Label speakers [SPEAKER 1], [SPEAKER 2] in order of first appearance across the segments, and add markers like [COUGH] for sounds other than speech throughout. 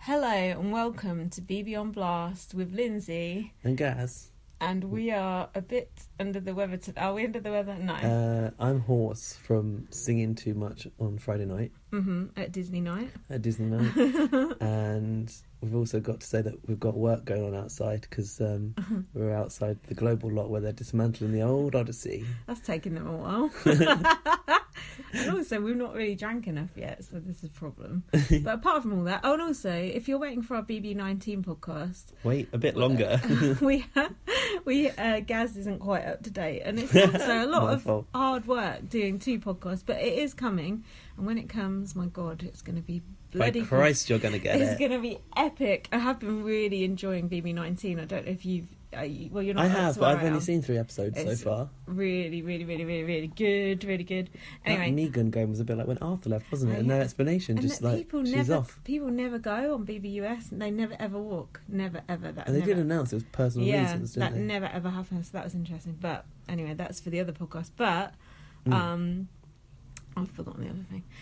[SPEAKER 1] Hello and welcome to BB on Blast with Lindsay,
[SPEAKER 2] And Gaz,
[SPEAKER 1] and we are a bit under the weather. To- are we under the weather? No.
[SPEAKER 2] uh, I'm hoarse from singing too much on Friday night
[SPEAKER 1] hmm At Disney night.
[SPEAKER 2] at
[SPEAKER 1] [LAUGHS]
[SPEAKER 2] Disneyland, and we've also got to say that we've got work going on outside because um,
[SPEAKER 1] Uh-huh.
[SPEAKER 2] we're outside the global lot where they're dismantling the old Odyssey.
[SPEAKER 1] That's taken them a
[SPEAKER 2] [LAUGHS]
[SPEAKER 1] while. and also, we've not really drank enough yet, so this is a
[SPEAKER 2] [LAUGHS]
[SPEAKER 1] problem. But apart from all that, oh, and also, if you're waiting for our BB19 podcast,
[SPEAKER 2] [LAUGHS] Wait a bit longer.
[SPEAKER 1] we we uh, Gaz isn't quite up to date, and it's
[SPEAKER 2] [LAUGHS]
[SPEAKER 1] also a lot
[SPEAKER 2] My
[SPEAKER 1] of
[SPEAKER 2] fault.
[SPEAKER 1] hard work doing two podcasts. But it is coming, and when it comes, my God, it's going to be
[SPEAKER 2] By
[SPEAKER 1] [LAUGHS] bloody.
[SPEAKER 2] Christ, you're gonna get
[SPEAKER 1] it's
[SPEAKER 2] it.
[SPEAKER 1] going to be epic. I have been really enjoying BB19. I don't know if you've. Uh, you, well, you're not.
[SPEAKER 2] I
[SPEAKER 1] up to
[SPEAKER 2] have.
[SPEAKER 1] where
[SPEAKER 2] but I've
[SPEAKER 1] I
[SPEAKER 2] only
[SPEAKER 1] am.
[SPEAKER 2] seen three episodes
[SPEAKER 1] It's-
[SPEAKER 2] so far.
[SPEAKER 1] Really, really, really, really, really good. Really good. Anyway,
[SPEAKER 2] That Negan game was a bit like when Arthur left, wasn't it?
[SPEAKER 1] Oh,
[SPEAKER 2] And no
[SPEAKER 1] yeah.
[SPEAKER 2] explanation,
[SPEAKER 1] and
[SPEAKER 2] just
[SPEAKER 1] that
[SPEAKER 2] like
[SPEAKER 1] people
[SPEAKER 2] she's
[SPEAKER 1] never
[SPEAKER 2] off.
[SPEAKER 1] people never go on BBUS. And they never ever walk. Never ever. That
[SPEAKER 2] And they
[SPEAKER 1] never,
[SPEAKER 2] did announce it was personal
[SPEAKER 1] yeah,
[SPEAKER 2] reasons,
[SPEAKER 1] that
[SPEAKER 2] didn't they?
[SPEAKER 1] never ever happened. So that was interesting. But anyway, that's for the other podcast. But
[SPEAKER 2] Mm.
[SPEAKER 1] um, I've forgotten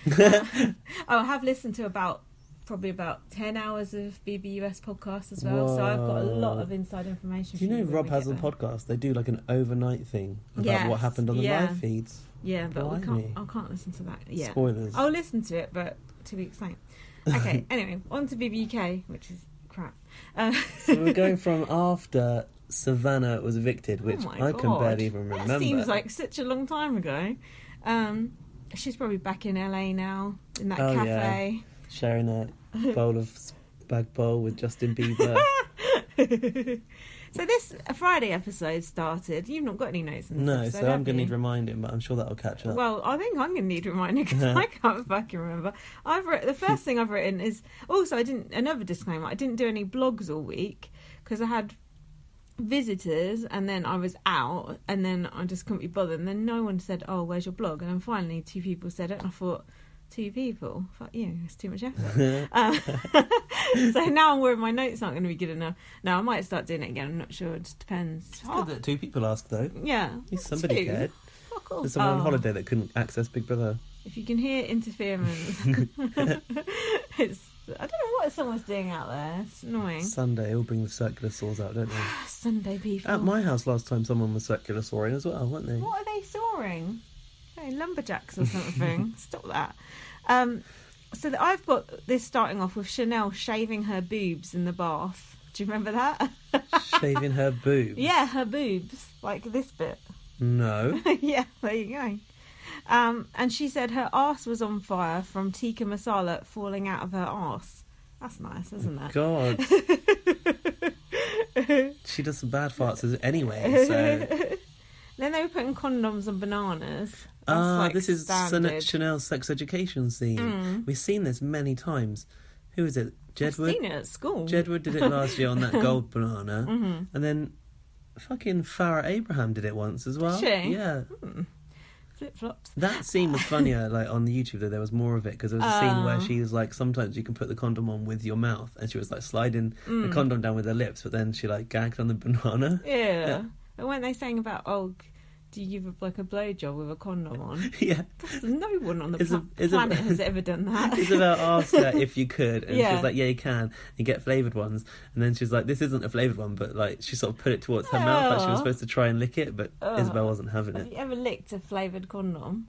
[SPEAKER 1] the other
[SPEAKER 2] [LAUGHS]
[SPEAKER 1] thing. oh, I have listened to about probably about ten hours of BBUS podcasts as well. So I've got a lot
[SPEAKER 2] Whoa.
[SPEAKER 1] of inside information.
[SPEAKER 2] Do you
[SPEAKER 1] for
[SPEAKER 2] know
[SPEAKER 1] when
[SPEAKER 2] Rob
[SPEAKER 1] we get
[SPEAKER 2] has a
[SPEAKER 1] there.
[SPEAKER 2] podcast? They do like an overnight thing about
[SPEAKER 1] Yes,
[SPEAKER 2] what happened on the
[SPEAKER 1] yeah.
[SPEAKER 2] live feeds.
[SPEAKER 1] Yeah, but we can't.
[SPEAKER 2] Blimey.
[SPEAKER 1] I can't listen to that. Yeah,
[SPEAKER 2] Spoilers.
[SPEAKER 1] I'll listen to it, but two weeks late. Okay. anyway, on to BBUK, which is crap. Uh,
[SPEAKER 2] [LAUGHS] so
[SPEAKER 1] [LAUGHS]
[SPEAKER 2] we're going from after Savannah was evicted, which
[SPEAKER 1] Oh my
[SPEAKER 2] I can
[SPEAKER 1] God.
[SPEAKER 2] barely even remember.
[SPEAKER 1] That seems like such a long time ago. Um, she's probably back in LA now in that
[SPEAKER 2] Oh, yeah.
[SPEAKER 1] cafe.
[SPEAKER 2] sharing a bowl of s- bag bowl with Justin
[SPEAKER 1] [LAUGHS]
[SPEAKER 2] Bieber. [LAUGHS]
[SPEAKER 1] so this Friday episode started. You've not got any notes in this
[SPEAKER 2] no,
[SPEAKER 1] episode,
[SPEAKER 2] so I'm
[SPEAKER 1] have
[SPEAKER 2] going to
[SPEAKER 1] you?
[SPEAKER 2] need reminding, but I'm sure that'll catch up. [LAUGHS]
[SPEAKER 1] Well, I think I'm going to need reminding because I can't fucking remember. I've writ- the first thing I've written is also I didn't another disclaimer. I didn't do any blogs all week because I had visitors and then I was out and then I just couldn't be bothered. And then no one said, "Oh, where's your blog?" And then finally two people said it, and I thought. Two people, fuck you. It's too much effort. um, [LAUGHS] so now I'm worried my notes aren't going to be good enough. Now I might start doing it again. I'm not sure. It just depends.
[SPEAKER 2] It's good that two people asked though.
[SPEAKER 1] yeah,
[SPEAKER 2] At least somebody
[SPEAKER 1] Two?
[SPEAKER 2] cared.
[SPEAKER 1] Fuck off.
[SPEAKER 2] There's someone on
[SPEAKER 1] Oh.
[SPEAKER 2] holiday that couldn't access Big Brother.
[SPEAKER 1] If you can hear interference,
[SPEAKER 2] [LAUGHS]
[SPEAKER 1] [LAUGHS] it's I don't know what someone's doing out there. It's annoying. [SIGHS]
[SPEAKER 2] Sunday, all bring the circular saws out, don't they?
[SPEAKER 1] Sunday people.
[SPEAKER 2] At my house last time, someone was circular sawing as well, weren't they?
[SPEAKER 1] What are they sawing? Hey, lumberjacks or
[SPEAKER 2] [LAUGHS]
[SPEAKER 1] something. Stop that. Um, so that I've got this starting off with Chanel shaving her boobs in the bath. Do you remember that? [LAUGHS]
[SPEAKER 2] Shaving her boobs.
[SPEAKER 1] yeah, her boobs, like this bit. [LAUGHS]
[SPEAKER 2] No.
[SPEAKER 1] yeah, there you go. Um, and she said her ass was on fire from tikka masala falling out of her ass. That's nice, isn't it?
[SPEAKER 2] God. she does some bad farts as- anyway,
[SPEAKER 1] [LAUGHS]
[SPEAKER 2] so.
[SPEAKER 1] [LAUGHS] Then they were putting condoms on bananas. That's
[SPEAKER 2] Ah,
[SPEAKER 1] like
[SPEAKER 2] this is Sana-
[SPEAKER 1] standard.
[SPEAKER 2] Chanel's sex education scene. We've seen this many times. Who is it?
[SPEAKER 1] I've
[SPEAKER 2] Jedward?
[SPEAKER 1] seen it at school.
[SPEAKER 2] Jedward did it last year
[SPEAKER 1] [LAUGHS]
[SPEAKER 2] on that gold banana.
[SPEAKER 1] Mm-hmm.
[SPEAKER 2] And then fucking Farah Abraham did it once as well.
[SPEAKER 1] Did she?
[SPEAKER 2] Yeah.
[SPEAKER 1] Flip flops.
[SPEAKER 2] That scene was
[SPEAKER 1] [LAUGHS]
[SPEAKER 2] funnier, like on the YouTube, though there was more of it because there was a scene
[SPEAKER 1] Oh.
[SPEAKER 2] where she was like, sometimes you can put the condom on with your mouth, and she was like sliding
[SPEAKER 1] Mm.
[SPEAKER 2] the condom down with her lips, but then she like gagged on the [LAUGHS] banana.
[SPEAKER 1] Yeah. And weren't they saying about oh, do you give like a blowjob with a condom on?
[SPEAKER 2] [LAUGHS] yeah.
[SPEAKER 1] no one on the
[SPEAKER 2] Is
[SPEAKER 1] pla-
[SPEAKER 2] it- is it-
[SPEAKER 1] planet has ever done
[SPEAKER 2] [LAUGHS]
[SPEAKER 1] that.
[SPEAKER 2] Isabel asked her
[SPEAKER 1] [LAUGHS]
[SPEAKER 2] if you could, and she
[SPEAKER 1] Yeah.
[SPEAKER 2] was like, "Yeah, you can." You get flavored ones, and then she was like, "This isn't a flavored one," but like she sort of put it towards her mouth, like she
[SPEAKER 1] Aw.
[SPEAKER 2] was supposed to try and lick it, but
[SPEAKER 1] Oh. Ugh.
[SPEAKER 2] Isabel wasn't having
[SPEAKER 1] Have
[SPEAKER 2] it.
[SPEAKER 1] you ever licked a flavoured condom?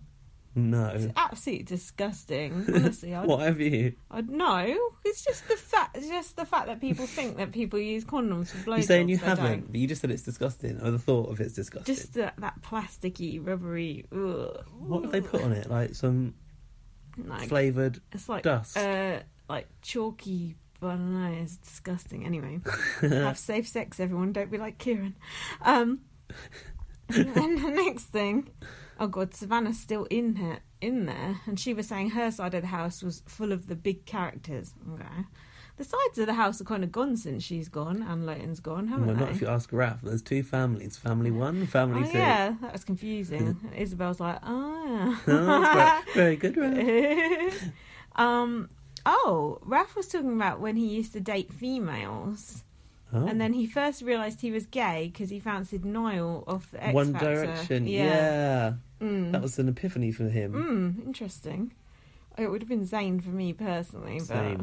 [SPEAKER 2] No,
[SPEAKER 1] It's absolutely
[SPEAKER 2] [LAUGHS]
[SPEAKER 1] disgusting. Honestly, I'd,
[SPEAKER 2] Mm. what have you?
[SPEAKER 1] I'd no. It's just the fact, just the fact that people think that people use condoms for blowjobs.
[SPEAKER 2] You're saying you
[SPEAKER 1] they don't.
[SPEAKER 2] haven't, but you just said it's disgusting, or the thought of it's disgusting.
[SPEAKER 1] Just that, that plasticky, rubbery. Ugh.
[SPEAKER 2] What have they put on it? Like some
[SPEAKER 1] Like,
[SPEAKER 2] flavored.
[SPEAKER 1] it's like
[SPEAKER 2] dust? [LAUGHS]
[SPEAKER 1] Uh, like chalky. But I don't know. It's disgusting. Anyway, have safe sex, everyone. Don't be like Kieran.
[SPEAKER 2] [LAUGHS]
[SPEAKER 1] Um, and then the next thing, oh god, Savannah's still in her in there, and she was saying her side of the house was full of the big characters. Okay, the sides of the house are kind of gone since she's gone and Leighton's gone, haven't
[SPEAKER 2] Well,
[SPEAKER 1] they?
[SPEAKER 2] not if you ask Raph. There's two families: family one, family
[SPEAKER 1] oh
[SPEAKER 2] two.
[SPEAKER 1] yeah, that was
[SPEAKER 2] [LAUGHS]
[SPEAKER 1] confusing. And Isabel's like, oh. [LAUGHS]
[SPEAKER 2] Oh, [LAUGHS] that's quite- very good, Raph.
[SPEAKER 1] um. Oh, Raph was talking about when he used to date females,
[SPEAKER 2] Oh.
[SPEAKER 1] and then he first realised he was gay because he fancied Niall off the X
[SPEAKER 2] One
[SPEAKER 1] Factor.
[SPEAKER 2] Direction. Yeah, that was an epiphany for him.
[SPEAKER 1] Mm, interesting. It would have been Zane for me personally, but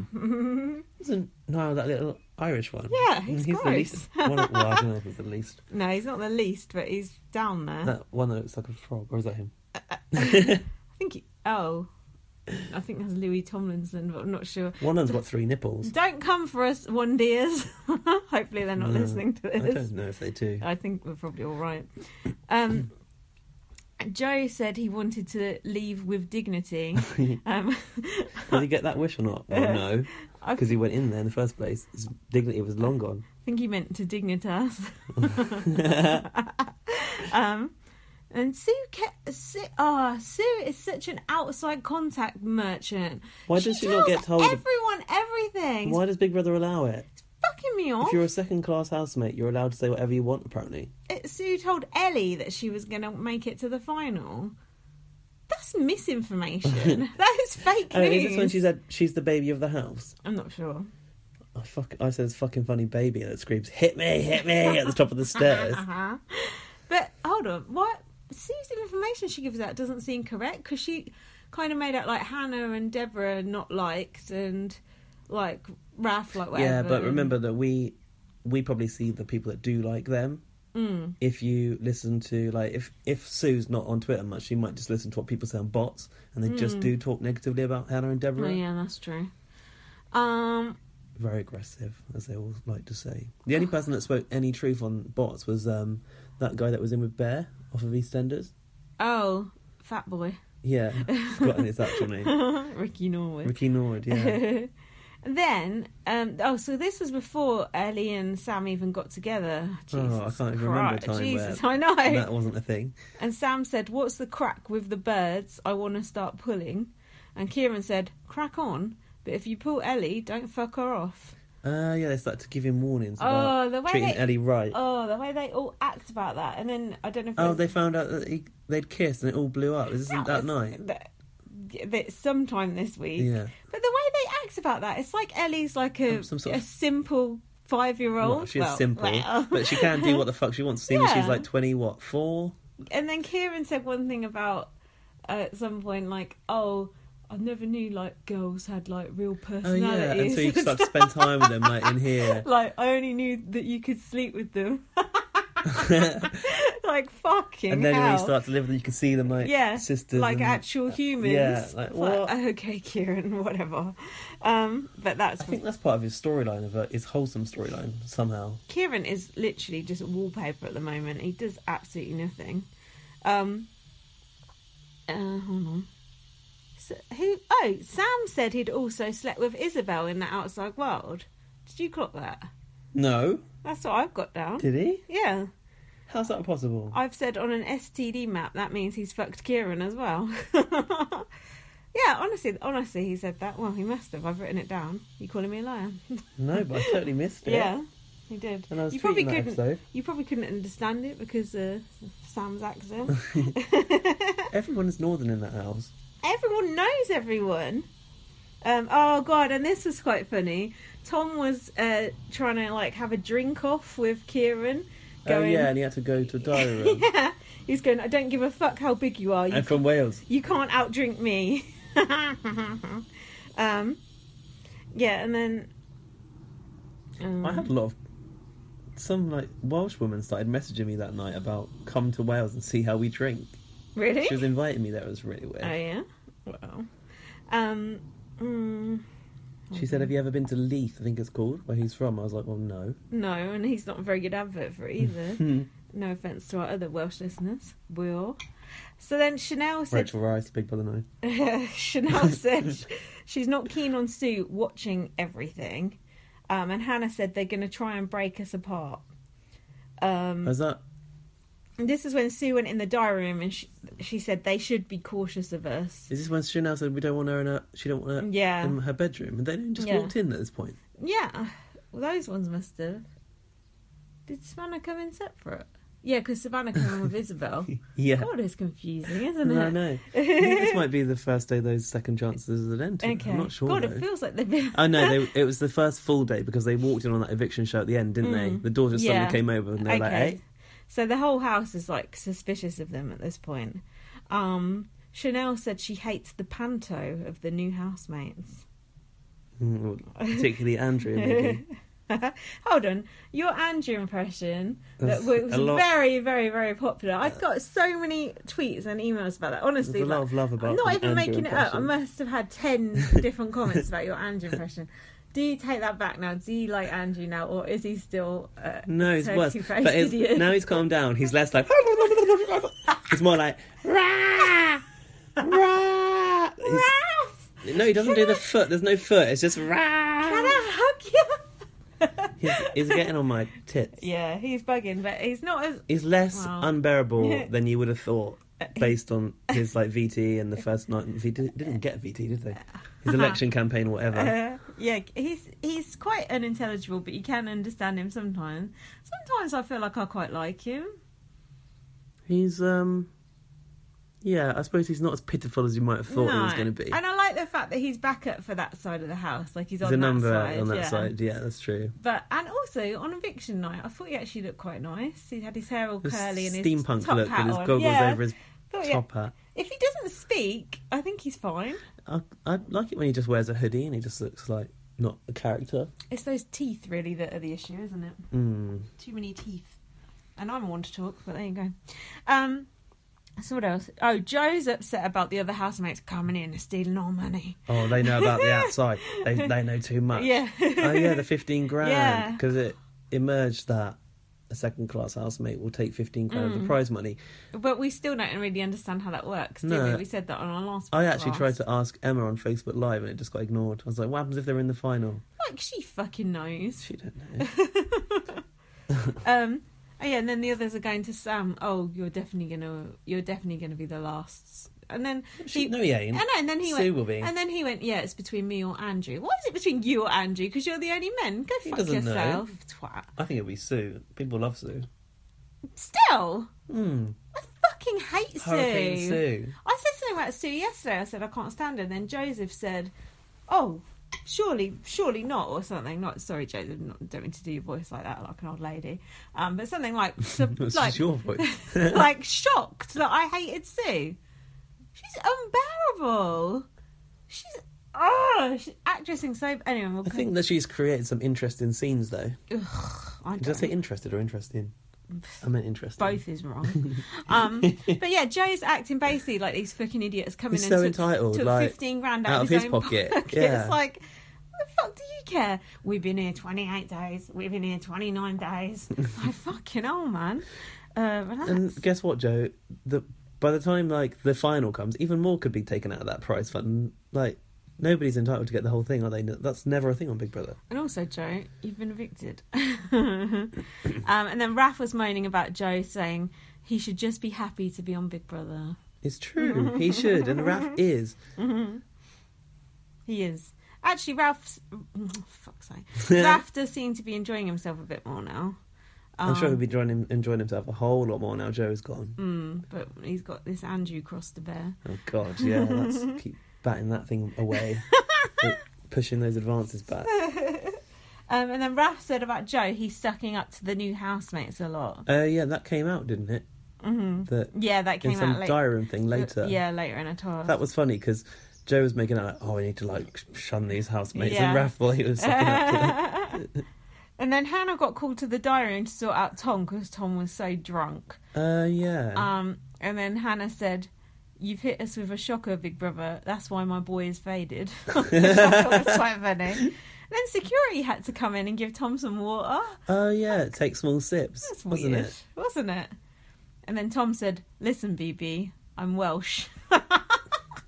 [SPEAKER 2] Isn't Niall that little Irish one?
[SPEAKER 1] Yeah,
[SPEAKER 2] Mm,
[SPEAKER 1] he's
[SPEAKER 2] he's the
[SPEAKER 1] gross.
[SPEAKER 2] least. One of, well, I don't know
[SPEAKER 1] [LAUGHS]
[SPEAKER 2] if he's the least.
[SPEAKER 1] [LAUGHS] no, he's not the least, but he's down there.
[SPEAKER 2] That one that looks like a frog, or is that him?
[SPEAKER 1] I think. He, oh, I think that's Louis Tomlinson, but I'm not sure.
[SPEAKER 2] One of them's got
[SPEAKER 1] [LAUGHS]
[SPEAKER 2] three nipples.
[SPEAKER 1] Don't come for us, one dears. [LAUGHS] Hopefully, they're not
[SPEAKER 2] No,
[SPEAKER 1] listening to
[SPEAKER 2] I
[SPEAKER 1] this.
[SPEAKER 2] don't know if they do. [LAUGHS]
[SPEAKER 1] I think we're probably all right. Um, Joe said he wanted to leave with
[SPEAKER 2] [LAUGHS]
[SPEAKER 1] dignity.
[SPEAKER 2] Did
[SPEAKER 1] Um,
[SPEAKER 2] he get that wish or not?
[SPEAKER 1] [LAUGHS]
[SPEAKER 2] Well, no,
[SPEAKER 1] I
[SPEAKER 2] because he went in there in the first place. His dignity was long
[SPEAKER 1] [LAUGHS]
[SPEAKER 2] gone.
[SPEAKER 1] think he meant to dignitas.
[SPEAKER 2] [LAUGHS]
[SPEAKER 1] um, and Sue, ke- Sue, oh, Sue is such an outside contact merchant.
[SPEAKER 2] Why does she not
[SPEAKER 1] tells
[SPEAKER 2] get told?
[SPEAKER 1] Everyone, everything.
[SPEAKER 2] Why does Big Brother allow it?
[SPEAKER 1] It's fucking me off.
[SPEAKER 2] If you're a second class housemate, you're allowed to say whatever you want, apparently.
[SPEAKER 1] It- Sue told Ellie that she was going to make it to the final. That's
[SPEAKER 2] [LAUGHS]
[SPEAKER 1] misinformation. that is fake
[SPEAKER 2] Oh,
[SPEAKER 1] news.
[SPEAKER 2] is this when she said she's the baby of the house?
[SPEAKER 1] I'm not sure.
[SPEAKER 2] I fuck, I said it's fucking funny baby, and it screams, hit me, hit me, at the top of the stairs.
[SPEAKER 1] Uh-huh. But hold on, what Sue's information she gives out doesn't seem correct because she kind of made out like Hannah and Deborah not liked and like Raph like whatever.
[SPEAKER 2] yeah, but
[SPEAKER 1] and-
[SPEAKER 2] remember that we we probably see the people that do like them.
[SPEAKER 1] Mm.
[SPEAKER 2] If you listen to like if if Sue's not on Twitter much, she might just listen to what people say on bots, and they just do talk negatively about Hannah and
[SPEAKER 1] Mm. Oh
[SPEAKER 2] Deborah.
[SPEAKER 1] yeah, that's true. Um,
[SPEAKER 2] Very aggressive, as they all like to say. The
[SPEAKER 1] Oh.
[SPEAKER 2] only person that spoke any truth on bots was um that guy that was in with Bear off of EastEnders.
[SPEAKER 1] oh, Fat Boy, [LAUGHS]
[SPEAKER 2] Yeah, I've forgotten his actual name.
[SPEAKER 1] Ricky Norwood.
[SPEAKER 2] Ricky Norwood.
[SPEAKER 1] [LAUGHS]
[SPEAKER 2] Yeah,
[SPEAKER 1] then, um, oh, so this was before Ellie and Sam even got together.
[SPEAKER 2] Oh, I
[SPEAKER 1] Jesus
[SPEAKER 2] can't even remember a
[SPEAKER 1] Christ.
[SPEAKER 2] time where
[SPEAKER 1] Jesus, I know.
[SPEAKER 2] And that wasn't a thing.
[SPEAKER 1] And Sam said, What's the crack with the birds? I want to start pulling. And Kieran said, Crack on, but if you pull Ellie, don't fuck her off.
[SPEAKER 2] Uh, yeah, they started to give him warnings
[SPEAKER 1] Oh,
[SPEAKER 2] about
[SPEAKER 1] the way
[SPEAKER 2] treating
[SPEAKER 1] they-
[SPEAKER 2] Ellie right.
[SPEAKER 1] Oh, the way they all act about that. And then I don't know if
[SPEAKER 2] Oh,
[SPEAKER 1] it-
[SPEAKER 2] they found out that he, they'd kissed and it all blew up. Isn't that,
[SPEAKER 1] was-
[SPEAKER 2] night?
[SPEAKER 1] That, that sometime this week.
[SPEAKER 2] Yeah.
[SPEAKER 1] But the way they act about that, it's like Ellie's like a,
[SPEAKER 2] Um, some sort
[SPEAKER 1] a
[SPEAKER 2] of-
[SPEAKER 1] simple five year old.
[SPEAKER 2] Well, she's simple, but she
[SPEAKER 1] [LAUGHS]
[SPEAKER 2] can do what the fuck she wants. Seeing
[SPEAKER 1] Yeah.
[SPEAKER 2] she's like 20, what, four?
[SPEAKER 1] and then Kieran said one thing about uh, at some point, like, oh, I never knew like girls had like real
[SPEAKER 2] Oh, yeah.
[SPEAKER 1] personalities. [LAUGHS]
[SPEAKER 2] And so you start to spend time with them, like in here. [LAUGHS]
[SPEAKER 1] like I only knew that you could sleep with them. [LAUGHS] like fucking
[SPEAKER 2] and then
[SPEAKER 1] hell.
[SPEAKER 2] when you start to live with them, you can see them like
[SPEAKER 1] yeah,
[SPEAKER 2] sisters.
[SPEAKER 1] like
[SPEAKER 2] and- uh,
[SPEAKER 1] actual humans.
[SPEAKER 2] Yeah, like,
[SPEAKER 1] [LAUGHS]
[SPEAKER 2] what?
[SPEAKER 1] okay, Kieran, whatever. Um, but that's
[SPEAKER 2] I think that's part of his storyline, of it, his wholesome storyline, somehow.
[SPEAKER 1] [LAUGHS] Kieran is literally just wallpaper at the moment. He does absolutely nothing. Um, uh, hold on. So, who? Oh, Sam said he'd also slept with Isabel in the outside world. Did you clock that?
[SPEAKER 2] No?
[SPEAKER 1] That's what I've got down.
[SPEAKER 2] Did he?
[SPEAKER 1] Yeah,
[SPEAKER 2] How's that possible?
[SPEAKER 1] I've said on an STD map that means he's fucked Kieran as well. [LAUGHS] yeah, honestly, honestly, he said that. Well, he must have. I've written it down. You calling me a liar? [LAUGHS]
[SPEAKER 2] No, but I totally missed it.
[SPEAKER 1] Yeah, he did.
[SPEAKER 2] And I was
[SPEAKER 1] you probably
[SPEAKER 2] tweeting that
[SPEAKER 1] couldn't.
[SPEAKER 2] episode.
[SPEAKER 1] You probably couldn't understand it because uh, Sam's
[SPEAKER 2] [LAUGHS]
[SPEAKER 1] accent. [LAUGHS]
[SPEAKER 2] Everyone is northern in that house.
[SPEAKER 1] everyone knows everyone. Um, oh god, and this was quite funny. Tom was uh, trying to like have a drink off with Kieran.
[SPEAKER 2] Oh,
[SPEAKER 1] Going,
[SPEAKER 2] yeah, and he had to go to
[SPEAKER 1] [LAUGHS]
[SPEAKER 2] a diary room.
[SPEAKER 1] yeah. He's going. I don't give a fuck how big you are. You
[SPEAKER 2] And from Wales.
[SPEAKER 1] you can't outdrink me. [LAUGHS] um, yeah, and then um,
[SPEAKER 2] I had a lot of some like Welsh woman started messaging me that night about come to Wales and see how we drink.
[SPEAKER 1] really.
[SPEAKER 2] She was inviting me. That was really weird.
[SPEAKER 1] Oh yeah. Wow. Um. mm,
[SPEAKER 2] She said, "Have you ever been to Leith? I think it's called where he's from." I was like, "Well, no."
[SPEAKER 1] no, and he's not a very good advert for it
[SPEAKER 2] [LAUGHS]
[SPEAKER 1] either.
[SPEAKER 2] Hmm.
[SPEAKER 1] no offense to our other Welsh listeners. Will. So then Chanel said.
[SPEAKER 2] Rachel Rice, Big Brother Nine.
[SPEAKER 1] [LAUGHS] Chanel said [LAUGHS] sh- she's not keen on Sue watching everything, um, and Hannah said they're going to try and break us apart. Um,
[SPEAKER 2] Was that?
[SPEAKER 1] and this is when Sue went in the diary room and she, she said they should be cautious of us.
[SPEAKER 2] Is this when Chanel said we don't want her in her? She don't want her
[SPEAKER 1] Yeah.
[SPEAKER 2] in her bedroom, and they just
[SPEAKER 1] Yeah.
[SPEAKER 2] walked in at this point.
[SPEAKER 1] Yeah, well, those ones must have. Did Savannah come in separate? Yeah, because Savannah came
[SPEAKER 2] [LAUGHS]
[SPEAKER 1] in with Isabel.
[SPEAKER 2] [LAUGHS] Yeah.
[SPEAKER 1] God, it's confusing, isn't it? [LAUGHS]
[SPEAKER 2] No, no. I think this might be the first day those second chances are ended.
[SPEAKER 1] Okay.
[SPEAKER 2] I'm not sure.
[SPEAKER 1] God,
[SPEAKER 2] though.
[SPEAKER 1] it feels like they've been.
[SPEAKER 2] Oh no,
[SPEAKER 1] [LAUGHS]
[SPEAKER 2] they, it was the first full day because they walked in on that eviction show at the end, didn't they?
[SPEAKER 1] Mm.
[SPEAKER 2] The daughter suddenly
[SPEAKER 1] Yeah.
[SPEAKER 2] came over and they were like,
[SPEAKER 1] Okay.
[SPEAKER 2] "Hey,
[SPEAKER 1] So the whole house is like suspicious of them at this point. Um, Chanel said she hates the panto of the new housemates.
[SPEAKER 2] Mm, particularly
[SPEAKER 1] [LAUGHS]
[SPEAKER 2] Andrew. Maybe.
[SPEAKER 1] Hold on, your Andrew impression that
[SPEAKER 2] That's
[SPEAKER 1] was
[SPEAKER 2] a lot-
[SPEAKER 1] very, very, very popular. I've got so many tweets and emails about that. Honestly,
[SPEAKER 2] There's a lot
[SPEAKER 1] like,
[SPEAKER 2] of love about.
[SPEAKER 1] I'm
[SPEAKER 2] the
[SPEAKER 1] not even
[SPEAKER 2] Andrew
[SPEAKER 1] making it up. I
[SPEAKER 2] impression.
[SPEAKER 1] must have had
[SPEAKER 2] [LAUGHS]
[SPEAKER 1] ten different comments about your Andrew impression. Do you take that back now? Do you like Andrew now, or is he still? Uh,
[SPEAKER 2] No, he's worse.
[SPEAKER 1] turkey-faced
[SPEAKER 2] But it's-
[SPEAKER 1] idiot? [LAUGHS]
[SPEAKER 2] now he's calmed down. He's less like. [LAUGHS] it's more like. Rah! Rah! He's-
[SPEAKER 1] Ralph,
[SPEAKER 2] no, he doesn't do
[SPEAKER 1] Can
[SPEAKER 2] the
[SPEAKER 1] I-
[SPEAKER 2] foot. There's no foot. It's just
[SPEAKER 1] can
[SPEAKER 2] rah.
[SPEAKER 1] I hug you? [LAUGHS]
[SPEAKER 2] He's, he's getting on my tits.
[SPEAKER 1] Yeah, he's bugging, but he's not as
[SPEAKER 2] He's less
[SPEAKER 1] Wow. [LAUGHS]
[SPEAKER 2] unbearable than you would have thought based on his like VT and the first night. He didn't didn't get VT, did they? His
[SPEAKER 1] Uh-huh.
[SPEAKER 2] election campaign, whatever.
[SPEAKER 1] Uh, [LAUGHS] yeah, he's he's quite unintelligible, but you can understand him sometimes. Sometimes I feel like I quite like him.
[SPEAKER 2] He's um. Yeah, I suppose he's not as pitiful as you might have thought he was
[SPEAKER 1] No.
[SPEAKER 2] going to be.
[SPEAKER 1] and I like the fact that he's back up for that side of the house, like he's,
[SPEAKER 2] He's
[SPEAKER 1] on
[SPEAKER 2] a number
[SPEAKER 1] that side.
[SPEAKER 2] on that
[SPEAKER 1] yeah.
[SPEAKER 2] side. Yeah, that's true.
[SPEAKER 1] But and also on eviction night, I thought he actually looked quite nice. He had his hair all
[SPEAKER 2] This
[SPEAKER 1] curly and his
[SPEAKER 2] steampunk
[SPEAKER 1] top
[SPEAKER 2] look
[SPEAKER 1] hat
[SPEAKER 2] with his
[SPEAKER 1] on.
[SPEAKER 2] goggles
[SPEAKER 1] yeah.
[SPEAKER 2] over his
[SPEAKER 1] Thought, yeah.
[SPEAKER 2] top hat.
[SPEAKER 1] If he doesn't speak, I think he's fine.
[SPEAKER 2] I, I like it when he just wears a hoodie and he just looks like not a character.
[SPEAKER 1] It's those teeth really that are the issue, isn't it?
[SPEAKER 2] Mm.
[SPEAKER 1] Too many teeth. And I'm one to talk, but there you go. Um, so what else? Oh, Joe's upset about the other housemates coming in and stealing all money.
[SPEAKER 2] Oh, they
[SPEAKER 1] [LAUGHS]
[SPEAKER 2] know about the outside. They they know too much.
[SPEAKER 1] Yeah.
[SPEAKER 2] oh yeah,
[SPEAKER 1] [LAUGHS]
[SPEAKER 2] the fifteen grand
[SPEAKER 1] Yeah.
[SPEAKER 2] because it emerged that a second class housemate will take fifteen grand
[SPEAKER 1] Mm.
[SPEAKER 2] of the prize money.
[SPEAKER 1] But we still don't really understand how that works, do
[SPEAKER 2] No.
[SPEAKER 1] we? We said that on our last.
[SPEAKER 2] I actually
[SPEAKER 1] podcast.
[SPEAKER 2] tried to ask Emma on Facebook Live and it just got ignored. I was like, what happens if they're in the final?
[SPEAKER 1] Like she fucking knows.
[SPEAKER 2] She [LAUGHS] don't
[SPEAKER 1] [LAUGHS]
[SPEAKER 2] know.
[SPEAKER 1] Um. Oh yeah, and then the others are going to Sam. Oh, you're definitely gonna, you're definitely gonna be the last. And then
[SPEAKER 2] She,
[SPEAKER 1] he,
[SPEAKER 2] no, he ain't.
[SPEAKER 1] I know, and then he
[SPEAKER 2] Sue
[SPEAKER 1] went.
[SPEAKER 2] will be.
[SPEAKER 1] And then he went. Yeah, it's between me or Andrew. Why is it between you or Andrew? Because you're the only men. Go
[SPEAKER 2] He
[SPEAKER 1] fuck
[SPEAKER 2] doesn't know.
[SPEAKER 1] yourself, twat.
[SPEAKER 2] I think it'll be Sue. People love Sue.
[SPEAKER 1] Still,
[SPEAKER 2] Mm.
[SPEAKER 1] I fucking hate
[SPEAKER 2] Hurricane
[SPEAKER 1] [LAUGHS]
[SPEAKER 2] Sue.
[SPEAKER 1] I said something about Sue yesterday. I said I can't stand her. And then Joseph said, "Oh, surely, surely not," or something. Not sorry, Joseph. Not, don't mean to do your voice like that, like an old lady. Um, but something
[SPEAKER 2] [LAUGHS]
[SPEAKER 1] like, so-
[SPEAKER 2] That's
[SPEAKER 1] like, [LAUGHS]
[SPEAKER 2] just your voice.
[SPEAKER 1] like shocked that I hated Sue. She's unbearable. She's oh, she's actressing so. Anyway, we'll
[SPEAKER 2] [LAUGHS] I think that she's created some interesting scenes, though.
[SPEAKER 1] I
[SPEAKER 2] Did I
[SPEAKER 1] don't
[SPEAKER 2] say interested or interesting? I meant interesting.
[SPEAKER 1] both is
[SPEAKER 2] [LAUGHS]
[SPEAKER 1] wrong. um, but yeah, Joe's acting basically like these fucking idiots coming
[SPEAKER 2] He's
[SPEAKER 1] in
[SPEAKER 2] so
[SPEAKER 1] took,
[SPEAKER 2] entitled,
[SPEAKER 1] took
[SPEAKER 2] like,
[SPEAKER 1] fifteen grand
[SPEAKER 2] out
[SPEAKER 1] out,
[SPEAKER 2] of his
[SPEAKER 1] own
[SPEAKER 2] pocket,
[SPEAKER 1] [LAUGHS]
[SPEAKER 2] yeah.
[SPEAKER 1] It's like, what the fuck do you care? We've been here twenty eight days. We've been here twenty nine
[SPEAKER 2] [LAUGHS]
[SPEAKER 1] days. I fucking hell, man. Uh, relax.
[SPEAKER 2] And guess what, Joe? The by the time like the final comes, even more could be taken out of that prize fund. Like nobody's entitled to get the whole thing, are they? That's never a thing on Big Brother.
[SPEAKER 1] And also, Joe, you've been evicted. [LAUGHS] um, and then Raph was moaning about Joe saying he should just be happy to be on Big Brother. [LAUGHS]
[SPEAKER 2] It's true. he should, and Raph is.
[SPEAKER 1] He is. Actually, [LAUGHS] Ralph's. Fuck's
[SPEAKER 2] [LAUGHS]
[SPEAKER 1] sake. Ralph does seem to be enjoying himself a bit more now.
[SPEAKER 2] I'm sure he'll
[SPEAKER 1] Um,
[SPEAKER 2] be enjoying, him- enjoying himself a whole lot more now. Joe is gone.
[SPEAKER 1] mm, but he's got this Andrew cross to bear.
[SPEAKER 2] Oh God, yeah.
[SPEAKER 1] [LAUGHS]
[SPEAKER 2] That's keep batting that thing away, Keep pushing those advances back.
[SPEAKER 1] Um, and then Ralph said about Joe, he's sucking up to the new housemates a lot.
[SPEAKER 2] Uh, yeah, that came out, didn't it?
[SPEAKER 1] hmm
[SPEAKER 2] That
[SPEAKER 1] Yeah, that
[SPEAKER 2] in
[SPEAKER 1] came
[SPEAKER 2] some
[SPEAKER 1] out late,
[SPEAKER 2] diary room thing later.
[SPEAKER 1] Yeah, later in a task.
[SPEAKER 2] That was funny because Joe was making out like, oh, I need to like sh- shun these housemates, and
[SPEAKER 1] Yeah.
[SPEAKER 2] Raph while he was sucking up to them.
[SPEAKER 1] [LAUGHS] and then Hannah got called to the diary room to sort out Tom because Tom was so drunk. [LAUGHS]
[SPEAKER 2] Uh, yeah.
[SPEAKER 1] Um, and then Hannah said, "You've hit us with a shocker, Big Brother. That's why my boy is faded." [LAUGHS] Which I thought was quite funny. And then security had to come in and give Tom some water.
[SPEAKER 2] Oh yeah, take small sips,
[SPEAKER 1] That's
[SPEAKER 2] wasn't
[SPEAKER 1] weird,
[SPEAKER 2] it?
[SPEAKER 1] wasn't it? And then Tom said, "Listen, BB, I'm Welsh."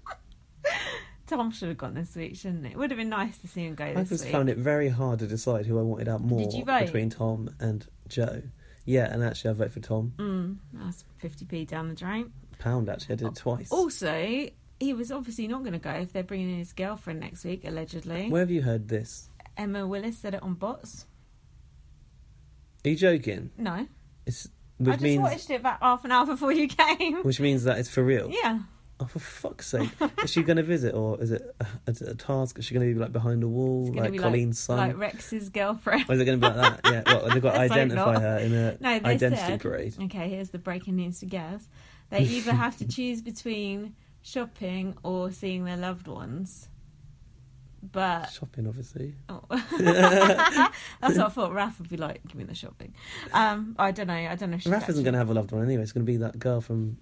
[SPEAKER 1] [LAUGHS] Tom should have gone this week, shouldn't it? Would have been nice to see him go
[SPEAKER 2] I
[SPEAKER 1] this
[SPEAKER 2] just
[SPEAKER 1] week.
[SPEAKER 2] found it very hard to decide who I wanted out more
[SPEAKER 1] Did you vote?
[SPEAKER 2] between Tom and Joe. Yeah, and actually I voted for Tom.
[SPEAKER 1] Mm, that's 50p down the drain.
[SPEAKER 2] Pound actually, I
[SPEAKER 1] Oh.
[SPEAKER 2] did it twice.
[SPEAKER 1] Also, he was obviously not going to go if they're bringing in his girlfriend next week, allegedly.
[SPEAKER 2] Where have you heard this?
[SPEAKER 1] Emma Willis said it on bots.
[SPEAKER 2] Are you joking?
[SPEAKER 1] No.
[SPEAKER 2] It's
[SPEAKER 1] I
[SPEAKER 2] which
[SPEAKER 1] just
[SPEAKER 2] means
[SPEAKER 1] watched it about half an hour before you came.
[SPEAKER 2] which means that it's for real.
[SPEAKER 1] [LAUGHS] Yeah.
[SPEAKER 2] Oh, for
[SPEAKER 1] [LAUGHS]
[SPEAKER 2] fuck's sake! is she going to visit, or is it a, is it a task? Is she going to be like behind a wall,
[SPEAKER 1] It's gonna
[SPEAKER 2] like
[SPEAKER 1] be
[SPEAKER 2] Colleen's son?
[SPEAKER 1] like Rex's girlfriend.
[SPEAKER 2] Or is it going to be like that? Yeah, well, they've got
[SPEAKER 1] [LAUGHS]
[SPEAKER 2] to
[SPEAKER 1] Let's hope
[SPEAKER 2] identify
[SPEAKER 1] not.
[SPEAKER 2] her in a
[SPEAKER 1] No, they
[SPEAKER 2] identity
[SPEAKER 1] said-
[SPEAKER 2] parade.
[SPEAKER 1] Okay, here's the breaking news to guess. They either have to choose between shopping or seeing their loved ones. But
[SPEAKER 2] Shopping, obviously. [LAUGHS]
[SPEAKER 1] oh. that's what I thought. Raf would be like, give me the shopping. Um, I don't know. I don't know. If she's
[SPEAKER 2] Raph isn't going to have a loved one anyway. It's going to be that girl from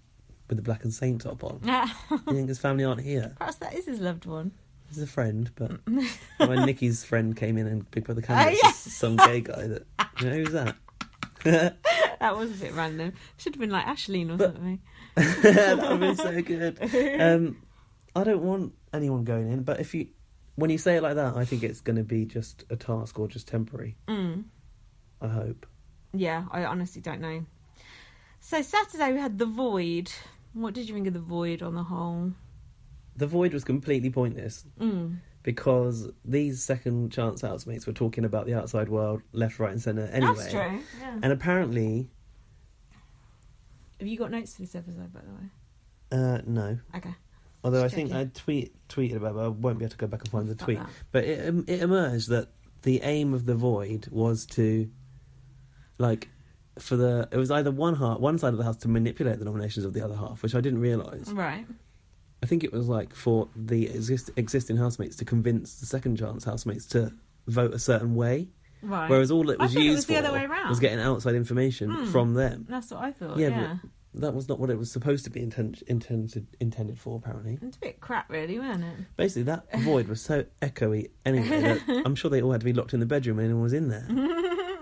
[SPEAKER 2] with the black and saint top on.
[SPEAKER 1] actually-
[SPEAKER 2] You think his family aren't here?
[SPEAKER 1] [LAUGHS] Perhaps that is his loved one.
[SPEAKER 2] He's a friend, but
[SPEAKER 1] [LAUGHS]
[SPEAKER 2] when Nikki's friend came in and picked up the camera,
[SPEAKER 1] Oh,
[SPEAKER 2] it's just some gay guy that you know who's that? [LAUGHS]
[SPEAKER 1] That was a bit random. Should have been like Ashleen or
[SPEAKER 2] But-
[SPEAKER 1] something.
[SPEAKER 2] that would have been so good. Um, I don't want anyone going in, but if you when you say it like that, I think it's going to be just a task or just temporary.
[SPEAKER 1] Mm.
[SPEAKER 2] I hope.
[SPEAKER 1] Yeah, I honestly don't know. So Saturday we had the void. What did you think of the void on the whole?
[SPEAKER 2] The void was completely pointless
[SPEAKER 1] Mm.
[SPEAKER 2] because these second chance housemates were talking about the outside world left, right, and centre anyway.
[SPEAKER 1] That's true. Yeah.
[SPEAKER 2] And apparently,
[SPEAKER 1] Have you got notes for this episode, by the way?
[SPEAKER 2] uh, no.
[SPEAKER 1] Okay.
[SPEAKER 2] Although
[SPEAKER 1] Just
[SPEAKER 2] I think
[SPEAKER 1] checking.
[SPEAKER 2] I tweet tweeted about, it, but I won't be able to go back and find the
[SPEAKER 1] Fuck
[SPEAKER 2] tweet.
[SPEAKER 1] that.
[SPEAKER 2] But it um, it emerged that the aim of the void was to, like, for the it was either one heart one side of the house to manipulate the nominations of the other half, which I didn't realise.
[SPEAKER 1] Right.
[SPEAKER 2] I think it was like for the exist, existing housemates to convince the second chance housemates to vote a certain way,
[SPEAKER 1] Right.
[SPEAKER 2] whereas all it
[SPEAKER 1] I
[SPEAKER 2] was
[SPEAKER 1] thought it
[SPEAKER 2] used
[SPEAKER 1] was
[SPEAKER 2] for
[SPEAKER 1] the other way around.
[SPEAKER 2] was getting outside information
[SPEAKER 1] Hmm.
[SPEAKER 2] from them.
[SPEAKER 1] That's what I thought. Yeah.
[SPEAKER 2] Yeah, but- That was not what it was supposed to be inten- intended intended for, apparently.
[SPEAKER 1] It's a bit crap, really, wasn't it? [LAUGHS]
[SPEAKER 2] Basically, that void was so echoey anyway that I'm sure they all had to be locked in the bedroom and anyone was in there.
[SPEAKER 1] Mm-hmm.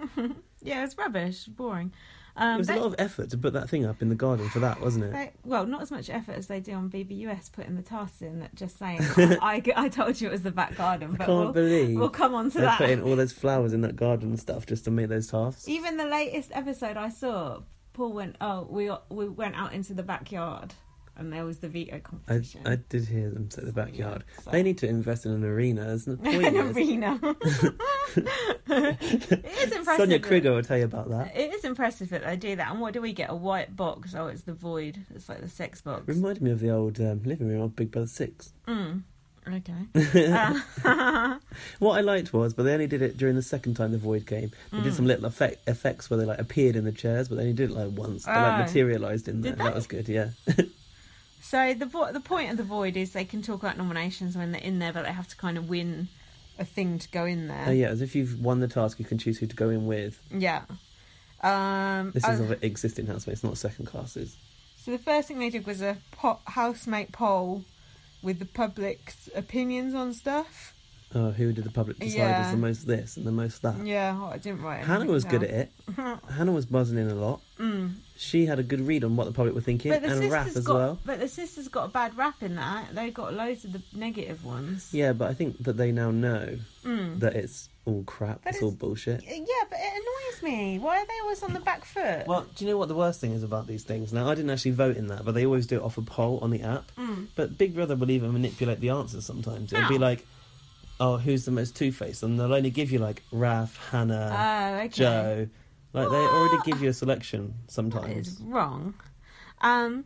[SPEAKER 1] Yeah, it's rubbish, boring.
[SPEAKER 2] it
[SPEAKER 1] Um,
[SPEAKER 2] was
[SPEAKER 1] they,
[SPEAKER 2] a lot of effort to put that thing up in the garden for that, wasn't it?
[SPEAKER 1] they- well, not as much effort as they do on BBUS putting the tasks in. That just
[SPEAKER 2] [LAUGHS]
[SPEAKER 1] saying, I, I told you it was the back garden,
[SPEAKER 2] I
[SPEAKER 1] but
[SPEAKER 2] can't
[SPEAKER 1] we'll,
[SPEAKER 2] believe
[SPEAKER 1] we'll come on to
[SPEAKER 2] they
[SPEAKER 1] that.
[SPEAKER 2] put in all those flowers in that garden and stuff just to make those tasks.
[SPEAKER 1] Even the latest episode I saw, Paul went, "Oh, we we went out into the backyard, and there was the veto
[SPEAKER 2] I,
[SPEAKER 1] competition."
[SPEAKER 2] I did hear them say the backyard.
[SPEAKER 1] So-
[SPEAKER 2] They need to invest in an arena. There's no
[SPEAKER 1] [LAUGHS]
[SPEAKER 2] point.
[SPEAKER 1] an
[SPEAKER 2] in this. [LAUGHS]
[SPEAKER 1] arena. [LAUGHS] it is impressive.
[SPEAKER 2] Sonia
[SPEAKER 1] that-
[SPEAKER 2] Krieger will tell you about that.
[SPEAKER 1] It is impressive that they do that. And what do we get? A white box? Oh, it's the void. It's like the sex box.
[SPEAKER 2] Reminded me of the old um, living room on Big Brother 6.
[SPEAKER 1] Mm.
[SPEAKER 2] [LAUGHS]
[SPEAKER 1] Okay. Uh, [LAUGHS]
[SPEAKER 2] What I liked was, but they only did it during the second time the Void came. They
[SPEAKER 1] Mm.
[SPEAKER 2] did some little effect, effects where they like appeared in the chairs, but they only did it like once. They
[SPEAKER 1] Oh.
[SPEAKER 2] like materialised in there.
[SPEAKER 1] Did
[SPEAKER 2] That
[SPEAKER 1] they?
[SPEAKER 2] was good, yeah.
[SPEAKER 1] so the vo- the point of the void is they can talk about nominations when they're in there, but they have to kind of win a thing to go in there.
[SPEAKER 2] Oh yeah, as if you've won the task, you can choose who to go in with.
[SPEAKER 1] Yeah. Um,
[SPEAKER 2] This is
[SPEAKER 1] oh,
[SPEAKER 2] of existing housemates, not second classes.
[SPEAKER 1] so the first thing they did was a po- housemate poll with the public's opinions on stuff.
[SPEAKER 2] Oh, who did the public decide
[SPEAKER 1] Yeah.
[SPEAKER 2] is the most this and the most that?
[SPEAKER 1] Yeah, oh, I didn't write.
[SPEAKER 2] Hannah was good at
[SPEAKER 1] [LAUGHS]
[SPEAKER 2] it. Hannah was buzzing in a lot.
[SPEAKER 1] Mm.
[SPEAKER 2] She had a good read on what the public were thinking,
[SPEAKER 1] But the
[SPEAKER 2] and Raph
[SPEAKER 1] sisters
[SPEAKER 2] as
[SPEAKER 1] got,
[SPEAKER 2] well.
[SPEAKER 1] but the sisters got a bad rap in that. They got loads of the negative ones.
[SPEAKER 2] Yeah, but I think that they now know
[SPEAKER 1] Mm.
[SPEAKER 2] that it's all crap.
[SPEAKER 1] But
[SPEAKER 2] it's, all
[SPEAKER 1] it's-
[SPEAKER 2] bullshit.
[SPEAKER 1] Yeah, but it annoys me. Why are they always on the back foot?
[SPEAKER 2] Well, do you know what the worst thing is about these things? Now, I didn't actually vote in that, but they always do it off a poll on the app.
[SPEAKER 1] Mm.
[SPEAKER 2] But Big Brother will even manipulate the answers sometimes. It'll
[SPEAKER 1] How?
[SPEAKER 2] be like, oh, who's the most Two Faced? And they'll only give you like Raf, Hannah,
[SPEAKER 1] Oh, okay.
[SPEAKER 2] uh, Joe. Like, they already
[SPEAKER 1] What?
[SPEAKER 2] give you a selection
[SPEAKER 1] That is
[SPEAKER 2] sometimes.
[SPEAKER 1] wrong. Um.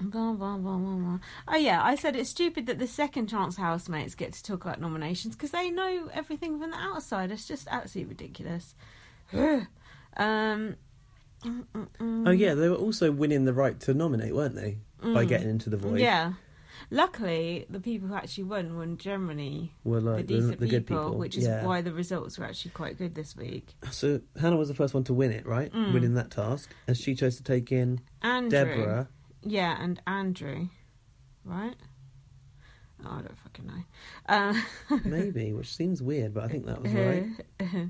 [SPEAKER 1] blah, blah, blah, blah, blah. Oh yeah, I said it's stupid that the second chance housemates get to talk about nominations because they know everything from the outside. It's just absolutely ridiculous. [SIGHS] um. mm, mm, mm.
[SPEAKER 2] Oh, yeah, they were also winning the right to nominate, weren't they? By
[SPEAKER 1] Mm.
[SPEAKER 2] getting into the void.
[SPEAKER 1] Yeah. Luckily, the people who actually won were generally
[SPEAKER 2] Were
[SPEAKER 1] the
[SPEAKER 2] like the,
[SPEAKER 1] decent
[SPEAKER 2] the
[SPEAKER 1] people,
[SPEAKER 2] good people.
[SPEAKER 1] which is
[SPEAKER 2] yeah.
[SPEAKER 1] why the results were actually quite good this week.
[SPEAKER 2] So Hannah was the first one to win it, right?
[SPEAKER 1] Mm.
[SPEAKER 2] Winning that task. And she chose to take in
[SPEAKER 1] Andrew,
[SPEAKER 2] Deborah.
[SPEAKER 1] Yeah, and Andrew, right? Oh, I don't fucking know. Uh,
[SPEAKER 2] Maybe, which seems weird, but I think that was right.
[SPEAKER 1] Uh,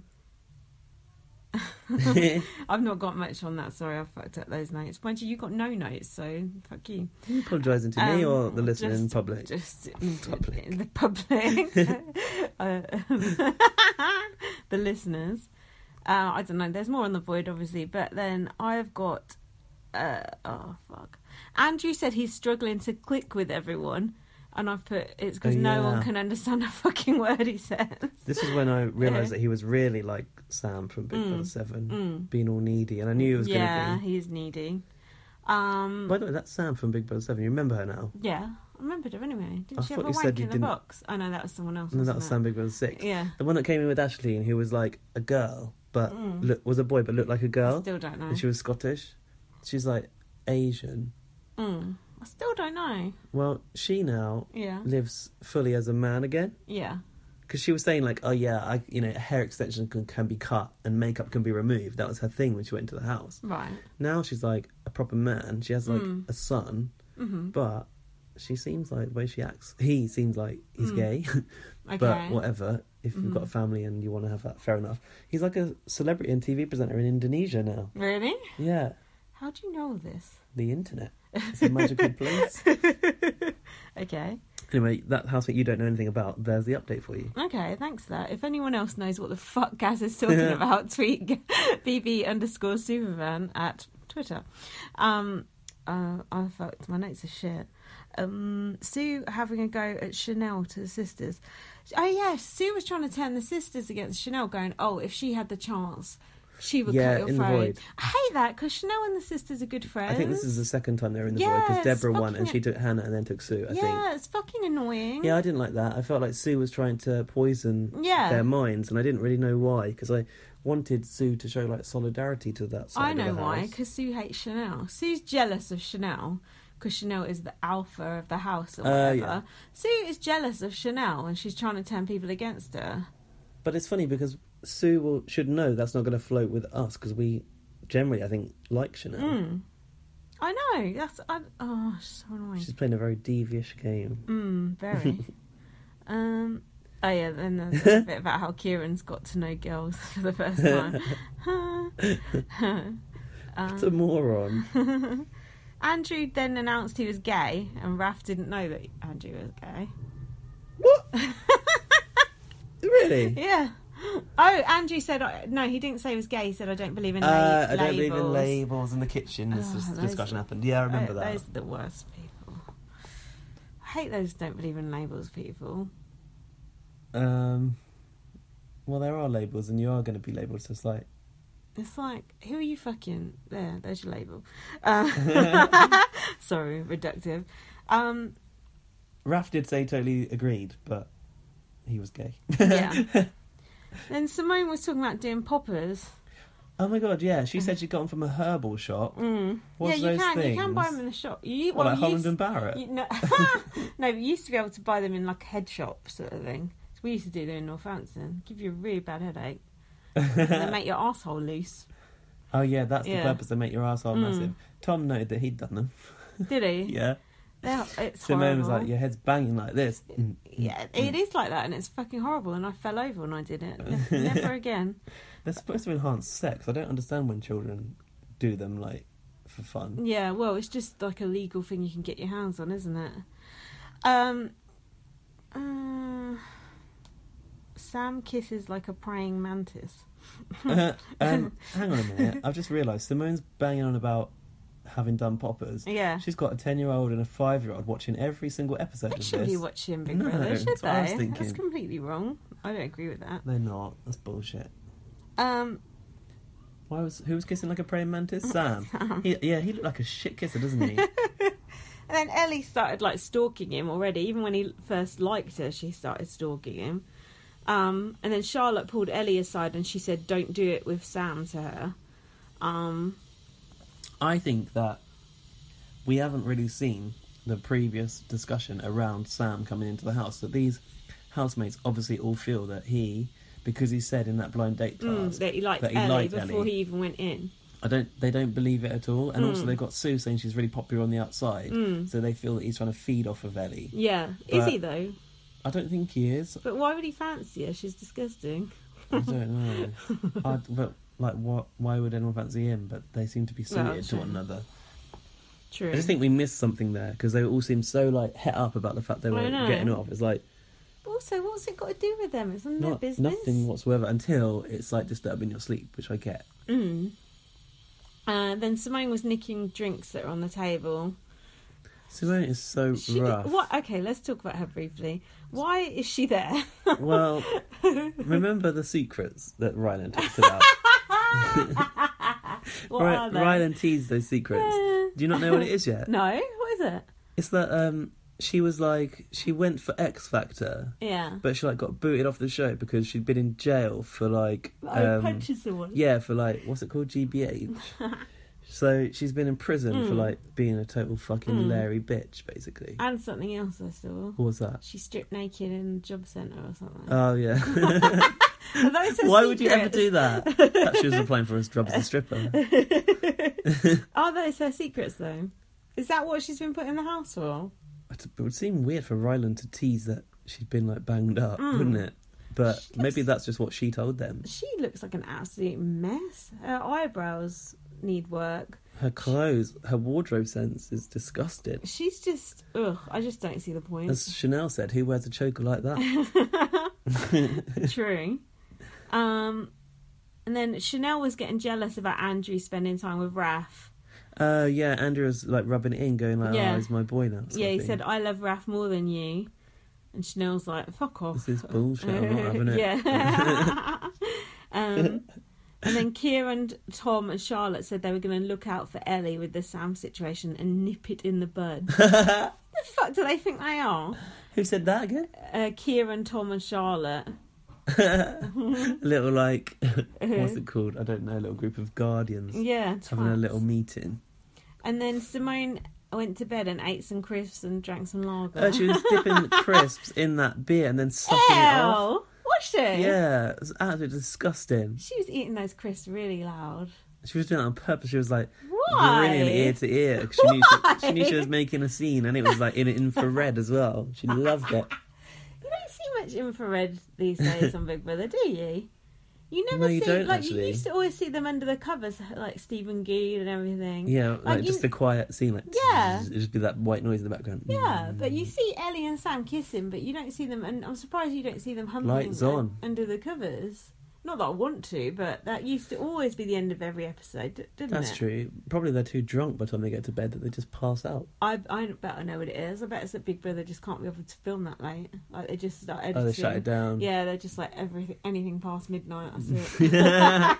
[SPEAKER 1] [LAUGHS]
[SPEAKER 2] [LAUGHS]
[SPEAKER 1] I've not got much on that. Sorry, I fucked up those notes. Mind you, you got no notes, so fuck you.
[SPEAKER 2] Apologising to me
[SPEAKER 1] Um,
[SPEAKER 2] or the listener in
[SPEAKER 1] just-
[SPEAKER 2] public.
[SPEAKER 1] Just [LAUGHS]
[SPEAKER 2] [LAUGHS] Public.
[SPEAKER 1] the
[SPEAKER 2] [LAUGHS]
[SPEAKER 1] public, Uh, um, [LAUGHS] the listeners. Uh, I don't know. There's more on the void, obviously, but then I've got. Uh, oh fuck! Andrew said he's struggling to click with everyone, and I've put it's because
[SPEAKER 2] Oh,
[SPEAKER 1] no one
[SPEAKER 2] yeah.
[SPEAKER 1] can understand a fucking word he says.
[SPEAKER 2] This is when I realised
[SPEAKER 1] Yeah.
[SPEAKER 2] that he was really like Sam from Big
[SPEAKER 1] Uh-huh. Mm.
[SPEAKER 2] Brother Seven,
[SPEAKER 1] Mm.
[SPEAKER 2] being all needy, and I knew he was
[SPEAKER 1] yeah,
[SPEAKER 2] going to
[SPEAKER 1] he is needy.
[SPEAKER 2] be.
[SPEAKER 1] Um,
[SPEAKER 2] By the way, that's Sam from Big Brother Seven. You remember her now?
[SPEAKER 1] yeah, I remembered her anyway. Did
[SPEAKER 2] I
[SPEAKER 1] not she have
[SPEAKER 2] thought
[SPEAKER 1] a
[SPEAKER 2] you
[SPEAKER 1] wank
[SPEAKER 2] said you
[SPEAKER 1] in the
[SPEAKER 2] didn't-
[SPEAKER 1] box? Oh no, that was someone else.
[SPEAKER 2] No, that was
[SPEAKER 1] wasn't
[SPEAKER 2] Sam Big Brother Six.
[SPEAKER 1] it? Yeah,
[SPEAKER 2] The one that came in with Ashley and who was like a girl, but
[SPEAKER 1] Mm.
[SPEAKER 2] look, was a boy but looked like a
[SPEAKER 1] I
[SPEAKER 2] girl,
[SPEAKER 1] still don't know.
[SPEAKER 2] and she was Scottish. She's like Asian,
[SPEAKER 1] Mm. I still don't know.
[SPEAKER 2] Well, she now
[SPEAKER 1] Yeah.
[SPEAKER 2] lives fully as a man again
[SPEAKER 1] Yeah.
[SPEAKER 2] because she was saying like, oh yeah, I you know hair extension can, can be cut and makeup can be removed. That was her thing when she went into the house.
[SPEAKER 1] Right.
[SPEAKER 2] Now she's like a proper man. She has like
[SPEAKER 1] Mm.
[SPEAKER 2] a son,
[SPEAKER 1] hmm
[SPEAKER 2] but she seems like the way she acts. He seems like he's
[SPEAKER 1] Mm.
[SPEAKER 2] gay, [LAUGHS]
[SPEAKER 1] Okay.
[SPEAKER 2] but whatever. If you've got a
[SPEAKER 1] Mhm.
[SPEAKER 2] family and you want to have that, fair enough. He's like a celebrity and TV presenter in Indonesia now.
[SPEAKER 1] Really?
[SPEAKER 2] Yeah,
[SPEAKER 1] How do you know this?
[SPEAKER 2] the internet. It's a magical place.
[SPEAKER 1] [LAUGHS] okay.
[SPEAKER 2] Anyway, that house that you don't know anything about, there's the update for you.
[SPEAKER 1] Okay, thanks for that. If anyone else knows what the fuck Gaz is talking about, [LAUGHS] tweet BB underscore Superman at Twitter. Um, uh, I fucked my notes are shit. Um, Sue having a go at Chanel to the sisters. Oh yeah, Sue was trying to turn the sisters against Chanel, going, "Oh, if she had the chance, she would
[SPEAKER 2] Yeah,
[SPEAKER 1] cut your
[SPEAKER 2] in the
[SPEAKER 1] throat."
[SPEAKER 2] void.
[SPEAKER 1] I hate that because Chanel and the sisters are good friends.
[SPEAKER 2] I think this is the second time they're in the void
[SPEAKER 1] Yes,
[SPEAKER 2] because Deborah won
[SPEAKER 1] fucking
[SPEAKER 2] and she
[SPEAKER 1] it.
[SPEAKER 2] took Hannah and then took Sue, I
[SPEAKER 1] yeah, it's fucking annoying.
[SPEAKER 2] think. Yeah, I didn't like that. I felt like Sue was trying to poison
[SPEAKER 1] Yeah.
[SPEAKER 2] their minds and I didn't really know why because I wanted Sue to show like solidarity to that side
[SPEAKER 1] I know
[SPEAKER 2] of the
[SPEAKER 1] why,
[SPEAKER 2] house.
[SPEAKER 1] because Sue hates Chanel. Sue's jealous of Chanel because Chanel is the alpha of the house or
[SPEAKER 2] Uh,
[SPEAKER 1] whatever.
[SPEAKER 2] yeah.
[SPEAKER 1] Sue is jealous of Chanel and she's trying to turn people against her.
[SPEAKER 2] But it's funny because Sue will, should know that's not going to float with us because we generally, I think, like Chanel.
[SPEAKER 1] Mm. I know. That's I, oh, she's so annoying.
[SPEAKER 2] She's playing a very devious game.
[SPEAKER 1] Mm, very.
[SPEAKER 2] [LAUGHS]
[SPEAKER 1] um. Oh yeah, then there's a bit about how Kieran's got to know girls [LAUGHS] for the first time. [LAUGHS] Uh.
[SPEAKER 2] It's a moron.
[SPEAKER 1] Um, Andrew then announced he was gay, and Raf didn't know that Andrew was gay.
[SPEAKER 2] what?
[SPEAKER 1] [LAUGHS]
[SPEAKER 2] Really?
[SPEAKER 1] Yeah. Oh, Andrew said I- no. He didn't say he was gay. He said I don't believe in la-
[SPEAKER 2] Uh, I
[SPEAKER 1] labels.
[SPEAKER 2] don't believe in labels in the kitchen. This
[SPEAKER 1] Oh,
[SPEAKER 2] dis-
[SPEAKER 1] those-
[SPEAKER 2] discussion happened. Yeah, I remember
[SPEAKER 1] Tho-
[SPEAKER 2] that.
[SPEAKER 1] Those are the worst people. I hate those don't believe in labels people.
[SPEAKER 2] Um, well, there are labels, and you are going to be labelled. So it's like,
[SPEAKER 1] It's like who are you fucking? There, there's your label.
[SPEAKER 2] [LAUGHS]
[SPEAKER 1] Uh, [LAUGHS] sorry, reductive. Um,
[SPEAKER 2] Raf did say totally agreed, but he was gay.
[SPEAKER 1] Yeah. then Simone was talking about doing poppers.
[SPEAKER 2] [LAUGHS] oh my god, yeah. She said she got them from a herbal shop.
[SPEAKER 1] Mm-hmm. Mm.
[SPEAKER 2] Hmm. What's
[SPEAKER 1] yeah, you
[SPEAKER 2] those
[SPEAKER 1] can. You can buy
[SPEAKER 2] things?
[SPEAKER 1] them in the shop. You,
[SPEAKER 2] What,
[SPEAKER 1] well,
[SPEAKER 2] like
[SPEAKER 1] you
[SPEAKER 2] Holland
[SPEAKER 1] s-
[SPEAKER 2] and Barrett?
[SPEAKER 1] You, no, [LAUGHS] no, we used to be able to buy them in like a head shop sort of thing. So we used to do them in Northampton. Give you a really bad headache. and they make your asshole loose.
[SPEAKER 2] oh yeah, that's
[SPEAKER 1] Yeah.
[SPEAKER 2] the purpose. They make your asshole
[SPEAKER 1] Mm.
[SPEAKER 2] massive. Tom noted that he'd done them. [LAUGHS]
[SPEAKER 1] Did he?
[SPEAKER 2] Yeah.
[SPEAKER 1] Yeah. It's
[SPEAKER 2] Simone
[SPEAKER 1] horrible.
[SPEAKER 2] was like, your head's banging like this. Mm, mm,
[SPEAKER 1] Yeah,
[SPEAKER 2] mm.
[SPEAKER 1] it is like that, and it's fucking horrible. And I fell over when I did it. Ne-
[SPEAKER 2] [LAUGHS]
[SPEAKER 1] Never again.
[SPEAKER 2] They're supposed to enhance sex. I don't understand when children do them like for fun.
[SPEAKER 1] Yeah, well, it's just like a legal thing you can get your hands on, isn't it? Um, uh, Sam kisses like a praying mantis.
[SPEAKER 2] [LAUGHS] um,
[SPEAKER 1] [LAUGHS]
[SPEAKER 2] hang on a minute. I've just realised Simone's banging on about having done poppers.
[SPEAKER 1] Yeah.
[SPEAKER 2] She's got a ten-year-old and a five-year-old watching every single episode
[SPEAKER 1] They
[SPEAKER 2] of
[SPEAKER 1] shouldn't be
[SPEAKER 2] this.
[SPEAKER 1] watching Big
[SPEAKER 2] No,
[SPEAKER 1] Brother, should
[SPEAKER 2] that's
[SPEAKER 1] they?
[SPEAKER 2] what I was
[SPEAKER 1] That's
[SPEAKER 2] thinking.
[SPEAKER 1] completely wrong. I don't agree with that.
[SPEAKER 2] They're not. That's bullshit.
[SPEAKER 1] Um,
[SPEAKER 2] Why was who was kissing like a
[SPEAKER 1] [LAUGHS]
[SPEAKER 2] praying mantis? Sam. He, yeah, he looked like a shit kisser, doesn't he?
[SPEAKER 1] and then Ellie started like stalking him already. Even when he first liked her, she started stalking him. Um, and then Charlotte pulled Ellie aside and she said, "Don't do it with Sam" to her. Um,
[SPEAKER 2] I think that we haven't really seen the previous discussion around Sam coming into the house. That these housemates obviously all feel that he, because he said in that blind date
[SPEAKER 1] mm,
[SPEAKER 2] class
[SPEAKER 1] that he liked
[SPEAKER 2] that he
[SPEAKER 1] Ellie
[SPEAKER 2] liked
[SPEAKER 1] before
[SPEAKER 2] Ellie.
[SPEAKER 1] he even went in.
[SPEAKER 2] I don't. They don't believe it at all. And also,
[SPEAKER 1] Mm.
[SPEAKER 2] they've got Sue saying she's really popular on the outside,
[SPEAKER 1] Mm.
[SPEAKER 2] so they feel that he's trying to feed off of Ellie.
[SPEAKER 1] Yeah, is
[SPEAKER 2] But-
[SPEAKER 1] he though?
[SPEAKER 2] I don't think he is.
[SPEAKER 1] But why would he fancy her? She's disgusting.
[SPEAKER 2] I don't know. I'd, but like, what? Why would anyone fancy him? But they seem to be suited
[SPEAKER 1] Well,
[SPEAKER 2] to
[SPEAKER 1] true.
[SPEAKER 2] one another.
[SPEAKER 1] True.
[SPEAKER 2] I just think we missed something there because they all seemed so like het up about the fact they
[SPEAKER 1] I
[SPEAKER 2] were
[SPEAKER 1] know.
[SPEAKER 2] getting off. It's like
[SPEAKER 1] also, what's it got to do with them? It's none of
[SPEAKER 2] not,
[SPEAKER 1] their business.
[SPEAKER 2] nothing whatsoever until it's like disturbing your sleep, which I get.
[SPEAKER 1] Mm. Uh, then Simone was nicking drinks that were on the table.
[SPEAKER 2] Simone is so
[SPEAKER 1] She,
[SPEAKER 2] rough.
[SPEAKER 1] what? Okay, let's talk about her briefly. Why is she there? [LAUGHS]
[SPEAKER 2] Well, remember the secrets that Ryland talks about.
[SPEAKER 1] [LAUGHS] what
[SPEAKER 2] Ry-
[SPEAKER 1] are they?
[SPEAKER 2] Ryland teased those secrets.
[SPEAKER 1] Uh,
[SPEAKER 2] Do you not know what it is
[SPEAKER 1] [LAUGHS]
[SPEAKER 2] yet?
[SPEAKER 1] no, what is it?
[SPEAKER 2] It's that um, she was like she went for X Factor,
[SPEAKER 1] Yeah.
[SPEAKER 2] but she like got booted off the show because she'd been in jail for like
[SPEAKER 1] oh,
[SPEAKER 2] um,
[SPEAKER 1] punches someone. [LAUGHS]
[SPEAKER 2] yeah for like what's it called GBH. So she's been in prison for
[SPEAKER 1] Mm.
[SPEAKER 2] like being a total fucking
[SPEAKER 1] Mm.
[SPEAKER 2] Larry bitch, basically.
[SPEAKER 1] And something else I saw.
[SPEAKER 2] What was that?
[SPEAKER 1] She stripped naked in the job centre or something. [LAUGHS]
[SPEAKER 2] Oh yeah.
[SPEAKER 1] Although it's a
[SPEAKER 2] [LAUGHS] Why would you ever
[SPEAKER 1] secret.
[SPEAKER 2] do that? that [LAUGHS] she was applying for a job as a
[SPEAKER 1] [LAUGHS]
[SPEAKER 2] stripper.
[SPEAKER 1] Are those her secrets though? Is that what she's been put in the house for?
[SPEAKER 2] It would seem weird for Ryland to tease that she'd been like banged up,
[SPEAKER 1] Mm.
[SPEAKER 2] wouldn't it? But
[SPEAKER 1] She
[SPEAKER 2] maybe
[SPEAKER 1] looks-
[SPEAKER 2] that's just what she told them.
[SPEAKER 1] She looks like an absolute mess. Her eyebrows need work.
[SPEAKER 2] Her clothes, her wardrobe sense is disgusting.
[SPEAKER 1] She's just ugh. I just don't see the point.
[SPEAKER 2] As Chanel said, who wears a choker like that?
[SPEAKER 1] [LAUGHS] True. Um, and then Chanel was getting jealous about Andrew spending time with Raf.
[SPEAKER 2] Uh, yeah, Andrew was like rubbing it in, going like,
[SPEAKER 1] Yeah.
[SPEAKER 2] "Oh, he's my boy now." sort
[SPEAKER 1] yeah,
[SPEAKER 2] of
[SPEAKER 1] he
[SPEAKER 2] thing.
[SPEAKER 1] said, "Oh." "I love Raf more than you," and Chanel's like, "Fuck off."
[SPEAKER 2] "This is bullshit. I'm not having it."
[SPEAKER 1] [LAUGHS] yeah. um, and then Kieran, Tom, and Charlotte said they were going to look out for Ellie with the Sam situation and nip it in the
[SPEAKER 2] [LAUGHS]
[SPEAKER 1] bud. the fuck do they think they are?
[SPEAKER 2] [LAUGHS] Who said that again? [LAUGHS]
[SPEAKER 1] Uh, Kieran, Tom, and Charlotte.
[SPEAKER 2] little like, [LAUGHS] what's it called? I don't know. Little group of guardians
[SPEAKER 1] Yeah,
[SPEAKER 2] having a
[SPEAKER 1] twats. [LAUGHS]
[SPEAKER 2] little meeting.
[SPEAKER 1] And then Simone went to bed and ate some crisps and drank some lager.
[SPEAKER 2] Oh,
[SPEAKER 1] [LAUGHS]
[SPEAKER 2] she was dipping crisps in that beer and then sucking
[SPEAKER 1] Ew!
[SPEAKER 2] it off.
[SPEAKER 1] Was she?
[SPEAKER 2] Yeah, it was absolutely disgusting.
[SPEAKER 1] She was eating those crisps really loud.
[SPEAKER 2] She was doing it on purpose. She was like
[SPEAKER 1] Why?
[SPEAKER 2] grinning ear to ear. 'cause She knew she, she knew she was making a scene, and it was like in infrared as well. She loved it.
[SPEAKER 1] You don't see much infrared these days
[SPEAKER 2] [LAUGHS]
[SPEAKER 1] on Big Brother, do you? You never
[SPEAKER 2] No, you
[SPEAKER 1] see
[SPEAKER 2] don't,
[SPEAKER 1] like you
[SPEAKER 2] actually.
[SPEAKER 1] used to always see them under the covers, like Stephen Gould and everything.
[SPEAKER 2] Yeah, like,
[SPEAKER 1] you-
[SPEAKER 2] just a quiet scene. Like
[SPEAKER 1] Yeah.
[SPEAKER 2] it'd just be that white noise in the background.
[SPEAKER 1] Yeah, but you see Ellie and Sam kissing, but you don't see them, and I'm surprised you don't see them humping
[SPEAKER 2] Lights
[SPEAKER 1] un-
[SPEAKER 2] on.
[SPEAKER 1] under the covers. Not that I want to, but that used to always be the end of every episode, d- didn't it?
[SPEAKER 2] Mm. That's true. Probably they're too drunk by the time they get to bed that they just pass out.
[SPEAKER 1] I, I bet I know what it is. I bet it's that Big Brother just can't be able to film that late. Like they just start editing.
[SPEAKER 2] Oh, they shut it down.
[SPEAKER 1] Yeah, they're just like everything, anything past midnight. That's
[SPEAKER 2] [LAUGHS]
[SPEAKER 1] it.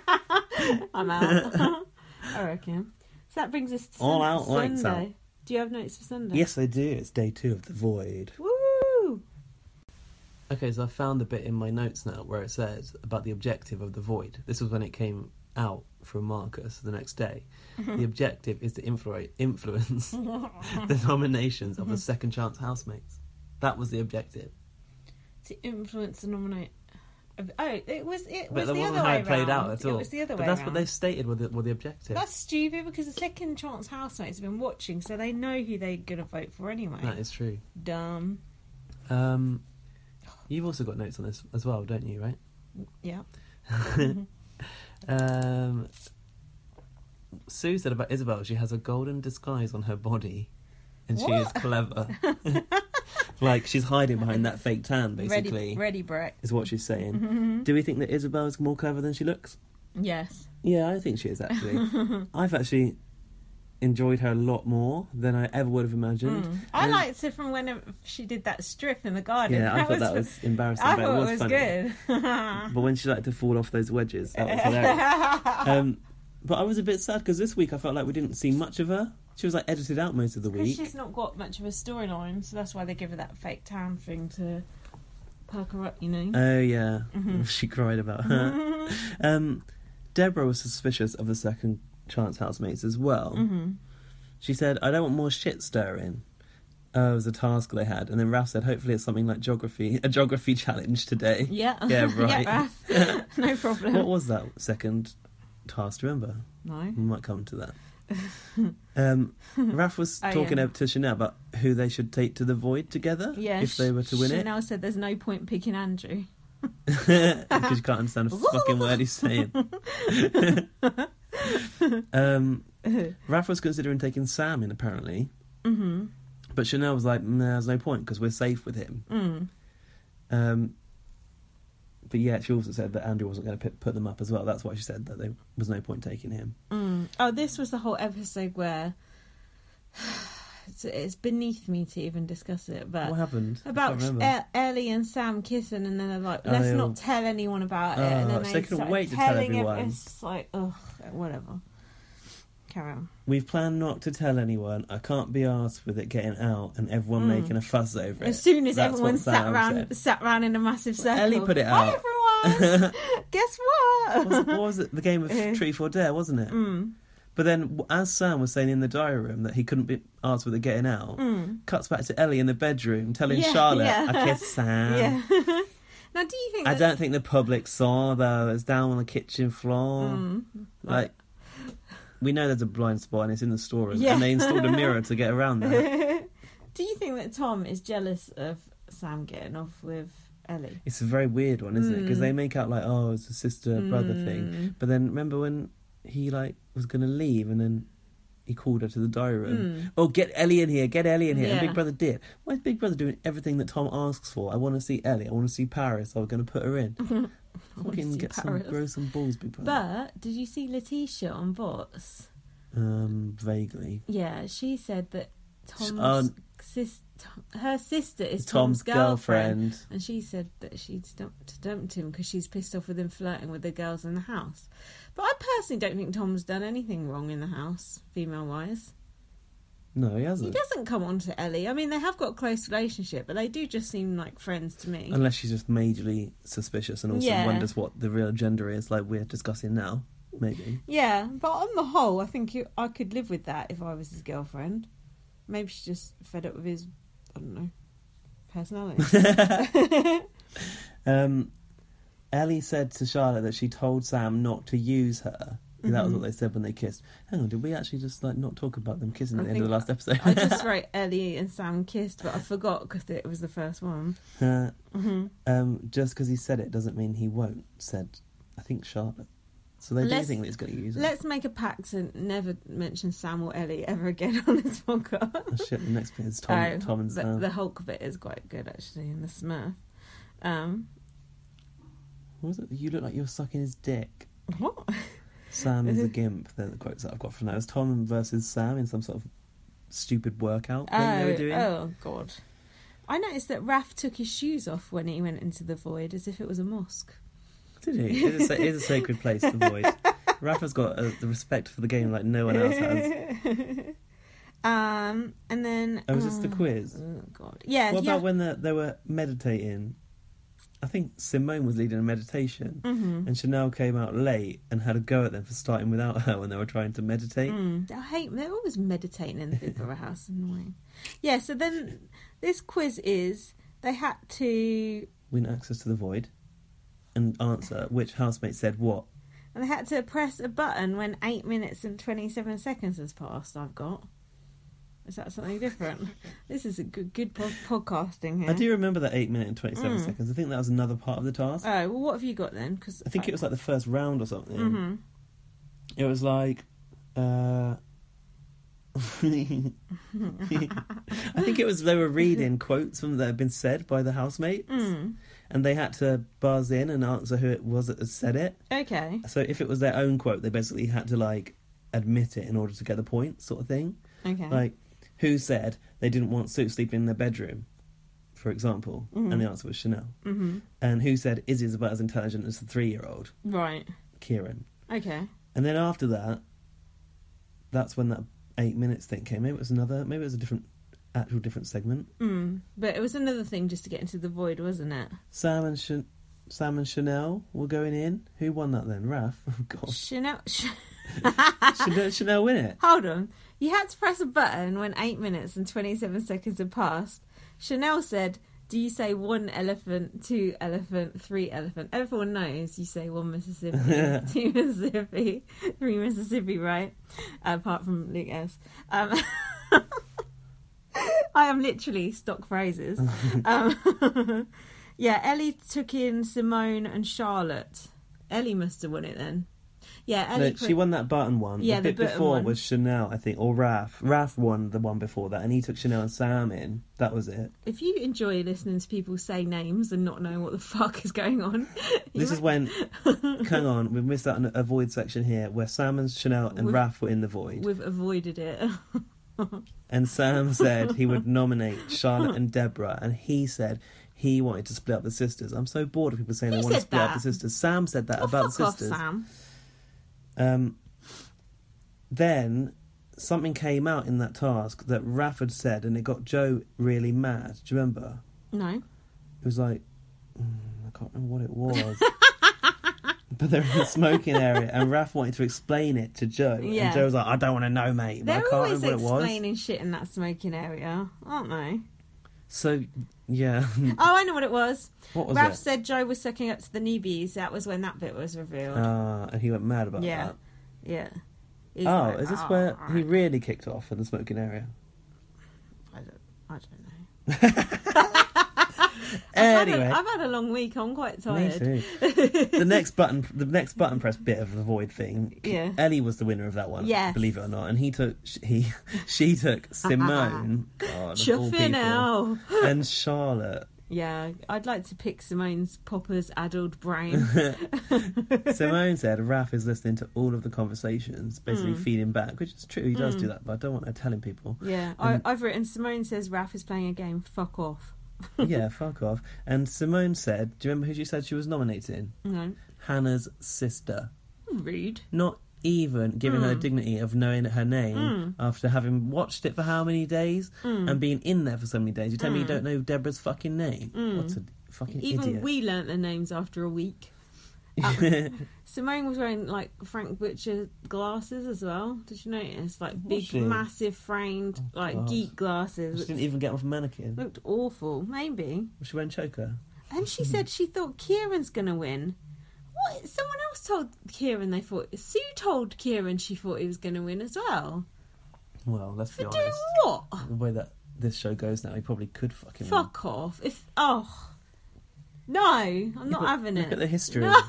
[SPEAKER 1] I'm out. [LAUGHS] I reckon. So that brings us to
[SPEAKER 2] All
[SPEAKER 1] Sun-
[SPEAKER 2] out,
[SPEAKER 1] Sunday.
[SPEAKER 2] lights out.
[SPEAKER 1] Do you have notes for Sunday?
[SPEAKER 2] Yes, I do. It's day two of the void.
[SPEAKER 1] Woo!
[SPEAKER 2] Okay, so I found the bit in my notes now where it says about the objective of the void. This was when it came out from Marcus the next day.
[SPEAKER 1] Mm-hmm.
[SPEAKER 2] the objective is to influ-
[SPEAKER 1] [LAUGHS]
[SPEAKER 2] influence [LAUGHS] the nominations of the
[SPEAKER 1] Mm-hmm.
[SPEAKER 2] second chance housemates. That was the objective.
[SPEAKER 1] To influence and nominate. Oh, it was it was
[SPEAKER 2] But that
[SPEAKER 1] the
[SPEAKER 2] wasn't
[SPEAKER 1] other
[SPEAKER 2] how
[SPEAKER 1] way
[SPEAKER 2] it played
[SPEAKER 1] round.
[SPEAKER 2] out at all.
[SPEAKER 1] It was the other
[SPEAKER 2] but
[SPEAKER 1] way
[SPEAKER 2] that's what
[SPEAKER 1] round.
[SPEAKER 2] they stated were the, were the objective.
[SPEAKER 1] That's stupid because the second chance housemates have been watching, so they know who they're gonna vote for anyway.
[SPEAKER 2] That is true.
[SPEAKER 1] Dumb.
[SPEAKER 2] Um, you've also got notes on this as well, don't you, right?
[SPEAKER 1] Yeah. Mm-hmm.
[SPEAKER 2] [LAUGHS] Um, Sue said about Isabel, she has a golden disguise on her body, and she is
[SPEAKER 1] [LAUGHS]
[SPEAKER 2] clever. like she's hiding behind that fake tan, basically,
[SPEAKER 1] Ready, Mm-hmm. ready, Brett.
[SPEAKER 2] is what she's saying. Do we think that Isabel is more clever than she looks?
[SPEAKER 1] Yes.
[SPEAKER 2] Yeah, I think she
[SPEAKER 1] [LAUGHS]
[SPEAKER 2] is actually. I've actually enjoyed her a lot more than I ever would have imagined.
[SPEAKER 1] Mm. I
[SPEAKER 2] And-
[SPEAKER 1] liked it from when she did that strip in the garden. [LAUGHS]
[SPEAKER 2] Yeah, I thought that was embarrassing,
[SPEAKER 1] I
[SPEAKER 2] but it
[SPEAKER 1] thought
[SPEAKER 2] was
[SPEAKER 1] it was
[SPEAKER 2] funny.
[SPEAKER 1] good. [LAUGHS]
[SPEAKER 2] But when she liked to fall off those wedges, that was
[SPEAKER 1] [LAUGHS]
[SPEAKER 2] hilarious. um, but I was a bit sad because this week I felt like we didn't see much of her. She was like edited out most of the
[SPEAKER 1] Because
[SPEAKER 2] week.
[SPEAKER 1] she's not got much of a storyline, so that's why they give her that fake tan thing to perk her up, you know.
[SPEAKER 2] Oh yeah,
[SPEAKER 1] Mm-hmm.
[SPEAKER 2] [LAUGHS] she cried about
[SPEAKER 1] [LAUGHS]
[SPEAKER 2] her. um, Deborah was suspicious of the second chance housemates as well.
[SPEAKER 1] Mm-hmm.
[SPEAKER 2] She said, "I don't want more shit stirring." Uh, it was a task they had, and then Ralph said, "Hopefully, it's something like geography, a geography [LAUGHS] challenge today."
[SPEAKER 1] [LAUGHS] yeah.
[SPEAKER 2] yeah, right.
[SPEAKER 1] yeah,
[SPEAKER 2] [LAUGHS]
[SPEAKER 1] Raph. no problem.
[SPEAKER 2] What was that second task? Do you remember?
[SPEAKER 1] no.
[SPEAKER 2] We might come
[SPEAKER 1] [LAUGHS]
[SPEAKER 2] to that. um, Ralph was
[SPEAKER 1] Oh,
[SPEAKER 2] talking
[SPEAKER 1] yeah.
[SPEAKER 2] to Chanel about who they should take to the void together
[SPEAKER 1] Yeah,
[SPEAKER 2] if they were to win it.
[SPEAKER 1] Chanel said there's no point picking Andrew.
[SPEAKER 2] [LAUGHS] because you
[SPEAKER 1] [LAUGHS]
[SPEAKER 2] can't understand a fucking word he's saying.
[SPEAKER 1] [LAUGHS]
[SPEAKER 2] um, Raph was considering taking Sam in, apparently. Mm-hmm. But Chanel was like, nah, there's no point because we're safe with him.
[SPEAKER 1] Mm.
[SPEAKER 2] Um, but yeah, she also said that Andrew wasn't going to put them up as well. That's why she said that there was no point taking him.
[SPEAKER 1] Oh, this was the whole episode where [SIGHS] it's, it's beneath me to even discuss it, but
[SPEAKER 2] what happened? I
[SPEAKER 1] about
[SPEAKER 2] can't remember.
[SPEAKER 1] E- Ellie and Sam kissing, and then they're like,
[SPEAKER 2] Oh,
[SPEAKER 1] "Let's
[SPEAKER 2] yeah.
[SPEAKER 1] not tell anyone about it." And
[SPEAKER 2] Oh,
[SPEAKER 1] then
[SPEAKER 2] so
[SPEAKER 1] they,
[SPEAKER 2] they couldn't
[SPEAKER 1] started
[SPEAKER 2] wait to tell
[SPEAKER 1] telling
[SPEAKER 2] everyone.
[SPEAKER 1] It's just like, ugh, whatever. Carry on.
[SPEAKER 2] We've planned not to tell anyone. I can't be asked with it getting out and
[SPEAKER 1] Hmm.
[SPEAKER 2] everyone making a fuss over it.
[SPEAKER 1] As soon as
[SPEAKER 2] That's
[SPEAKER 1] everyone
[SPEAKER 2] what
[SPEAKER 1] sat
[SPEAKER 2] Sam
[SPEAKER 1] around,
[SPEAKER 2] said.
[SPEAKER 1] sat round in a massive circle.
[SPEAKER 2] Ellie put it
[SPEAKER 1] Hi,
[SPEAKER 2] out." [LAUGHS]
[SPEAKER 1] everyone. Guess what? [LAUGHS]
[SPEAKER 2] What was, what was it? The game of
[SPEAKER 1] Uh,
[SPEAKER 2] Truth or Dare, wasn't it? Mm. But then, w- as Sam was saying in the diary room that he couldn't be asked with the getting out,
[SPEAKER 1] mm.
[SPEAKER 2] cuts back to Ellie in the bedroom telling
[SPEAKER 1] Hmm. Yeah,
[SPEAKER 2] Charlotte,
[SPEAKER 1] yeah. [LAUGHS]
[SPEAKER 2] "I kissed Sam."
[SPEAKER 1] yeah. now, do you think
[SPEAKER 2] I
[SPEAKER 1] that,
[SPEAKER 2] don't think the public saw though. It's down on the kitchen floor.
[SPEAKER 1] Hmm. Mm.
[SPEAKER 2] Like we know there's a blind spot and it's in the storeroom,
[SPEAKER 1] Yeah.
[SPEAKER 2] and they installed a mirror to get around
[SPEAKER 1] [LAUGHS]
[SPEAKER 2] that.
[SPEAKER 1] do you think that Tom is jealous of Sam getting off with Ellie?
[SPEAKER 2] It's a very weird one, isn't it?
[SPEAKER 1] Hmm.
[SPEAKER 2] Because they make out like, oh, it's a sister brother thing. But then remember when he like was gonna leave and then he called her to the diary room. Oh, get Ellie in here, get Ellie in here. And
[SPEAKER 1] Hmm. Yeah.
[SPEAKER 2] Big Brother did. Why is Big Brother doing everything that Tom asks for? I want to see Ellie. I want to see Paris. I'm gonna put
[SPEAKER 1] [LAUGHS]
[SPEAKER 2] her in.
[SPEAKER 1] wanna
[SPEAKER 2] Fucking
[SPEAKER 1] see
[SPEAKER 2] get
[SPEAKER 1] Paris.
[SPEAKER 2] some grow some balls, Big Brother.
[SPEAKER 1] But did you see Letitia on Vox?
[SPEAKER 2] um, vaguely.
[SPEAKER 1] Yeah, she said that Tom's
[SPEAKER 2] um,
[SPEAKER 1] sis, Tom, her sister is
[SPEAKER 2] Tom's
[SPEAKER 1] Tom's, girlfriend.
[SPEAKER 2] girlfriend.
[SPEAKER 1] and she said that she'd dumped, dumped him because she's pissed off with him flirting with the girls in the house. But I personally don't think Tom's done anything wrong in the house, female wise.
[SPEAKER 2] No, he
[SPEAKER 1] He
[SPEAKER 2] hasn't.
[SPEAKER 1] doesn't come on to Ellie. I mean, they have got a close relationship, but they do just seem like friends to me.
[SPEAKER 2] Unless she's just majorly suspicious and also
[SPEAKER 1] Yeah.
[SPEAKER 2] wonders what the real gender is, like we're discussing now,
[SPEAKER 1] [LAUGHS]
[SPEAKER 2] maybe.
[SPEAKER 1] Yeah, but on the whole, I think you, I could live with that if I was his girlfriend. Maybe she's just fed up with his, I don't know,
[SPEAKER 2] [LAUGHS]
[SPEAKER 1] personality. [LAUGHS]
[SPEAKER 2] Um, Ellie said to Charlotte that she told Sam not to use her. That
[SPEAKER 1] Mm-hmm.
[SPEAKER 2] was what they said when they kissed. Hang on, did we actually just like not talk about them kissing
[SPEAKER 1] I
[SPEAKER 2] at the end of the
[SPEAKER 1] think
[SPEAKER 2] last episode?
[SPEAKER 1] I just wrote Ellie and Sam kissed, but I forgot because it was the first one.
[SPEAKER 2] [LAUGHS] Uh,
[SPEAKER 1] Mm-hmm.
[SPEAKER 2] um, just because he said it doesn't mean he won't. Said, I think Charlotte. So they do
[SPEAKER 1] Let's-
[SPEAKER 2] think that he's going to use her.
[SPEAKER 1] Let's make a pact to never mention Sam or Ellie ever again on this [LAUGHS] podcast.
[SPEAKER 2] Oh, shit, the next bit is Tom,
[SPEAKER 1] Oh,
[SPEAKER 2] Tom and
[SPEAKER 1] the,
[SPEAKER 2] Sam.
[SPEAKER 1] the Hulk bit is quite good actually in the Smurf. Um,
[SPEAKER 2] What was it? You look like you're sucking his dick.
[SPEAKER 1] what? [LAUGHS]
[SPEAKER 2] Sam is a gimp. They're the quotes that I've got from that. It was Tom versus Sam in some sort of stupid workout thing they were doing.
[SPEAKER 1] oh god! I noticed that Raph took his shoes off when he went into the void, as if it was a mosque.
[SPEAKER 2] Did he? It is, a, it is a sacred place, the void.
[SPEAKER 1] [LAUGHS]
[SPEAKER 2] Rafa's got uh the respect for the game like no one
[SPEAKER 1] [LAUGHS]
[SPEAKER 2] else has.
[SPEAKER 1] um, and then
[SPEAKER 2] Oh, was this the
[SPEAKER 1] oh,
[SPEAKER 2] quiz?
[SPEAKER 1] Oh god! Yeah.
[SPEAKER 2] What
[SPEAKER 1] yeah.
[SPEAKER 2] about when the, they were meditating? I think Simone was leading a meditation,
[SPEAKER 1] Mhm.
[SPEAKER 2] and Chanel came out late and had a go at them for starting without her when they were trying to meditate.
[SPEAKER 1] Mm, I hate they're always meditating in the Big Brother house. Annoying. Yeah. So then this quiz is they had to
[SPEAKER 2] Win access to the void, and answer which housemate said what.
[SPEAKER 1] and they had to press a button when eight minutes and twenty seven seconds has passed. I've got. Is that something
[SPEAKER 2] [LAUGHS]
[SPEAKER 1] different? this is a good good pod- podcasting here.
[SPEAKER 2] I do remember that eight minute and twenty seven
[SPEAKER 1] Mm.
[SPEAKER 2] seconds. I think that was another part of the task.
[SPEAKER 1] Oh well, what have you got then? Because
[SPEAKER 2] I think it was like the first round or something.
[SPEAKER 1] hmm
[SPEAKER 2] It was like, uh, [LAUGHS] I think it was they were reading quotes from that had been said by the housemates,
[SPEAKER 1] Mm-hmm. Mm.
[SPEAKER 2] and they had to buzz in and answer who it was that had said it.
[SPEAKER 1] Okay.
[SPEAKER 2] So if it was their own quote, they basically had to like admit it in order to get the point, sort of thing.
[SPEAKER 1] Okay.
[SPEAKER 2] Like, who said they didn't want Sue sleeping in their bedroom, for example, and the answer was Chanel.
[SPEAKER 1] hmm
[SPEAKER 2] And who said Izzy's about as intelligent as the three-year-old,
[SPEAKER 1] Right.
[SPEAKER 2] Kieran.
[SPEAKER 1] Okay.
[SPEAKER 2] And then after that, that's when that eight minutes thing came. Maybe it was another. Maybe it was a different, actual different segment.
[SPEAKER 1] Mm. But it was another thing just to get into the void, wasn't it?
[SPEAKER 2] Sam and Ch- Sam and Chanel were going in. Who won that then? Raf. [LAUGHS] Oh
[SPEAKER 1] [LAUGHS]
[SPEAKER 2] God.
[SPEAKER 1] Chanel.
[SPEAKER 2] [LAUGHS]
[SPEAKER 1] Sh-
[SPEAKER 2] Chanel, Chanel win it.
[SPEAKER 1] Hold on. You had to press a button when eight minutes and twenty-seven seconds had passed. Chanel said, "Do you say one elephant, two elephant, three elephant?" Everyone knows you say one Mississippi, two Mississippi, three Mississippi, right? apart from Luke S. Um, [LAUGHS] I am literally stock phrases. um, [LAUGHS] yeah, Ellie took in Simone and Charlotte. Ellie must have won it then. Yeah, Ellie.
[SPEAKER 2] No, she
[SPEAKER 1] pre-
[SPEAKER 2] won that button one.
[SPEAKER 1] Yeah,
[SPEAKER 2] the
[SPEAKER 1] the
[SPEAKER 2] bit
[SPEAKER 1] button
[SPEAKER 2] before
[SPEAKER 1] one.
[SPEAKER 2] was Chanel, I think, or Raf. Raf won the one before that, and he took Chanel and Sam in. That was it.
[SPEAKER 1] If you enjoy listening to people say names and not knowing what the [LAUGHS] fuck is going on, you
[SPEAKER 2] This is when,
[SPEAKER 1] [LAUGHS]
[SPEAKER 2] hang on, we've missed out on a void section here where Sam and Chanel and
[SPEAKER 1] We've-
[SPEAKER 2] Raf were in the void.
[SPEAKER 1] we've avoided it. [LAUGHS]
[SPEAKER 2] And Sam said he would nominate Charlotte and Deborah, and he said he wanted to split up the sisters. I'm so bored of people saying they
[SPEAKER 1] Who
[SPEAKER 2] want to
[SPEAKER 1] said
[SPEAKER 2] split up
[SPEAKER 1] that?
[SPEAKER 2] the sisters. Sam said that
[SPEAKER 1] Oh,
[SPEAKER 2] about
[SPEAKER 1] fuck off,
[SPEAKER 2] sisters.
[SPEAKER 1] Sam.
[SPEAKER 2] Um, then something came out in that task that Rafford said, and it got Joe really mad. Do you remember?
[SPEAKER 1] No. [LAUGHS]
[SPEAKER 2] It was like mm, I can't remember what it was. but they're in the smoking area, and Raph wanted to explain it to Joe,
[SPEAKER 1] Yeah.
[SPEAKER 2] and Joe was like, "I don't want to know, mate. but I
[SPEAKER 1] They're
[SPEAKER 2] can't
[SPEAKER 1] always
[SPEAKER 2] remember what it was."
[SPEAKER 1] explaining shit in that smoking area, aren't they?
[SPEAKER 2] So, yeah, [LAUGHS]
[SPEAKER 1] Oh, I know what it was.
[SPEAKER 2] what was
[SPEAKER 1] Raph
[SPEAKER 2] it?
[SPEAKER 1] said Joe was sucking up to the newbies. That was when that bit was revealed.
[SPEAKER 2] Ah, and he went mad about
[SPEAKER 1] Yeah.
[SPEAKER 2] that.
[SPEAKER 1] yeah. He's
[SPEAKER 2] oh,
[SPEAKER 1] like,
[SPEAKER 2] is this
[SPEAKER 1] "Oh,
[SPEAKER 2] where
[SPEAKER 1] all
[SPEAKER 2] he
[SPEAKER 1] right."
[SPEAKER 2] really kicked off in the smoking area?
[SPEAKER 1] I don't, I don't know. I've
[SPEAKER 2] Anyway,
[SPEAKER 1] had, a, I've had a long week. I'm quite [LAUGHS]
[SPEAKER 2] me
[SPEAKER 1] tired.
[SPEAKER 2] too. the next button, the next button press bit of the void thing.
[SPEAKER 1] Yeah.
[SPEAKER 2] Ellie was the winner of that one.
[SPEAKER 1] Yes.
[SPEAKER 2] believe it or not, and he took sh- he [LAUGHS]
[SPEAKER 1] [LAUGHS]
[SPEAKER 2] she took Simone, God, of all
[SPEAKER 1] Chuffing
[SPEAKER 2] people,
[SPEAKER 1] now.
[SPEAKER 2] and Charlotte. [LAUGHS]
[SPEAKER 1] Yeah, I'd like to pick Simone's Popper's addled
[SPEAKER 2] [LAUGHS]
[SPEAKER 1] brain.
[SPEAKER 2] Simone said Raph is listening to all of the conversations, basically
[SPEAKER 1] Hmm.
[SPEAKER 2] feeding back, which is true. He does do that, but I don't want her
[SPEAKER 1] [LAUGHS]
[SPEAKER 2] telling people.
[SPEAKER 1] yeah,
[SPEAKER 2] And-
[SPEAKER 1] I, I've written Simone says Raph is playing a game. Fuck off.
[SPEAKER 2] yeah, fuck off. And Simone said, "Do you remember who she said she was nominated in?
[SPEAKER 1] No,
[SPEAKER 2] Hannah's sister."
[SPEAKER 1] "Hmm, rude.
[SPEAKER 2] not even giving her the
[SPEAKER 1] Hmm.
[SPEAKER 2] dignity of knowing her name after having watched it for how many days
[SPEAKER 1] Hmm.
[SPEAKER 2] and being in there for so many days. You tell me you don't know Deborah's fucking name? What a fucking
[SPEAKER 1] Hmm. Even
[SPEAKER 2] idiot. [LAUGHS]
[SPEAKER 1] we Ah. learnt their names after a week. Simone was wearing like Frank Butcher glasses as well. Did you notice? Like big,
[SPEAKER 2] she? Oh,
[SPEAKER 1] massive framed, like
[SPEAKER 2] God.
[SPEAKER 1] geek
[SPEAKER 2] she
[SPEAKER 1] glasses.
[SPEAKER 2] didn't even get off a mannequin.
[SPEAKER 1] Looked awful. Maybe.
[SPEAKER 2] Was she wearing choker?
[SPEAKER 1] And
[SPEAKER 2] [LAUGHS]
[SPEAKER 1] she said she thought Kieran's gonna win. What? Someone else told Kieran they thought. Sue told Kieran she thought he was gonna win as well.
[SPEAKER 2] Well, let's be
[SPEAKER 1] For doing
[SPEAKER 2] honest.
[SPEAKER 1] what?
[SPEAKER 2] The way that this show goes now, he probably could fucking win.
[SPEAKER 1] Fuck off. If oh no, I'm
[SPEAKER 2] Yeah,
[SPEAKER 1] not
[SPEAKER 2] but
[SPEAKER 1] having
[SPEAKER 2] look
[SPEAKER 1] it.
[SPEAKER 2] at the history. Look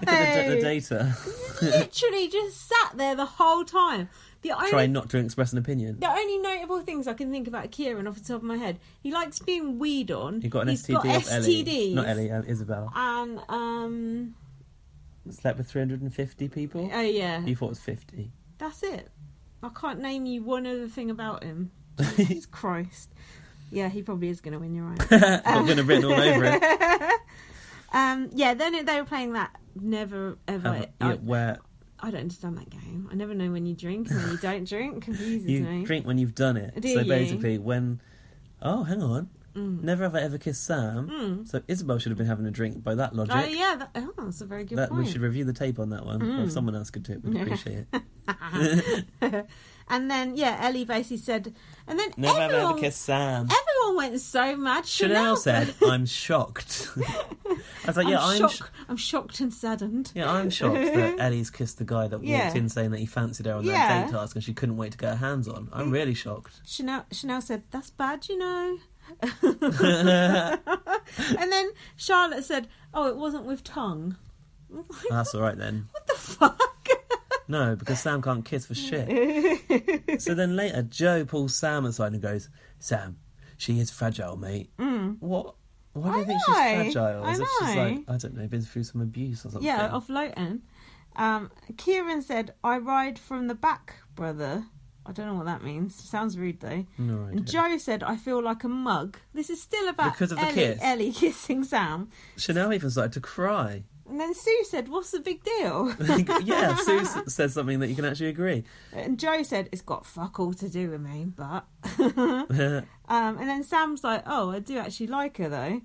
[SPEAKER 1] [LAUGHS]
[SPEAKER 2] the, d- the data.
[SPEAKER 1] Literally just sat there the whole time. The only
[SPEAKER 2] Trying not to express an opinion.
[SPEAKER 1] the only notable things I can think about Kieran off the top of my head, he likes being weed on.
[SPEAKER 2] He got an
[SPEAKER 1] He's
[SPEAKER 2] STD
[SPEAKER 1] got
[SPEAKER 2] off Ellie.
[SPEAKER 1] STDs.
[SPEAKER 2] Not Ellie, um, Isabel.
[SPEAKER 1] And um,
[SPEAKER 2] Slept with 350 people.
[SPEAKER 1] oh yeah,
[SPEAKER 2] You thought it was 50.
[SPEAKER 1] That's it. I can't name you one other thing about
[SPEAKER 2] [LAUGHS]
[SPEAKER 1] him. Jesus Christ. Yeah, he probably is going to win. You're right.
[SPEAKER 2] I'm going to written all over
[SPEAKER 1] [LAUGHS]
[SPEAKER 2] it.
[SPEAKER 1] Um, yeah, then it- they were playing that never ever.
[SPEAKER 2] Um, yeah, where
[SPEAKER 1] I, I don't understand that game. I never know when you drink and when you don't
[SPEAKER 2] [LAUGHS]
[SPEAKER 1] drink. Confuses
[SPEAKER 2] you
[SPEAKER 1] me.
[SPEAKER 2] drink when you've done it.
[SPEAKER 1] Do
[SPEAKER 2] so
[SPEAKER 1] you? Mm.
[SPEAKER 2] basically, when oh, hang on, never have I ever kissed Sam. So Isabel should have been having a drink by that logic.
[SPEAKER 1] Hmm. Oh yeah, that, oh, that's a very good
[SPEAKER 2] that we
[SPEAKER 1] point. Mm.
[SPEAKER 2] should review the tape on that one. Or if someone else could do it, we'd
[SPEAKER 1] Yeah.
[SPEAKER 2] appreciate it.
[SPEAKER 1] [LAUGHS]
[SPEAKER 2] [LAUGHS]
[SPEAKER 1] and then yeah, Ellie basically said, and then
[SPEAKER 2] Never have I
[SPEAKER 1] everyone,
[SPEAKER 2] ever kissed Sam.
[SPEAKER 1] everyone went so mad.
[SPEAKER 2] Chanel said, "I'm
[SPEAKER 1] [LAUGHS]
[SPEAKER 2] shocked." I was like, "Yeah, I'm."
[SPEAKER 1] I'm,
[SPEAKER 2] sh-
[SPEAKER 1] shocked. I'm shocked and saddened.
[SPEAKER 2] yeah, I'm
[SPEAKER 1] [LAUGHS]
[SPEAKER 2] shocked that Ellie's kissed the guy that
[SPEAKER 1] Yeah.
[SPEAKER 2] walked in saying that he fancied her on
[SPEAKER 1] Yeah. Mm.
[SPEAKER 2] their date task and she couldn't wait to get her hands on. I'm
[SPEAKER 1] [LAUGHS]
[SPEAKER 2] really shocked.
[SPEAKER 1] Chanel, Chanel said, "That's bad, you know."
[SPEAKER 2] [LAUGHS]
[SPEAKER 1] [LAUGHS]
[SPEAKER 2] That's
[SPEAKER 1] And then Charlotte said, "Oh, it wasn't with tongue." [LAUGHS]
[SPEAKER 2] [LAUGHS] all right then.
[SPEAKER 1] What the fuck? [LAUGHS]
[SPEAKER 2] No, because Sam can't kiss for shit. so then later, Joe pulls Sam aside and goes, Sam, she is fragile, mate. What? Why
[SPEAKER 1] Mm. I
[SPEAKER 2] do you think she's
[SPEAKER 1] know,
[SPEAKER 2] fragile?
[SPEAKER 1] I
[SPEAKER 2] As if she's
[SPEAKER 1] know.
[SPEAKER 2] like, I don't know, been through some abuse or something.
[SPEAKER 1] yeah, offloating. Um, Kieran said, "I ride from the back, brother." I don't know what that means. Sounds rude though.
[SPEAKER 2] No idea.
[SPEAKER 1] And Joe said, "I feel like a mug." This is still about
[SPEAKER 2] Because of the
[SPEAKER 1] Ellie,
[SPEAKER 2] kiss.
[SPEAKER 1] Ellie [LAUGHS] kissing Sam.
[SPEAKER 2] Chanel even started to cry. [LAUGHS]
[SPEAKER 1] And then Sue said, "What's the big deal?"
[SPEAKER 2] yeah, Sue s- says something that you can actually agree. [LAUGHS]
[SPEAKER 1] and Joe said, "It's got fuck all to do with me, but." [LAUGHS]
[SPEAKER 2] Uh,
[SPEAKER 1] Um, and then Sam's like, "Oh, I do actually like her though."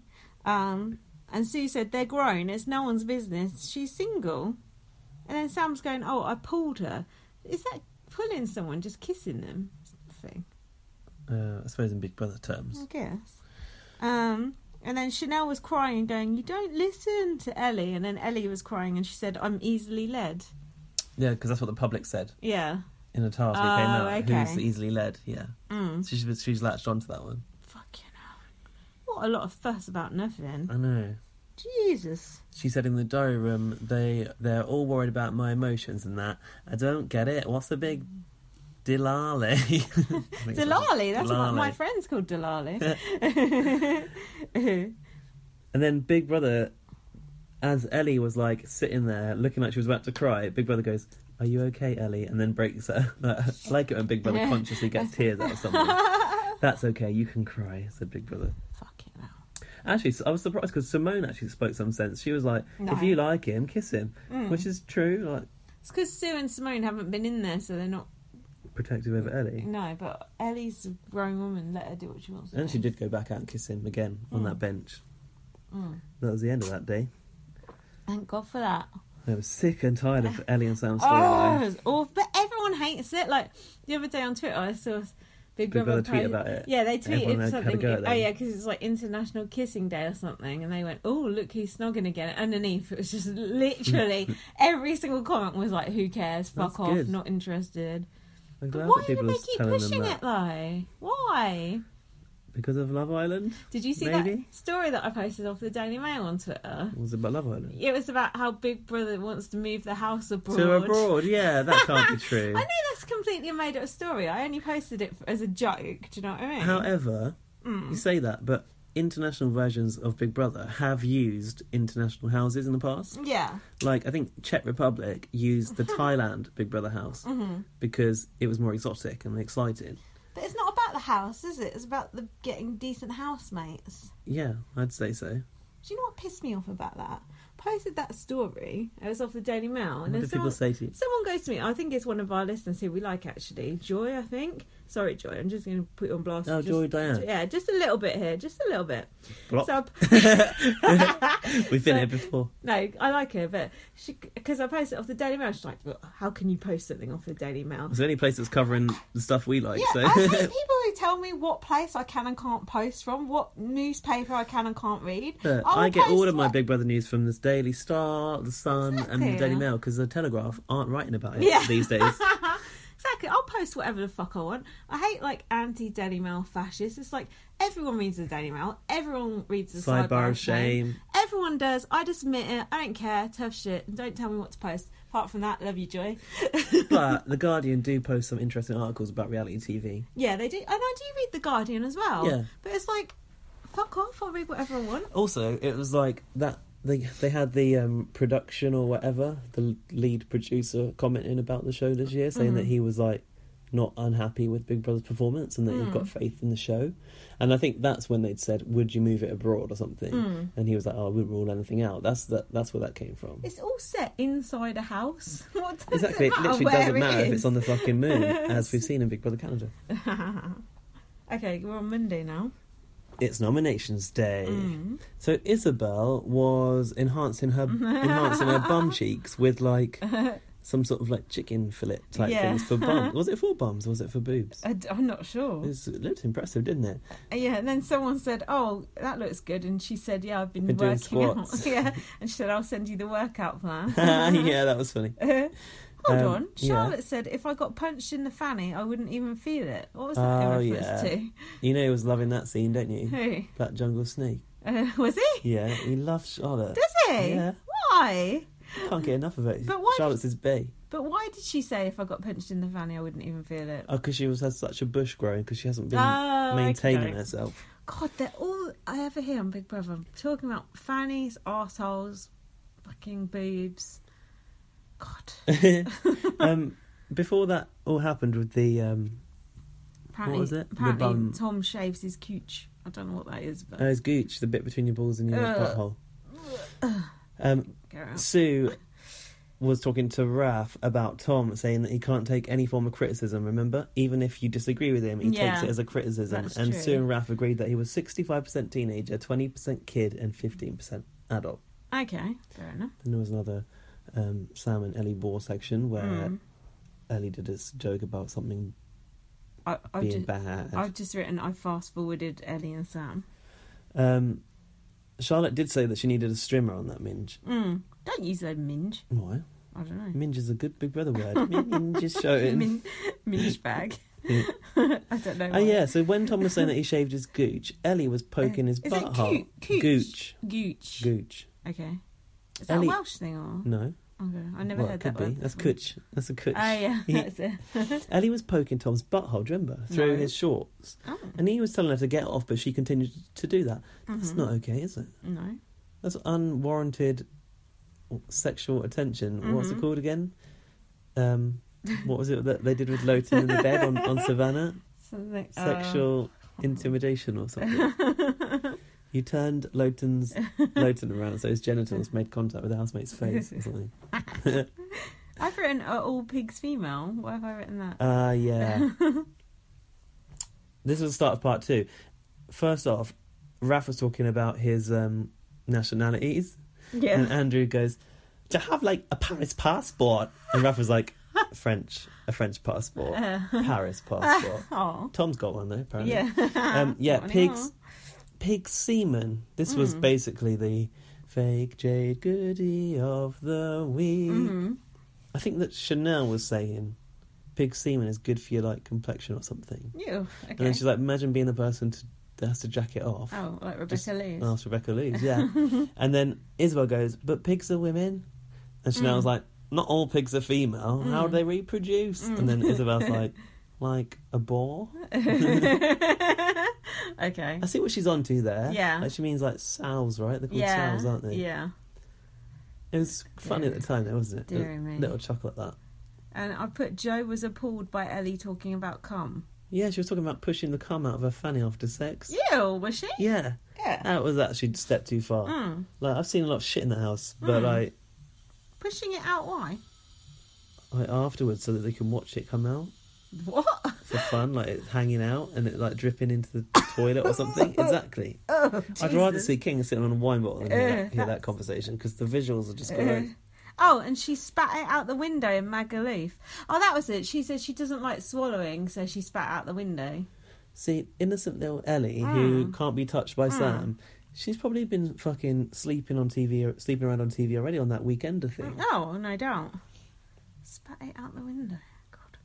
[SPEAKER 1] Um, and Sue said, "They're grown. It's no one's business. She's single." And then Sam's going, "Oh, I pulled her. Is that pulling someone? Just kissing them? It's nothing,
[SPEAKER 2] uh, I suppose in Big Brother terms.
[SPEAKER 1] I guess." Um, and then Chanel was crying, going, "You don't listen to Ellie." And then Ellie was crying, and she said, "I'm easily led."
[SPEAKER 2] Yeah, because that's what the public said
[SPEAKER 1] Yeah.
[SPEAKER 2] in a task we
[SPEAKER 1] Oh,
[SPEAKER 2] came out.
[SPEAKER 1] okay.
[SPEAKER 2] Who's easily led? Yeah.
[SPEAKER 1] Mm.
[SPEAKER 2] So she's, she's latched onto that one.
[SPEAKER 1] Fucking hell! What a lot of fuss about nothing.
[SPEAKER 2] I know.
[SPEAKER 1] Jesus.
[SPEAKER 2] She said in the diary room, they they're all worried about my emotions and that. I don't get it. What's the big dilale? [LAUGHS] I think it's
[SPEAKER 1] [LAUGHS]
[SPEAKER 2] what she-
[SPEAKER 1] Delali, that's what my
[SPEAKER 2] Delali.
[SPEAKER 1] friend's called
[SPEAKER 2] [LAUGHS]
[SPEAKER 1] Delali. [LAUGHS]
[SPEAKER 2] And then Big Brother, as Ellie was like sitting there looking like she was about to cry, Big Brother goes, "Are you okay, Ellie?" and then breaks her. [LAUGHS] I like it when
[SPEAKER 1] [LAUGHS]
[SPEAKER 2] Big Brother consciously gets tears out of someone. That's okay. You can cry," said Big Brother.
[SPEAKER 1] Fucking hell.
[SPEAKER 2] Actually, I was surprised because Simone actually spoke some sense. She was like,
[SPEAKER 1] No.
[SPEAKER 2] "If you like him, kiss him,"
[SPEAKER 1] Hmm.
[SPEAKER 2] which is true. Like
[SPEAKER 1] It's because Sue and Simone haven't been in there, so they're not.
[SPEAKER 2] protective over Ellie.
[SPEAKER 1] No, but Ellie's a grown woman. Let her do what she wants. to
[SPEAKER 2] And she
[SPEAKER 1] do.
[SPEAKER 2] did go back out and kiss him
[SPEAKER 1] Hmm.
[SPEAKER 2] again on that bench. That was the end of that day.
[SPEAKER 1] Mm. Thank God for that.
[SPEAKER 2] I was sick and tired of Ellie and Sam's
[SPEAKER 1] Oh, it
[SPEAKER 2] storyline.
[SPEAKER 1] was awful. But everyone hates it. Like the other day on Twitter, I saw Big,
[SPEAKER 2] Big
[SPEAKER 1] Brother
[SPEAKER 2] Brother tweet
[SPEAKER 1] post-
[SPEAKER 2] about it.
[SPEAKER 1] Yeah, they
[SPEAKER 2] Everyone had
[SPEAKER 1] tweeted
[SPEAKER 2] a
[SPEAKER 1] something.
[SPEAKER 2] go at
[SPEAKER 1] Oh
[SPEAKER 2] them.
[SPEAKER 1] yeah, because it's like International Kissing Day or something, and they went, "Oh, look who's snogging again." Underneath, it was just
[SPEAKER 2] [LAUGHS]
[SPEAKER 1] literally every single comment was like, "Who cares? Fuck
[SPEAKER 2] That's
[SPEAKER 1] off.
[SPEAKER 2] good.
[SPEAKER 1] Not interested."
[SPEAKER 2] I'm
[SPEAKER 1] But
[SPEAKER 2] glad
[SPEAKER 1] why
[SPEAKER 2] that
[SPEAKER 1] did
[SPEAKER 2] people
[SPEAKER 1] they
[SPEAKER 2] are
[SPEAKER 1] keep
[SPEAKER 2] telling them
[SPEAKER 1] pushing
[SPEAKER 2] that.
[SPEAKER 1] it though? Why?
[SPEAKER 2] Because of Love Island?
[SPEAKER 1] Did you see
[SPEAKER 2] Maybe.
[SPEAKER 1] that story that I posted off the Daily Mail on Twitter?
[SPEAKER 2] Was it about Love Island?
[SPEAKER 1] It was about how Big Brother wants to move the house abroad.
[SPEAKER 2] To abroad, yeah, that
[SPEAKER 1] [LAUGHS]
[SPEAKER 2] can't be true.
[SPEAKER 1] I know that's completely a made up story. I only posted it as a joke. Do you know Hmm. what I mean?
[SPEAKER 2] However, you say that, but international versions of Big Brother have used international houses in the past.
[SPEAKER 1] yeah.
[SPEAKER 2] Like, I think Czech Republic
[SPEAKER 1] [LAUGHS]
[SPEAKER 2] used the Thailand Big Brother house
[SPEAKER 1] Mm. Mm-hmm.
[SPEAKER 2] because it was more exotic and exciting.
[SPEAKER 1] But it's not about the house, is it? It's about the getting decent housemates.
[SPEAKER 2] Yeah, I'd say so.
[SPEAKER 1] Do you know what pissed me off about that? I posted that story. It was off the Daily Mail. And
[SPEAKER 2] What
[SPEAKER 1] then
[SPEAKER 2] do people
[SPEAKER 1] someone,
[SPEAKER 2] say to you?
[SPEAKER 1] someone goes to me, I think it's one of our listeners who we like actually, Joy, I think. Sorry, Joy, I'm just going to put you on blast.
[SPEAKER 2] Oh,
[SPEAKER 1] Just-
[SPEAKER 2] Joy Diane.
[SPEAKER 1] Yeah, just a little bit here, just a little bit.
[SPEAKER 2] Block. [LAUGHS]
[SPEAKER 1] So I-
[SPEAKER 2] We've been
[SPEAKER 1] So-
[SPEAKER 2] here before.
[SPEAKER 1] No, I like her, but she because I posted it off the Daily Mail. She's like, "Well, "How can you post something off the Daily Mail?"
[SPEAKER 2] It's the only place that's covering the stuff we like.
[SPEAKER 1] Yeah,
[SPEAKER 2] so.
[SPEAKER 1] I hate
[SPEAKER 2] [LAUGHS]
[SPEAKER 1] people who tell me what place I can and can't post from, what newspaper I can and can't read.
[SPEAKER 2] Look,
[SPEAKER 1] will
[SPEAKER 2] I get all
[SPEAKER 1] post
[SPEAKER 2] of my
[SPEAKER 1] what-
[SPEAKER 2] Big Brother news from the Daily Star, the Sun, and
[SPEAKER 1] Exactly.
[SPEAKER 2] the Daily Mail because the Telegraph aren't writing about it
[SPEAKER 1] Yeah. [LAUGHS]
[SPEAKER 2] these days.
[SPEAKER 1] [LAUGHS] Exactly, I'll post whatever the fuck I want. I hate like anti Daily Mail fascists. It's like everyone reads the Daily Mail, everyone reads the
[SPEAKER 2] Sidebar of shame.
[SPEAKER 1] Everyone does. I just admit it. I don't care. Tough shit. And don't tell me what to post. Apart from that, love you, Joy. [LAUGHS]
[SPEAKER 2] but the Guardian do post some interesting articles about reality TV.
[SPEAKER 1] Yeah, they do. And I do read The Guardian as well.
[SPEAKER 2] Yeah.
[SPEAKER 1] But it's like, fuck off, I'll read whatever I want.
[SPEAKER 2] Also, it was like that. They, they had the um, production or whatever, the lead producer commenting about the show this year, saying
[SPEAKER 1] Mm-hmm.
[SPEAKER 2] that he was like not unhappy with Big Brother's performance and that he'd
[SPEAKER 1] Mm.
[SPEAKER 2] got faith in the show. And I think that's when they'd said, "Would you move it abroad or something?"
[SPEAKER 1] Mm.
[SPEAKER 2] And he was like, "Oh, I wouldn't rule anything out." That's that. That's where that came from.
[SPEAKER 1] It's all set inside a house. [LAUGHS] What does
[SPEAKER 2] Exactly,
[SPEAKER 1] it
[SPEAKER 2] it
[SPEAKER 1] matter
[SPEAKER 2] literally
[SPEAKER 1] where
[SPEAKER 2] doesn't
[SPEAKER 1] it
[SPEAKER 2] matter if
[SPEAKER 1] is?
[SPEAKER 2] it's on the fucking moon,
[SPEAKER 1] [LAUGHS]
[SPEAKER 2] as we've seen in Big Brother Canada.
[SPEAKER 1] okay, we're on Monday now.
[SPEAKER 2] It's nominations day.
[SPEAKER 1] Mm.
[SPEAKER 2] So Isabel was enhancing her enhancing her
[SPEAKER 1] [LAUGHS]
[SPEAKER 2] bum cheeks with like some sort of like chicken fillet type
[SPEAKER 1] Yeah. Oh.
[SPEAKER 2] things
[SPEAKER 1] [LAUGHS]
[SPEAKER 2] for bums. Was it for bums or was it for boobs?
[SPEAKER 1] I, am not sure.
[SPEAKER 2] It, was, it looked impressive,
[SPEAKER 1] [LAUGHS]
[SPEAKER 2] didn't it? [LAUGHS]
[SPEAKER 1] Yeah, and then someone said, "Oh, that looks good," and she said, "Yeah, I've been,
[SPEAKER 2] Been doing
[SPEAKER 1] working out." [LAUGHS]
[SPEAKER 2] squats.
[SPEAKER 1] yeah, and she said, "I'll send you the workout plan."
[SPEAKER 2] [LAUGHS] yeah, that was funny.
[SPEAKER 1] [LAUGHS] Hold
[SPEAKER 2] Um,
[SPEAKER 1] on,
[SPEAKER 2] yeah.
[SPEAKER 1] Charlotte said, "If I got punched in the fanny, I wouldn't even feel it." What was that
[SPEAKER 2] Oh,
[SPEAKER 1] in reference
[SPEAKER 2] yeah. You know, he was loving that scene, don't you?
[SPEAKER 1] to? [LAUGHS] Who
[SPEAKER 2] That jungle snake.
[SPEAKER 1] uh, was he?
[SPEAKER 2] Yeah, he loves Charlotte.
[SPEAKER 1] Does he?
[SPEAKER 2] Yeah.
[SPEAKER 1] Why?
[SPEAKER 2] Can't get enough of it.
[SPEAKER 1] But why-
[SPEAKER 2] Charlotte's his bae.
[SPEAKER 1] But why did she say if I got punched in the fanny, I wouldn't even feel it?
[SPEAKER 2] Oh, because she was has such a bush growing because she hasn't been
[SPEAKER 1] Oh,
[SPEAKER 2] maintaining
[SPEAKER 1] okey-doke. [LAUGHS]
[SPEAKER 2] herself. [LAUGHS]
[SPEAKER 1] God, they're all I ever hear on Big Brother talking about fannies, arseholes, fucking boobs. God,
[SPEAKER 2] um, before that all happened with the um,
[SPEAKER 1] apparently,
[SPEAKER 2] was it? The
[SPEAKER 1] apparently
[SPEAKER 2] bum.
[SPEAKER 1] Tom shaves his cooch. I don't know what that is, but
[SPEAKER 2] uh, his gooch, the bit between your balls and your
[SPEAKER 1] Ugh.
[SPEAKER 2] butthole. Um,
[SPEAKER 1] go out.
[SPEAKER 2] Sue was talking to Raf about Tom, saying that he can't take any form of criticism. Remember, even if you disagree with him, he
[SPEAKER 1] Yeah.
[SPEAKER 2] takes it as a criticism.
[SPEAKER 1] That's
[SPEAKER 2] and
[SPEAKER 1] true.
[SPEAKER 2] Sue and Raf agreed that he was sixty-five percent teenager, twenty percent kid, and fifteen percent adult.
[SPEAKER 1] Okay, fair enough.
[SPEAKER 2] Then there was another um, Sam and Ellie war section where
[SPEAKER 1] Mm.
[SPEAKER 2] Ellie did this joke about something
[SPEAKER 1] I, I've,
[SPEAKER 2] being
[SPEAKER 1] just,
[SPEAKER 2] bad.
[SPEAKER 1] I've just written. I fast forwarded Ellie and Sam.
[SPEAKER 2] Um, Charlotte did say that she needed a strimmer on that minge.
[SPEAKER 1] Mm. Don't use that minge.
[SPEAKER 2] Why?
[SPEAKER 1] I don't know.
[SPEAKER 2] Minge is a good big
[SPEAKER 1] [LAUGHS]
[SPEAKER 2] brother word. Minge is showing.
[SPEAKER 1] Min, minge bag. [LAUGHS] I don't know.
[SPEAKER 2] Oh yeah, so when Tom was saying that he shaved his gooch, Ellie was poking his
[SPEAKER 1] Is it
[SPEAKER 2] butthole.
[SPEAKER 1] goo- gooch?
[SPEAKER 2] Gooch.
[SPEAKER 1] Gooch.
[SPEAKER 2] Gooch.
[SPEAKER 1] Okay. Is that
[SPEAKER 2] Ellie-
[SPEAKER 1] a Welsh thing or?
[SPEAKER 2] No.
[SPEAKER 1] Okay. I never
[SPEAKER 2] well,
[SPEAKER 1] heard
[SPEAKER 2] it could
[SPEAKER 1] that
[SPEAKER 2] be.
[SPEAKER 1] word.
[SPEAKER 2] That's
[SPEAKER 1] before.
[SPEAKER 2] cooch. That's a cooch.
[SPEAKER 1] Oh yeah, [LAUGHS]
[SPEAKER 2] He-
[SPEAKER 1] that's
[SPEAKER 2] [LAUGHS]
[SPEAKER 1] it.
[SPEAKER 2] Ellie was poking Tom's butthole, do you remember? Through
[SPEAKER 1] No.
[SPEAKER 2] his shorts.
[SPEAKER 1] oh,
[SPEAKER 2] And he was telling her to get off, but she continued to do that. That's
[SPEAKER 1] Mhm.
[SPEAKER 2] not okay, is it?
[SPEAKER 1] no.
[SPEAKER 2] That's unwarranted sexual attention. What's it
[SPEAKER 1] Mhm.
[SPEAKER 2] called again? Um, what was it that they did with Loton in the bed on,
[SPEAKER 1] [LAUGHS]
[SPEAKER 2] on Savannah?
[SPEAKER 1] Something uh, [LAUGHS]
[SPEAKER 2] Sexual intimidation or something. you turned Loton's Loton around so his genitals made contact with the housemate's face or something.
[SPEAKER 1] I've written are all pigs female. Why have I written that?
[SPEAKER 2] Ah, yeah. this was the start of part two. First off, Raf was talking about his um, nationalities.
[SPEAKER 1] yeah.
[SPEAKER 2] And Andrew goes, to have like a Paris passport. And Raph was like, a French, a French passport,
[SPEAKER 1] [LAUGHS]
[SPEAKER 2] Paris passport.
[SPEAKER 1] Oh,
[SPEAKER 2] Tom's got one though, apparently.
[SPEAKER 1] yeah.
[SPEAKER 2] [LAUGHS]
[SPEAKER 1] [LAUGHS]
[SPEAKER 2] Um, yeah,
[SPEAKER 1] Not anymore. Mm.
[SPEAKER 2] pigs, pig semen. This was basically the fake Jade Goody of the week.
[SPEAKER 1] Mhm.
[SPEAKER 2] I think that Chanel was saying pig semen is good for your like complexion or something.
[SPEAKER 1] Ew, okay.
[SPEAKER 2] And then she's like, imagine being the person to, that has to jack it off.
[SPEAKER 1] oh, like Rebecca
[SPEAKER 2] Just
[SPEAKER 1] Lee's. [LAUGHS]
[SPEAKER 2] And asked Rebecca Lee's, yeah. and then Isabel goes, but pigs are women. And
[SPEAKER 1] Mm.
[SPEAKER 2] Chanel's like, not all pigs are female. How do they reproduce?
[SPEAKER 1] Mm.
[SPEAKER 2] And then
[SPEAKER 1] [LAUGHS]
[SPEAKER 2] Isabel's like, like a boar.
[SPEAKER 1] okay.
[SPEAKER 2] I see what she's on to there.
[SPEAKER 1] Yeah.
[SPEAKER 2] Like she means like sows, right? They're called
[SPEAKER 1] Yeah.
[SPEAKER 2] sows, aren't they?
[SPEAKER 1] Yeah.
[SPEAKER 2] It was funny at the time, though, wasn't it?
[SPEAKER 1] Dear
[SPEAKER 2] It was
[SPEAKER 1] me.
[SPEAKER 2] Little chocolate that.
[SPEAKER 1] And I put Joe was appalled by Ellie talking about cum.
[SPEAKER 2] Yeah, she was talking about pushing the cum out of her fanny after sex.
[SPEAKER 1] Ew, was she?
[SPEAKER 2] Yeah.
[SPEAKER 1] Yeah.
[SPEAKER 2] That was actually a step too far.
[SPEAKER 1] Mm.
[SPEAKER 2] Like I've seen a lot of shit in the house, but
[SPEAKER 1] Mm.
[SPEAKER 2] like,
[SPEAKER 1] Pushing it out, why?
[SPEAKER 2] like afterwards, so that they can watch it come out.
[SPEAKER 1] What? [LAUGHS]
[SPEAKER 2] for fun, like it's hanging out and it like dripping into the toilet or something. Exactly.
[SPEAKER 1] Oh,
[SPEAKER 2] I'd
[SPEAKER 1] [LAUGHS]
[SPEAKER 2] rather
[SPEAKER 1] Jesus.
[SPEAKER 2] see King sitting on a wine bottle than hear,
[SPEAKER 1] Uh,
[SPEAKER 2] that, hear
[SPEAKER 1] [LAUGHS]
[SPEAKER 2] that conversation because the visuals are just
[SPEAKER 1] Uh,
[SPEAKER 2] great.
[SPEAKER 1] [LAUGHS] oh, and she spat it out the window in Magaluf. Oh, that was it. She said she doesn't like swallowing, so she spat out the window.
[SPEAKER 2] See, innocent little Ellie
[SPEAKER 1] Hmm.
[SPEAKER 2] who can't be touched by Sam. She's probably been fucking sleeping on TV, or sleeping around on TV already on that weekender thing.
[SPEAKER 1] Oh, no doubt. Spat it out the window. God.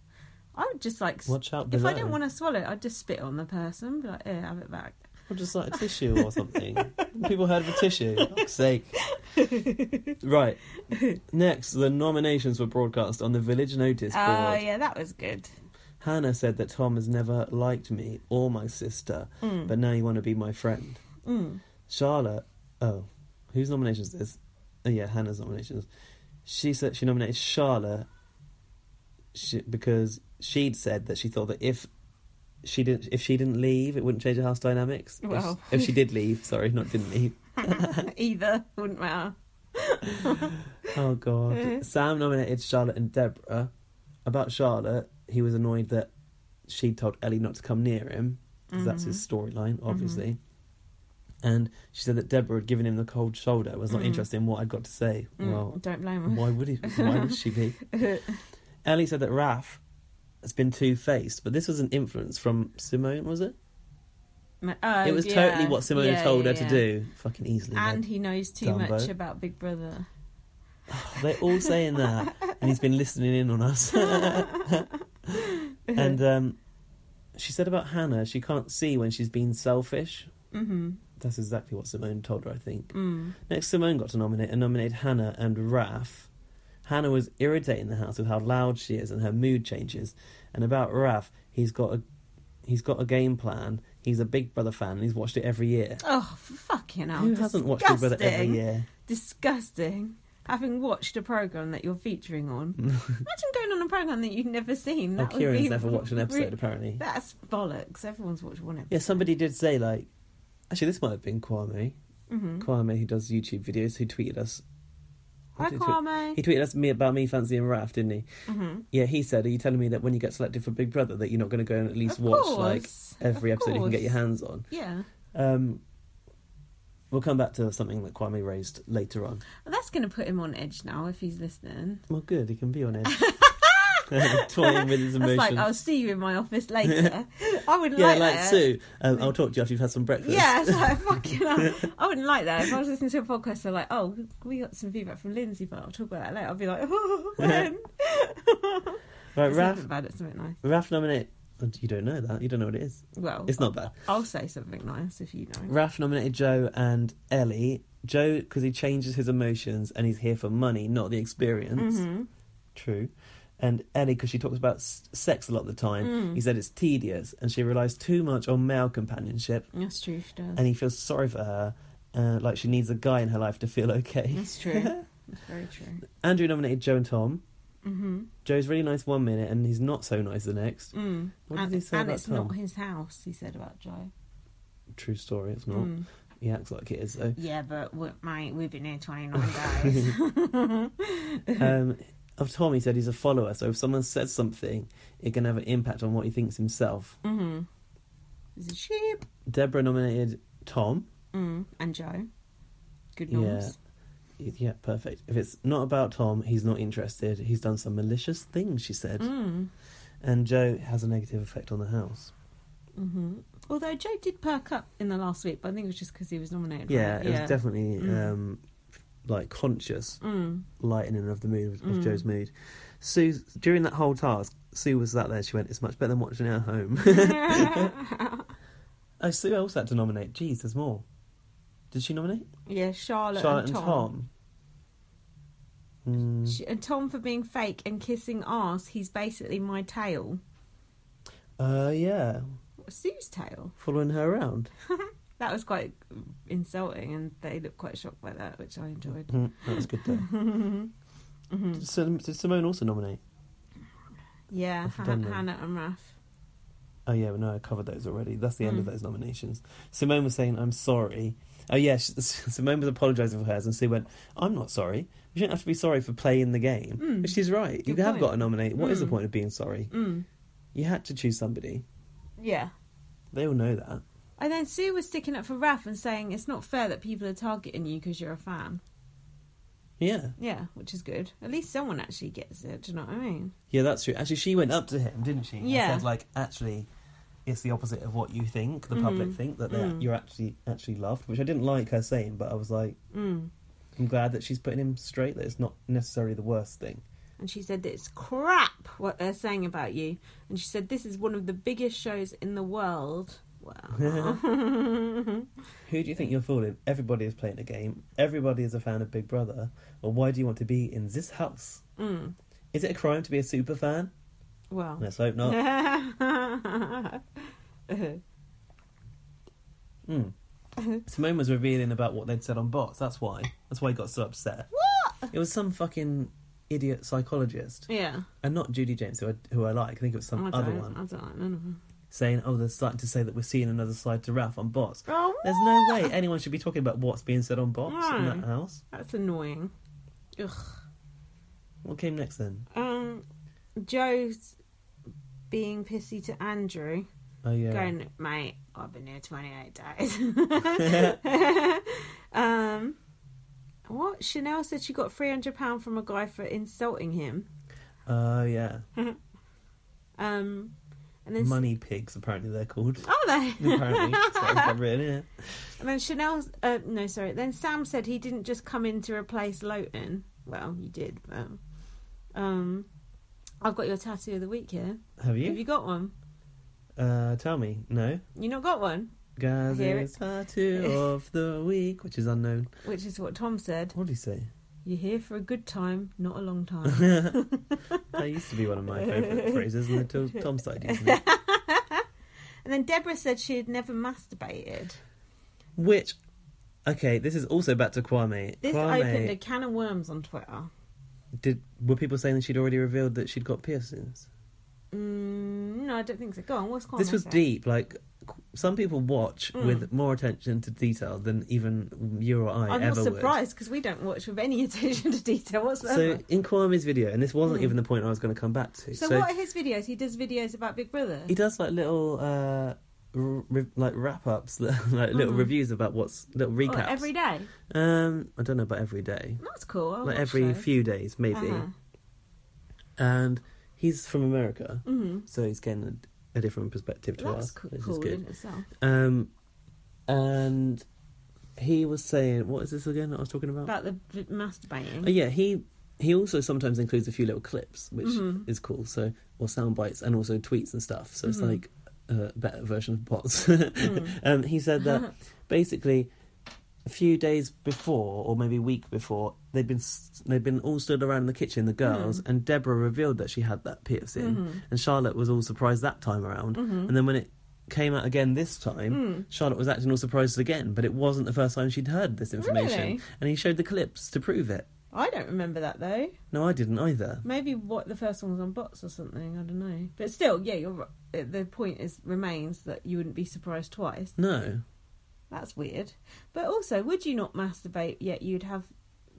[SPEAKER 1] I would just like. s-
[SPEAKER 2] Watch out
[SPEAKER 1] If I
[SPEAKER 2] below.
[SPEAKER 1] didn't want to swallow it, I'd just spit on the person, be like, here, have it back.
[SPEAKER 2] Or just like a tissue or something. People heard of a
[SPEAKER 1] [LAUGHS]
[SPEAKER 2] tissue. Fuck's sake. right. Next, the nominations were broadcast on the Village Notice board.
[SPEAKER 1] Oh, yeah, that was good. [LAUGHS]
[SPEAKER 2] Hannah said that Tom has never liked me or my sister, but now you want to be my friend.
[SPEAKER 1] Mm.
[SPEAKER 2] Charlotte, oh, whose nomination is this? Oh, yeah, Hannah's nominations. She said she nominated Charlotte she, because she'd said that she thought that if she didn't if she didn't leave, it wouldn't change the house dynamics. If-
[SPEAKER 1] Wow.
[SPEAKER 2] If, she did leave, sorry, not didn't leave.
[SPEAKER 1] Either wouldn't matter.
[SPEAKER 2] Oh
[SPEAKER 1] Eh.
[SPEAKER 2] God. Sam nominated Charlotte and Deborah. About Charlotte, he was annoyed that she told Ellie not to come near him because that's his
[SPEAKER 1] Mm-hmm.
[SPEAKER 2] storyline, obviously. And she said that Deborah had given him the cold shoulder. Was not interested in what I'd got to say.
[SPEAKER 1] Mm,
[SPEAKER 2] Well,
[SPEAKER 1] don't blame her.
[SPEAKER 2] why would he? Why
[SPEAKER 1] [LAUGHS]
[SPEAKER 2] would she be? Ellie said that Raph has been two faced, but this was an influence from Simone, was it?
[SPEAKER 1] Ma- oh,
[SPEAKER 2] it was
[SPEAKER 1] yeah.
[SPEAKER 2] totally what Simone
[SPEAKER 1] Yeah,
[SPEAKER 2] told
[SPEAKER 1] yeah,
[SPEAKER 2] her
[SPEAKER 1] yeah.
[SPEAKER 2] to do. Fucking easily.
[SPEAKER 1] And
[SPEAKER 2] man.
[SPEAKER 1] he knows too
[SPEAKER 2] Dumbo.
[SPEAKER 1] much about Big Brother.
[SPEAKER 2] They're all saying that, and he's been listening in on us.
[SPEAKER 1] [LAUGHS]
[SPEAKER 2] and um, she said about Hannah, she can't see when she's being selfish.
[SPEAKER 1] Mm-hmm.
[SPEAKER 2] That's exactly what Simone told her, I think.
[SPEAKER 1] Mm.
[SPEAKER 2] Next, Simone got to nominate and nominated Hannah and Raf. Hannah was irritating the house with how loud she is and her mood changes. And about Raf, he's got a he's got a game plan. He's a Big Brother fan and he's watched it every year.
[SPEAKER 1] Oh, fucking hell.
[SPEAKER 2] Who hasn't watched Big Brother every
[SPEAKER 1] disgusting.
[SPEAKER 2] year?
[SPEAKER 1] Disgusting. Having watched a program that you're featuring
[SPEAKER 2] [LAUGHS]
[SPEAKER 1] on, imagine going on a program that you've never seen.
[SPEAKER 2] Oh,
[SPEAKER 1] That would
[SPEAKER 2] Kieran's
[SPEAKER 1] be
[SPEAKER 2] never watched an episode,
[SPEAKER 1] re-
[SPEAKER 2] apparently.
[SPEAKER 1] That's bollocks. Everyone's watched one episode.
[SPEAKER 2] Yeah, somebody did say like, actually, this might have been Kwame.
[SPEAKER 1] Mm-hmm.
[SPEAKER 2] Kwame, who does YouTube videos, who tweeted us.
[SPEAKER 1] Hi,
[SPEAKER 2] He twe-
[SPEAKER 1] Kwame.
[SPEAKER 2] He tweeted us me about me fancying Raf, didn't he?
[SPEAKER 1] Mm-hmm.
[SPEAKER 2] Yeah, he said, "Are you telling me that when you get selected for Big Brother, that you're not going to go and at least watch like every episode you can get your hands on?"
[SPEAKER 1] Yeah,
[SPEAKER 2] Um, we'll come back to something that Kwame raised later on.
[SPEAKER 1] well, that's going to put him on edge now if he's listening.
[SPEAKER 2] Well, good, he can be
[SPEAKER 1] [LAUGHS]
[SPEAKER 2] on edge, [LAUGHS] toying with his
[SPEAKER 1] That's
[SPEAKER 2] emotions.
[SPEAKER 1] like I'll see you in my office
[SPEAKER 2] [LAUGHS]
[SPEAKER 1] later. I wouldn't
[SPEAKER 2] yeah,
[SPEAKER 1] like,
[SPEAKER 2] like
[SPEAKER 1] that.
[SPEAKER 2] Sue. Um, I'll talk to you after you've had some breakfast.
[SPEAKER 1] Yeah, it's
[SPEAKER 2] [LAUGHS]
[SPEAKER 1] like fucking. hell. I wouldn't like that if I was listening to a podcast. They're like, "Oh, we got some feedback from Lindsay, but I'll talk about that later." I'd be like, [LAUGHS] "Oh, when?"
[SPEAKER 2] [LAUGHS] right,
[SPEAKER 1] It's not
[SPEAKER 2] Raf.
[SPEAKER 1] bad. It's something nice.
[SPEAKER 2] Raf nominate. oh, You don't know that. You don't know what it is.
[SPEAKER 1] Well,
[SPEAKER 2] It's not bad.
[SPEAKER 1] I'll say something nice if you know.
[SPEAKER 2] Raf nominated Joe and Ellie. Joe, because he changes his emotions and he's here for money, not the experience.
[SPEAKER 1] Mhm.
[SPEAKER 2] True. And Ellie, because she talks about s- sex a lot of the time, he said it's tedious and she relies too much on male companionship
[SPEAKER 1] That's true. She does.
[SPEAKER 2] and he feels sorry for her, uh, like she needs a guy in her life to feel okay.
[SPEAKER 1] That's
[SPEAKER 2] [LAUGHS]
[SPEAKER 1] true. That's very true.
[SPEAKER 2] Andrew nominated Joe and Tom.
[SPEAKER 1] Mm-hmm.
[SPEAKER 2] Joe's really nice one minute and he's not so nice the next.
[SPEAKER 1] Mm.
[SPEAKER 2] What
[SPEAKER 1] and
[SPEAKER 2] did he say
[SPEAKER 1] and
[SPEAKER 2] about
[SPEAKER 1] it's
[SPEAKER 2] Tom?
[SPEAKER 1] not his house. He said about Joe.
[SPEAKER 2] True story, it's not.
[SPEAKER 1] Mm.
[SPEAKER 2] He acts like it is though.
[SPEAKER 1] Yeah, but we mate, we've been here twenty nine days. [LAUGHS]
[SPEAKER 2] um, of Tom, he said he's a follower, so if someone says something, it can have an impact on what he thinks himself.
[SPEAKER 1] mm-hmm. It's a sheep.
[SPEAKER 2] Deborah nominated Tom.
[SPEAKER 1] Mm. And Joe. Good norms.
[SPEAKER 2] Yeah, perfect. If it's not about Tom, he's not interested. He's done some malicious thing, she said.
[SPEAKER 1] Mm.
[SPEAKER 2] And Joe has a negative effect on the house.
[SPEAKER 1] hmm Although Joe did perk up in the last week, but I think it was just because he was nominated.
[SPEAKER 2] Yeah,
[SPEAKER 1] right?
[SPEAKER 2] it was definitely
[SPEAKER 1] Mm.
[SPEAKER 2] um, like conscious
[SPEAKER 1] Mm.
[SPEAKER 2] lightening of the mood of,
[SPEAKER 1] Mm.
[SPEAKER 2] of Joe's mood. Sue during that whole task, Sue was sat there. She went, "It's much better than watching it at
[SPEAKER 1] [LAUGHS]
[SPEAKER 2] home." oh, Sue also had to nominate. Jeez, there's more. Did she nominate
[SPEAKER 1] yeah, Charlotte, and Tom.
[SPEAKER 2] Hmm.
[SPEAKER 1] She- and Tom for being fake and kissing ass. He's basically my tail.
[SPEAKER 2] Uh, yeah,
[SPEAKER 1] Sue's tail.
[SPEAKER 2] following her around.
[SPEAKER 1] That was quite insulting, and they looked quite shocked by that, which I enjoyed.
[SPEAKER 2] Hmm, that was good
[SPEAKER 1] [LAUGHS]
[SPEAKER 2] though.
[SPEAKER 1] Mhm.
[SPEAKER 2] Did Sim- did Simone also nominate?
[SPEAKER 1] Yeah,
[SPEAKER 2] I've
[SPEAKER 1] Han-
[SPEAKER 2] done them.
[SPEAKER 1] Hannah and Raf.
[SPEAKER 2] Oh yeah, no, I covered those already. That's the end of
[SPEAKER 1] Mm.
[SPEAKER 2] those nominations. Simone was saying, "I'm sorry." Oh yeah, [LAUGHS] she, Simone was apologising for hers, and Sue went, "I'm not sorry. You shouldn't have to be sorry for playing the game."
[SPEAKER 1] Mm.
[SPEAKER 2] But she's right. you
[SPEAKER 1] Good
[SPEAKER 2] have
[SPEAKER 1] point.
[SPEAKER 2] got to nominate. What is the
[SPEAKER 1] Mm.
[SPEAKER 2] point of being sorry?
[SPEAKER 1] Mm.
[SPEAKER 2] You had to choose somebody.
[SPEAKER 1] Yeah.
[SPEAKER 2] They all know that.
[SPEAKER 1] And then Sue was sticking up for Raf and saying it's not fair that people are targeting you because you're a fan.
[SPEAKER 2] Yeah,
[SPEAKER 1] Yeah, which is good. At least someone actually gets it. Do you know what I mean?
[SPEAKER 2] yeah, that's true. Actually, she went up to him, didn't she? And
[SPEAKER 1] Yeah.
[SPEAKER 2] said like, actually. It's the opposite of what you think. The
[SPEAKER 1] Mm.
[SPEAKER 2] public think that they're-
[SPEAKER 1] Mm.
[SPEAKER 2] you're actually actually loved, which I didn't like her saying, but I was like,
[SPEAKER 1] Mm.
[SPEAKER 2] I'm glad that she's putting him straight. That it's not necessarily the worst thing.
[SPEAKER 1] And she said it's crap what they're saying about you. And she said this is one of the biggest shows in the world.
[SPEAKER 2] [LAUGHS]
[SPEAKER 1] Wow.
[SPEAKER 2] Who do you think you're fooling? Everybody is playing a game. Everybody is a fan of Big Brother. Well, why do you want to be in this house?
[SPEAKER 1] mm.
[SPEAKER 2] Is it a crime to be a super fan?
[SPEAKER 1] Well. [LAUGHS]
[SPEAKER 2] Let's hope not.
[SPEAKER 1] Uh-huh.
[SPEAKER 2] Mm. Simone was revealing about what they'd said on Box. That's why. That's why he got so upset.
[SPEAKER 1] what?
[SPEAKER 2] It was some fucking idiot psychologist,
[SPEAKER 1] Yeah.
[SPEAKER 2] and not Judy James, who I, who I like. I think it was some
[SPEAKER 1] I
[SPEAKER 2] other
[SPEAKER 1] don't,
[SPEAKER 2] one
[SPEAKER 1] I don't like none of them.
[SPEAKER 2] saying, "Oh, they're starting to say that we're seeing another side to Ralph on Box."
[SPEAKER 1] Oh,
[SPEAKER 2] There's no way anyone should be talking about what's being said on Box in
[SPEAKER 1] No.
[SPEAKER 2] that house.
[SPEAKER 1] That's annoying. Ugh.
[SPEAKER 2] What came next then?
[SPEAKER 1] Um, Joe's being pissy to Andrew.
[SPEAKER 2] Oh yeah.
[SPEAKER 1] Going, mate, I've been here 28
[SPEAKER 2] [LAUGHS]
[SPEAKER 1] days. [LAUGHS] um, what? Chanel said she got £300 from a guy for insulting him.
[SPEAKER 2] Oh yeah.
[SPEAKER 1] Um, and then.
[SPEAKER 2] Money pigs, apparently they're called.
[SPEAKER 1] Are
[SPEAKER 2] [LAUGHS]
[SPEAKER 1] they?
[SPEAKER 2] apparently, that's what I've got written here.
[SPEAKER 1] [LAUGHS] and then Chanel. Uh, no, sorry. Then Sam said he didn't just come in to replace Lowton. Well, you did, but. Um, I've got your tattoo of the week here.
[SPEAKER 2] Have
[SPEAKER 1] Have
[SPEAKER 2] you?
[SPEAKER 1] you got one?
[SPEAKER 2] Uh, tell me, no.
[SPEAKER 1] You not got one?
[SPEAKER 2] Guys,
[SPEAKER 1] Here it-
[SPEAKER 2] it's
[SPEAKER 1] [LAUGHS]
[SPEAKER 2] tattoo of the week, which is unknown.
[SPEAKER 1] Which is what Tom said.
[SPEAKER 2] What did he say?
[SPEAKER 1] You're here for a good time, not a long time.
[SPEAKER 2] [LAUGHS] that used to be one of
[SPEAKER 1] [LAUGHS]
[SPEAKER 2] my favourite phrases until Tom started using it.
[SPEAKER 1] And then Deborah said she had never masturbated.
[SPEAKER 2] Which, okay, this is also back to Kwame.
[SPEAKER 1] This
[SPEAKER 2] Kwame
[SPEAKER 1] opened a can of worms on Twitter.
[SPEAKER 2] did. Were people saying that she'd already revealed that she'd got piercings?
[SPEAKER 1] Mm, no, I don't think so. Go on, what's going on?
[SPEAKER 2] this was deep. Like qu- some people watch
[SPEAKER 1] Mm.
[SPEAKER 2] with more attention to detail than even you or I
[SPEAKER 1] I'm
[SPEAKER 2] ever
[SPEAKER 1] not
[SPEAKER 2] would.
[SPEAKER 1] surprised because we don't watch with any [LAUGHS] attention to detail
[SPEAKER 2] So
[SPEAKER 1] whatsoever.
[SPEAKER 2] in Kwame's video, and this wasn't even the point I was going to come back to.
[SPEAKER 1] Hmm. So, what are his videos? He does videos about Big Brother.
[SPEAKER 2] he does like little uh, r- re- like wrap ups, [LAUGHS] like little
[SPEAKER 1] Mhm.
[SPEAKER 2] reviews about what's little
[SPEAKER 1] What,
[SPEAKER 2] recaps.
[SPEAKER 1] Oh, every day.
[SPEAKER 2] um, I don't know about every day,
[SPEAKER 1] That's cool. I'll
[SPEAKER 2] like
[SPEAKER 1] watch
[SPEAKER 2] every
[SPEAKER 1] those.
[SPEAKER 2] few days maybe.
[SPEAKER 1] Uh-huh.
[SPEAKER 2] And he's from America,
[SPEAKER 1] Mhm.
[SPEAKER 2] so he's getting a, a different perspective to
[SPEAKER 1] That's
[SPEAKER 2] us,
[SPEAKER 1] co-
[SPEAKER 2] which is
[SPEAKER 1] cool
[SPEAKER 2] good.
[SPEAKER 1] in itself.
[SPEAKER 2] Um, and he was saying, what is this again that I was talking about?
[SPEAKER 1] About the v- masturbating.
[SPEAKER 2] Oh, yeah, he he also sometimes includes a few little clips, which
[SPEAKER 1] Mhm.
[SPEAKER 2] is cool. So or sound bites and also tweets and stuff. So it's
[SPEAKER 1] Mhm.
[SPEAKER 2] like a better version of bots. [LAUGHS]
[SPEAKER 1] Mm.
[SPEAKER 2] um, he
[SPEAKER 1] [LAUGHS]
[SPEAKER 2] said that basically a few days before, or maybe a week before, they'd been s- they'd been all stood around in the kitchen, the girls,
[SPEAKER 1] Mm.
[SPEAKER 2] and Deborah revealed that she had that piercing,
[SPEAKER 1] Mhm.
[SPEAKER 2] and Charlotte was all surprised that time around.
[SPEAKER 1] Mhm.
[SPEAKER 2] And then when it came out again this time.
[SPEAKER 1] Mm.
[SPEAKER 2] Charlotte was acting all surprised again, but it wasn't the first time she'd heard this information.
[SPEAKER 1] Really?
[SPEAKER 2] And he showed the clips to prove it.
[SPEAKER 1] I don't remember that though.
[SPEAKER 2] No, I didn't either.
[SPEAKER 1] Maybe what the first one was on bots or something. I don't know. But still, yeah, you're right. Uh, The point is remains that you wouldn't be surprised twice.
[SPEAKER 2] No.
[SPEAKER 1] That's weird. But also, would you not masturbate yet you'd have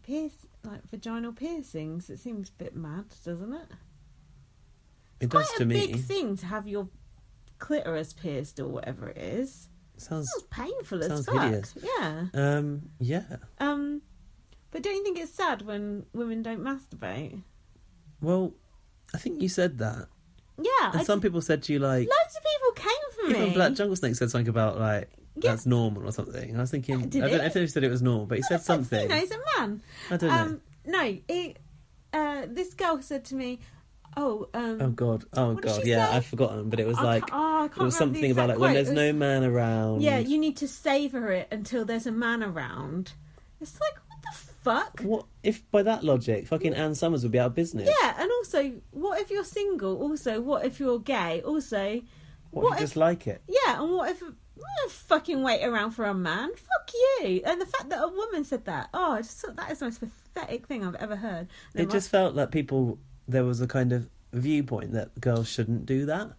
[SPEAKER 1] pierce like vaginal piercings? It seems a bit mad, doesn't it?
[SPEAKER 2] It does
[SPEAKER 1] Quite
[SPEAKER 2] to
[SPEAKER 1] a
[SPEAKER 2] me.
[SPEAKER 1] big thing to have your clitoris pierced or whatever it is.
[SPEAKER 2] Sounds
[SPEAKER 1] Sounds painful as
[SPEAKER 2] sounds
[SPEAKER 1] fuck.
[SPEAKER 2] hideous.
[SPEAKER 1] Yeah.
[SPEAKER 2] um yeah.
[SPEAKER 1] Um But don't you think it's sad when women don't masturbate?
[SPEAKER 2] Well, I think you said that,
[SPEAKER 1] Yeah,
[SPEAKER 2] and
[SPEAKER 1] I
[SPEAKER 2] some people said to you like,
[SPEAKER 1] loads of people came for me.
[SPEAKER 2] even Black Jungle Snake said something about like
[SPEAKER 1] Yeah.
[SPEAKER 2] that's normal or something. And I was thinking,
[SPEAKER 1] Did
[SPEAKER 2] I don't know
[SPEAKER 1] it?
[SPEAKER 2] if they said it was normal, but he said something.
[SPEAKER 1] No, he's a man.
[SPEAKER 2] I don't know.
[SPEAKER 1] Um, no, he, uh, this girl said to me, "Oh, um,
[SPEAKER 2] Oh God! Oh
[SPEAKER 1] What did
[SPEAKER 2] God!
[SPEAKER 1] she
[SPEAKER 2] Yeah,
[SPEAKER 1] say?
[SPEAKER 2] I've forgotten, but it was
[SPEAKER 1] I
[SPEAKER 2] like
[SPEAKER 1] can't- oh, I can't
[SPEAKER 2] it
[SPEAKER 1] remember the
[SPEAKER 2] was something about like
[SPEAKER 1] exact
[SPEAKER 2] when
[SPEAKER 1] quote.
[SPEAKER 2] there's
[SPEAKER 1] It was-
[SPEAKER 2] no man around.
[SPEAKER 1] Yeah, you need to savor it until there's a man around. It's like what the fuck?
[SPEAKER 2] What if by that logic, fucking Anne Summers would be out of business?
[SPEAKER 1] Yeah, and also, what if you're single? Also, what if you're gay? Also,
[SPEAKER 3] What,
[SPEAKER 1] What
[SPEAKER 3] if you
[SPEAKER 1] if-
[SPEAKER 3] just like it?
[SPEAKER 1] yeah, and what if? I'm gonna fucking wait around for a man. Fuck you. And the fact that a woman said that, oh, I just thought that is the most pathetic thing I've ever heard. And
[SPEAKER 2] it
[SPEAKER 1] my-
[SPEAKER 2] just felt like people there was a kind of viewpoint that girls shouldn't do that,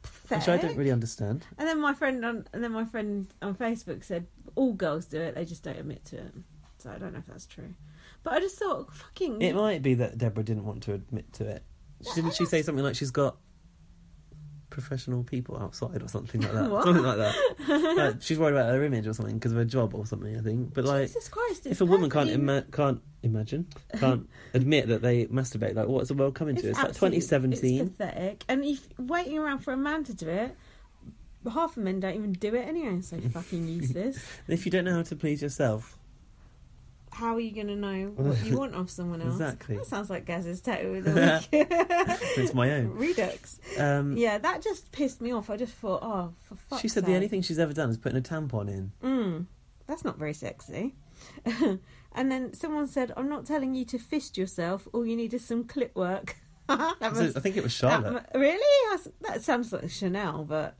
[SPEAKER 1] pathetic.
[SPEAKER 2] which I don't really understand.
[SPEAKER 1] And then my friend on and then my friend on Facebook said all girls do it, they just don't admit to it. So I don't know if that's true. But I just thought fucking
[SPEAKER 2] It might be that Deborah didn't want to admit to it. She,
[SPEAKER 1] Well,
[SPEAKER 2] didn't
[SPEAKER 1] I
[SPEAKER 2] she say
[SPEAKER 1] just-
[SPEAKER 2] something like she's got professional people outside or something like
[SPEAKER 1] [LAUGHS]
[SPEAKER 2] that?
[SPEAKER 1] What?
[SPEAKER 2] Something like that. Like, she's worried about her image or something because of her job or something. I think, but like.
[SPEAKER 1] Jesus Christ, it's
[SPEAKER 2] if a woman can't
[SPEAKER 1] perfectly-
[SPEAKER 2] ima- can't imagine,
[SPEAKER 1] [LAUGHS]
[SPEAKER 2] can't admit that they masturbate, like what's the world coming to? It's like
[SPEAKER 1] absolute-
[SPEAKER 2] 2017.
[SPEAKER 1] It's pathetic. And if waiting around for a man to do it, half of men don't even do it anyway,
[SPEAKER 2] [LAUGHS]
[SPEAKER 1] so fucking useless.
[SPEAKER 2] If you don't know how to please yourself,
[SPEAKER 1] How are you gonna
[SPEAKER 2] [LAUGHS]
[SPEAKER 1] know what you want off someone else?
[SPEAKER 2] Exactly.
[SPEAKER 1] That sounds like Gaz's tattoo of
[SPEAKER 2] [LAUGHS]
[SPEAKER 1] the week. [LAUGHS]
[SPEAKER 2] it's my own.
[SPEAKER 1] Redux.
[SPEAKER 2] Um,
[SPEAKER 1] Yeah, that just pissed me off. I just thought, oh, for fuck's
[SPEAKER 2] she said the
[SPEAKER 1] sake.
[SPEAKER 2] only thing she's ever done is putting a tampon in.
[SPEAKER 1] Mm, that's not very sexy. [LAUGHS] and then someone said, I'm not telling you to fist yourself, all you need is some clit work. [LAUGHS] that
[SPEAKER 2] So I think it was Charlotte.
[SPEAKER 1] that mu- really? That's, that sounds like Chanel, but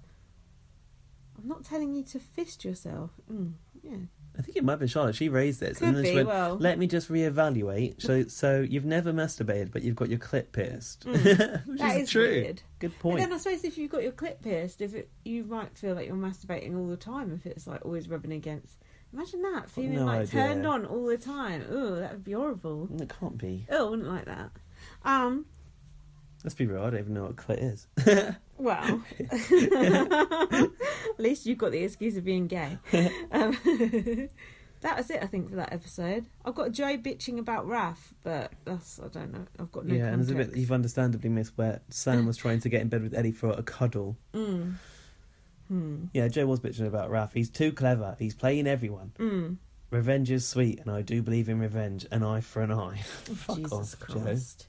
[SPEAKER 1] I'm not telling you to fist yourself. Mm, yeah.
[SPEAKER 2] I think it might have been Charlotte. She raised this,
[SPEAKER 1] Could
[SPEAKER 2] and then
[SPEAKER 1] be,
[SPEAKER 2] she went,
[SPEAKER 1] well.
[SPEAKER 2] "Let me just reevaluate." So, so you've never masturbated, but you've got your clit pierced, [LAUGHS] which
[SPEAKER 1] That
[SPEAKER 2] is
[SPEAKER 1] Mm. is
[SPEAKER 2] true.
[SPEAKER 1] weird.
[SPEAKER 2] Good
[SPEAKER 1] But
[SPEAKER 2] point.
[SPEAKER 1] then I suppose if you've got your clit pierced, if it, you might feel like you're masturbating all the time if it's like always rubbing against. Imagine that feeling
[SPEAKER 2] no
[SPEAKER 1] like
[SPEAKER 2] idea.
[SPEAKER 1] turned on all the time. Ooh, that would be horrible.
[SPEAKER 2] it can't be.
[SPEAKER 1] Oh, I wouldn't like that. Um,
[SPEAKER 2] Let's be real. I don't even know what clit is. [LAUGHS]
[SPEAKER 1] Well, at least you've got the excuse of being
[SPEAKER 2] [LAUGHS]
[SPEAKER 1] gay. Um, [LAUGHS] that was it, I think, for that episode. I've got Joe bitching about Raf, but that's I don't know. I've got no
[SPEAKER 2] yeah, and
[SPEAKER 1] context.
[SPEAKER 2] there's a bit you've understandably missed where Sam was trying to get in bed with Eddie for a cuddle.
[SPEAKER 1] Mm. Hmm.
[SPEAKER 2] Yeah, Joe was bitching about Raph. He's too clever. He's playing everyone.
[SPEAKER 1] Mm.
[SPEAKER 2] Revenge is sweet, and I do believe in revenge. An eye for an eye. Fuck
[SPEAKER 1] Oh, Jesus
[SPEAKER 2] off, Joe.
[SPEAKER 1] Christ.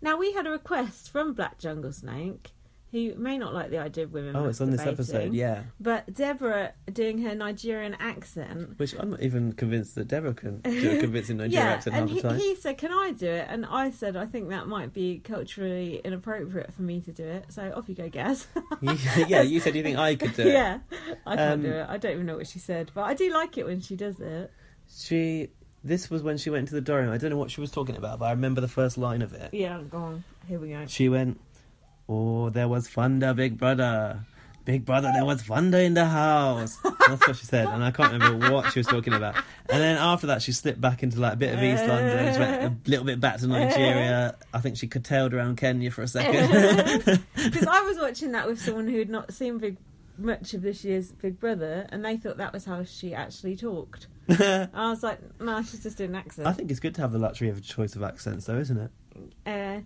[SPEAKER 1] Now we had a request from Black Jungle Snake, who may not like the idea of women.
[SPEAKER 2] Oh, it's on this
[SPEAKER 1] masturbating,
[SPEAKER 2] episode, yeah.
[SPEAKER 1] But Deborah doing her Nigerian accent
[SPEAKER 2] Which I'm not even convinced that Deborah
[SPEAKER 1] [LAUGHS]
[SPEAKER 2] can do a convincing Nigerian accent half
[SPEAKER 1] and
[SPEAKER 2] the
[SPEAKER 1] he,
[SPEAKER 2] time.
[SPEAKER 1] he said, "Can I do it?" And I said, "I think that might be culturally inappropriate for me to do it." So off you go, Gaz.
[SPEAKER 2] yeah, you [LAUGHS] said you think I
[SPEAKER 1] [LAUGHS]
[SPEAKER 2] could do it.
[SPEAKER 1] yeah, I can't
[SPEAKER 2] Um,
[SPEAKER 1] do it. I don't even know what she said, but I do like it when she does it.
[SPEAKER 2] She. This was when she went to the Dorian. I don't know what she was talking about, but I remember the first line of it.
[SPEAKER 1] Yeah, go on. Here we
[SPEAKER 2] [LAUGHS]
[SPEAKER 1] go.
[SPEAKER 2] She went, Oh, there was thunder, Big Brother. Big Brother, there was thunder in the house. That's what she said, and I can't remember what she was talking about. And then after that, she slipped back into like a bit of East London, and she went a little bit back to Nigeria. I think she curtailed around Kenya for a second. [LAUGHS]
[SPEAKER 1] Because I was watching that with someone who had not seen Big much of this year's Big Brother, and they thought that was how she actually talked. I was like, "No, she's just doing an accent."
[SPEAKER 2] I think it's good to have the luxury of a choice of accents, though, isn't it?
[SPEAKER 1] uh,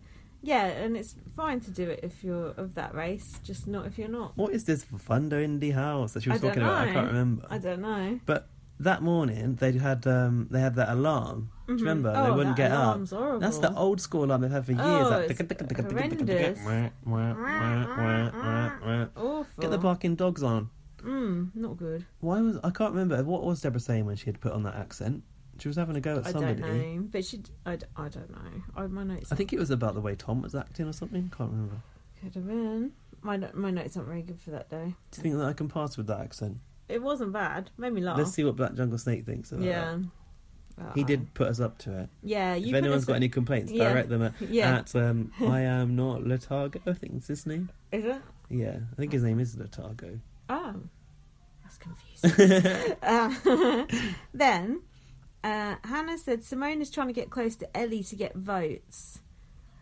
[SPEAKER 1] yeah, and it's fine to do it if you're of that race, just not if you're not.
[SPEAKER 2] What is this thunder in the house that she was
[SPEAKER 1] I
[SPEAKER 2] talking
[SPEAKER 1] don't
[SPEAKER 2] about? I
[SPEAKER 1] know.
[SPEAKER 2] can't remember.
[SPEAKER 1] I don't know.
[SPEAKER 2] But that morning they had um, they had that alarm. Do you remember?
[SPEAKER 1] Oh,
[SPEAKER 2] they wouldn't
[SPEAKER 1] that
[SPEAKER 2] get
[SPEAKER 1] alarm's
[SPEAKER 2] up.
[SPEAKER 1] horrible.
[SPEAKER 2] That's the old school alarm they've had for years.
[SPEAKER 1] Oh,
[SPEAKER 2] like,
[SPEAKER 1] it's
[SPEAKER 2] ticka, ticka, ticka, ticka, ticka,
[SPEAKER 1] horrendous.
[SPEAKER 2] ticka, wah, wah, wah, wah, wah.
[SPEAKER 1] Awful.
[SPEAKER 2] Get the barking dogs on.
[SPEAKER 1] Mm, not good.
[SPEAKER 2] Why was I can't remember what was Deborah saying when she had put on that accent? She was having a go at
[SPEAKER 1] I
[SPEAKER 2] somebody.
[SPEAKER 1] don't know, but she. I, d- I don't know. I, my notes.
[SPEAKER 2] I think it was about the way Tom was acting or something. Can't remember.
[SPEAKER 1] could have been. My no- my notes aren't very good for that day.
[SPEAKER 2] Do you think that I can pass with that accent?
[SPEAKER 1] It wasn't bad. Made me laugh.
[SPEAKER 2] Let's see what Black Jungle Snake thinks about
[SPEAKER 1] yeah.
[SPEAKER 2] that.
[SPEAKER 1] Well,
[SPEAKER 2] He
[SPEAKER 1] I-
[SPEAKER 2] did put us up to it.
[SPEAKER 1] Yeah. You
[SPEAKER 2] if
[SPEAKER 1] put
[SPEAKER 2] anyone's
[SPEAKER 1] us
[SPEAKER 2] got
[SPEAKER 1] in-
[SPEAKER 2] any complaints,
[SPEAKER 1] Yeah.
[SPEAKER 2] direct them at,
[SPEAKER 1] Yeah. [LAUGHS]
[SPEAKER 2] at um, I am not Letargo. I think it's his name.
[SPEAKER 1] Is it?
[SPEAKER 2] Yeah, I think his name is Letargo.
[SPEAKER 1] Oh, that's confusing.
[SPEAKER 2] [LAUGHS]
[SPEAKER 1] uh, [LAUGHS] then uh, Hannah said Simone is trying to get close to Ellie to get votes.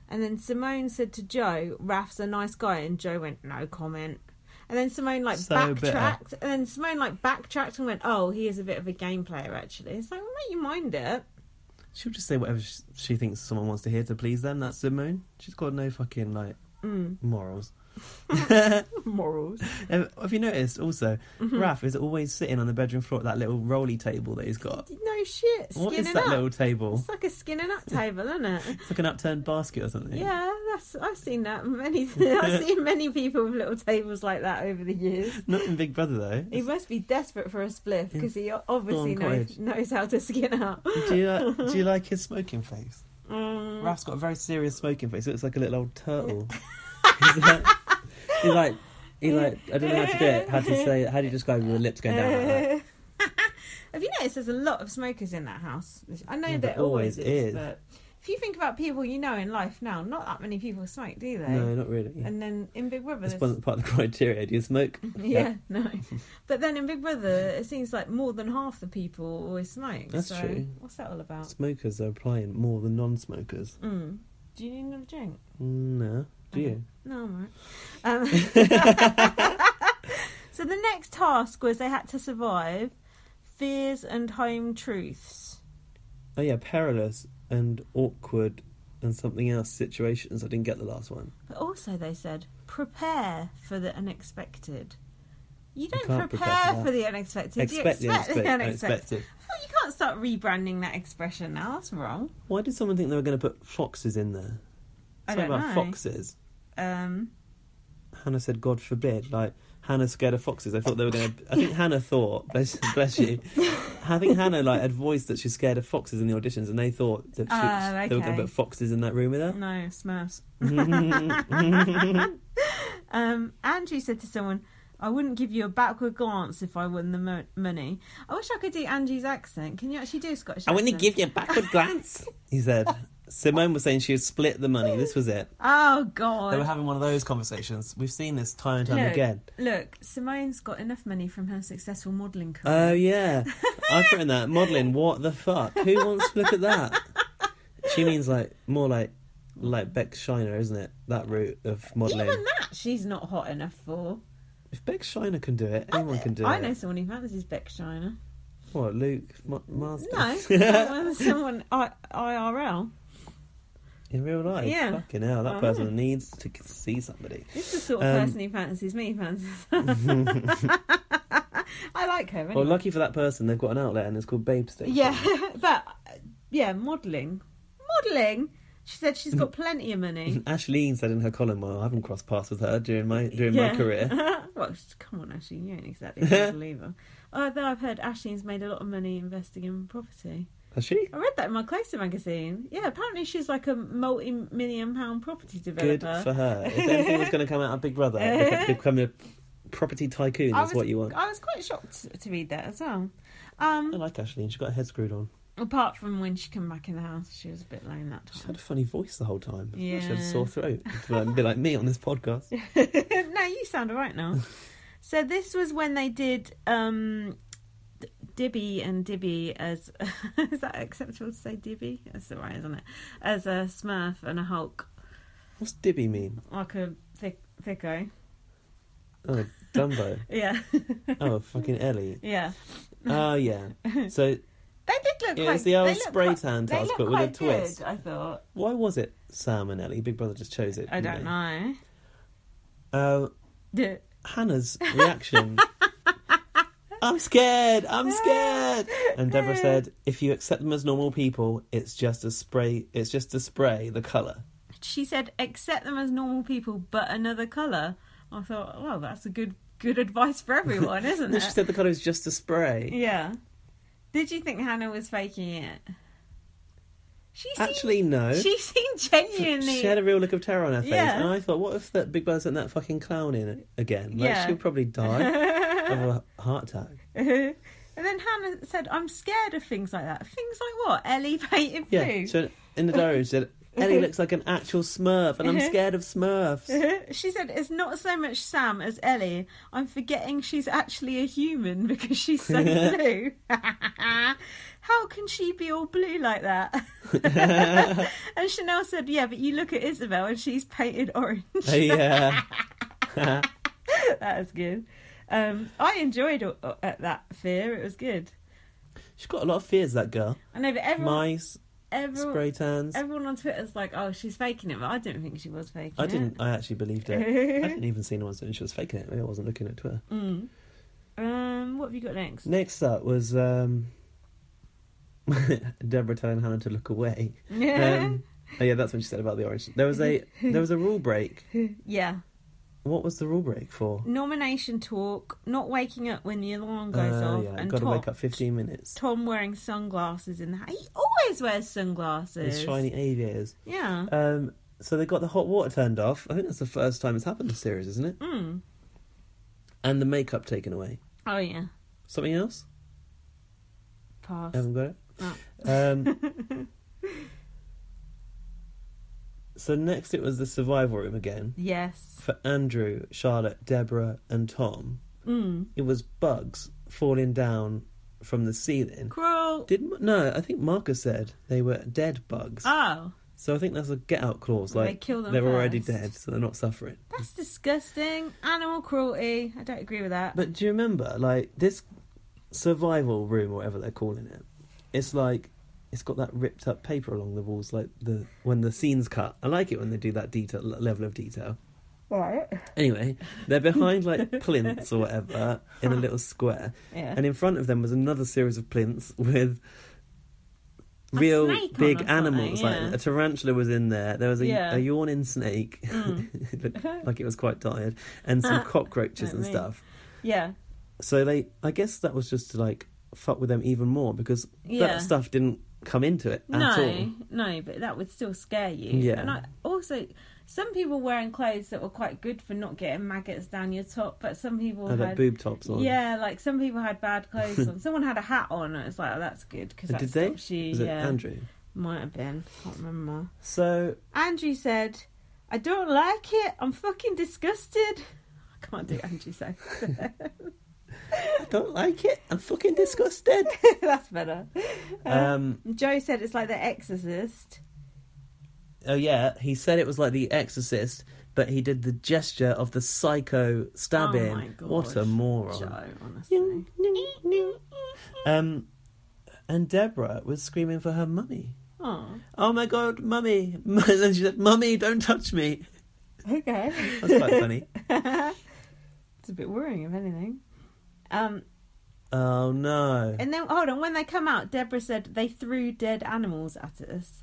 [SPEAKER 1] And then Simone said to Joe, Raf's a nice guy. And Joe went, no comment. And then Simone like
[SPEAKER 2] So
[SPEAKER 1] backtracked. And then Simone like backtracked and went, oh, he is a bit of a game player, actually. It's like, well, make you mind it.
[SPEAKER 2] She'll just say whatever sh- she thinks someone wants to hear to please them. That's Simone. She's got no fucking like [LAUGHS]
[SPEAKER 1] Mm. [LAUGHS]
[SPEAKER 2] morals.
[SPEAKER 1] Morals.
[SPEAKER 2] Have have you noticed also?
[SPEAKER 1] Mm-hmm.
[SPEAKER 2] Raph is always sitting on the bedroom floor at that little rolly table that he's got.
[SPEAKER 1] No shit. Skinning
[SPEAKER 2] what is that
[SPEAKER 1] up.
[SPEAKER 2] little table?
[SPEAKER 1] It's like a skinning
[SPEAKER 2] [LAUGHS]
[SPEAKER 1] up table, isn't it?
[SPEAKER 2] It's like an upturned basket or something.
[SPEAKER 1] Yeah, that's I've seen that many. [LAUGHS]
[SPEAKER 2] [LAUGHS]
[SPEAKER 1] I've seen many people with little tables like that over the years.
[SPEAKER 2] Not in Big Brother though.
[SPEAKER 1] He must be desperate for a spliff because he o- obviously
[SPEAKER 2] Thorn
[SPEAKER 1] knows,
[SPEAKER 2] Cottage.
[SPEAKER 1] knows how to skin
[SPEAKER 2] [LAUGHS]
[SPEAKER 1] up.
[SPEAKER 2] do you like, do you like his smoking face?
[SPEAKER 1] Um,
[SPEAKER 2] Raph's got a very serious smoking face. It looks like a little
[SPEAKER 1] [LAUGHS]
[SPEAKER 2] old turtle. he's like, he's like, he like, I don't know how to do it. How do you say? How do you describe your lips going down? Like
[SPEAKER 1] [LAUGHS]
[SPEAKER 2] that?
[SPEAKER 1] Have you noticed there's a lot of smokers in that house? I know there
[SPEAKER 2] Yeah, there
[SPEAKER 1] always
[SPEAKER 2] always
[SPEAKER 1] is,
[SPEAKER 2] is.
[SPEAKER 1] but if you think about people you know in life now, not that many people smoke, do they?
[SPEAKER 2] No, not really.
[SPEAKER 1] And then in Big Brother,
[SPEAKER 2] That's
[SPEAKER 1] there's-
[SPEAKER 2] part part of the criteria. Do you smoke?
[SPEAKER 1] [LAUGHS] yeah,
[SPEAKER 2] [LAUGHS]
[SPEAKER 1] no. But then in Big Brother, it seems like more than half the people always smoke.
[SPEAKER 2] That's
[SPEAKER 1] so
[SPEAKER 2] true.
[SPEAKER 1] What's that all about?
[SPEAKER 2] Smokers are applying more than non-smokers.
[SPEAKER 1] Mm. Do you need another drink?
[SPEAKER 2] Mm, No, do
[SPEAKER 1] Mm-hmm.
[SPEAKER 2] you?
[SPEAKER 1] No, I'm all [LAUGHS] right. Um, so the next task was they had to survive fears and home truths.
[SPEAKER 2] Oh yeah, perilous and awkward and something else situations. I didn't get the last one.
[SPEAKER 1] But also, they said, prepare for the unexpected. You don't
[SPEAKER 2] can't
[SPEAKER 1] prepare,
[SPEAKER 2] prepare for
[SPEAKER 1] for,
[SPEAKER 2] that.
[SPEAKER 1] the unexpected.
[SPEAKER 2] Expect
[SPEAKER 1] you
[SPEAKER 2] the
[SPEAKER 1] expect [LAUGHS]
[SPEAKER 2] unexpe-
[SPEAKER 1] the unexpected.
[SPEAKER 2] unexpected.
[SPEAKER 1] Well, you can't start rebranding that expression now. That's wrong.
[SPEAKER 2] Why did someone think they were going to put foxes in there?
[SPEAKER 1] I
[SPEAKER 2] Something
[SPEAKER 1] don't
[SPEAKER 2] about
[SPEAKER 1] know.
[SPEAKER 2] foxes.
[SPEAKER 1] Um,
[SPEAKER 2] Hannah said, "God forbid." Like Hannah's scared of foxes. I thought they were going to. I think Hannah thought, bless, bless you. I think Hannah like had voiced that she's scared of foxes in the auditions, and they thought that she,
[SPEAKER 1] Ah,
[SPEAKER 2] they were going
[SPEAKER 1] okay.
[SPEAKER 2] to put foxes in that room with her.
[SPEAKER 1] no, Smurfs.
[SPEAKER 2] Mm-hmm.
[SPEAKER 1] [LAUGHS] um, Andrew said to someone, I wouldn't give you a backward glance if I won the mo- money. I wish I could do Andrew's accent. Can you actually do a Scottish
[SPEAKER 2] I
[SPEAKER 1] accent?
[SPEAKER 2] wouldn't give you a backward glance. He said. Simone was saying she would split the money. This was it.
[SPEAKER 1] Oh,
[SPEAKER 2] They were
[SPEAKER 1] God.
[SPEAKER 2] having one of those conversations. We've seen this time and time
[SPEAKER 1] Look,
[SPEAKER 2] again.
[SPEAKER 1] Look, Simone's got enough money from her successful modelling
[SPEAKER 2] Oh
[SPEAKER 1] career.
[SPEAKER 2] yeah, I've written that modelling. What the fuck? Who wants to look at that? She means like more like like Beck Shiner, isn't it? That route of modelling.
[SPEAKER 1] Even that she's not hot enough for.
[SPEAKER 2] If Beck Shiner can do it, anyone can do
[SPEAKER 1] I
[SPEAKER 2] it.
[SPEAKER 1] know someone who fancies Beck
[SPEAKER 2] [LAUGHS]
[SPEAKER 1] Shiner.
[SPEAKER 2] What, Luke Ma- Marsden? [LAUGHS]
[SPEAKER 1] No, [LAUGHS] someone, someone I, IRL.
[SPEAKER 2] In real life?
[SPEAKER 1] Yeah.
[SPEAKER 2] Fucking hell, that
[SPEAKER 1] I
[SPEAKER 2] person needs to c- see somebody.
[SPEAKER 1] This is the sort of
[SPEAKER 2] Um,
[SPEAKER 1] person who fancies me. Fancies.
[SPEAKER 2] [LAUGHS]
[SPEAKER 1] [LAUGHS] I like her. Anyway.
[SPEAKER 2] Well, lucky for that person, they've got an outlet and it's called Babe Station. [LAUGHS]
[SPEAKER 1] Yeah, [LAUGHS] but uh, yeah, modelling, modelling. She said she's got plenty of
[SPEAKER 2] [LAUGHS]
[SPEAKER 1] money.
[SPEAKER 2] Ashleen said in her column, "Well, I haven't crossed paths with her during my during
[SPEAKER 1] yeah. [LAUGHS]
[SPEAKER 2] my career."
[SPEAKER 1] well, sh- come on, Ashley, you ain't exactly a
[SPEAKER 2] [LAUGHS]
[SPEAKER 1] model either. Although I've heard Ashley's made a lot of money investing in property.
[SPEAKER 2] Has she?
[SPEAKER 1] I read that in my Closer magazine. Yeah, apparently she's like a multi-million pound property
[SPEAKER 2] Good
[SPEAKER 1] developer.
[SPEAKER 2] for her. If anything was going to come out of Big Brother,
[SPEAKER 1] [LAUGHS]
[SPEAKER 2] beca- become a property tycoon
[SPEAKER 1] I
[SPEAKER 2] is
[SPEAKER 1] was,
[SPEAKER 2] what you want.
[SPEAKER 1] I was quite shocked to read that as well. Um,
[SPEAKER 2] I like Ashleen. She got her head screwed on.
[SPEAKER 1] Apart from when she came back in the house, she was a bit lame that
[SPEAKER 2] She
[SPEAKER 1] time.
[SPEAKER 2] had a funny voice the whole time.
[SPEAKER 1] Yeah.
[SPEAKER 2] She had a sore throat. She'd like- be like me on this podcast.
[SPEAKER 1] [LAUGHS] no, you sound all right
[SPEAKER 2] [LAUGHS]
[SPEAKER 1] now. so this was when they did um, D- Dibby and Dibby as [LAUGHS] is that acceptable to say Dibby? That's all right, isn't it? As a Smurf and a Hulk,
[SPEAKER 2] What's Dibby mean?
[SPEAKER 1] like a thick thicko.
[SPEAKER 2] Oh, Dumbo.
[SPEAKER 1] Yeah, [LAUGHS]
[SPEAKER 2] oh, fucking Ellie.
[SPEAKER 1] yeah.
[SPEAKER 2] Oh yeah. So
[SPEAKER 1] They did look.
[SPEAKER 2] Yeah,
[SPEAKER 1] quite,
[SPEAKER 2] it's the old
[SPEAKER 1] they look
[SPEAKER 2] spray
[SPEAKER 1] quite-
[SPEAKER 2] tan
[SPEAKER 1] they
[SPEAKER 2] task,
[SPEAKER 1] look
[SPEAKER 2] but with a
[SPEAKER 1] quite good,
[SPEAKER 2] twist.
[SPEAKER 1] I thought.
[SPEAKER 2] why was it Sam and Ellie? Big Brother just chose it.
[SPEAKER 1] I don't
[SPEAKER 2] didn't
[SPEAKER 1] know.
[SPEAKER 2] they? Uh,
[SPEAKER 1] D-
[SPEAKER 2] Hannah's
[SPEAKER 1] [LAUGHS]
[SPEAKER 2] reaction. I'm scared. I'm scared. And Deborah said, "If you accept them as normal people, it's just a spray. It's just a spray. The color.
[SPEAKER 1] She said, "Accept them as normal people, but another color." I thought, well, that's a good good advice for everyone, isn't
[SPEAKER 2] [LAUGHS] And then
[SPEAKER 1] it?
[SPEAKER 2] she said the color is just a spray.
[SPEAKER 1] Yeah. Did you think Hannah was faking it? She seemed,
[SPEAKER 2] Actually, Uh, no.
[SPEAKER 1] she seemed
[SPEAKER 2] She
[SPEAKER 1] genuinely.
[SPEAKER 2] had a real look of terror on her face,
[SPEAKER 1] Yeah.
[SPEAKER 2] and I thought, what if that Big Brother sent that fucking clown in again? Like,
[SPEAKER 1] Yeah.
[SPEAKER 2] she'll probably die of a heart attack.
[SPEAKER 1] [LAUGHS] and then Hannah said, "I'm scared of things like that. Things like what? Elevated
[SPEAKER 2] Yeah.
[SPEAKER 1] food." [LAUGHS]
[SPEAKER 2] So in the diary, she said, Ellie looks like an actual Smurf, and I'm scared of
[SPEAKER 1] Uh-huh.
[SPEAKER 2] Smurfs.
[SPEAKER 1] she said, "It's not so much Sam as Ellie. I'm forgetting she's actually a human [LAUGHS] because she's
[SPEAKER 2] [LAUGHS]
[SPEAKER 1] so blue. [LAUGHS] How can she be all blue like that?"
[SPEAKER 2] [LAUGHS]
[SPEAKER 1] [LAUGHS] and Chanel said, "Yeah, but you look at Isabel and she's painted orange."
[SPEAKER 2] [LAUGHS] yeah. [LAUGHS]
[SPEAKER 1] that was good. Um, I enjoyed all, uh, that fear. It was good.
[SPEAKER 2] She's got a lot of fears, that girl.
[SPEAKER 1] I know, but everyone,
[SPEAKER 2] Mice,
[SPEAKER 1] everyone,
[SPEAKER 2] spray tans.
[SPEAKER 1] everyone on Twitter's like, "Oh, she's faking it," but I didn't think she was faking
[SPEAKER 2] I
[SPEAKER 1] it.
[SPEAKER 2] didn't. I actually believed it. I didn't even see no one saying she was faking it. Maybe I wasn't looking at Twitter.
[SPEAKER 1] Mm. Um, what have you got next?
[SPEAKER 2] Next up was um, [LAUGHS] Deborah telling Hannah to look away.
[SPEAKER 1] [LAUGHS]
[SPEAKER 2] Um, oh yeah, that's what she said about the orange. There was a there was a rule break.
[SPEAKER 1] yeah.
[SPEAKER 2] What was the rule break for?
[SPEAKER 1] Nomination talk, not waking up when the alarm goes
[SPEAKER 2] Uh,
[SPEAKER 1] off,
[SPEAKER 2] yeah,
[SPEAKER 1] and
[SPEAKER 2] got to
[SPEAKER 1] Tom,
[SPEAKER 2] wake up 15 minutes.
[SPEAKER 1] Tom wearing sunglasses in the house. He always wears sunglasses.
[SPEAKER 2] It's shiny aviators.
[SPEAKER 1] Yeah.
[SPEAKER 2] Um, so they got the hot water turned off. I think that's the first time it's happened this series, isn't it?
[SPEAKER 1] Mm.
[SPEAKER 2] And the makeup taken away.
[SPEAKER 1] Oh yeah.
[SPEAKER 2] Something else?
[SPEAKER 1] Pass.
[SPEAKER 2] I haven't got it.
[SPEAKER 1] Oh.
[SPEAKER 2] Um,
[SPEAKER 1] [LAUGHS]
[SPEAKER 2] so next it was the survival room again
[SPEAKER 1] yes.
[SPEAKER 2] for Andrew, Charlotte, Deborah, and Tom.
[SPEAKER 1] Mm.
[SPEAKER 2] It was bugs falling down from the ceiling.
[SPEAKER 1] Crawl.
[SPEAKER 2] Did Ma- no? I think Marcus said they were dead bugs.
[SPEAKER 1] Oh,
[SPEAKER 2] So I think that's a get out clause.
[SPEAKER 1] Well,
[SPEAKER 2] Like
[SPEAKER 1] they kill them
[SPEAKER 2] are already
[SPEAKER 1] first.
[SPEAKER 2] dead, so they're not suffering.
[SPEAKER 1] that's disgusting. Animal cruelty. I don't agree with that.
[SPEAKER 2] But do you remember, like this survival room or whatever they're calling it? It's like it's got that ripped up paper along the walls, like the when the scenes cut. I like it when they do that detail level of detail.
[SPEAKER 1] Right.
[SPEAKER 2] Anyway,
[SPEAKER 1] [LAUGHS]
[SPEAKER 2] they're behind like plinths or whatever in a little square,
[SPEAKER 1] Yeah.
[SPEAKER 2] and in front of them was another series of plinths with
[SPEAKER 1] A
[SPEAKER 2] real
[SPEAKER 1] snake on
[SPEAKER 2] big
[SPEAKER 1] or something,
[SPEAKER 2] animals.
[SPEAKER 1] yeah.
[SPEAKER 2] Like a tarantula was in there. There was a,
[SPEAKER 1] Yeah.
[SPEAKER 2] a yawning snake,
[SPEAKER 1] Mm.
[SPEAKER 2] [LAUGHS] It looked like it was quite tired, and
[SPEAKER 1] [LAUGHS]
[SPEAKER 2] some cockroaches
[SPEAKER 1] Like
[SPEAKER 2] and
[SPEAKER 1] me.
[SPEAKER 2] stuff.
[SPEAKER 1] yeah.
[SPEAKER 2] So they, I guess that was just to like fuck with them even more because
[SPEAKER 1] Yeah.
[SPEAKER 2] that stuff didn't come into it
[SPEAKER 1] No,
[SPEAKER 2] at all.
[SPEAKER 1] no, but that would still scare you.
[SPEAKER 2] Yeah.
[SPEAKER 1] And I, also, some people wearing clothes that were quite good for not getting maggots down your top, but some people
[SPEAKER 2] Had like
[SPEAKER 1] had.
[SPEAKER 2] Uh, boob tops on.
[SPEAKER 1] Yeah, like some people had
[SPEAKER 2] [LAUGHS]
[SPEAKER 1] bad clothes on. Someone had a hat on, and it's like, oh, that's good because
[SPEAKER 2] Did
[SPEAKER 1] that
[SPEAKER 2] they?
[SPEAKER 1] stops you.
[SPEAKER 2] Was it
[SPEAKER 1] yeah,
[SPEAKER 2] Andrew?
[SPEAKER 1] might have been. Can't remember.
[SPEAKER 2] So
[SPEAKER 1] Andrew said, "I don't like it. I'm fucking disgusted." [LAUGHS] I can't do Andrew so. [LAUGHS]
[SPEAKER 2] I don't like it. I'm fucking
[SPEAKER 1] [LAUGHS]
[SPEAKER 2] disgusted.
[SPEAKER 1] that's better.
[SPEAKER 2] um.
[SPEAKER 1] Joe said it's like The Exorcist.
[SPEAKER 2] Oh yeah. He said it was like The Exorcist, but he did the gesture of the psycho stabbing.
[SPEAKER 1] Oh my God.
[SPEAKER 2] What a moron.
[SPEAKER 1] Joe, honestly.
[SPEAKER 2] um. And Deborah was screaming for her mummy.
[SPEAKER 1] Oh,
[SPEAKER 2] Oh my god, mummy! [LAUGHS] And then she said, "Mummy, don't touch me."
[SPEAKER 1] okay.
[SPEAKER 2] That's quite funny.
[SPEAKER 1] [LAUGHS] It's a bit worrying, if anything. Um,
[SPEAKER 2] Oh no.
[SPEAKER 1] and then hold on, when they come out, Deborah said they threw dead animals at us.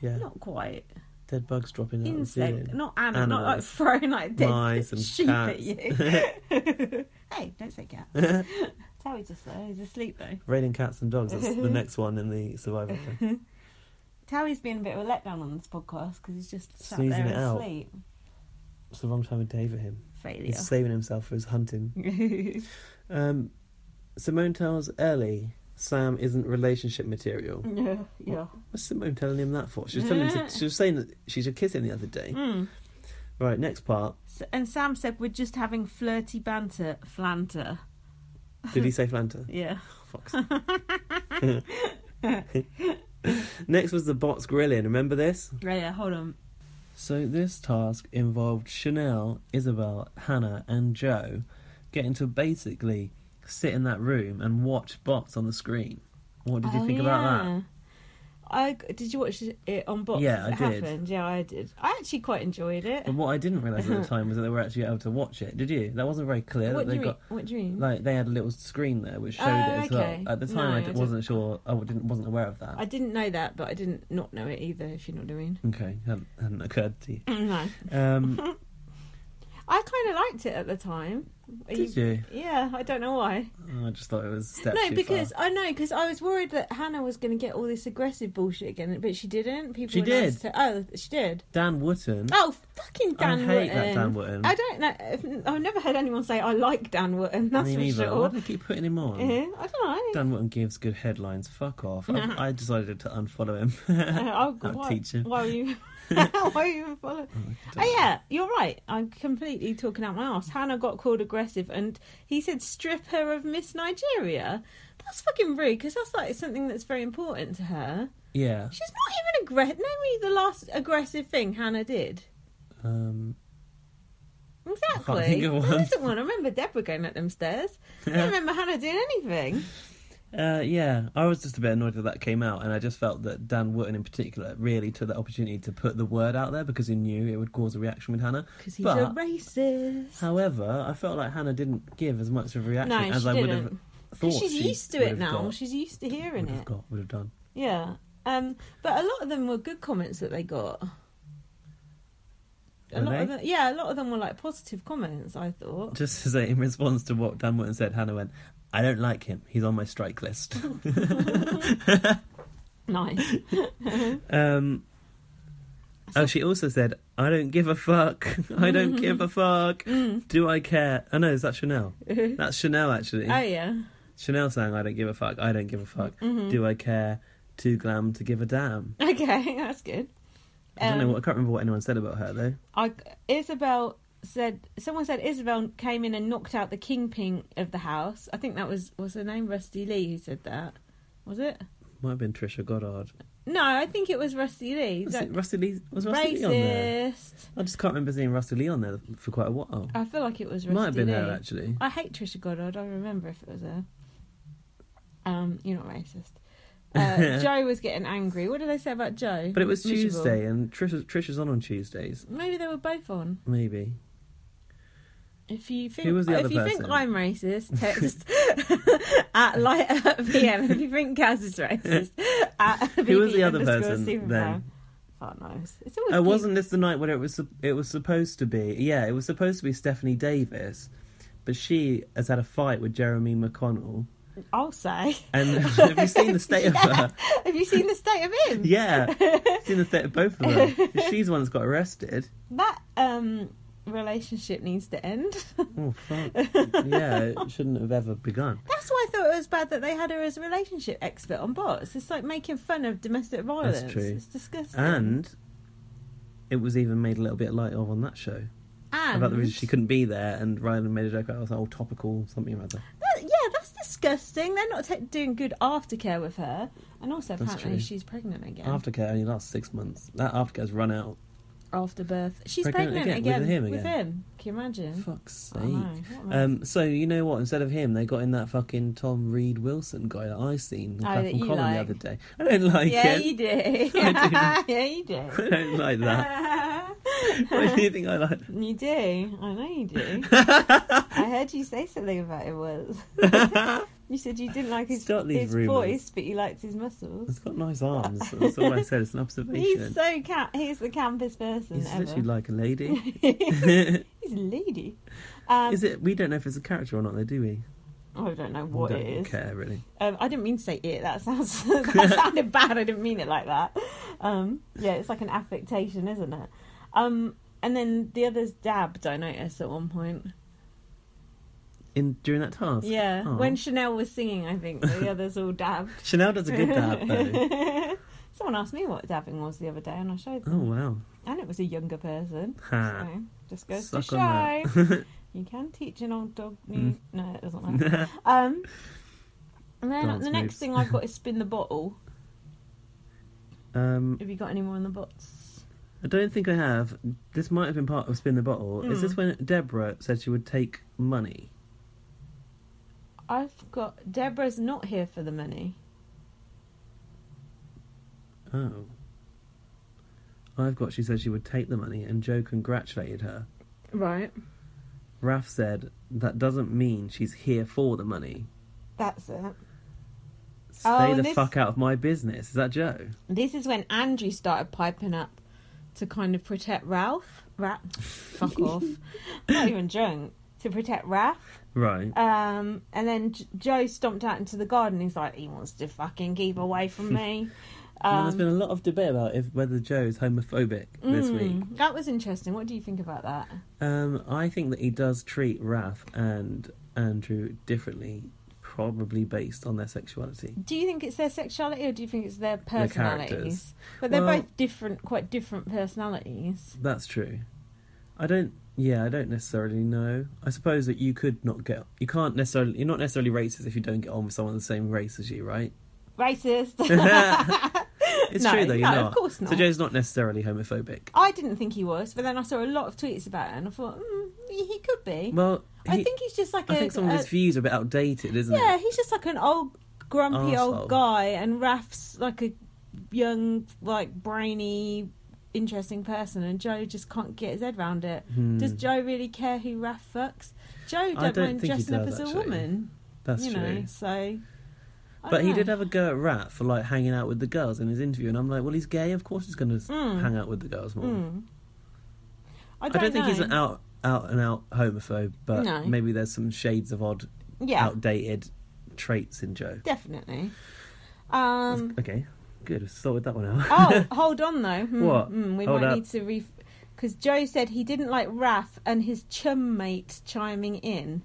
[SPEAKER 2] Yeah.
[SPEAKER 1] Not quite
[SPEAKER 2] Dead bugs dropping out of the
[SPEAKER 1] insect,
[SPEAKER 2] ceiling.
[SPEAKER 1] not animal, not like
[SPEAKER 2] Animals.
[SPEAKER 1] throwing like dead
[SPEAKER 2] Mice and
[SPEAKER 1] sheep at
[SPEAKER 2] cats. [LAUGHS]
[SPEAKER 1] you. hey, don't say cat. That's how he just though. He's asleep though.
[SPEAKER 2] Raining cats and dogs.
[SPEAKER 1] [LAUGHS]
[SPEAKER 2] That's the next one in the survival thing.
[SPEAKER 1] Towie's been a bit of a letdown on this podcast because he's just sat
[SPEAKER 2] Snoozing
[SPEAKER 1] there
[SPEAKER 2] it
[SPEAKER 1] and
[SPEAKER 2] out.
[SPEAKER 1] asleep.
[SPEAKER 2] It's the wrong time of day for him.
[SPEAKER 1] Failure.
[SPEAKER 2] He's saving himself for his hunting.
[SPEAKER 1] [LAUGHS]
[SPEAKER 2] Um, Simone tells Ellie Sam isn't relationship material.
[SPEAKER 1] yeah, yeah.
[SPEAKER 2] What's Simone telling him that for? She was telling him to, she was saying that she should kiss him the other day.
[SPEAKER 1] Mm.
[SPEAKER 2] Right, next part.
[SPEAKER 1] S and Sam said we're just having flirty banter, flanter. [LAUGHS]
[SPEAKER 2] Did he say Oh, Flanta?
[SPEAKER 1] Yeah. [LAUGHS]
[SPEAKER 2] Fox. [LAUGHS] next was the bots grilling. Remember this?
[SPEAKER 1] Yeah, yeah, hold on.
[SPEAKER 2] So this task involved Chanel, Isabel, Hannah, and Joe getting to basically sit in that room and watch bots on the screen. What did you
[SPEAKER 1] Oh,
[SPEAKER 2] think about that?
[SPEAKER 1] yeah. I did you watch it on box?
[SPEAKER 2] Yeah,
[SPEAKER 1] as
[SPEAKER 2] I
[SPEAKER 1] it
[SPEAKER 2] did.
[SPEAKER 1] Happened? Yeah, I did. I actually quite enjoyed it.
[SPEAKER 4] But what I didn't realise at the
[SPEAKER 1] [LAUGHS]
[SPEAKER 4] time was that they were actually able to watch it. Did you? That wasn't very clear. that
[SPEAKER 1] what, do
[SPEAKER 4] they
[SPEAKER 1] you mean?
[SPEAKER 4] got
[SPEAKER 1] what do you mean?
[SPEAKER 4] like they had a little screen there which showed
[SPEAKER 1] Oh,
[SPEAKER 4] it as
[SPEAKER 1] okay.
[SPEAKER 4] well. At the
[SPEAKER 1] No,
[SPEAKER 4] time, I
[SPEAKER 1] I
[SPEAKER 4] d-
[SPEAKER 1] didn't-
[SPEAKER 4] wasn't sure. I didn't wasn't aware of that.
[SPEAKER 1] I didn't know that, but I didn't not know it either. If you know what I mean. [CLEARS THROAT]
[SPEAKER 2] Okay, hadn't, hadn't occurred to you.
[SPEAKER 1] no, [LAUGHS]
[SPEAKER 2] Um,
[SPEAKER 1] I kind of liked it at the time. Are
[SPEAKER 2] did you?
[SPEAKER 1] Yeah, I don't know why.
[SPEAKER 4] Oh, I just thought it was a step
[SPEAKER 1] no,
[SPEAKER 4] too
[SPEAKER 1] because
[SPEAKER 4] far.
[SPEAKER 1] I know because I was worried that Hannah was going to get all this aggressive bullshit again, but she didn't. People
[SPEAKER 2] She
[SPEAKER 1] were nice
[SPEAKER 2] did.
[SPEAKER 1] to- oh, she did.
[SPEAKER 2] Dan Wooten.
[SPEAKER 1] Oh, fucking Dan
[SPEAKER 2] I hate that
[SPEAKER 1] Whitten.
[SPEAKER 2] Dan Wooten.
[SPEAKER 1] I don't know. I've never heard anyone say I like Dan Wooten. That's
[SPEAKER 2] Me
[SPEAKER 1] for
[SPEAKER 2] neither. Why
[SPEAKER 1] sure. Eh?
[SPEAKER 2] do they keep putting him on?
[SPEAKER 1] Yeah, I don't know.
[SPEAKER 2] Dan Wooten gives good headlines. Fuck off. I,
[SPEAKER 1] [LAUGHS]
[SPEAKER 2] I decided to unfollow him. [LAUGHS]
[SPEAKER 1] Uh, oh,
[SPEAKER 2] I'll
[SPEAKER 1] why,
[SPEAKER 2] teach him.
[SPEAKER 1] Why are
[SPEAKER 2] [LAUGHS]
[SPEAKER 1] you? [LAUGHS] why are you even following? Oh yeah, you're right. I'm completely talking out my ass. Hannah got called aggressive, and he said strip her of Miss Nigeria. That's fucking rude because that's like something that's very important to her.
[SPEAKER 2] Yeah.
[SPEAKER 1] She's not even aggressive. Name me the last aggressive thing Hannah did.
[SPEAKER 2] Um, [LAUGHS]
[SPEAKER 1] Exactly.
[SPEAKER 2] think of
[SPEAKER 1] There
[SPEAKER 2] one.
[SPEAKER 1] isn't one. I remember Deborah going up them stairs. I don't remember Hannah doing anything.
[SPEAKER 2] Uh, yeah, I was just a bit annoyed that that came out, and I just felt that Dan Wooten in particular really took that opportunity to put the word out there because he knew it would cause a reaction with Hannah.
[SPEAKER 1] Because he's
[SPEAKER 2] But-
[SPEAKER 1] a racist.
[SPEAKER 2] However, I felt like Hannah didn't give as much of a reaction
[SPEAKER 1] no, she
[SPEAKER 2] as I would have
[SPEAKER 1] didn't. 'Cause
[SPEAKER 2] thought.
[SPEAKER 1] she's
[SPEAKER 2] she
[SPEAKER 1] used to
[SPEAKER 2] would
[SPEAKER 1] it
[SPEAKER 2] have
[SPEAKER 1] now.
[SPEAKER 2] got-
[SPEAKER 1] She's used to hearing
[SPEAKER 2] would have
[SPEAKER 1] it.
[SPEAKER 2] got, would have done.
[SPEAKER 1] Yeah. Um, but a lot of them were good comments that they got. A
[SPEAKER 2] Were
[SPEAKER 1] lot of
[SPEAKER 2] they?
[SPEAKER 1] them, yeah, a lot of them were like positive comments. I thought.
[SPEAKER 2] Just to say, in response to what Dan Wooten said, Hannah went, "I don't like him. He's on my strike list."
[SPEAKER 1] [LAUGHS]
[SPEAKER 2] [LAUGHS]
[SPEAKER 1] Nice.
[SPEAKER 2] Um, oh, she also said, "I don't give a fuck. [LAUGHS] I don't give a fuck.
[SPEAKER 1] Mm.
[SPEAKER 2] Do I care?" Oh no, is that Chanel? That's Chanel actually.
[SPEAKER 1] Oh yeah. Mm-hmm.
[SPEAKER 2] Chanel sang, "I don't give a fuck. I don't give a fuck. Do I care? Too glam to give a damn."
[SPEAKER 1] [LAUGHS] Okay, that's good.
[SPEAKER 2] I don't know.
[SPEAKER 1] Um,
[SPEAKER 2] What, I can't remember what anyone said about her though.
[SPEAKER 1] I, Isabel said someone said Isabel came in and knocked out the kingpin of the house. I think that was was her name Rusty Lee who said that. Was it?
[SPEAKER 2] Might have been Trisha Goddard.
[SPEAKER 1] No, I think it was Rusty Lee.
[SPEAKER 2] Was
[SPEAKER 1] That-
[SPEAKER 2] it Rusty Lee? Was Rusty Lee on there?
[SPEAKER 1] racist.
[SPEAKER 2] I just can't remember seeing Rusty Lee on there for quite a while.
[SPEAKER 1] I feel like it was Rusty
[SPEAKER 2] Might have been
[SPEAKER 1] Lee.
[SPEAKER 2] her actually.
[SPEAKER 1] I hate Trisha Goddard. I remember if it was her. Um, you're not racist.
[SPEAKER 2] [LAUGHS]
[SPEAKER 1] Uh, Joe was getting angry. What did they say about Joe?
[SPEAKER 2] But it was
[SPEAKER 1] Miserable.
[SPEAKER 2] Tuesday, and Trisha, Trisha's on on Tuesdays.
[SPEAKER 1] Maybe they were both on.
[SPEAKER 2] Maybe.
[SPEAKER 1] If you think
[SPEAKER 2] Who was the
[SPEAKER 1] if
[SPEAKER 2] other
[SPEAKER 1] you think
[SPEAKER 2] person?
[SPEAKER 1] I'm
[SPEAKER 2] [LAUGHS]
[SPEAKER 1] racist, text [LAUGHS] at light at PM. If you think Kaz is racist, at
[SPEAKER 2] [LAUGHS] Who was
[SPEAKER 1] VP
[SPEAKER 2] the other
[SPEAKER 1] underscore
[SPEAKER 2] person
[SPEAKER 1] superpower.
[SPEAKER 2] then?
[SPEAKER 1] Oh, nice. It's always
[SPEAKER 2] Oh,
[SPEAKER 1] people-
[SPEAKER 2] wasn't this the night where it was sup- it was supposed to be? Yeah, it was supposed to be Stephanie Davis, but she has had a fight with Jeremy McConnell.
[SPEAKER 1] I'll say.
[SPEAKER 2] And [LAUGHS] have you
[SPEAKER 1] [LAUGHS]
[SPEAKER 2] seen the state of her?
[SPEAKER 1] Have you seen the state of him?
[SPEAKER 2] Yeah, seen the state of both
[SPEAKER 1] [LAUGHS]
[SPEAKER 2] of them. She's the one that's got arrested.
[SPEAKER 1] That um relationship needs to end. [LAUGHS]
[SPEAKER 2] Oh fuck! Yeah, it shouldn't have ever begun.
[SPEAKER 1] That's why I thought it was bad that they had her as a relationship expert on bots. It's like making fun of domestic violence.
[SPEAKER 2] true.
[SPEAKER 1] It's disgusting.
[SPEAKER 2] And it was even made a little bit light of on that show
[SPEAKER 1] And-
[SPEAKER 2] about the reason she couldn't be there, and Ryland made a joke about it was all topical something or other.
[SPEAKER 1] That- yeah, that's disgusting. They're not t- doing good aftercare with her. And also,
[SPEAKER 2] That's
[SPEAKER 1] apparently,
[SPEAKER 2] true.
[SPEAKER 1] she's pregnant again.
[SPEAKER 2] Aftercare only lasts six months. That aftercare's run out.
[SPEAKER 1] After birth. She's
[SPEAKER 2] Pregnant
[SPEAKER 1] pregnant, again,
[SPEAKER 2] again, with him
[SPEAKER 1] With
[SPEAKER 2] again.
[SPEAKER 1] him. Can you imagine?
[SPEAKER 2] Fuck's sake.
[SPEAKER 1] I know, what a
[SPEAKER 2] Um, [LAUGHS] so you know what? Instead of him, they got in that fucking Tom Reed Wilson guy that I seen in
[SPEAKER 1] Oh, that
[SPEAKER 2] Clapham
[SPEAKER 1] you
[SPEAKER 2] Common
[SPEAKER 1] like.
[SPEAKER 2] the other day. I don't like
[SPEAKER 1] yeah,
[SPEAKER 2] it.
[SPEAKER 1] you [LAUGHS] do.
[SPEAKER 2] [LAUGHS] I
[SPEAKER 1] yeah, you do.
[SPEAKER 2] I don't like that.
[SPEAKER 1] [LAUGHS]
[SPEAKER 2] [LAUGHS] what do you think I like?
[SPEAKER 1] you do. I know you
[SPEAKER 2] [LAUGHS]
[SPEAKER 1] do. I heard you say something about it once.
[SPEAKER 2] [LAUGHS]
[SPEAKER 1] you said you didn't like his,
[SPEAKER 2] Stop these
[SPEAKER 1] his
[SPEAKER 2] rumours.
[SPEAKER 1] voice, but you liked his muscles.
[SPEAKER 2] It's got
[SPEAKER 1] [LAUGHS]
[SPEAKER 2] nice arms. That's all I said. It's an
[SPEAKER 1] He's
[SPEAKER 2] observation.
[SPEAKER 1] so ca- he's the campest person
[SPEAKER 2] He's
[SPEAKER 1] ever.
[SPEAKER 2] literally like a lady.
[SPEAKER 1] [LAUGHS]
[SPEAKER 2] [LAUGHS]
[SPEAKER 1] he's a lady. Um,
[SPEAKER 2] Is it? We don't know if it's a character or not, though, do we?
[SPEAKER 1] I don't know what
[SPEAKER 2] we
[SPEAKER 1] it
[SPEAKER 2] don't
[SPEAKER 1] is.
[SPEAKER 2] care really.
[SPEAKER 1] Um, I didn't mean to say it. That sounds [LAUGHS]
[SPEAKER 2] [LAUGHS]
[SPEAKER 1] that sounded bad. I didn't mean it like that. Um, yeah, it's like an affectation, isn't it? Um, and then the others dabbed. I noticed at one point.
[SPEAKER 2] In during that task.
[SPEAKER 1] Yeah,
[SPEAKER 2] Aw.
[SPEAKER 1] when Chanel was singing, I think
[SPEAKER 2] [LAUGHS]
[SPEAKER 1] the others all dabbed.
[SPEAKER 2] Oh. Chanel does a good dab though.
[SPEAKER 1] [LAUGHS] Someone asked me what dabbing was the other day, and I showed
[SPEAKER 2] Oh
[SPEAKER 1] them,
[SPEAKER 2] wow.
[SPEAKER 1] and it was a younger person.
[SPEAKER 2] Ha.
[SPEAKER 1] So just goes to
[SPEAKER 2] Suck on Mm.
[SPEAKER 1] show.
[SPEAKER 2] [LAUGHS]
[SPEAKER 1] you can teach an old dog new. No, it doesn't matter. um, and then
[SPEAKER 2] Dance
[SPEAKER 1] the next
[SPEAKER 2] moves.
[SPEAKER 1] thing I've
[SPEAKER 2] [LAUGHS]
[SPEAKER 1] got is spin the bottle.
[SPEAKER 2] [LAUGHS] Um,
[SPEAKER 1] Have you got any more in the bots?
[SPEAKER 2] I don't think I have. This might have been part of Spin the Bottle. Is
[SPEAKER 1] Hmm.
[SPEAKER 2] this when Deborah said she would take money?
[SPEAKER 1] I've got Deborah's not here for the money.
[SPEAKER 2] Oh. I've got, she said she would take the money, and Joe congratulated her.
[SPEAKER 1] Right.
[SPEAKER 2] Raf said, that doesn't mean she's here for the money.
[SPEAKER 1] That's it.
[SPEAKER 2] Stay
[SPEAKER 1] Oh,
[SPEAKER 2] the
[SPEAKER 1] this-
[SPEAKER 2] fuck out of my business. Is that Joe?
[SPEAKER 1] This is when Andrew started piping up to kind of protect Ralph. Ra- fuck off. I'm not even drunk. To protect Ralph.
[SPEAKER 2] Right.
[SPEAKER 1] Um, and then J- Joe stomped out into the garden. He's like, he wants to fucking keep away from
[SPEAKER 2] [LAUGHS]
[SPEAKER 1] me.
[SPEAKER 2] Now, there's
[SPEAKER 1] Um,
[SPEAKER 2] been a lot of debate about if whether Joe is homophobic this week.
[SPEAKER 1] mm, that was interesting. What do you think about that?
[SPEAKER 2] Um, I think that he does treat Raf and Andrew differently, probably based on their sexuality.
[SPEAKER 1] Do you think it's their sexuality or do you think it's their personalities?
[SPEAKER 2] characters.
[SPEAKER 1] but they're
[SPEAKER 2] Well-
[SPEAKER 1] both different, quite different personalities.
[SPEAKER 2] That's true. I don't. Yeah, I don't necessarily know. I suppose that you could not get. You can't necessarily. You're not necessarily racist if you don't get on with someone the same race as you,
[SPEAKER 1] [LAUGHS]
[SPEAKER 2] right?
[SPEAKER 1] Racist.
[SPEAKER 2] [LAUGHS]
[SPEAKER 1] [LAUGHS]
[SPEAKER 2] It's
[SPEAKER 1] No,
[SPEAKER 2] true though. You're
[SPEAKER 1] no, of
[SPEAKER 2] not.
[SPEAKER 1] course not.
[SPEAKER 2] So Joe's not necessarily homophobic.
[SPEAKER 1] I didn't think he was, but then I saw a lot of tweets about it, and I thought mm, he he could be.
[SPEAKER 2] Well,
[SPEAKER 1] I
[SPEAKER 2] he-
[SPEAKER 1] think he's just like a
[SPEAKER 2] I think some of
[SPEAKER 1] a-
[SPEAKER 2] his views are a bit outdated, isn't
[SPEAKER 1] yeah,
[SPEAKER 2] it?
[SPEAKER 1] he's just like an old grumpy
[SPEAKER 2] Arsehole.
[SPEAKER 1] old guy, and Raf's like a young, like brainy, interesting person, and Joe just can't get his head round it.
[SPEAKER 2] Hmm.
[SPEAKER 1] Does Joe really care who Raf fucks? Joe don't,
[SPEAKER 2] don't
[SPEAKER 1] mind
[SPEAKER 2] think he
[SPEAKER 1] dressing up as
[SPEAKER 2] does,
[SPEAKER 1] a
[SPEAKER 2] actually.
[SPEAKER 1] woman,
[SPEAKER 2] That's
[SPEAKER 1] you
[SPEAKER 2] true.
[SPEAKER 1] know. So, I
[SPEAKER 2] But
[SPEAKER 1] don't
[SPEAKER 2] he
[SPEAKER 1] know.
[SPEAKER 2] did have a go at Rat for like hanging out with the girls in his interview, and I'm like, well, he's gay. Of course, he's going to
[SPEAKER 1] Mm.
[SPEAKER 2] hang out with the girls more.
[SPEAKER 1] Mm. I
[SPEAKER 2] I
[SPEAKER 1] don't,
[SPEAKER 2] don't, think he's
[SPEAKER 1] know.
[SPEAKER 2] an out out and out homophobe, but
[SPEAKER 1] No.
[SPEAKER 2] maybe there's some shades of odd,
[SPEAKER 1] Yeah,
[SPEAKER 2] outdated traits in Joe.
[SPEAKER 1] definitely. Um,
[SPEAKER 2] okay, good. We've sorted that one out. [LAUGHS]
[SPEAKER 1] oh, hold on though. Hmm,
[SPEAKER 2] What?
[SPEAKER 1] hmm, we
[SPEAKER 2] Hold
[SPEAKER 1] might
[SPEAKER 2] up.
[SPEAKER 1] need to re. Because Joe said he didn't like Raf and his chum mate chiming in.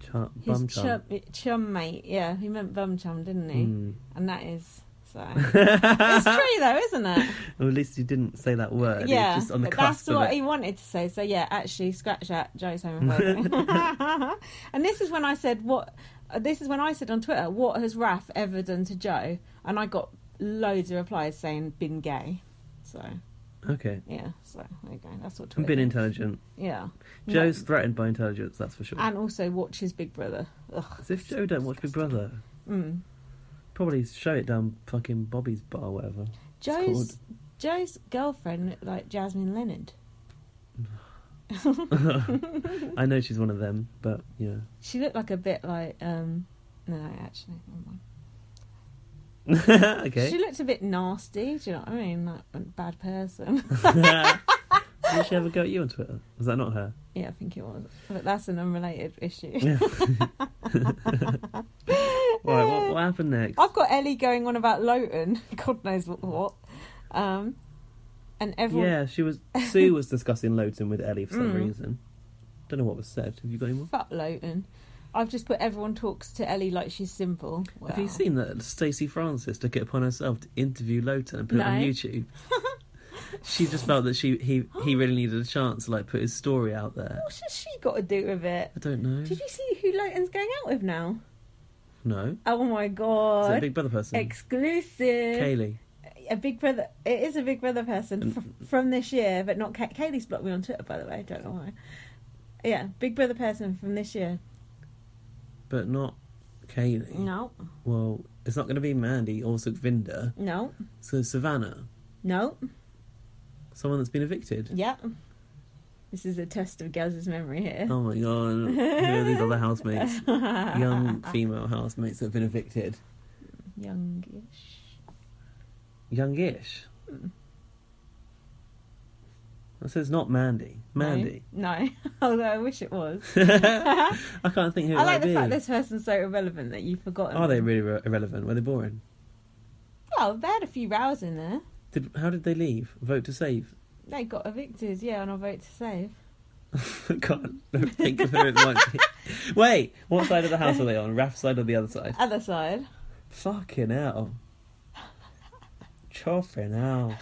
[SPEAKER 2] Chum,
[SPEAKER 1] His
[SPEAKER 2] bum chum.
[SPEAKER 1] chum, eh, chum mate, yeah, he meant bum chum, didn't he?
[SPEAKER 2] Mm.
[SPEAKER 1] And that is so.
[SPEAKER 2] [LAUGHS]
[SPEAKER 1] it's true though, isn't it?
[SPEAKER 2] Hmm. Well, at least he didn't say that word. He was
[SPEAKER 1] yeah,
[SPEAKER 2] just on the
[SPEAKER 1] but
[SPEAKER 2] cusp
[SPEAKER 1] that's
[SPEAKER 2] of
[SPEAKER 1] what
[SPEAKER 2] it.
[SPEAKER 1] he wanted to say. So yeah, actually, scratch that.
[SPEAKER 2] [LAUGHS]
[SPEAKER 1] Joe's homophobic. and this is when I said what. uh, This is when I said on Twitter, "What has Raf ever done to Joe?" And I got loads of replies saying, "Been gay." So
[SPEAKER 2] Okay,
[SPEAKER 1] yeah, so there you go. That's what Twitter.
[SPEAKER 2] been
[SPEAKER 1] thinks.
[SPEAKER 2] intelligent.
[SPEAKER 1] Yeah.
[SPEAKER 2] Joe's threatened by intelligence. That's for sure.
[SPEAKER 1] and also watches Big Brother. Ugh.
[SPEAKER 2] As if Joe don't watch Big Brother.
[SPEAKER 1] Mm.
[SPEAKER 2] Probably show it down fucking Bobby's bar, or
[SPEAKER 1] [LAUGHS]
[SPEAKER 2] whatever. [LAUGHS]
[SPEAKER 1] Joe's Joe's girlfriend looked like Jasmine Leonard.
[SPEAKER 2] I know she's one of them, but yeah.
[SPEAKER 1] She looked like a bit like um no actually never mind. She
[SPEAKER 2] [LAUGHS]
[SPEAKER 1] [LAUGHS]
[SPEAKER 2] okay.
[SPEAKER 1] looked a bit nasty. Do you know what I mean? Like a bad person.
[SPEAKER 2] [LAUGHS]
[SPEAKER 1] [LAUGHS]
[SPEAKER 2] Did she ever go at you on Twitter? Was that not her?
[SPEAKER 1] yeah, I think it was. But that's an unrelated
[SPEAKER 2] [LAUGHS]
[SPEAKER 1] issue.
[SPEAKER 2] Yeah. right. What, what happened next?
[SPEAKER 1] I've got Ellie going on about Lowton. [LAUGHS] God knows what. what. Um, and everyone.
[SPEAKER 2] Yeah, she was. Sue was discussing Lowton with Ellie for some
[SPEAKER 1] Mm.
[SPEAKER 2] reason. Don't know what was said. Have you got any more?
[SPEAKER 1] [LAUGHS] Fuck Lowton. I've just put everyone talks to Ellie like she's simple.
[SPEAKER 2] Have you
[SPEAKER 1] Well,
[SPEAKER 2] seen that Stacey Francis took it upon herself to interview Lowton and put it on
[SPEAKER 1] No.
[SPEAKER 2] YouTube?
[SPEAKER 1] [LAUGHS]
[SPEAKER 2] she just felt that she he he really needed a chance to like put his story out there.
[SPEAKER 1] What's she got to do with it?
[SPEAKER 2] I don't know.
[SPEAKER 1] Did you see who Lowton's going out with now?
[SPEAKER 2] No.
[SPEAKER 1] Oh my
[SPEAKER 2] Is it a
[SPEAKER 1] god.
[SPEAKER 2] Big Brother person?
[SPEAKER 1] Exclusive.
[SPEAKER 2] Kaylee.
[SPEAKER 1] a big brother. It is a big brother person f- from this year, but not Kay- Kaylee's blocked me on Twitter, by the way. I don't know why. Yeah, big brother person from this year.
[SPEAKER 2] But not Kaylee.
[SPEAKER 1] No,
[SPEAKER 2] Well, it's not going to be Mandy or Sukhvinder.
[SPEAKER 1] no,
[SPEAKER 2] So Savannah,
[SPEAKER 1] no.
[SPEAKER 2] someone that's been evicted.
[SPEAKER 1] Yeah, this is a test of Gaz's memory here.
[SPEAKER 2] Oh my god! Who are these other housemates? Young female housemates that have been evicted.
[SPEAKER 1] youngish.
[SPEAKER 2] Youngish. That says not Mandy.
[SPEAKER 1] [LAUGHS]
[SPEAKER 2] Mandy.
[SPEAKER 1] No, no. although I wish it
[SPEAKER 2] [LAUGHS]
[SPEAKER 1] was.
[SPEAKER 2] I can't think who
[SPEAKER 1] [LAUGHS]
[SPEAKER 2] it
[SPEAKER 1] I like
[SPEAKER 2] might
[SPEAKER 1] the
[SPEAKER 2] be.
[SPEAKER 1] fact this person's so irrelevant that you've forgotten.
[SPEAKER 2] Are they
[SPEAKER 1] them.
[SPEAKER 2] really re- irrelevant? Were they boring?
[SPEAKER 1] Well, they had a few rows in there.
[SPEAKER 2] Did how did they leave? Vote to save. [LAUGHS]
[SPEAKER 1] They got evicted, yeah, on a vote to save.
[SPEAKER 2] I can't think of who it might be. Wait, what side of the house are they on? Raph's side or the other side?
[SPEAKER 1] Other side.
[SPEAKER 2] Fucking hell. Chuffing hell.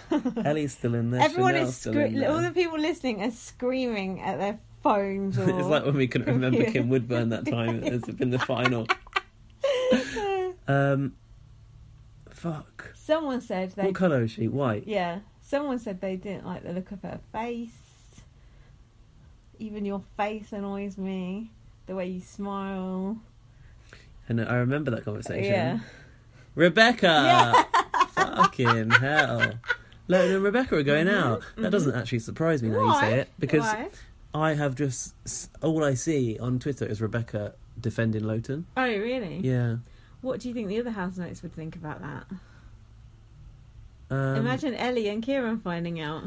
[SPEAKER 2] Ellie's still in there.
[SPEAKER 1] Everyone
[SPEAKER 2] Chanel's
[SPEAKER 1] is
[SPEAKER 2] still
[SPEAKER 1] scre-
[SPEAKER 2] in there.
[SPEAKER 1] all the people listening are screaming at their phones. Or...
[SPEAKER 2] [LAUGHS]
[SPEAKER 1] [LAUGHS]
[SPEAKER 2] it's like when we couldn't remember Kim Woodburn that time. It's been
[SPEAKER 1] [LAUGHS]
[SPEAKER 2] the final. Um, fuck.
[SPEAKER 1] someone said they.
[SPEAKER 2] What colour is she? White.
[SPEAKER 1] Yeah, someone said they didn't like the look of her face. Even your face annoys me. The way you smile.
[SPEAKER 2] And I remember that conversation.
[SPEAKER 1] Yeah, [LAUGHS]
[SPEAKER 2] Rebecca. Fucking hell. Lola and Rebecca are going out. That doesn't actually surprise me now you
[SPEAKER 1] Mm-hmm. Why?
[SPEAKER 2] say it because
[SPEAKER 1] Why?
[SPEAKER 2] I have just s- all I see on Twitter is Rebecca defending Lowton.
[SPEAKER 1] Oh really?
[SPEAKER 2] Yeah.
[SPEAKER 1] What do you think the other housemates would think about that?
[SPEAKER 2] Um,
[SPEAKER 1] Imagine Ellie and Kieran finding out.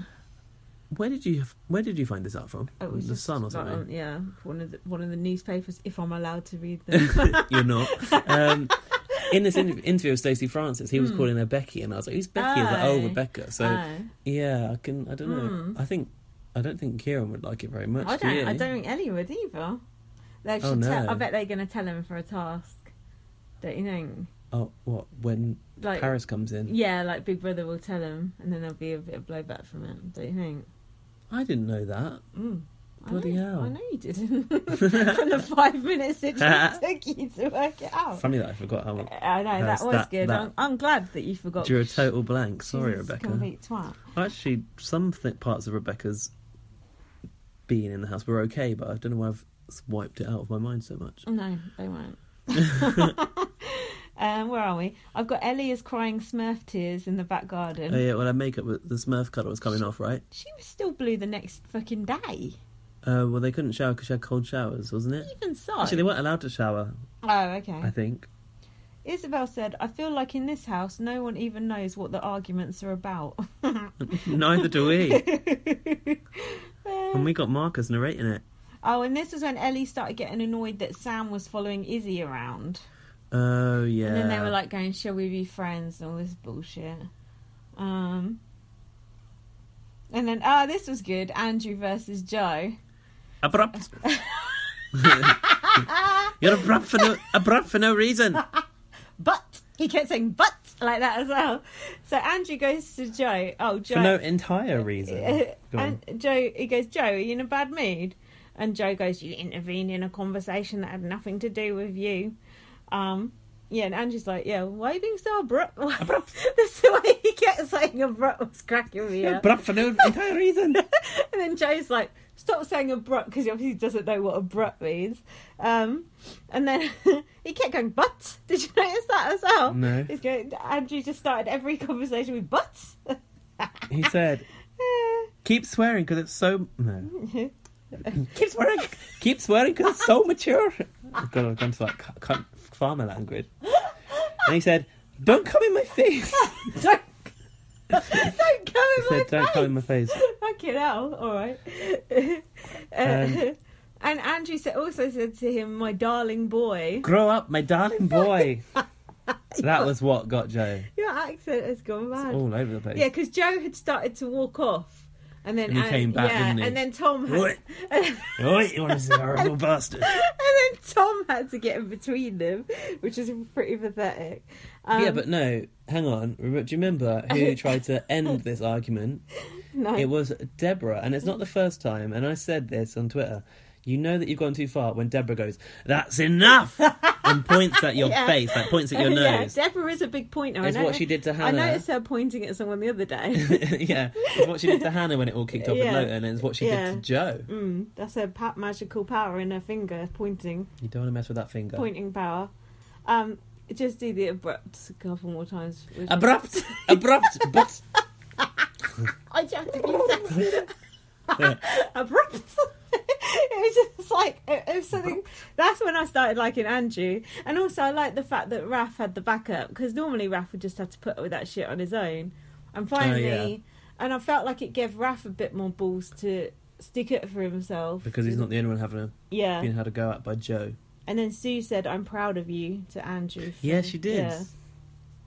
[SPEAKER 2] Where did you where did you find this out from?
[SPEAKER 1] It was
[SPEAKER 2] the
[SPEAKER 1] just
[SPEAKER 2] Sun or
[SPEAKER 1] like
[SPEAKER 2] something?
[SPEAKER 1] on- yeah, one of the one of the newspapers. If I'm allowed to
[SPEAKER 2] [LAUGHS]
[SPEAKER 1] read them.
[SPEAKER 2] You're not. Um, in this inter- interview with Stacey Francis, he was calling her Becky, and I was like, "Who's Becky?" He's like, "Oh,
[SPEAKER 1] Hmm. [LAUGHS] Aye.
[SPEAKER 2] Rebecca." So
[SPEAKER 1] Oh.
[SPEAKER 2] yeah, I can. I don't know.
[SPEAKER 1] Mm.
[SPEAKER 2] I think I don't think Kieran would like it very much.
[SPEAKER 1] I
[SPEAKER 2] do
[SPEAKER 1] don't.
[SPEAKER 2] you?
[SPEAKER 1] I don't think Ellie would either. They should
[SPEAKER 2] Oh,
[SPEAKER 1] tell,
[SPEAKER 2] no.
[SPEAKER 1] I bet they're going to tell him for a task. Don't you think?
[SPEAKER 2] Oh, what when
[SPEAKER 1] Like,
[SPEAKER 2] Paris comes in?
[SPEAKER 1] yeah, like Big Brother will tell him, and then there'll be a bit of blowback from it. Don't you think?
[SPEAKER 2] I didn't know that.
[SPEAKER 1] Mm.
[SPEAKER 2] Bloody
[SPEAKER 1] I know,
[SPEAKER 2] hell.
[SPEAKER 1] I know you
[SPEAKER 2] [LAUGHS]
[SPEAKER 1] didn't. From the five minutes it just took you to work it out.
[SPEAKER 2] Funny that I forgot how. much.
[SPEAKER 1] I know
[SPEAKER 2] That's
[SPEAKER 1] that was
[SPEAKER 2] that-
[SPEAKER 1] good.
[SPEAKER 2] that-
[SPEAKER 1] I'm, I'm glad that you forgot.
[SPEAKER 2] You're
[SPEAKER 1] [LAUGHS]
[SPEAKER 2] a total blank. Sorry,
[SPEAKER 1] She's a
[SPEAKER 2] Rebecca.
[SPEAKER 1] Complete twat.
[SPEAKER 2] Actually, some th- parts of Rebecca's being in the house were okay, but I [LAUGHS] don't know why I've wiped it out of my mind so much.
[SPEAKER 1] No, they won't. [LAUGHS] Um, where are we? I've got Ellie is crying Smurf tears in the back garden.
[SPEAKER 2] Oh yeah, well her makeup, was- the Smurf colour was coming off, right?
[SPEAKER 1] She was still blue the next fucking day.
[SPEAKER 2] Uh, well, they couldn't shower because she had cold showers, wasn't it?
[SPEAKER 1] Even so.
[SPEAKER 2] Actually, they weren't allowed to shower.
[SPEAKER 1] oh, okay.
[SPEAKER 2] I think.
[SPEAKER 1] Isabel said, I feel like in this house, no one even knows what the arguments are about.
[SPEAKER 2] [LAUGHS] Neither
[SPEAKER 1] [LAUGHS]
[SPEAKER 2] do we. [LAUGHS]
[SPEAKER 1] Uh,
[SPEAKER 2] and we got Marcus narrating it.
[SPEAKER 1] oh, and this was when Ellie started getting annoyed that Sam was following Izzy around.
[SPEAKER 2] Oh yeah.
[SPEAKER 1] And then they were like going, Shall we be friends? and all this bullshit. Um, and then, oh, this was good Andrew versus Joe. [LAUGHS]
[SPEAKER 2] abrupt. [LAUGHS] You're abrupt for no abrupt for
[SPEAKER 1] [LAUGHS]
[SPEAKER 2] no reason.
[SPEAKER 1] But! He kept saying, But! like that as well. So Andrew goes to Joe. Oh, Joe.
[SPEAKER 2] For no entire reason. Go on.
[SPEAKER 1] [LAUGHS] and Joe, he goes, Joe, are you in a bad mood? And Joe goes, you intervened in a conversation that had nothing to do with you. Um, yeah, and Angie's like, yeah, why are you being so abrupt? [LAUGHS]
[SPEAKER 2] Abrupt.
[SPEAKER 1] That's the way he kept saying abrupt [LAUGHS] was cracking me up.
[SPEAKER 2] Abrupt for no entire
[SPEAKER 1] [LAUGHS]
[SPEAKER 2] reason.
[SPEAKER 1] and then Joe's like, stop saying abrupt because he obviously doesn't know what abrupt means. Um, and then [LAUGHS] he kept going, but [LAUGHS] did you notice that as well?
[SPEAKER 2] No.
[SPEAKER 1] He's going, Andrew just started every conversation with but. [LAUGHS]
[SPEAKER 2] He said, "Keep swearing because it's so no. Keep swearing, keep swearing because it's so mature." I've got to go into like cu- cunt farmer language. And he said, "Don't come in my
[SPEAKER 1] [LAUGHS]
[SPEAKER 2] face."
[SPEAKER 1] don't, don't come in my
[SPEAKER 2] He said, "Don't
[SPEAKER 1] face. [LAUGHS]
[SPEAKER 2] come in my face."
[SPEAKER 1] Fucking hell! All right. [LAUGHS] Uh,
[SPEAKER 2] Um,
[SPEAKER 1] and Andrew said, also said to him, "My darling boy,
[SPEAKER 2] Grow up,
[SPEAKER 1] [LAUGHS]
[SPEAKER 2] my darling boy. that was what got Joe
[SPEAKER 1] your accent has gone
[SPEAKER 2] It's
[SPEAKER 1] mad."
[SPEAKER 2] all over the place.
[SPEAKER 1] Yeah, because Joe had started to walk off, and then
[SPEAKER 2] And he
[SPEAKER 1] An-
[SPEAKER 2] came back,
[SPEAKER 1] yeah,
[SPEAKER 2] didn't he?
[SPEAKER 1] and then Tom had, [LAUGHS]
[SPEAKER 2] Oi. Oi, you want to see a horrible bastard?
[SPEAKER 1] and then Tom had to get in between them, which is pretty pathetic. Um,
[SPEAKER 2] yeah, but no, hang on. Do you remember
[SPEAKER 1] [LAUGHS]
[SPEAKER 2] who tried to end this argument?
[SPEAKER 1] no.
[SPEAKER 2] It was Deborah, and it's not the first time. And I said this on Twitter. You know that you've gone too far when Deborah goes,
[SPEAKER 1] [LAUGHS]
[SPEAKER 2] "That's enough," and points at your
[SPEAKER 1] Yeah.
[SPEAKER 2] face, like points at
[SPEAKER 1] [LAUGHS]
[SPEAKER 2] your
[SPEAKER 1] yeah,
[SPEAKER 2] nose.
[SPEAKER 1] Deborah is a big pointer. I
[SPEAKER 2] It's what
[SPEAKER 1] noticed-
[SPEAKER 2] she did to
[SPEAKER 1] I
[SPEAKER 2] Hannah.
[SPEAKER 1] noticed her pointing at someone the other day.
[SPEAKER 2] [LAUGHS] yeah, it's what she did to Hannah when it all kicked off
[SPEAKER 1] Yeah.
[SPEAKER 2] at Lowton, and it's what she
[SPEAKER 1] Yeah.
[SPEAKER 2] did to Joe.
[SPEAKER 1] Mm, that's her pa- magical power in her finger, pointing,
[SPEAKER 2] You don't want to mess with that finger.
[SPEAKER 1] pointing power. Um, just do the abrupt a couple more times. which- [LAUGHS]
[SPEAKER 2] Abrupt, abrupt, but
[SPEAKER 1] I just have to
[SPEAKER 2] [LAUGHS]
[SPEAKER 1] be sexy. abrupt. [LAUGHS] it was just like it, it was something. That's when I started liking Andrew, and also I like the fact that Raf had the backup because normally Raf would just have to put up with that shit on his own,
[SPEAKER 2] Oh,
[SPEAKER 1] and finally, and I felt like it gave Raf a bit more balls to stick it for himself
[SPEAKER 2] because he's not the only one having a,
[SPEAKER 1] Yeah,
[SPEAKER 2] being had a go at by Joe.
[SPEAKER 1] And then Sue said, I'm proud of you to Andrew. for-
[SPEAKER 2] Yeah, she did.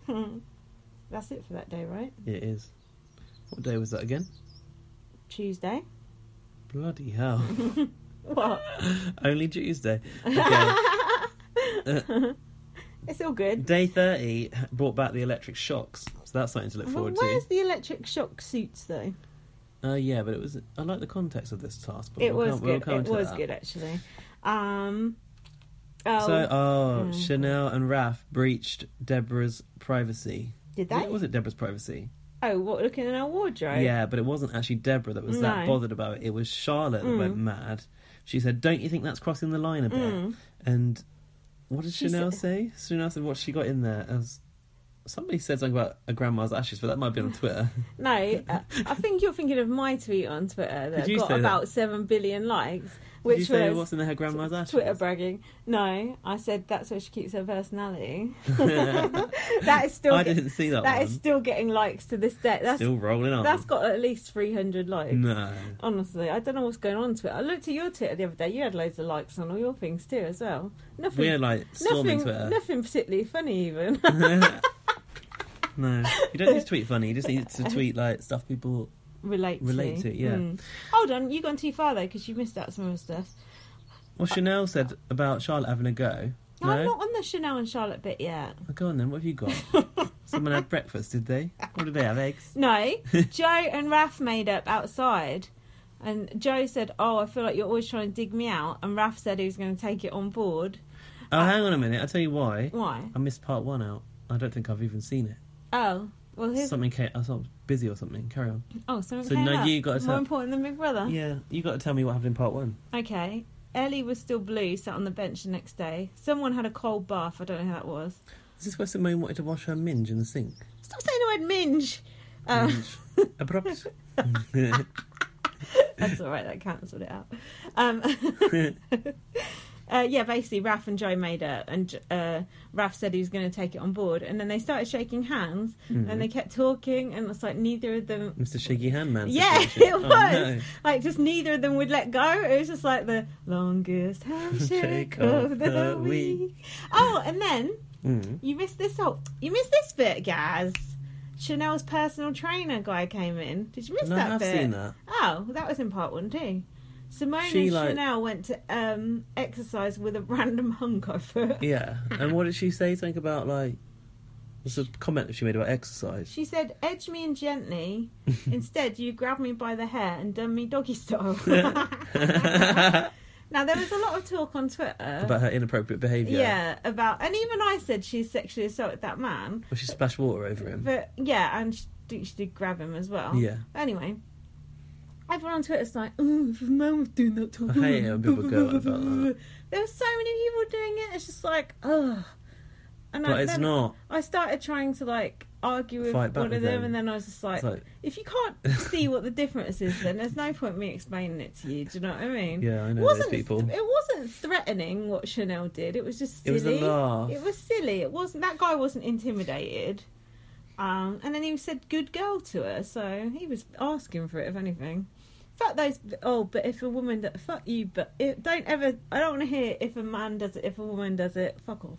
[SPEAKER 1] Yeah. [LAUGHS] That's it for that day, right?
[SPEAKER 2] It is. What day was that again?
[SPEAKER 1] Tuesday. [LAUGHS]
[SPEAKER 2] Bloody [LAUGHS] hell.
[SPEAKER 1] What? [LAUGHS]
[SPEAKER 2] Only Tuesday. Okay.
[SPEAKER 1] It's all good.
[SPEAKER 2] Day 30 brought back the electric shocks, so that's something to look
[SPEAKER 1] Well,
[SPEAKER 2] forward
[SPEAKER 1] where's the electric shock suits, though?
[SPEAKER 2] to. Uh, yeah, but it was. I like the context of this task. But
[SPEAKER 1] it
[SPEAKER 2] we'll
[SPEAKER 1] was
[SPEAKER 2] come, We'll
[SPEAKER 1] good.
[SPEAKER 2] come
[SPEAKER 1] it
[SPEAKER 2] to
[SPEAKER 1] was
[SPEAKER 2] that.
[SPEAKER 1] good, actually. Um, oh,
[SPEAKER 2] So, oh,
[SPEAKER 1] Mm.
[SPEAKER 2] Chanel and Raf breached Deborah's privacy.
[SPEAKER 1] did
[SPEAKER 2] Was
[SPEAKER 1] they?
[SPEAKER 2] It was it Deborah's privacy.
[SPEAKER 1] Oh, what, looking in our wardrobe?
[SPEAKER 2] Yeah, but it wasn't actually Deborah that was that
[SPEAKER 1] No.
[SPEAKER 2] bothered about it. It was Charlotte that went mad. She said, "Don't you think that's crossing the line a bit?"
[SPEAKER 1] Mm.
[SPEAKER 2] And what did
[SPEAKER 1] She
[SPEAKER 2] Chanel say? Chanel said what she got in there as somebody said something about a grandma's ashes, but that might be on Twitter. [LAUGHS]
[SPEAKER 1] No, uh, I think you're thinking of my tweet on Twitter that
[SPEAKER 2] Did you
[SPEAKER 1] got
[SPEAKER 2] say that?
[SPEAKER 1] about 7 billion likes,
[SPEAKER 2] Did
[SPEAKER 1] which
[SPEAKER 2] you say
[SPEAKER 1] was.
[SPEAKER 2] what's in her grandma's ashes?
[SPEAKER 1] Twitter bragging. No, I said that's where she keeps her
[SPEAKER 2] [LAUGHS]
[SPEAKER 1] personality. that is still
[SPEAKER 2] I
[SPEAKER 1] get-
[SPEAKER 2] didn't see that,
[SPEAKER 1] that
[SPEAKER 2] one.
[SPEAKER 1] is still getting likes to this day. That's
[SPEAKER 2] Still rolling on.
[SPEAKER 1] that's got at least three hundred likes.
[SPEAKER 2] no.
[SPEAKER 1] Honestly, I don't know what's going on to it. I looked at your Twitter the other day. You had loads of likes on all your things too, as well. Nothing.
[SPEAKER 2] We are like storming
[SPEAKER 1] nothing.
[SPEAKER 2] Twitter.
[SPEAKER 1] Nothing particularly funny,
[SPEAKER 2] [LAUGHS]
[SPEAKER 1] even. [LAUGHS]
[SPEAKER 2] no, you don't need to tweet funny. You just need to tweet like stuff people.
[SPEAKER 1] Relate to. Hmm.
[SPEAKER 2] Relate to it, yeah.
[SPEAKER 1] Hold on, you've gone too far though because you missed out some of the stuff.
[SPEAKER 2] Well, Chanel said about Charlotte having a go.
[SPEAKER 1] No,
[SPEAKER 2] No,
[SPEAKER 1] I'm not on the Chanel and Charlotte bit
[SPEAKER 2] [LAUGHS]
[SPEAKER 1] yet.
[SPEAKER 2] Oh, go on then. What have you got? Someone had breakfast, did they? What did they
[SPEAKER 1] [LAUGHS]
[SPEAKER 2] have? Eggs. [LAUGHS]
[SPEAKER 1] No, Joe and Raf made up outside. And Joe said, Oh, I feel like you're always trying to dig me out. And Raf said he was going to take it on board.
[SPEAKER 2] Oh, hang on a minute. I'll tell you why.
[SPEAKER 1] Why?
[SPEAKER 2] I missed part one out. I don't think I've even seen it.
[SPEAKER 1] Oh, well, here's.
[SPEAKER 2] Something came. I thought I was busy or something. Carry on.
[SPEAKER 1] oh, something
[SPEAKER 2] so
[SPEAKER 1] came
[SPEAKER 2] now
[SPEAKER 1] up.
[SPEAKER 2] you gotta
[SPEAKER 1] More
[SPEAKER 2] tell-
[SPEAKER 1] important than Big Brother.
[SPEAKER 2] Yeah, you got to tell me what happened in part one.
[SPEAKER 1] Okay. Ellie was still blue, sat on the bench the next day. Someone had a cold bath. I don't know who that was.
[SPEAKER 2] Is this where Simone wanted to wash her minge in the sink?
[SPEAKER 1] Stop saying the word minge. Um,
[SPEAKER 2] Minge.
[SPEAKER 1] [LAUGHS]
[SPEAKER 2] Abrupt.
[SPEAKER 1] That's all right. That cancelled it out. Um, [LAUGHS] uh, yeah, basically, Raf and Joe made up, and uh, Raf said he was going to take it on board, and then they started shaking hands,
[SPEAKER 2] Mm-hmm.
[SPEAKER 1] and they kept talking, and it's like neither of them,
[SPEAKER 2] Mr. Shaky Hand Man.
[SPEAKER 1] Yeah,
[SPEAKER 2] situation.
[SPEAKER 1] [LAUGHS] it
[SPEAKER 2] Oh,
[SPEAKER 1] was.
[SPEAKER 2] no.
[SPEAKER 1] like just neither of them would let go. It was just like the
[SPEAKER 2] [LAUGHS]
[SPEAKER 1] longest handshake
[SPEAKER 2] Shake
[SPEAKER 1] of
[SPEAKER 2] of
[SPEAKER 1] the
[SPEAKER 2] the
[SPEAKER 1] week. Oh, and then
[SPEAKER 2] Mm.
[SPEAKER 1] you missed this. Oh, you missed this bit, guys. Chanel's personal trainer guy came in. Did you miss
[SPEAKER 2] No, I
[SPEAKER 1] that
[SPEAKER 2] have
[SPEAKER 1] bit?
[SPEAKER 2] seen that.
[SPEAKER 1] Oh, that was in part one too. Simone
[SPEAKER 2] She,
[SPEAKER 1] and
[SPEAKER 2] like-
[SPEAKER 1] Chanel went to um, exercise with a [LAUGHS] random hunk over.
[SPEAKER 2] Yeah. And what did she say? Something about like. What's the comment that she made about exercise?
[SPEAKER 1] She said, "Edge me in gently.
[SPEAKER 2] [LAUGHS]
[SPEAKER 1] [LAUGHS] Instead, you grab me by the hair and done me doggy
[SPEAKER 2] [LAUGHS]
[SPEAKER 1] style." [LAUGHS]
[SPEAKER 2] about
[SPEAKER 1] now there was a lot of talk on Twitter.
[SPEAKER 2] her inappropriate behaviour.
[SPEAKER 1] yeah, about and even I said she sexually assaulted that man,
[SPEAKER 2] Well, she splashed water over him.
[SPEAKER 1] but yeah, and she, did- she did grab him as well.
[SPEAKER 2] Yeah.
[SPEAKER 1] Anyway, everyone on Twitter's like, "Oh, if a man was doing that
[SPEAKER 2] [LAUGHS]
[SPEAKER 1] to a
[SPEAKER 2] I
[SPEAKER 1] woman,
[SPEAKER 2] hate it when people go on about that.
[SPEAKER 1] [LAUGHS] There were so many people doing it. It's just like, oh. And
[SPEAKER 2] But
[SPEAKER 1] I,
[SPEAKER 2] it's
[SPEAKER 1] then
[SPEAKER 2] not.
[SPEAKER 1] I started trying to like argue with
[SPEAKER 2] Fight back
[SPEAKER 1] one of
[SPEAKER 2] with
[SPEAKER 1] them,
[SPEAKER 2] them.
[SPEAKER 1] and then I was just like,
[SPEAKER 2] It's like,
[SPEAKER 1] if you
[SPEAKER 2] [LAUGHS]
[SPEAKER 1] can't see what the difference is, then there's no point me explaining it to you. Do you know what I mean?
[SPEAKER 2] yeah, I
[SPEAKER 1] It
[SPEAKER 2] know those
[SPEAKER 1] wasn't,
[SPEAKER 2] people.
[SPEAKER 1] it wasn't threatening what Chanel did. It was just
[SPEAKER 2] It
[SPEAKER 1] silly.
[SPEAKER 2] was a laugh.
[SPEAKER 1] It was silly. It wasn't that guy wasn't intimidated. Um, and then he said "good girl" to her, so he was asking for it, if anything. Fuck those. Oh, but if a woman that fuck you, but it, don't ever. I don't want to hear if a man does it, if a woman does it. Fuck off.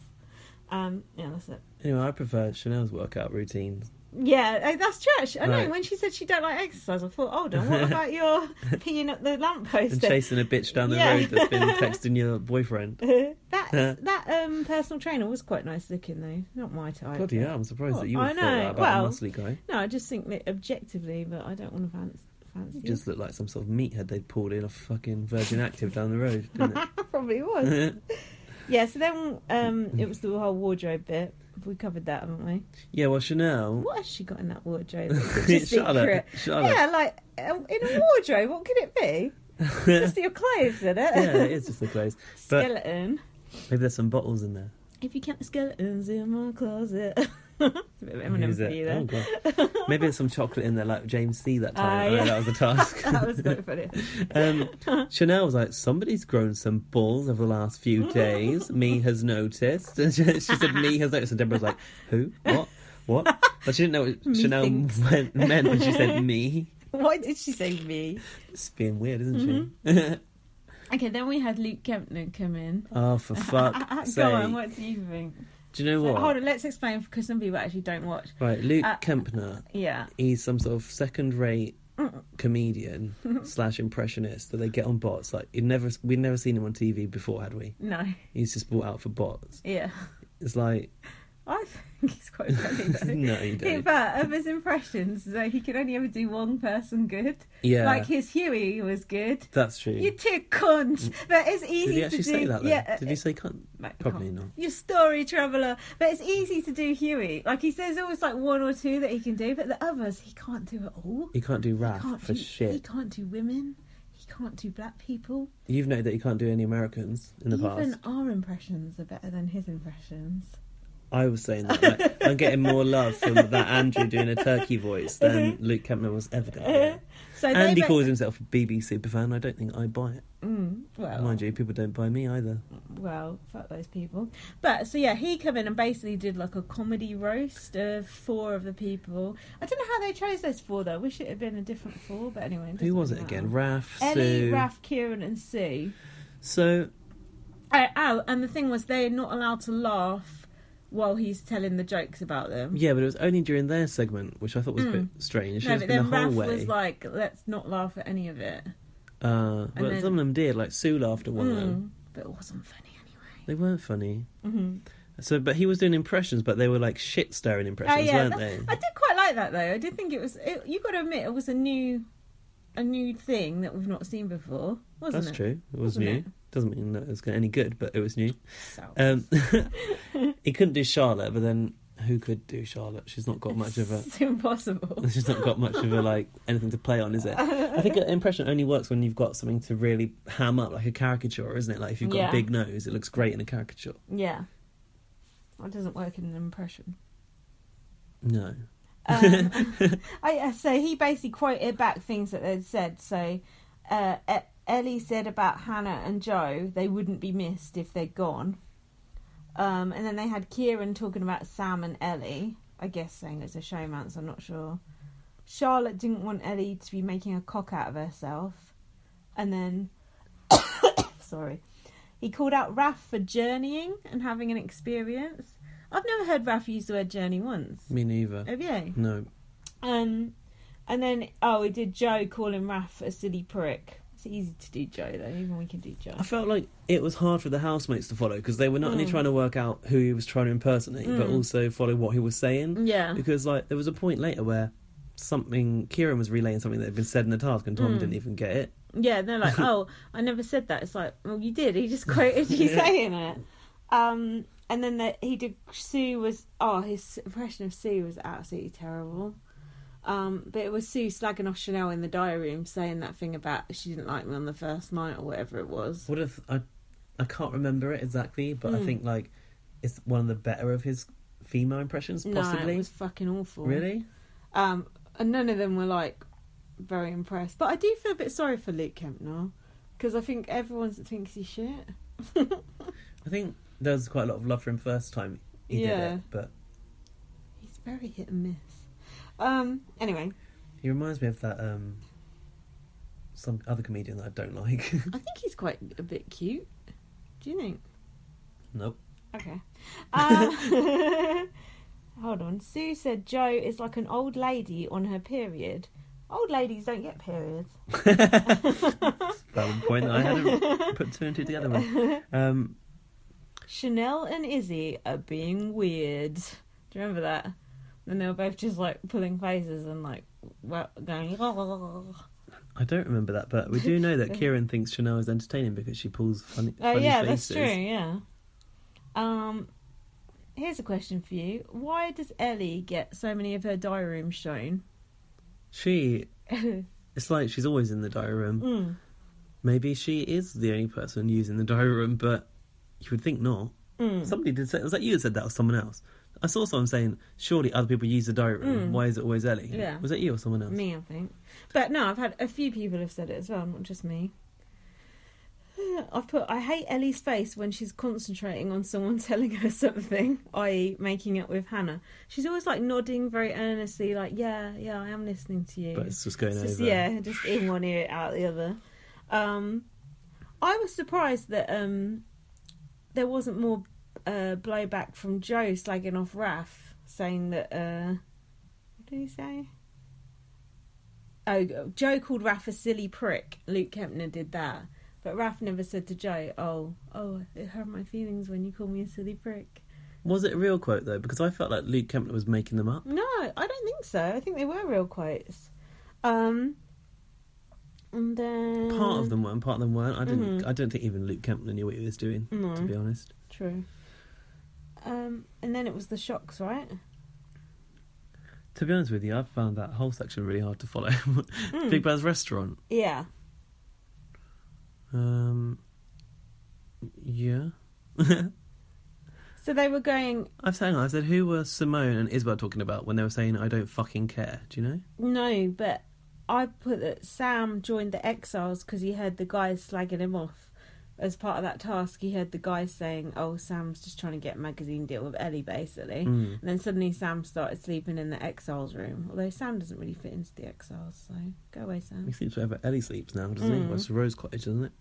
[SPEAKER 1] Um, yeah, that's it.
[SPEAKER 2] Anyway, I prefer Chanel's workout routines.
[SPEAKER 1] Yeah, eh, that's trash. I
[SPEAKER 2] Right.
[SPEAKER 1] know. When she said she don't like exercise, I thought, hold on,
[SPEAKER 2] [LAUGHS]
[SPEAKER 1] what about your peeing up the lamppost?
[SPEAKER 2] And chasing a bitch down the
[SPEAKER 1] Yeah.
[SPEAKER 2] road
[SPEAKER 1] [LAUGHS]
[SPEAKER 2] that's been texting your boyfriend.
[SPEAKER 1] that that um personal trainer was quite nice looking though. Not my type.
[SPEAKER 2] Bloody hell, I'm surprised
[SPEAKER 1] Well,
[SPEAKER 2] that you
[SPEAKER 1] Oh, I
[SPEAKER 2] would have thought
[SPEAKER 1] know.
[SPEAKER 2] that about
[SPEAKER 1] Well,
[SPEAKER 2] a muscly guy.
[SPEAKER 1] No, I just think that objectively, but I don't want to fancy. fancy.
[SPEAKER 2] It just looked like some sort of meathead they'd pulled in off fucking Virgin Active down
[SPEAKER 1] [LAUGHS]
[SPEAKER 2] the road, didn't it?
[SPEAKER 1] probably was.
[SPEAKER 2] [LAUGHS]
[SPEAKER 1] yeah. So then um it was the whole wardrobe bit. We covered that, haven't we?
[SPEAKER 2] yeah, well, Chanel. [LAUGHS]
[SPEAKER 1] What has she got in that wardrobe? It's a
[SPEAKER 2] Charlotte.
[SPEAKER 1] secret.
[SPEAKER 2] Charlotte.
[SPEAKER 1] Yeah, like uh, in a wardrobe, what could it be?
[SPEAKER 2] Yeah.
[SPEAKER 1] Just your clothes, in it? [LAUGHS]
[SPEAKER 2] it is just the clothes. But-
[SPEAKER 1] Skeleton.
[SPEAKER 2] Maybe there's some bottles in there.
[SPEAKER 1] If you count the skeletons in my closet. [LAUGHS] it's a bit of Eminem
[SPEAKER 2] Who's
[SPEAKER 1] for
[SPEAKER 2] it?
[SPEAKER 1] you
[SPEAKER 2] Oh,
[SPEAKER 1] there.
[SPEAKER 2] God.
[SPEAKER 1] [LAUGHS]
[SPEAKER 2] Maybe there's some chocolate in there, like James C. that time.
[SPEAKER 1] Ah,
[SPEAKER 2] I know
[SPEAKER 1] yeah.
[SPEAKER 2] that was a
[SPEAKER 1] [LAUGHS]
[SPEAKER 2] task.
[SPEAKER 1] that was quite
[SPEAKER 2] [LAUGHS]
[SPEAKER 1] funny.
[SPEAKER 2] Um, Chanel was like, somebody's grown some balls over the last few days. Me has noticed. [LAUGHS] And she, she said, me has noticed. And Deborah was like, who? What? What? But she didn't know
[SPEAKER 1] [LAUGHS]
[SPEAKER 2] what
[SPEAKER 1] Me
[SPEAKER 2] Chanel
[SPEAKER 1] thinks.
[SPEAKER 2] went, [LAUGHS] meant when she said me.
[SPEAKER 1] Why did she say me?
[SPEAKER 2] It's being weird, isn't
[SPEAKER 1] Mm-hmm.
[SPEAKER 2] she?
[SPEAKER 1] Okay, then we had Luke Kempner come in.
[SPEAKER 2] [LAUGHS] oh, for
[SPEAKER 1] [LAUGHS]
[SPEAKER 2] fuck's
[SPEAKER 1] Go on,
[SPEAKER 2] sake.
[SPEAKER 1] what do you think?
[SPEAKER 2] Do you know
[SPEAKER 1] So,
[SPEAKER 2] what?
[SPEAKER 1] hold on, let's explain because some people actually don't watch.
[SPEAKER 2] Right, Luke
[SPEAKER 1] Uh,
[SPEAKER 2] Kempner.
[SPEAKER 1] Yeah. Mm,
[SPEAKER 2] He's some sort of second-rate
[SPEAKER 1] [LAUGHS]
[SPEAKER 2] comedian slash impressionist that they get on bots. Like you never, we'd never seen him on TV before, had we?
[SPEAKER 1] No.
[SPEAKER 2] He's just brought out for bots.
[SPEAKER 1] Yeah.
[SPEAKER 2] It's like
[SPEAKER 1] I [LAUGHS] think he's quite funny
[SPEAKER 2] [LAUGHS]
[SPEAKER 1] though. [LAUGHS]
[SPEAKER 2] no, you
[SPEAKER 1] Yeah,
[SPEAKER 2] don't.
[SPEAKER 1] But of his impressions, though, he could only ever do one person good.
[SPEAKER 2] Yeah,
[SPEAKER 1] Like his Huey was good.
[SPEAKER 2] that's true.
[SPEAKER 1] You two cunts. But it's easy
[SPEAKER 2] Mm. Did he
[SPEAKER 1] to
[SPEAKER 2] actually
[SPEAKER 1] do.
[SPEAKER 2] say that? Though?
[SPEAKER 1] Yeah.
[SPEAKER 2] Did he say cunt?
[SPEAKER 1] Mate, I
[SPEAKER 2] Probably
[SPEAKER 1] can't-
[SPEAKER 2] not.
[SPEAKER 1] Your story traveller. But it's easy to do Huey. Like he says always like one or two that he can do, but the others he can't do at all.
[SPEAKER 2] He can't do
[SPEAKER 1] He
[SPEAKER 2] rap
[SPEAKER 1] can't
[SPEAKER 2] for
[SPEAKER 1] do, He
[SPEAKER 2] shit.
[SPEAKER 1] can't do women. He can't do black people.
[SPEAKER 2] You've noted that he can't do any Americans in the
[SPEAKER 1] Even
[SPEAKER 2] past.
[SPEAKER 1] our impressions are better than his impressions.
[SPEAKER 2] I was saying that
[SPEAKER 1] [LAUGHS]
[SPEAKER 2] like, I'm getting more love from that Andrew doing a turkey voice
[SPEAKER 1] Uh-huh.
[SPEAKER 2] than Luke Kempner was ever going to.
[SPEAKER 1] [LAUGHS] So
[SPEAKER 2] And he
[SPEAKER 1] both-
[SPEAKER 2] calls himself a BB superfan. I don't think I buy it.
[SPEAKER 1] Mm, well,
[SPEAKER 2] Mind you, people don't buy me either.
[SPEAKER 1] well, fuck those people. But so yeah, he come in and basically did like a comedy roast of four of the people. I don't know how they chose those four though. Wish it had been a different four, but anyway.
[SPEAKER 2] Who
[SPEAKER 1] doesn't
[SPEAKER 2] was it
[SPEAKER 1] matter.
[SPEAKER 2] again? Raf,
[SPEAKER 1] Ellie,
[SPEAKER 2] Sue.
[SPEAKER 1] Raf, Kieran, and Sue.
[SPEAKER 2] So
[SPEAKER 1] Uh, oh, and the thing was, they're not allowed to laugh while he's telling the jokes about them.
[SPEAKER 2] yeah, but it was only during their segment, which I thought was a bit strange.
[SPEAKER 1] Hmm.
[SPEAKER 2] It
[SPEAKER 1] No,
[SPEAKER 2] should
[SPEAKER 1] but
[SPEAKER 2] have
[SPEAKER 1] then
[SPEAKER 2] been the whole
[SPEAKER 1] Raf
[SPEAKER 2] way.
[SPEAKER 1] was like, let's not laugh at any of it.
[SPEAKER 2] uh, but
[SPEAKER 1] then-
[SPEAKER 2] some of them did. Like Sue laughed at one of them.
[SPEAKER 1] Mm. But it wasn't funny Mm-hmm. anyway.
[SPEAKER 2] They weren't funny. So, but he was doing impressions, but they were like shit stirring
[SPEAKER 1] Oh,
[SPEAKER 2] impressions,
[SPEAKER 1] yeah.
[SPEAKER 2] weren't
[SPEAKER 1] that-
[SPEAKER 2] they?
[SPEAKER 1] I did quite like that, though. I did think it was, it, you got to admit, it was a new a new thing that we've not seen before, wasn't
[SPEAKER 2] That's
[SPEAKER 1] it?
[SPEAKER 2] true. It was
[SPEAKER 1] Wasn't
[SPEAKER 2] new.
[SPEAKER 1] it?
[SPEAKER 2] Doesn't mean that it was any good, but it was
[SPEAKER 1] [LAUGHS]
[SPEAKER 2] new.
[SPEAKER 1] So,
[SPEAKER 2] Um, [LAUGHS] he couldn't do Charlotte, but then who could do Charlotte? She's not got much of a.
[SPEAKER 1] [LAUGHS]
[SPEAKER 2] [LAUGHS]
[SPEAKER 1] it's impossible.
[SPEAKER 2] She's not got much of a like anything to play on, is it? I think an impression only works when you've got something to really ham up, like a caricature, isn't it? Like if you've got
[SPEAKER 1] Yeah.
[SPEAKER 2] a big nose, it looks great in a caricature.
[SPEAKER 1] yeah. That doesn't work in an
[SPEAKER 2] [LAUGHS]
[SPEAKER 1] impression.
[SPEAKER 2] No.
[SPEAKER 1] Um, I, uh, so he basically quoted back things that they'd said. So uh, E- Ellie said about Hannah and Joe, they wouldn't be missed if they'd gone. Um, and then they had Kieran talking about Sam and Ellie. I guess saying it's a showmance, I'm not sure. Charlotte didn't want Ellie to be making a cock out of herself. And then, [COUGHS] sorry, he called out Raf for journeying and having an experience. I've never heard Raf use the word journey once.
[SPEAKER 2] [LAUGHS] Me neither.
[SPEAKER 1] Have you?
[SPEAKER 2] No.
[SPEAKER 1] Um, and then oh, we did Joe calling Raf a silly prick. It's easy to do Joe though. Even we can do Joe.
[SPEAKER 2] I felt like it was hard for the housemates to follow because they were not only
[SPEAKER 1] Mm.
[SPEAKER 2] trying to work out who he was trying to impersonate, but
[SPEAKER 1] Mm.
[SPEAKER 2] also follow what he was saying.
[SPEAKER 1] Yeah.
[SPEAKER 2] Because like there was a point later where something Kieran was relaying something that had been said in the task, and Tom
[SPEAKER 1] Mm.
[SPEAKER 2] didn't even get it.
[SPEAKER 1] Yeah, they're
[SPEAKER 2] [LAUGHS]
[SPEAKER 1] like, oh, I never said that. It's like, well, you did. He just quoted you
[SPEAKER 2] Yeah.
[SPEAKER 1] saying it. Um, and then the, he did. Sue was. Oh, his impression of Sue was absolutely terrible. Um, but it was Sue slagging off Chanel in the diary room, saying that thing about she didn't like me on the first night or whatever it was.
[SPEAKER 2] What if I? I can't remember it exactly, but I
[SPEAKER 1] Mm.
[SPEAKER 2] think like it's one of the better of his female impressions,
[SPEAKER 1] No,
[SPEAKER 2] possibly.
[SPEAKER 1] it was fucking awful.
[SPEAKER 2] Really?
[SPEAKER 1] Um, and none of them were like very impressed. But I do feel a bit sorry for Luke Kempner because I think everyone thinks he's shit.
[SPEAKER 2] I think there was quite a lot of love for him first time he
[SPEAKER 1] Yeah.
[SPEAKER 2] did it, but
[SPEAKER 1] He's very hit and miss. Um, anyway,
[SPEAKER 2] he reminds me of that um some other comedian that I don't like. [LAUGHS]
[SPEAKER 1] I think he's quite a bit cute. Do you think?
[SPEAKER 2] nope.
[SPEAKER 1] Okay. Um, hold on. Sue said Joe is like an old lady on her period. Old ladies don't get periods.
[SPEAKER 2] Valid point that I hadn't put two and two together with. Um,
[SPEAKER 1] Chanel and Izzy are being weird. Do you remember that? And they were both just like pulling faces and like wa- going. Oh
[SPEAKER 2] I don't remember that, but we do know that Kieran thinks Chanel is entertaining because she pulls funny,
[SPEAKER 1] Oh, yeah,
[SPEAKER 2] funny
[SPEAKER 1] that's
[SPEAKER 2] faces.
[SPEAKER 1] true. Yeah. Um, here's a question for you: Why does Ellie get so many of her diary rooms shown? [LAUGHS]
[SPEAKER 2] She, it's like she's always in the diary room.
[SPEAKER 1] Mm.
[SPEAKER 2] Maybe she is the only person using the diary room, but you would think not.
[SPEAKER 1] Mm.
[SPEAKER 2] Somebody did say, was that you that said that or someone else? I saw someone saying, surely other people use the diary room.
[SPEAKER 1] Mm.
[SPEAKER 2] Why is it always Ellie?
[SPEAKER 1] Yeah.
[SPEAKER 2] Was that you or someone else?
[SPEAKER 1] Me, I think. But no, I've had a few people have said it as well, not just me. I've put I hate Ellie's face when she's concentrating on someone [LAUGHS] telling her something, i.e., making it with Hannah. She's always like nodding very earnestly, like yeah, yeah, I am listening to you.
[SPEAKER 2] But it's just going
[SPEAKER 1] It's just-
[SPEAKER 2] over.
[SPEAKER 1] yeah, just in one ear, out the other. Um, I was surprised that um, there wasn't more uh, blowback from Joe slagging off Raf, saying that. Uh, what did he say? Oh, Joe called Raf a silly prick. Luke Kempner did that. But Raf never said to Joe, oh, oh, it hurt my feelings when you call me a silly prick.
[SPEAKER 2] Was it a real quote though? Because I felt like Luke Kempner was making them up.
[SPEAKER 1] No, I don't think so. I think they were real quotes. Um, and then.
[SPEAKER 2] Part of them were, and part of them weren't. I didn't.
[SPEAKER 1] Mhm.
[SPEAKER 2] I don't think even Luke Kempner knew what he was doing.
[SPEAKER 1] No.
[SPEAKER 2] To be honest,
[SPEAKER 1] True. Um, and then it was the shocks, right?
[SPEAKER 2] to be honest with you, I found that whole section really hard to follow. [LAUGHS]
[SPEAKER 1] Mm.
[SPEAKER 2] Big Bear's restaurant.
[SPEAKER 1] Yeah.
[SPEAKER 2] Um, yeah. [LAUGHS]
[SPEAKER 1] So they were going,
[SPEAKER 2] I've said, I said, who were Simone and Isabel talking about when they were saying, "I don't fucking care"? Do you know?
[SPEAKER 1] no, but I put that Sam joined the Exiles because he heard the guys slagging him off. As part of that task, he heard the guys saying, oh, Sam's just trying to get a magazine deal with Ellie, basically.
[SPEAKER 2] Mm.
[SPEAKER 1] And then suddenly Sam started sleeping in the Exiles room. Although Sam doesn't really fit into the Exiles, so go away,
[SPEAKER 2] He
[SPEAKER 1] Sam.
[SPEAKER 2] sleeps wherever Ellie sleeps now, doesn't he?
[SPEAKER 1] Mm.
[SPEAKER 2] Well, it's Rose Cottage, isn't it?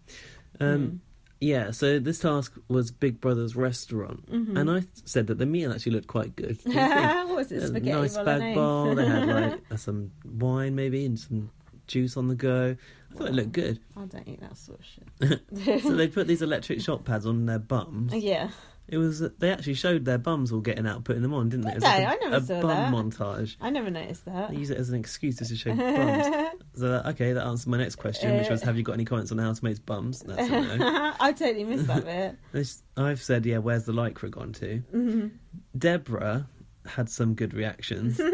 [SPEAKER 2] Um, Yeah. So this task was Big Brother's restaurant,
[SPEAKER 1] Mhm. [LAUGHS]
[SPEAKER 2] and I said that the meal actually looked quite good. [LAUGHS] Didn't you think?
[SPEAKER 1] what was it?
[SPEAKER 2] a
[SPEAKER 1] Spaghetti
[SPEAKER 2] nice
[SPEAKER 1] bolognese.
[SPEAKER 2] bag bowl. They had like uh, some wine maybe and some juice on the go. I thought it looked good.
[SPEAKER 1] [LAUGHS] I don't eat that sort of shit.
[SPEAKER 2] [LAUGHS] So they put these electric shot pads on their bums.
[SPEAKER 1] Oh, yeah.
[SPEAKER 2] It was they actually showed their bums all getting out, putting them on, didn't they? It was
[SPEAKER 1] Did
[SPEAKER 2] like
[SPEAKER 1] they?
[SPEAKER 2] a-
[SPEAKER 1] I never
[SPEAKER 2] a
[SPEAKER 1] saw that.
[SPEAKER 2] bum montage.
[SPEAKER 1] I never noticed that.
[SPEAKER 2] They use it as an excuse just
[SPEAKER 1] [LAUGHS]
[SPEAKER 2] to show bums. So that, okay, that answered my next question, which
[SPEAKER 1] Uh,
[SPEAKER 2] was, have you got any comments on how to make bums? And That's
[SPEAKER 1] [LAUGHS]
[SPEAKER 2] a no.
[SPEAKER 1] I totally missed that bit.
[SPEAKER 2] This- I've said, yeah, where's the lycra gone to?
[SPEAKER 1] Mhm.
[SPEAKER 2] Deborah had some good reactions [LAUGHS] to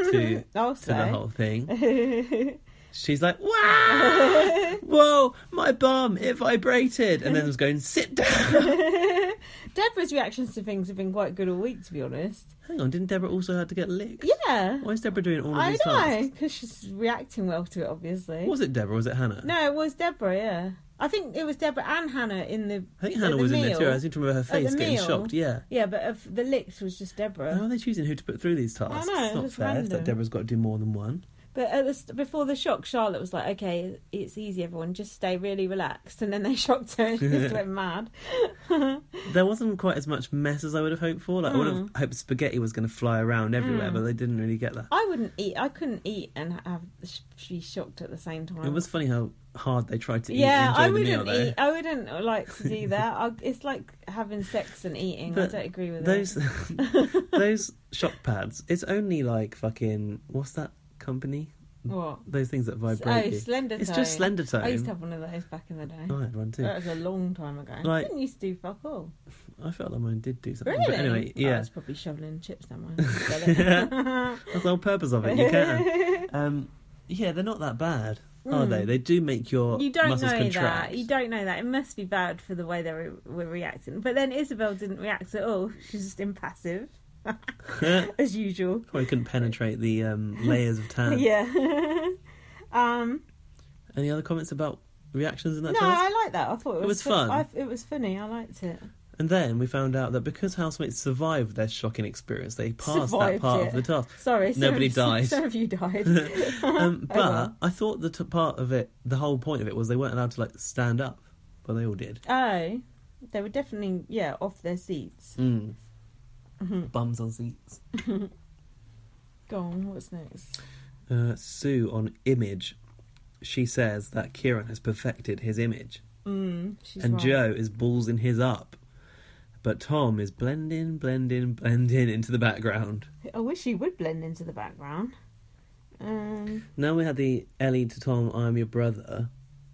[SPEAKER 1] [LAUGHS] I'll
[SPEAKER 2] to the
[SPEAKER 1] say.
[SPEAKER 2] whole thing.
[SPEAKER 1] [LAUGHS]
[SPEAKER 2] She's like, wow, whoa, my bum, it vibrated. And then was going, sit down.
[SPEAKER 1] Deborah's reactions to things have been quite good all week, to be honest.
[SPEAKER 2] Hang on, didn't Deborah also have to get licked?
[SPEAKER 1] Yeah.
[SPEAKER 2] Why is Deborah doing all of
[SPEAKER 1] I
[SPEAKER 2] these
[SPEAKER 1] know,
[SPEAKER 2] tasks?
[SPEAKER 1] because she's reacting well to it, obviously.
[SPEAKER 2] Was it Deborah? or Was it Hannah?
[SPEAKER 1] No, it was Deborah, yeah. I think it was Deborah and Hannah in the.
[SPEAKER 2] I think
[SPEAKER 1] at
[SPEAKER 2] Hannah
[SPEAKER 1] the
[SPEAKER 2] was in there
[SPEAKER 1] meal.
[SPEAKER 2] too. I seem to remember her
[SPEAKER 1] At the
[SPEAKER 2] face getting
[SPEAKER 1] meal.
[SPEAKER 2] shocked. Yeah.
[SPEAKER 1] Yeah, but of the licks was just Deborah.
[SPEAKER 2] How are they choosing who to put through these tasks?
[SPEAKER 1] know,
[SPEAKER 2] it's not
[SPEAKER 1] just
[SPEAKER 2] fair
[SPEAKER 1] random.
[SPEAKER 2] that Deborah's got to do more than one.
[SPEAKER 1] But at the st- before the shock, Charlotte was like, "Okay, it's easy, everyone. Just stay really relaxed." And then they [LAUGHS] shocked her, and she
[SPEAKER 2] [LAUGHS]
[SPEAKER 1] just went mad. [LAUGHS]
[SPEAKER 2] There wasn't quite as much mess as I would have hoped for. Like I would have hoped spaghetti was going to fly around everywhere,
[SPEAKER 1] Mm.
[SPEAKER 2] but they didn't really get that.
[SPEAKER 1] I wouldn't eat. I couldn't eat and have sh- be shocked at the same time.
[SPEAKER 2] It was funny how hard they tried to eat
[SPEAKER 1] yeah, I
[SPEAKER 2] and enjoy the meal
[SPEAKER 1] wouldn't
[SPEAKER 2] though.
[SPEAKER 1] eat. I wouldn't like to
[SPEAKER 2] [LAUGHS]
[SPEAKER 1] do that. I, it's like having sex and eating.
[SPEAKER 2] But
[SPEAKER 1] I don't agree with
[SPEAKER 2] Those
[SPEAKER 1] It. [LAUGHS]
[SPEAKER 2] [LAUGHS] those shock pads. It's only like fucking what's that company?
[SPEAKER 1] What?
[SPEAKER 2] Those things that
[SPEAKER 1] oh,
[SPEAKER 2] vibrate. you.
[SPEAKER 1] slender
[SPEAKER 2] It's just slender tone. Oh,
[SPEAKER 1] I used to have Uh, one of those back in the day.
[SPEAKER 2] I had one too.
[SPEAKER 1] That was a long time ago.
[SPEAKER 2] Like-
[SPEAKER 1] didn't used to do fuck all.
[SPEAKER 2] I felt like mine did do something.
[SPEAKER 1] Really?
[SPEAKER 2] But anyway,
[SPEAKER 1] Oh, I
[SPEAKER 2] yeah,
[SPEAKER 1] was probably shoveling chips down
[SPEAKER 2] [LAUGHS]
[SPEAKER 1] my. Sell
[SPEAKER 2] that's the whole purpose of it. You can.
[SPEAKER 1] [LAUGHS] it.
[SPEAKER 2] Um, yeah, they're not that bad, are
[SPEAKER 1] Mm.
[SPEAKER 2] they? They do make your
[SPEAKER 1] You don't
[SPEAKER 2] muscles
[SPEAKER 1] know
[SPEAKER 2] contract.
[SPEAKER 1] that. You don't know that. It must be bad for the way they were, were reacting. But then Isabel didn't react at all. She's just impassive, [LAUGHS] as usual.
[SPEAKER 2] [LAUGHS] Probably couldn't penetrate the um, layers of
[SPEAKER 1] [LAUGHS]
[SPEAKER 2] tan.
[SPEAKER 1] yeah. um,
[SPEAKER 2] Any other comments about reactions in
[SPEAKER 1] no,
[SPEAKER 2] that task?
[SPEAKER 1] I like that. I thought it was,
[SPEAKER 2] It was
[SPEAKER 1] fu-
[SPEAKER 2] fun.
[SPEAKER 1] I, it was funny. I liked it.
[SPEAKER 2] And then we found out that because housemates survived their shocking experience, they passed
[SPEAKER 1] Survived
[SPEAKER 2] that part
[SPEAKER 1] it.
[SPEAKER 2] of the task.
[SPEAKER 1] Sorry, some [LAUGHS]
[SPEAKER 2] Nobody
[SPEAKER 1] of-
[SPEAKER 2] died.
[SPEAKER 1] Some of you died.
[SPEAKER 2] [LAUGHS]
[SPEAKER 1] [LAUGHS]
[SPEAKER 2] Um,
[SPEAKER 1] Oh,
[SPEAKER 2] but
[SPEAKER 1] well.
[SPEAKER 2] I thought the t- part of it, the whole point of it, was they weren't allowed to like stand up, but they all did.
[SPEAKER 1] oh, they were definitely yeah off their seats.
[SPEAKER 2] Mm.
[SPEAKER 1] Mm-hmm.
[SPEAKER 2] Bums on seats.
[SPEAKER 1] Go on. What's next?
[SPEAKER 2] Uh, Sue on image, she says that Kieran has perfected his image.
[SPEAKER 1] Mm, she's
[SPEAKER 2] and
[SPEAKER 1] right.
[SPEAKER 2] Joe is balls in his up. But Tom is blending, blending, blending into the background.
[SPEAKER 1] I wish he would blend into the background. Um,
[SPEAKER 2] Now we had the Ellie to Tom, I'm your brother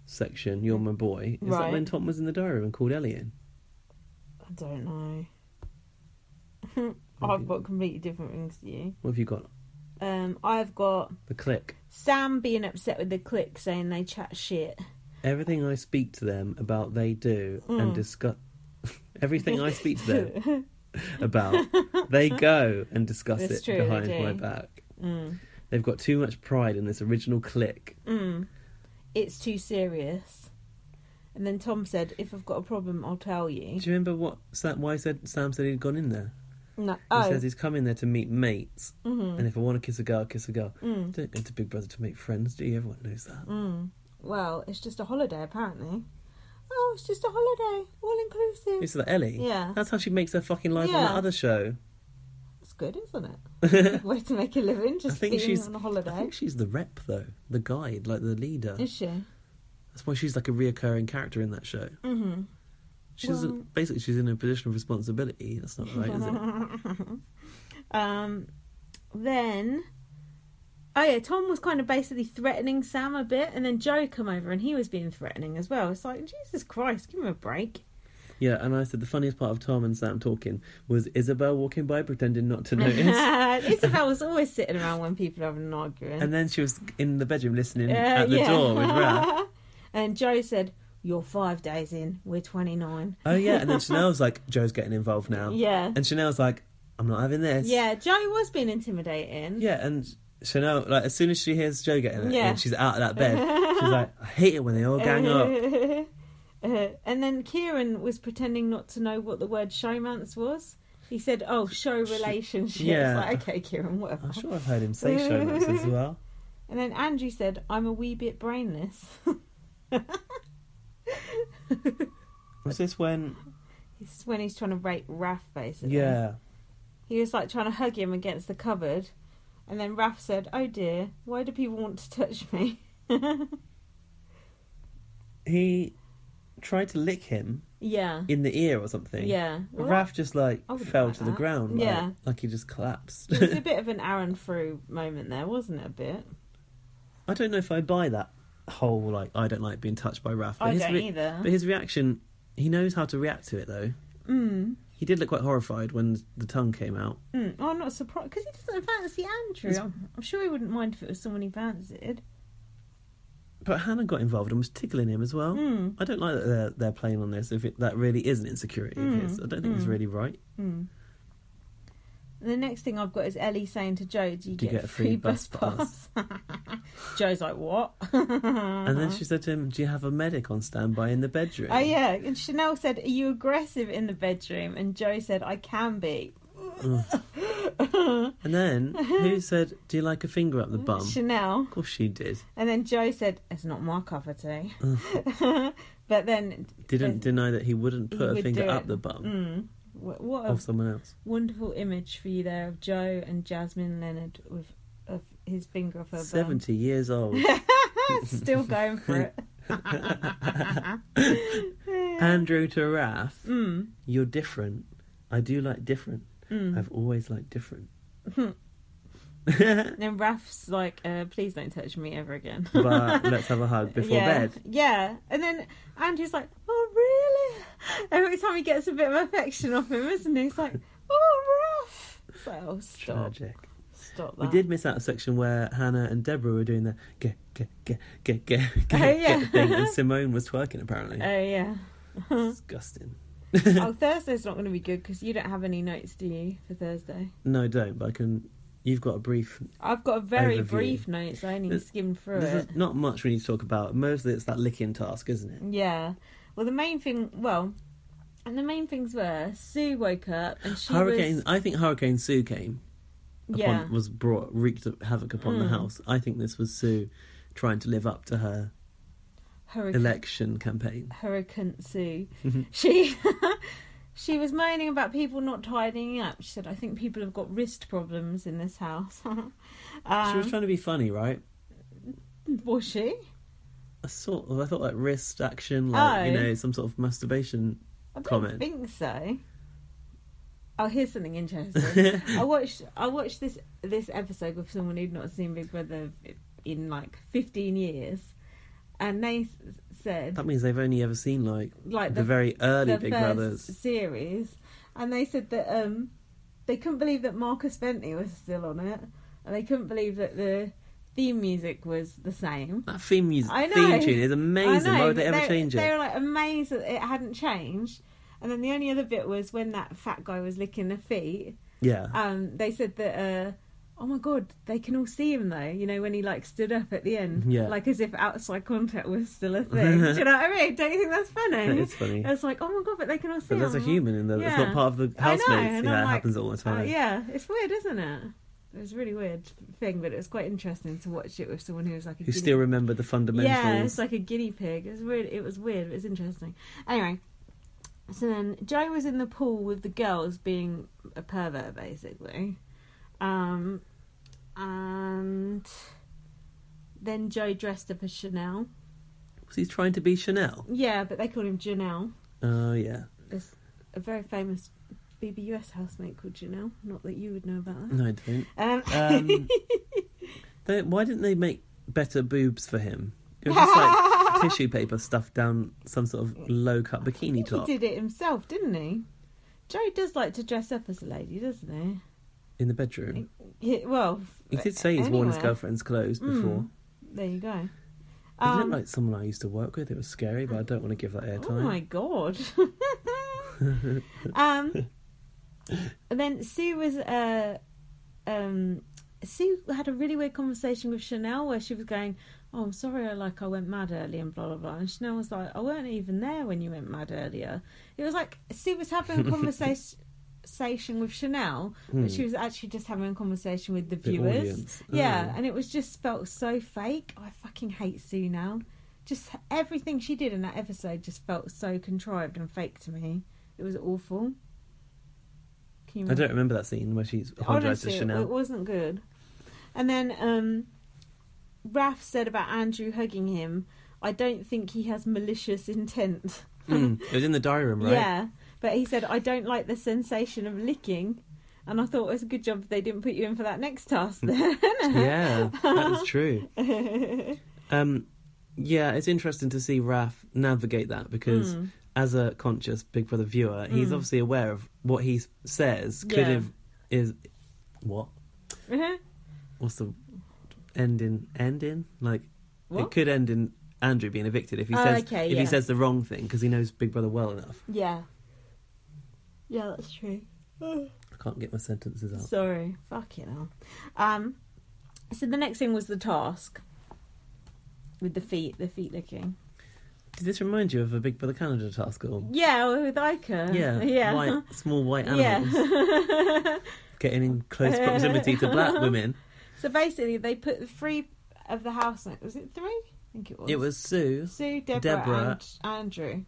[SPEAKER 2] section, you're my boy. Is
[SPEAKER 1] Right.
[SPEAKER 2] that when Tom was in the diary room and called Ellie in?
[SPEAKER 1] I don't know. [LAUGHS] I've got completely different things to you.
[SPEAKER 2] What have you got?
[SPEAKER 1] Um, I've got
[SPEAKER 2] The click.
[SPEAKER 1] Sam being upset with the clique saying they chat shit.
[SPEAKER 2] Everything I speak to them about, they do
[SPEAKER 1] Mm.
[SPEAKER 2] and discuss. [LAUGHS] Everything I speak
[SPEAKER 1] [LAUGHS]
[SPEAKER 2] to them about, they go and discuss
[SPEAKER 1] That's
[SPEAKER 2] it
[SPEAKER 1] true, they
[SPEAKER 2] behind
[SPEAKER 1] do.
[SPEAKER 2] my back.
[SPEAKER 1] Mm.
[SPEAKER 2] They've got too much pride in this original click.
[SPEAKER 1] Mm. It's too serious. And then Tom said, "If I've got a problem, I'll tell
[SPEAKER 2] Do
[SPEAKER 1] you."
[SPEAKER 2] you remember what Sam, why said Sam said he'd gone in there?
[SPEAKER 1] No.
[SPEAKER 2] He
[SPEAKER 1] Oh.
[SPEAKER 2] says he's come in there to meet mates,
[SPEAKER 1] Mhm.
[SPEAKER 2] and if I want to kiss a girl, I kiss a girl.
[SPEAKER 1] Mm.
[SPEAKER 2] Don't go to Big Brother to make friends, do you? Everyone knows that.
[SPEAKER 1] Mm. Well, it's just a holiday, apparently. Oh, it's just a holiday, all inclusive.
[SPEAKER 2] It's like Ellie.
[SPEAKER 1] Yeah.
[SPEAKER 2] That's how she makes her fucking life on
[SPEAKER 1] Yeah.
[SPEAKER 2] that
[SPEAKER 1] [LAUGHS]
[SPEAKER 2] other show.
[SPEAKER 1] It's good, isn't it? [LAUGHS]
[SPEAKER 2] I
[SPEAKER 1] Way to make a living, just
[SPEAKER 2] think
[SPEAKER 1] being
[SPEAKER 2] she's-
[SPEAKER 1] on a holiday.
[SPEAKER 2] think she's the rep though, the guide, like the leader.
[SPEAKER 1] Is she?
[SPEAKER 2] That's why she's like a reoccurring character in that show.
[SPEAKER 1] Mm-hmm.
[SPEAKER 2] She's
[SPEAKER 1] Well-
[SPEAKER 2] basically she's in a position of responsibility. That's not right,
[SPEAKER 1] [LAUGHS]
[SPEAKER 2] is it?
[SPEAKER 1] um, then, oh yeah, Tom was kind of basically threatening Sam a bit, and then Joe come over and he was being threatening as well. It's like Jesus Christ, give him a break.
[SPEAKER 2] Yeah, and I said the funniest part of Tom and Sam talking was Isabel walking by pretending
[SPEAKER 1] [LAUGHS]
[SPEAKER 2] not to notice.
[SPEAKER 1] Isabel was always sitting around when people are having an arguing.
[SPEAKER 2] And then she was in the bedroom listening
[SPEAKER 1] Uh,
[SPEAKER 2] at the
[SPEAKER 1] yeah.
[SPEAKER 2] door
[SPEAKER 1] [LAUGHS]
[SPEAKER 2] with Ralph.
[SPEAKER 1] and Joe said, "You're five days in. We're twenty nine.
[SPEAKER 2] Oh yeah, and then Chanel's like, Joe's getting involved
[SPEAKER 1] [LAUGHS]
[SPEAKER 2] now.
[SPEAKER 1] Yeah.
[SPEAKER 2] And Chanel's like, I'm not having this.
[SPEAKER 1] Yeah, Joe was being intimidating.
[SPEAKER 2] Yeah, and Chanel, like as soon as she hears Joe getting it,
[SPEAKER 1] Yeah.
[SPEAKER 2] and she's out of that bed, she's like, I hate it when they all Oh, gang
[SPEAKER 1] [LAUGHS]
[SPEAKER 2] up.
[SPEAKER 1] Uh, and then Kieran was pretending not to know what the word showmance was. He said, "Oh, show relationships." [LAUGHS]
[SPEAKER 2] yeah.
[SPEAKER 1] Like, okay, Kieran, whatever.
[SPEAKER 2] I'm sure I've heard him say showmance
[SPEAKER 1] [LAUGHS]
[SPEAKER 2] as well.
[SPEAKER 1] And then Andrew said, "I'm a wee bit brainless." [LAUGHS]
[SPEAKER 2] Was this when?
[SPEAKER 1] It's when he's trying to rape Raf, basically.
[SPEAKER 2] Yeah.
[SPEAKER 1] He was like trying to hug him against the cupboard, and then Raf said, "Oh dear, why do people want to touch me?" [LAUGHS]
[SPEAKER 2] He tried to lick him
[SPEAKER 1] yeah.
[SPEAKER 2] in the ear or something.
[SPEAKER 1] Yeah. Well,
[SPEAKER 2] Raf just like
[SPEAKER 1] I wouldn't
[SPEAKER 2] fell
[SPEAKER 1] like
[SPEAKER 2] to the
[SPEAKER 1] that.
[SPEAKER 2] ground. like-
[SPEAKER 1] Yeah.
[SPEAKER 2] Like he just collapsed.
[SPEAKER 1] It was
[SPEAKER 2] [LAUGHS]
[SPEAKER 1] a bit of an Aaron through moment there, wasn't it? A bit.
[SPEAKER 2] I don't know if I buy that whole like I don't like being touched by Raf.
[SPEAKER 1] I
[SPEAKER 2] his
[SPEAKER 1] don't
[SPEAKER 2] re-
[SPEAKER 1] either.
[SPEAKER 2] But his reaction, he knows how to react to it though.
[SPEAKER 1] Mm.
[SPEAKER 2] He did look quite horrified when the tongue came out.
[SPEAKER 1] Mm. Oh, I'm not surprised because he doesn't fancy Andrew.
[SPEAKER 2] It's-
[SPEAKER 1] I'm, I'm sure he wouldn't mind if it was someone he fancied.
[SPEAKER 2] But Hannah got involved and was tickling him as well.
[SPEAKER 1] Mm.
[SPEAKER 2] I don't like that they're, they're playing on this. If it, that really is an insecurity
[SPEAKER 1] Mm,
[SPEAKER 2] of his, I don't think it's
[SPEAKER 1] mm.
[SPEAKER 2] really right.
[SPEAKER 1] Mm. The next thing I've got is Ellie saying to Joe, "Do you, get, a free, bus, pass?" [LAUGHS] Joe's like, "What?" [LAUGHS]
[SPEAKER 2] And then she said to him, "Do you have a medic on standby in the bedroom?"
[SPEAKER 1] Uh-huh. "Oh yeah." And Chanel said, "Are you aggressive in the bedroom?" And Joe said, "I can be." [LAUGHS]
[SPEAKER 2] And then who said, "Do you like a finger up the bum?"
[SPEAKER 1] Chanel.
[SPEAKER 2] Of course she did.
[SPEAKER 1] And then Joe said, "It's not my cup of tea." [LAUGHS] but then,
[SPEAKER 2] Didn't
[SPEAKER 1] Yes.
[SPEAKER 2] deny that he wouldn't
[SPEAKER 1] He
[SPEAKER 2] put a
[SPEAKER 1] would do
[SPEAKER 2] finger up
[SPEAKER 1] it.
[SPEAKER 2] the bum
[SPEAKER 1] mm, wh- what a
[SPEAKER 2] of someone else.
[SPEAKER 1] wonderful image for you there of Joe and Jasmine Leonard with of his finger off her bum. Ah,
[SPEAKER 2] Seventy years old.
[SPEAKER 1] [LAUGHS] Still going for
[SPEAKER 2] [LAUGHS]
[SPEAKER 1] it.
[SPEAKER 2] Andrew Taraf,
[SPEAKER 1] [LAUGHS] Mm,
[SPEAKER 2] you're different. I do like different.
[SPEAKER 1] mm. Hmm.
[SPEAKER 2] I've always liked different.
[SPEAKER 1] Then Raf's like, uh, please don't touch me ever again.
[SPEAKER 2] [LAUGHS]
[SPEAKER 1] [LAUGHS]
[SPEAKER 2] But let's have a hug before
[SPEAKER 1] yeah,
[SPEAKER 2] bed.
[SPEAKER 1] Yeah. And then Andrew's like, oh, really? [LAUGHS] Every time he gets a bit of affection off him, isn't he? He's like, oh, Raf. It's like, oh, stop.
[SPEAKER 2] Tragic.
[SPEAKER 1] Stop
[SPEAKER 2] We
[SPEAKER 1] that.
[SPEAKER 2] did miss out a section where Hannah and Deborah were doing the get get get get get
[SPEAKER 1] [LAUGHS]
[SPEAKER 2] get,
[SPEAKER 1] Oh, yeah.
[SPEAKER 2] get thing, and Simone was twerking apparently.
[SPEAKER 1] Oh, yeah. Uh-huh.
[SPEAKER 2] Disgusting. [LAUGHS]
[SPEAKER 1] oh, Thursday's not going to be good because you don't have any notes, do you, for Thursday?
[SPEAKER 2] No, I don't. But I can. You've got a brief.
[SPEAKER 1] I've got a very
[SPEAKER 2] Overview.
[SPEAKER 1] brief notes. I only
[SPEAKER 2] There's-
[SPEAKER 1] skimmed through it.
[SPEAKER 2] There's not much we need to talk about. Mostly, it's that licking task, isn't it?
[SPEAKER 1] Yeah. Well, the main thing, well, and the main things were Sue woke up and she
[SPEAKER 2] Hurricane.
[SPEAKER 1] was
[SPEAKER 2] I think Hurricane Sue came. Upon,
[SPEAKER 1] yeah
[SPEAKER 2] Was brought wreaked havoc upon the
[SPEAKER 1] Mm.
[SPEAKER 2] house. I think this was Sue trying to live up to her
[SPEAKER 1] hurricane
[SPEAKER 2] election campaign.
[SPEAKER 1] hurricane Sue.
[SPEAKER 2] Mm-hmm.
[SPEAKER 1] [LAUGHS] she she was moaning about people not tidying up. She said, "I think people have got wrist problems in this house." [LAUGHS] um,
[SPEAKER 2] she was trying to be funny, right?
[SPEAKER 1] was she?
[SPEAKER 2] A sort of. I thought like wrist action, like you
[SPEAKER 1] Oh.
[SPEAKER 2] know, some sort of masturbation
[SPEAKER 1] I don't
[SPEAKER 2] Comment.
[SPEAKER 1] think so. Oh, here's something
[SPEAKER 2] [LAUGHS]
[SPEAKER 1] interesting. I watched I watched this this episode with someone who'd not seen Big Brother in like 15 years, and they s- said
[SPEAKER 2] That means they've only ever seen like
[SPEAKER 1] like
[SPEAKER 2] the, very early
[SPEAKER 1] the
[SPEAKER 2] Big
[SPEAKER 1] first
[SPEAKER 2] Brothers.
[SPEAKER 1] series, and they said that um, they couldn't believe that Marcus Bentley was still on it, and they couldn't believe that the theme music was the same.
[SPEAKER 2] That theme music,
[SPEAKER 1] I know.
[SPEAKER 2] theme tune is amazing.
[SPEAKER 1] I know,
[SPEAKER 2] Why would they
[SPEAKER 1] but
[SPEAKER 2] ever change
[SPEAKER 1] They
[SPEAKER 2] it?
[SPEAKER 1] were like amazed that it hadn't changed. And then the only other bit was when that fat guy was licking the feet.
[SPEAKER 2] Yeah.
[SPEAKER 1] Um, they said that, uh, oh my god, they can all see him though. You know when he like stood up at the end,
[SPEAKER 2] Yeah.
[SPEAKER 1] like as if outside contact was still a
[SPEAKER 2] [LAUGHS]
[SPEAKER 1] thing. Do you know what I mean? Don't you think that's funny?
[SPEAKER 2] That is funny.
[SPEAKER 1] It's like, oh my god, but they can all see
[SPEAKER 2] But
[SPEAKER 1] him.
[SPEAKER 2] there's a human in the. It's
[SPEAKER 1] Yeah.
[SPEAKER 2] not part of
[SPEAKER 1] I
[SPEAKER 2] the
[SPEAKER 1] know,
[SPEAKER 2] housemates.
[SPEAKER 1] and
[SPEAKER 2] yeah,
[SPEAKER 1] I'm
[SPEAKER 2] it
[SPEAKER 1] like,
[SPEAKER 2] happens all the
[SPEAKER 1] Uh,
[SPEAKER 2] time.
[SPEAKER 1] yeah, it's weird, isn't it? It was a really weird thing, but it was quite interesting to watch it with someone who was like a
[SPEAKER 2] Who
[SPEAKER 1] guinea-
[SPEAKER 2] still remember the fundamentals?
[SPEAKER 1] yeah, it's like a guinea pig. It was weird. It was weird. It was interesting. Anyway, so then Joe was in the pool with the girls, being a pervert basically, um, and then Joe dressed up as Chanel.
[SPEAKER 2] Was he trying to be Chanel?
[SPEAKER 1] Yeah, but they call him Janelle.
[SPEAKER 2] Oh yeah.
[SPEAKER 1] There's a very famous BBUS housemate called Janelle. Not that you would know about that.
[SPEAKER 2] No, I don't.
[SPEAKER 1] Um, [LAUGHS]
[SPEAKER 2] Um, they, why didn't they make better boobs for him?
[SPEAKER 1] [LAUGHS]
[SPEAKER 2] It was just like tissue paper stuffed down some sort of low cut bikini top.
[SPEAKER 1] He did it himself, didn't he? Joe does like to dress up as a lady, doesn't
[SPEAKER 2] in the bedroom.
[SPEAKER 1] he? he well,
[SPEAKER 2] He did say he's worn his
[SPEAKER 1] anywhere.
[SPEAKER 2] girlfriend's clothes
[SPEAKER 1] Mm.
[SPEAKER 2] before.
[SPEAKER 1] There you go.
[SPEAKER 2] He looked
[SPEAKER 1] Um,
[SPEAKER 2] like someone I used to work with. It was scary, but I don't want to give that airtime.
[SPEAKER 1] oh my
[SPEAKER 2] [LAUGHS]
[SPEAKER 1] god. um, and then Sue was. Uh, um, Sue had a really weird conversation with Chanel where she was going, "Oh, I'm sorry, I like I went mad early and blah blah blah." And Chanel was like, "I weren't even there when you went mad earlier." It was like Sue was
[SPEAKER 2] [LAUGHS]
[SPEAKER 1] having a conversation with Chanel,
[SPEAKER 2] Hmm.
[SPEAKER 1] but she was actually just having a conversation with the,
[SPEAKER 2] The
[SPEAKER 1] viewers.
[SPEAKER 2] audience.
[SPEAKER 1] Yeah,
[SPEAKER 2] Oh.
[SPEAKER 1] and it was just felt so fake. I fucking hate Sue now. Just everything she did in that episode just felt so contrived and fake to me. It was awful. Can you
[SPEAKER 2] I don't remember that scene where she's apologised to
[SPEAKER 1] Honestly, it-
[SPEAKER 2] Chanel.
[SPEAKER 1] it wasn't good. And then um, Raf said about Andrew hugging him. I don't think he has malicious intent.
[SPEAKER 2] Mm, it was in the diary room, right?
[SPEAKER 1] Yeah, but he said I don't like the sensation of licking, and I thought it was a good job they didn't put you in for that next task. Then.
[SPEAKER 2] yeah, that's
[SPEAKER 1] [LAUGHS]
[SPEAKER 2] true. Um, yeah, it's interesting to see Raph navigate that because
[SPEAKER 1] Mm.
[SPEAKER 2] as a conscious Big Brother viewer, he's
[SPEAKER 1] Mm.
[SPEAKER 2] obviously aware of what he s- says could
[SPEAKER 1] Yeah.
[SPEAKER 2] have is
[SPEAKER 1] Uh-huh.
[SPEAKER 2] what what's the ending ending like
[SPEAKER 1] What?
[SPEAKER 2] It could end in Andrew being evicted if he
[SPEAKER 1] Oh,
[SPEAKER 2] says
[SPEAKER 1] okay,
[SPEAKER 2] if
[SPEAKER 1] yeah.
[SPEAKER 2] he says the wrong thing because he knows Big Brother well enough.
[SPEAKER 1] Yeah. Yeah, that's true.
[SPEAKER 2] I can't get my sentences out.
[SPEAKER 1] Sorry. Fuck it hell. Um, so the next thing was the task with the feet, the feet licking.
[SPEAKER 2] Did this remind you of a Big Brother Canada task or?
[SPEAKER 1] Yeah, with Ica.
[SPEAKER 2] Yeah,
[SPEAKER 1] Uh, [LAUGHS] Yeah.
[SPEAKER 2] White, small white animals
[SPEAKER 1] yeah.
[SPEAKER 2] getting in close proximity to black women.
[SPEAKER 1] [LAUGHS] so basically, they put the three of the housemates. Was it three? I think it was.
[SPEAKER 2] It was Sue.
[SPEAKER 1] Sue, Deborah,
[SPEAKER 2] Deborah.
[SPEAKER 1] and Andrew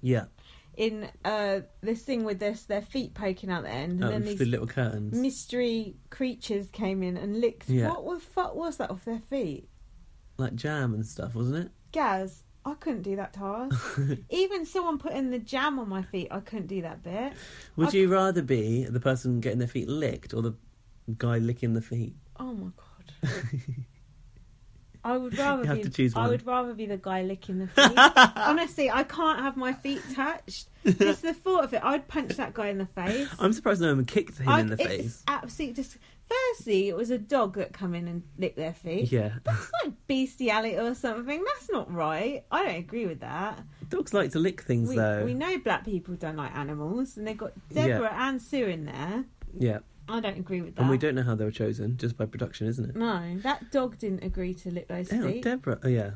[SPEAKER 2] Yeah,
[SPEAKER 1] in uh, this thing with this, their feet poking out the end, and
[SPEAKER 2] oh,
[SPEAKER 1] then
[SPEAKER 2] with
[SPEAKER 1] these
[SPEAKER 2] the little curtains.
[SPEAKER 1] mystery creatures came in and licked.
[SPEAKER 2] Yeah.
[SPEAKER 1] What the fuck was that off their feet?
[SPEAKER 2] like jam and stuff, wasn't
[SPEAKER 1] Gaz, I couldn't do that
[SPEAKER 2] [LAUGHS]
[SPEAKER 1] task.
[SPEAKER 2] it?
[SPEAKER 1] Even someone putting the jam on my feet, I couldn't do that bit.
[SPEAKER 2] [LAUGHS] Would
[SPEAKER 1] I-
[SPEAKER 2] you rather be the person getting their feet licked or the guy licking the feet?
[SPEAKER 1] Oh my god. I would rather
[SPEAKER 2] [LAUGHS] You have
[SPEAKER 1] be,
[SPEAKER 2] to choose
[SPEAKER 1] I
[SPEAKER 2] one.
[SPEAKER 1] would rather be the guy licking
[SPEAKER 2] [LAUGHS]
[SPEAKER 1] the feet. Honestly, I can't have my feet touched. Just the thought of it, I'd punch that guy in the
[SPEAKER 2] [LAUGHS]
[SPEAKER 1] face.
[SPEAKER 2] I'm surprised no one kicked him
[SPEAKER 1] I-
[SPEAKER 2] in the
[SPEAKER 1] it's
[SPEAKER 2] face.
[SPEAKER 1] Absolutely. Dis- Firstly, it was a dog that come in and licked their feet.
[SPEAKER 2] Yeah,
[SPEAKER 1] That's [LAUGHS] like bestiality or something. That's not right. I don't agree with that.
[SPEAKER 2] dogs like to lick things
[SPEAKER 1] We,
[SPEAKER 2] though.
[SPEAKER 1] we know black people don't like animals, and they've got Deborah and Sue in there.
[SPEAKER 2] Yeah,
[SPEAKER 1] I don't agree with that. Mm,
[SPEAKER 2] and we don't know how they were chosen, just by production, isn't it?
[SPEAKER 1] No, that dog didn't agree to lick those
[SPEAKER 2] Oh,
[SPEAKER 1] feet.
[SPEAKER 2] Deborah. Oh yeah,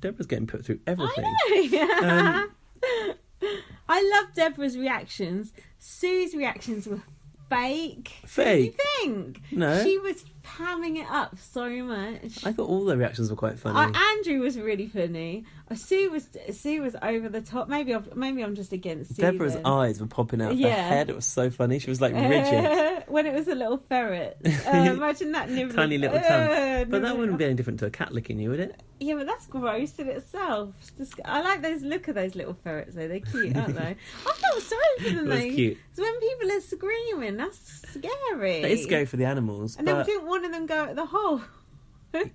[SPEAKER 2] Deborah's getting put through everything.
[SPEAKER 1] [LAUGHS] I
[SPEAKER 2] Um,
[SPEAKER 1] know. I love Deborah's reactions. Sue's reactions were fake.
[SPEAKER 2] Fake?
[SPEAKER 1] What do you think?
[SPEAKER 2] No.
[SPEAKER 1] She was pamming it up so much.
[SPEAKER 2] I thought all their reactions were quite funny.
[SPEAKER 1] Uh, Andrew was really funny. Uh, Sue was Sue was over the top. Maybe I've, maybe I'm just against Sue.
[SPEAKER 2] Deborah's
[SPEAKER 1] then.
[SPEAKER 2] eyes were popping out of
[SPEAKER 1] Yeah.
[SPEAKER 2] her head. It was so funny. She was
[SPEAKER 1] [LAUGHS]
[SPEAKER 2] like rigid.
[SPEAKER 1] when it was a little ferret.
[SPEAKER 2] [LAUGHS]
[SPEAKER 1] Uh, imagine that nibbling.
[SPEAKER 2] Tiny little
[SPEAKER 1] Uh,
[SPEAKER 2] tongue. But that
[SPEAKER 1] nibbling
[SPEAKER 2] wouldn't
[SPEAKER 1] up.
[SPEAKER 2] be any different to a cat licking you,
[SPEAKER 1] [LAUGHS]
[SPEAKER 2] would it?
[SPEAKER 1] Yeah, but that's gross in itself. It's disg- I like those look of those little ferrets though. They're cute, aren't
[SPEAKER 2] [LAUGHS]
[SPEAKER 1] they? I felt sorry for them.
[SPEAKER 2] It was
[SPEAKER 1] though.
[SPEAKER 2] cute.
[SPEAKER 1] 'Cause when people are screaming, that's scary.
[SPEAKER 2] It is scary for the animals.
[SPEAKER 1] And then we
[SPEAKER 2] but
[SPEAKER 1] didn't want them go at the
[SPEAKER 2] [LAUGHS]
[SPEAKER 1] hole.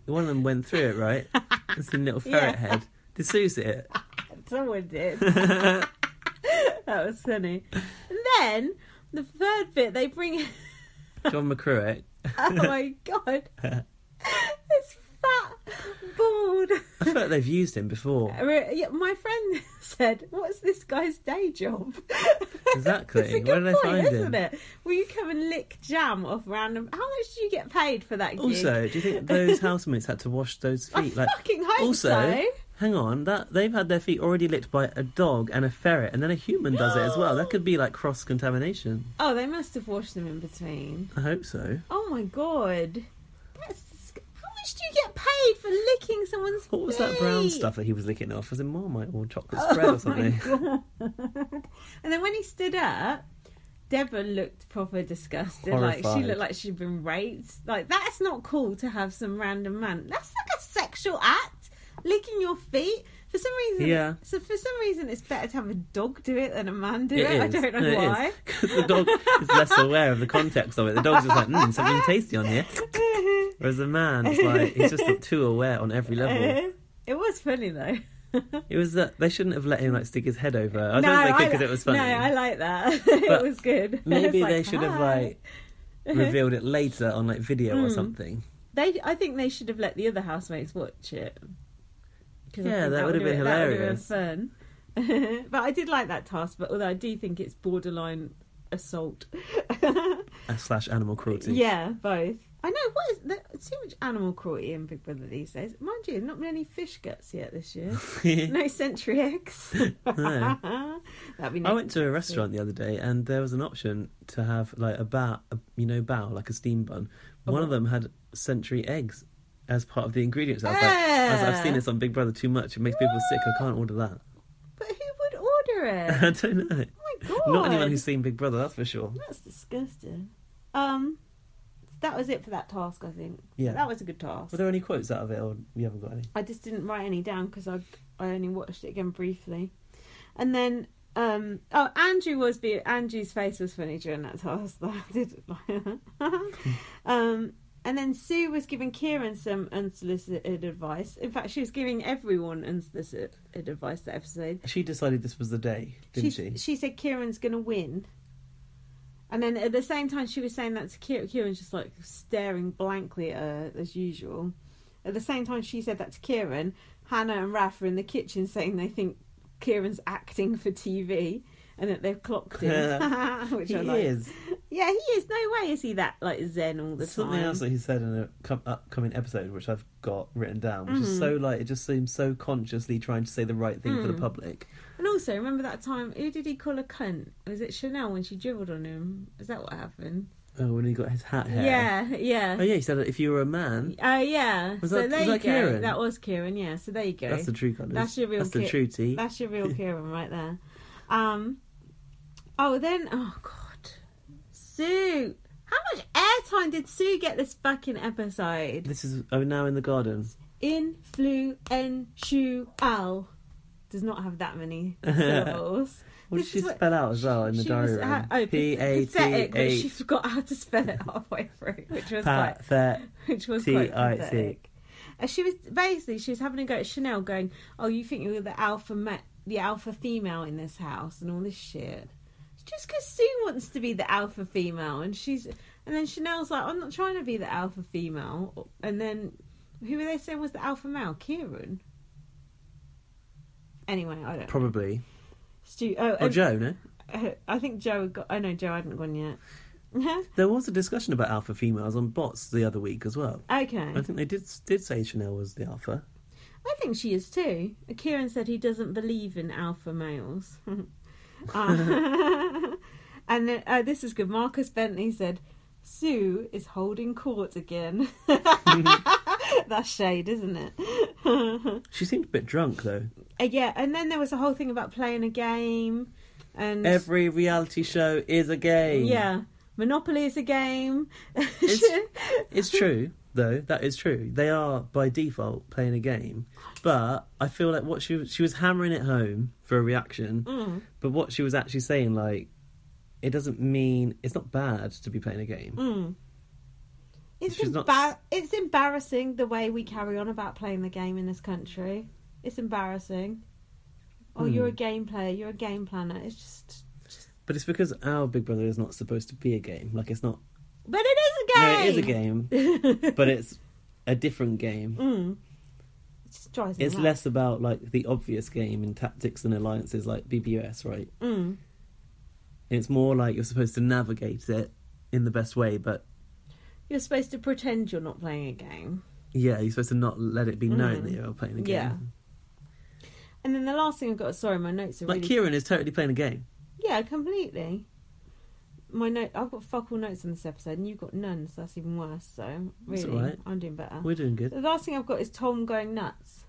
[SPEAKER 2] one of them went through it, right? It's a little
[SPEAKER 1] Yeah.
[SPEAKER 2] ferret head. Did Sue see it?
[SPEAKER 1] [LAUGHS] Someone did. [LAUGHS] that was funny. And then the third bit, they bring.
[SPEAKER 2] John McCruick.
[SPEAKER 1] [LAUGHS] oh my god! this fat, bald.
[SPEAKER 2] [LAUGHS] I [LAUGHS] feel like they've used him
[SPEAKER 1] Oh,
[SPEAKER 2] before.
[SPEAKER 1] Yeah, My friend [LAUGHS] said, "What's this guy's day job?" [LAUGHS]
[SPEAKER 2] Exactly.
[SPEAKER 1] It's a good
[SPEAKER 2] Where did I
[SPEAKER 1] point,
[SPEAKER 2] find him?
[SPEAKER 1] isn't it? Will you come and lick jam off random? How much do you Oh, get paid for that? Gig?
[SPEAKER 2] Also, do
[SPEAKER 1] [LAUGHS]
[SPEAKER 2] you think those housemates had to wash those
[SPEAKER 1] I
[SPEAKER 2] feet? Like,
[SPEAKER 1] fucking hope
[SPEAKER 2] also,
[SPEAKER 1] so.
[SPEAKER 2] hang on, that they've had their feet already licked by a dog and a ferret, and then a human does it as well. That could be like cross contamination.
[SPEAKER 1] Oh, they must have washed them in between.
[SPEAKER 2] I hope so.
[SPEAKER 1] Oh my god. That's disg- how much do you get paid for licking someone's
[SPEAKER 2] What was that brown
[SPEAKER 1] feet?
[SPEAKER 2] stuff that he was licking off? Was it Marmite or chocolate
[SPEAKER 1] [LAUGHS] Oh
[SPEAKER 2] spread
[SPEAKER 1] my
[SPEAKER 2] or something?
[SPEAKER 1] God. and then when he stood up, Deborah looked proper disgusted. Like she
[SPEAKER 2] Horrified.
[SPEAKER 1] looked like she'd been raped. Like that's not cool to have some random man. That's like a sexual act. Licking your feet. For some reason,
[SPEAKER 2] Yeah.
[SPEAKER 1] So for some reason, it's better to have a dog do it than a man do
[SPEAKER 2] [LAUGHS] It
[SPEAKER 1] it. I
[SPEAKER 2] is.
[SPEAKER 1] don't know
[SPEAKER 2] No, it is. [LAUGHS]
[SPEAKER 1] why.
[SPEAKER 2] 'Cause the dog is less aware of the context of it. The dog's just like, mm, something tasty on here. Whereas the man, is like, he's just too aware on every level.
[SPEAKER 1] [LAUGHS] it was funny though.
[SPEAKER 2] It was that they shouldn't have let him like stick his head over. I
[SPEAKER 1] no,
[SPEAKER 2] don't think
[SPEAKER 1] I
[SPEAKER 2] because
[SPEAKER 1] li-
[SPEAKER 2] it was funny.
[SPEAKER 1] No, I like that. [LAUGHS] it
[SPEAKER 2] But
[SPEAKER 1] was good. It's
[SPEAKER 2] Maybe
[SPEAKER 1] like,
[SPEAKER 2] they should have
[SPEAKER 1] "Hi."
[SPEAKER 2] like revealed it later on like video or
[SPEAKER 1] Mm.
[SPEAKER 2] something.
[SPEAKER 1] They, I think they should have let the other housemates watch it. 'Cause I
[SPEAKER 2] Yeah,
[SPEAKER 1] think
[SPEAKER 2] that would
[SPEAKER 1] would've
[SPEAKER 2] have been hilarious.
[SPEAKER 1] That would have been fun. [LAUGHS] but I did like that task. But although I do think it's borderline assault.
[SPEAKER 2] Uh, slash animal
[SPEAKER 1] [LAUGHS]
[SPEAKER 2] cruelty. [LAUGHS]
[SPEAKER 1] yeah, both. I know what is there's too much animal cruelty in Big Brother these days. Mind you, not many fish guts yet this
[SPEAKER 2] [LAUGHS]
[SPEAKER 1] year. no century eggs.
[SPEAKER 2] No.
[SPEAKER 1] [LAUGHS] That'd be
[SPEAKER 2] I
[SPEAKER 1] nice.
[SPEAKER 2] went to a restaurant the other day and there was an option to have like a bow, a, you know, bow like a steam bun. One
[SPEAKER 1] Oh.
[SPEAKER 2] of them had century eggs as part of the ingredients. I was like, I was like, I've seen this on Big Brother too much. It makes people sick. I can't order that. [LAUGHS]
[SPEAKER 1] But who would order
[SPEAKER 2] I [LAUGHS]
[SPEAKER 1] it?
[SPEAKER 2] don't know.
[SPEAKER 1] oh my god!
[SPEAKER 2] Not anyone who's seen Big Brother, that's for sure.
[SPEAKER 1] That's disgusting. Um, that was it for that task. I think.
[SPEAKER 2] Yeah.
[SPEAKER 1] That was a good task.
[SPEAKER 2] Were there any quotes out of it, or you haven't got any?
[SPEAKER 1] I just didn't write any down because I I only watched it again briefly, and then um oh Andrew was be Andrew's face was funny during that task [LAUGHS] though I did like um and then Sue was giving Kieran some unsolicited advice. In fact, she was giving everyone unsolicited advice that episode.
[SPEAKER 2] She decided this was the day, didn't
[SPEAKER 1] she,
[SPEAKER 2] she?
[SPEAKER 1] she said Kieran's going to win. And then at the same time, she was saying that to Kieran. Kieran's just like staring blankly at her as usual. At the same time, she said that to Kieran. Hannah and Raf are in the kitchen saying they think Kieran's acting for TV and that they've clocked
[SPEAKER 2] [LAUGHS]
[SPEAKER 1] him. [LAUGHS] which
[SPEAKER 2] he
[SPEAKER 1] I like.
[SPEAKER 2] is.
[SPEAKER 1] Yeah, he is. No way is he that like zen all the
[SPEAKER 2] Something
[SPEAKER 1] time.
[SPEAKER 2] else that he said in an com- upcoming episode, which I've got written down, which
[SPEAKER 1] Mhm.
[SPEAKER 2] is so like it just seems so consciously trying to say the right thing for the
[SPEAKER 1] Mm.
[SPEAKER 2] public.
[SPEAKER 1] And also, remember that time? Who did he call a cunt? Was it Chanel when she dribbled on him? Is that what happened?
[SPEAKER 2] Oh, when he got his hat hair.
[SPEAKER 1] Yeah, yeah.
[SPEAKER 2] Oh yeah, he said that if you were a man,
[SPEAKER 1] Oh yeah.
[SPEAKER 2] Was
[SPEAKER 1] so
[SPEAKER 2] that-
[SPEAKER 1] there
[SPEAKER 2] was
[SPEAKER 1] you
[SPEAKER 2] that
[SPEAKER 1] go.
[SPEAKER 2] Kieran?
[SPEAKER 1] That was Kieran. Yeah. So there you go.
[SPEAKER 2] that's the true kind of.
[SPEAKER 1] That's your real
[SPEAKER 2] That's the
[SPEAKER 1] kid.
[SPEAKER 2] true tea.
[SPEAKER 1] That's your real Kieran right there. Um. Oh, then. Oh God. Sue. How much airtime did Sue get this fucking episode?
[SPEAKER 2] This is oh now in the garden.
[SPEAKER 1] Influential. Does not have that
[SPEAKER 2] [LAUGHS]
[SPEAKER 1] many syllables.
[SPEAKER 2] What
[SPEAKER 1] This
[SPEAKER 2] did she
[SPEAKER 1] is what-
[SPEAKER 2] spell out as well in the
[SPEAKER 1] She
[SPEAKER 2] diary
[SPEAKER 1] was,
[SPEAKER 2] room?
[SPEAKER 1] ha- oh,
[SPEAKER 2] P A T E
[SPEAKER 1] pathetic, but she
[SPEAKER 2] A
[SPEAKER 1] forgot how to spell it [LAUGHS] halfway through, which was quite,
[SPEAKER 2] Pat
[SPEAKER 1] [LAUGHS] which was quite
[SPEAKER 2] T-I-T.
[SPEAKER 1] pathetic. And she was basically she was having a go at Chanel, going, "Oh, you think you're the alpha ma- the alpha female in this house, and all this shit." It's Just because Sue wants to be the alpha female, and she's, and then Chanel's like, "I'm not trying to be the alpha female," and then who were they saying was the alpha male? Kieran. Anyway, I don't.
[SPEAKER 2] Probably.
[SPEAKER 1] Stu- oh,
[SPEAKER 2] Or
[SPEAKER 1] and-
[SPEAKER 2] Joe, no?
[SPEAKER 1] uh, I think Joe had got. Oh no, Joe hadn't gone yet. [LAUGHS]
[SPEAKER 2] There was a discussion about alpha females on bots the other week as well.
[SPEAKER 1] okay.
[SPEAKER 2] I think they did did say Chanel was the alpha.
[SPEAKER 1] I think she is too. Kieran said he doesn't believe in alpha males. [LAUGHS] Uh, [LAUGHS] and then, uh, this is good. Marcus Bentley said, Sue is holding court again. [LAUGHS] That's shade, isn't it? uh,
[SPEAKER 2] She seemed a bit drunk though.
[SPEAKER 1] yeah, and then there was a whole thing about playing a game. And
[SPEAKER 2] Every reality show is a game.
[SPEAKER 1] yeah, Monopoly is a game. [LAUGHS]
[SPEAKER 2] It's true, though. That is true. They are by default playing a game, but I feel like what she she was hammering it home for a reaction.
[SPEAKER 1] Mm.
[SPEAKER 2] But what she was actually saying, like, it doesn't mean it's not bad to be playing a game.
[SPEAKER 1] Mm. It's,
[SPEAKER 2] She's
[SPEAKER 1] embar-
[SPEAKER 2] not
[SPEAKER 1] it's embarrassing the way we carry on about playing the game in this country. It's embarrassing. Oh,
[SPEAKER 2] Hmm.
[SPEAKER 1] you're a game player, you're a game planner. It's just.
[SPEAKER 2] But it's because our Big Brother is not supposed to be a game. Like, it's not.
[SPEAKER 1] But it is a game!
[SPEAKER 2] No, it is a game,
[SPEAKER 1] [LAUGHS] game.
[SPEAKER 2] but it's a different game.
[SPEAKER 1] mm. It just drives me
[SPEAKER 2] It's
[SPEAKER 1] mad.
[SPEAKER 2] less about like the obvious game in tactics and alliances, like BBS, right?
[SPEAKER 1] Mm.
[SPEAKER 2] It's more like you're supposed to navigate it in the best way, but
[SPEAKER 1] You're supposed to pretend you're not playing a game.
[SPEAKER 2] yeah, you're supposed to not let it be known
[SPEAKER 1] Mm.
[SPEAKER 2] that you're playing a game.
[SPEAKER 1] Yeah. And then the last thing I've got. Sorry, my notes are
[SPEAKER 2] Like
[SPEAKER 1] really.
[SPEAKER 2] Kieran is totally playing a game.
[SPEAKER 1] Yeah, completely. My note. I've got fuck all notes on this episode, and you've got none, so that's even worse. So
[SPEAKER 2] That's
[SPEAKER 1] really,
[SPEAKER 2] alright.
[SPEAKER 1] I'm doing better.
[SPEAKER 2] We're doing good.
[SPEAKER 1] The last thing I've got is Tom going nuts.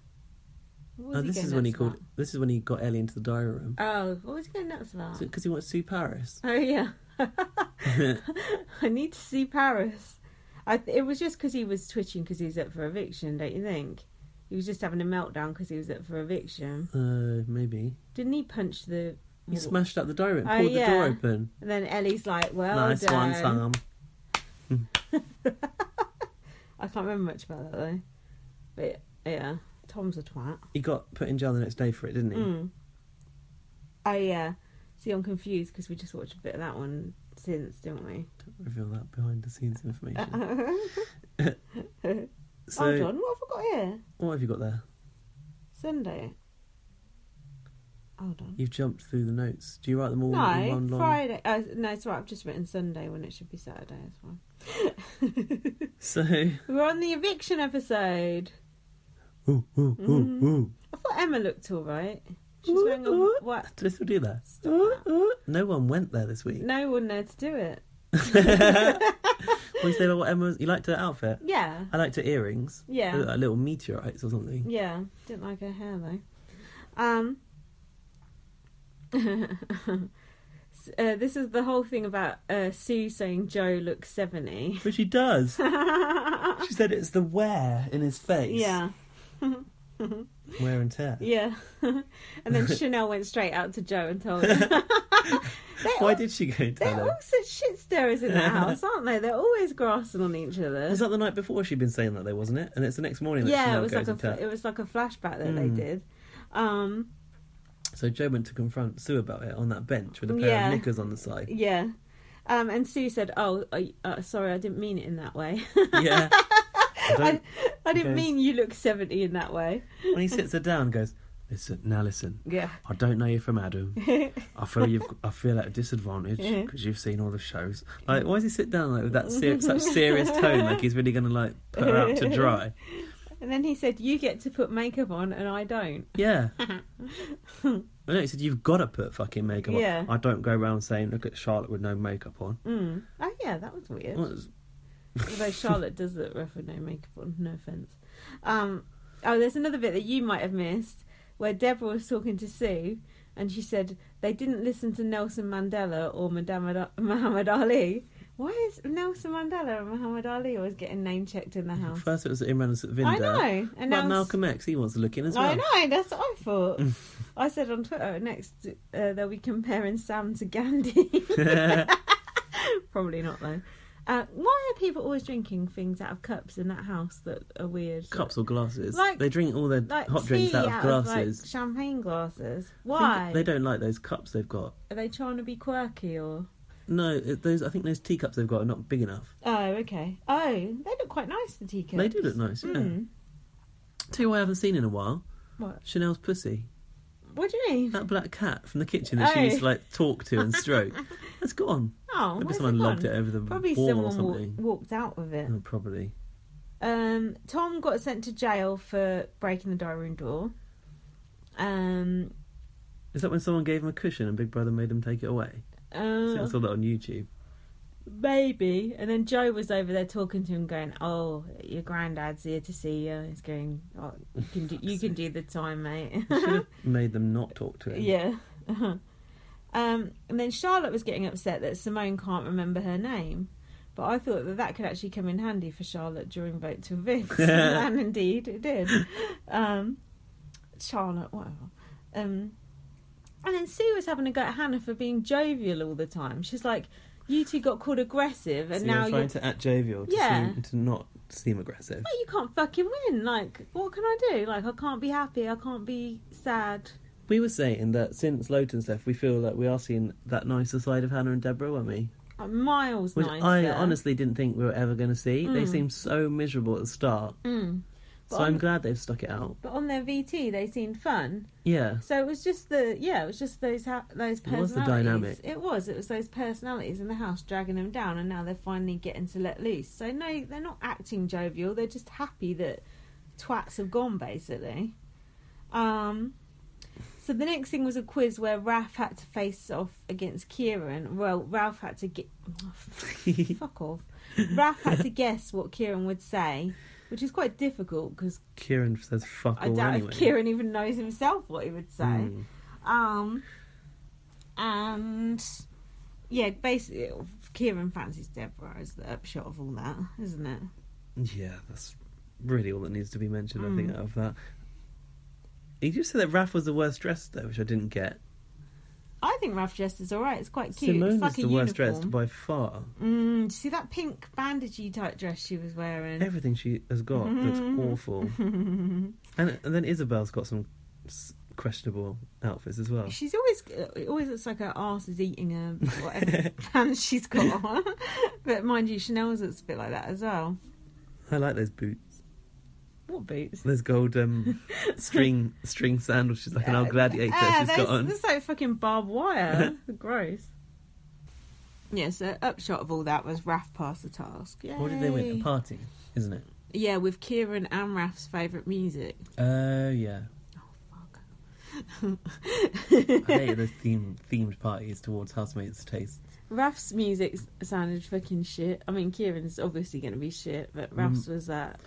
[SPEAKER 1] What was
[SPEAKER 2] Oh,
[SPEAKER 1] he
[SPEAKER 2] this
[SPEAKER 1] going
[SPEAKER 2] is when he
[SPEAKER 1] nuts
[SPEAKER 2] called. This is when he got Ellie into the diary room
[SPEAKER 1] about? Oh, what was he going nuts about?
[SPEAKER 2] because he wants to
[SPEAKER 1] [LAUGHS]
[SPEAKER 2] see Paris. [LAUGHS] Uh,
[SPEAKER 1] Oh yeah, I need to see Paris. I th- it was just because he was twitching because he was up for eviction, don't you think? He was just having a meltdown because he was up for eviction.
[SPEAKER 2] Uh, maybe
[SPEAKER 1] Didn't he punch the?
[SPEAKER 2] he smashed up the diary room,
[SPEAKER 1] Oh,
[SPEAKER 2] pulled the door
[SPEAKER 1] yeah. Oh,
[SPEAKER 2] open.
[SPEAKER 1] And then Ellie's like, "Well
[SPEAKER 2] nice
[SPEAKER 1] done."
[SPEAKER 2] one, Sam.
[SPEAKER 1] I can't remember much about that though. But yeah, Tom's a twat.
[SPEAKER 2] He got put in jail the next day for it, didn't he?
[SPEAKER 1] Mm. Oh yeah. See, I'm confused because we just watched a bit of that one since, didn't we?
[SPEAKER 2] Reveal that behind the scenes
[SPEAKER 1] [LAUGHS]
[SPEAKER 2] information. so,
[SPEAKER 1] Hold on, what have I got here?
[SPEAKER 2] what have you got there?
[SPEAKER 1] Sunday. Hold on.
[SPEAKER 2] You've jumped through the notes. Do you write them all in
[SPEAKER 1] No,
[SPEAKER 2] one long?
[SPEAKER 1] Friday. Uh, no, it's right. I've just written Sunday when it should be Saturday. That's fine.
[SPEAKER 2] [LAUGHS] So, ooh,
[SPEAKER 1] [LAUGHS] We're on the eviction episode.
[SPEAKER 2] ooh, ooh,
[SPEAKER 1] Mm.
[SPEAKER 2] ooh.
[SPEAKER 1] I thought Emma looked all right. She's
[SPEAKER 2] Ooh,
[SPEAKER 1] wearing a
[SPEAKER 2] ooh.
[SPEAKER 1] what?
[SPEAKER 2] Do they still do that?
[SPEAKER 1] Stop that.
[SPEAKER 2] No one went there this week.
[SPEAKER 1] No one there to do it.
[SPEAKER 2] [LAUGHS] What you say about what Emma? was- You liked her outfit?
[SPEAKER 1] Yeah,
[SPEAKER 2] I liked her earrings. They
[SPEAKER 1] yeah,
[SPEAKER 2] look Like little meteorites or something.
[SPEAKER 1] yeah. Didn't like her hair though. Um. [LAUGHS] s- Uh, this is the whole thing about uh, Sue saying Joe looks 70.
[SPEAKER 2] But she does. she said it's the wear in his face.
[SPEAKER 1] [LAUGHS] Yeah,
[SPEAKER 2] Wear and tear.
[SPEAKER 1] yeah. [LAUGHS] and then Chanel went straight out to Joe and told him. [LAUGHS] They
[SPEAKER 2] Why
[SPEAKER 1] all-
[SPEAKER 2] did she go and
[SPEAKER 1] They're
[SPEAKER 2] tell
[SPEAKER 1] all [LAUGHS]
[SPEAKER 2] her?
[SPEAKER 1] such shit stirrers in that house, aren't they? They're always grassing on each other.
[SPEAKER 2] Was that the night before she'd been saying that though, wasn't it? And it's the next morning that
[SPEAKER 1] Yeah,
[SPEAKER 2] Chanel
[SPEAKER 1] it was
[SPEAKER 2] goes
[SPEAKER 1] like a
[SPEAKER 2] and
[SPEAKER 1] fl-
[SPEAKER 2] tells.
[SPEAKER 1] it was like a flashback that they
[SPEAKER 2] Mm.
[SPEAKER 1] did. Um,
[SPEAKER 2] So Joe went to confront Sue about it on that bench with a pair
[SPEAKER 1] Yeah.
[SPEAKER 2] of knickers on
[SPEAKER 1] [LAUGHS]
[SPEAKER 2] the side.
[SPEAKER 1] yeah. Um, and Sue said, "Oh, I- uh, sorry, I didn't mean it in that way."
[SPEAKER 2] Yeah. I
[SPEAKER 1] [LAUGHS]
[SPEAKER 2] don't,
[SPEAKER 1] I, I didn't
[SPEAKER 2] Goes-
[SPEAKER 1] mean you look 70 in that way.
[SPEAKER 2] when he sits her down and goes, listen, now listen,
[SPEAKER 1] [LAUGHS] Yeah.
[SPEAKER 2] I don't know you from Adam. I feel you've, I feel at a disadvantage
[SPEAKER 1] Yeah.
[SPEAKER 2] because you've seen all the shows. Like, why does he sit down like
[SPEAKER 1] [LAUGHS]
[SPEAKER 2] with that ser- such serious tone? Like he's really going to like put her out to dry.
[SPEAKER 1] And then he said, You get to put makeup on and I don't. [LAUGHS]
[SPEAKER 2] Yeah. I know he said you've got to put fucking makeup
[SPEAKER 1] Yeah.
[SPEAKER 2] on. I don't go around saying look at Charlotte with no makeup on.
[SPEAKER 1] Mm. Oh, yeah, that was weird.
[SPEAKER 2] Well, it's-
[SPEAKER 1] Although Charlotte does look rough with no makeup on, no offence. Um, oh, there's another bit that you might have missed where Deborah was talking to Sue and she said they didn't listen to Nelson Mandela or Madame Ad- [LAUGHS] Muhammad Ali. Why is Nelson Mandela and Muhammad Ali always getting name checked in the house?
[SPEAKER 2] First it was Imran and Vinda.
[SPEAKER 1] I know. And
[SPEAKER 2] But
[SPEAKER 1] now
[SPEAKER 2] Malcolm X, he wants to look in as well.
[SPEAKER 1] I know, that's what I
[SPEAKER 2] [LAUGHS]
[SPEAKER 1] thought. I said on Twitter next uh, they'll be comparing Sam to
[SPEAKER 2] [LAUGHS]
[SPEAKER 1] Gandhi. Probably not though. Uh, why are people always drinking things out of cups in that house that are weird?
[SPEAKER 2] Cups or glasses.
[SPEAKER 1] Like-
[SPEAKER 2] they drink all their
[SPEAKER 1] like
[SPEAKER 2] hot
[SPEAKER 1] tea
[SPEAKER 2] drinks out of
[SPEAKER 1] like,
[SPEAKER 2] glasses.
[SPEAKER 1] champagne glasses.
[SPEAKER 2] I think
[SPEAKER 1] Why?
[SPEAKER 2] They don't like those cups they've got.
[SPEAKER 1] Are they trying to be quirky or?
[SPEAKER 2] No, it- those I think those teacups they've got are not big enough.
[SPEAKER 1] Oh, okay. Oh, they look quite nice. The teacups.
[SPEAKER 2] They do look nice, yeah.
[SPEAKER 1] Mm.
[SPEAKER 2] Tell you what I haven't seen in a while.
[SPEAKER 1] What?
[SPEAKER 2] Chanel's pussy.
[SPEAKER 1] What do you mean?
[SPEAKER 2] That black cat from the kitchen that she
[SPEAKER 1] Oh.
[SPEAKER 2] used to like talk to
[SPEAKER 1] [LAUGHS]
[SPEAKER 2] and stroke. That's gone.
[SPEAKER 1] Oh,
[SPEAKER 2] Maybe
[SPEAKER 1] where's
[SPEAKER 2] someone
[SPEAKER 1] it
[SPEAKER 2] lobbed
[SPEAKER 1] gone?
[SPEAKER 2] it over the
[SPEAKER 1] Probably
[SPEAKER 2] wall
[SPEAKER 1] someone
[SPEAKER 2] or
[SPEAKER 1] wa-
[SPEAKER 2] something.
[SPEAKER 1] walked out with it.
[SPEAKER 2] Oh, probably.
[SPEAKER 1] Um, Tom got sent to jail for breaking the diary room door. Um,
[SPEAKER 2] Is that when someone gave him a cushion and Big Brother made him take it away? I think I
[SPEAKER 1] uh,
[SPEAKER 2] saw that on YouTube.
[SPEAKER 1] maybe. And then Joe was over there talking to him, going, "Oh, your granddad's here to see you. He's going, oh, you can do, you can do the time, mate." [LAUGHS]
[SPEAKER 2] Should have made them not talk to him.
[SPEAKER 1] yeah. [LAUGHS] Uh-huh. um, and then Charlotte was getting upset that Simone can't remember her name. But I thought that that could actually come in handy for Charlotte during Vote to
[SPEAKER 2] [LAUGHS]
[SPEAKER 1] Evict, and indeed it did. Um, Charlotte, whatever. Um, and then Sue was having a go at Hannah for being jovial all the time. She's like, "You two got called aggressive, and
[SPEAKER 2] So
[SPEAKER 1] now
[SPEAKER 2] you're
[SPEAKER 1] you're
[SPEAKER 2] trying to act jovial to,
[SPEAKER 1] Yeah.
[SPEAKER 2] seem, to not seem aggressive.
[SPEAKER 1] like, you can't fucking win. Like, what can I do? Like, I can't be happy. I can't be sad.
[SPEAKER 2] We were saying that since Lowton's left, we feel like we are seeing that nicer side of Hannah and Deborah, weren't we?
[SPEAKER 1] I'm miles
[SPEAKER 2] Which
[SPEAKER 1] nicer."
[SPEAKER 2] I honestly didn't think we were ever going to see. They
[SPEAKER 1] Mm.
[SPEAKER 2] seemed so miserable at the start.
[SPEAKER 1] Mm. But
[SPEAKER 2] So I'm
[SPEAKER 1] on-
[SPEAKER 2] glad they've stuck it out.
[SPEAKER 1] But on their VT, they seemed fun.
[SPEAKER 2] Yeah.
[SPEAKER 1] So it was just the yeah, it was just those ha- those
[SPEAKER 2] It was
[SPEAKER 1] personalities.
[SPEAKER 2] the dynamic.
[SPEAKER 1] It was it was those personalities in the house dragging them down, and now they're finally getting to let loose. So no, they're not acting jovial. They're just happy that twats have gone basically. Um, so the next thing was a quiz where Ralph had to face off against Kieran. Well, Ralph had to
[SPEAKER 2] [LAUGHS]
[SPEAKER 1] get fuck off. [LAUGHS] Ralph had to guess what Kieran would say, which is quite difficult because
[SPEAKER 2] Kieran says fuck
[SPEAKER 1] I
[SPEAKER 2] all
[SPEAKER 1] doubt
[SPEAKER 2] anyway.
[SPEAKER 1] if Kieran even knows himself what he would say.
[SPEAKER 2] Mm.
[SPEAKER 1] Um, and yeah, basically, Kieran fancies Deborah is the upshot of all that, isn't it?
[SPEAKER 2] Yeah, that's really all that needs to be mentioned, I
[SPEAKER 1] Mm.
[SPEAKER 2] think, out of that. You just said that Raph was the worst dressed, though, which I didn't get.
[SPEAKER 1] I think Ralph dressed is all right. It's quite cute.
[SPEAKER 2] Simone
[SPEAKER 1] it's like
[SPEAKER 2] is
[SPEAKER 1] a
[SPEAKER 2] the worst
[SPEAKER 1] uniform.
[SPEAKER 2] dressed by far.
[SPEAKER 1] Mm, do you see that pink bandagey type dress she was wearing?
[SPEAKER 2] Everything she has got looks
[SPEAKER 1] Mhm.
[SPEAKER 2] awful. And, and then Isabel's got some s- questionable outfits as well.
[SPEAKER 1] [LAUGHS] She's always it always looks like her arse is eating her
[SPEAKER 2] [LAUGHS]
[SPEAKER 1] whatever pants she's got on. [LAUGHS] but mind you, Chanel's looks a bit like that as well.
[SPEAKER 2] I like those boots.
[SPEAKER 1] What boots?
[SPEAKER 2] Those
[SPEAKER 1] [LAUGHS]
[SPEAKER 2] gold um, string string sandals.
[SPEAKER 5] [LAUGHS]
[SPEAKER 2] She's like an old gladiator.
[SPEAKER 1] Ah,
[SPEAKER 2] she's
[SPEAKER 1] those-
[SPEAKER 2] got on.
[SPEAKER 1] That's like fucking barbed
[SPEAKER 5] [LAUGHS]
[SPEAKER 1] wire. Gross. Yeah, so upshot of all that was Raf passed the task. Yay.
[SPEAKER 5] What did they win? A party, isn't it?
[SPEAKER 1] Yeah, with Kieran and Raf's favourite music.
[SPEAKER 5] Oh yeah. [LAUGHS]
[SPEAKER 1] Fuck.
[SPEAKER 5] I
[SPEAKER 1] [LAUGHS]
[SPEAKER 5] hate those theme, themed parties towards housemates' tastes.
[SPEAKER 1] Raf's music s- sounded fucking shit. I mean, Kieran's obviously going to be shit,
[SPEAKER 5] Mm.
[SPEAKER 1] but Raf's was that.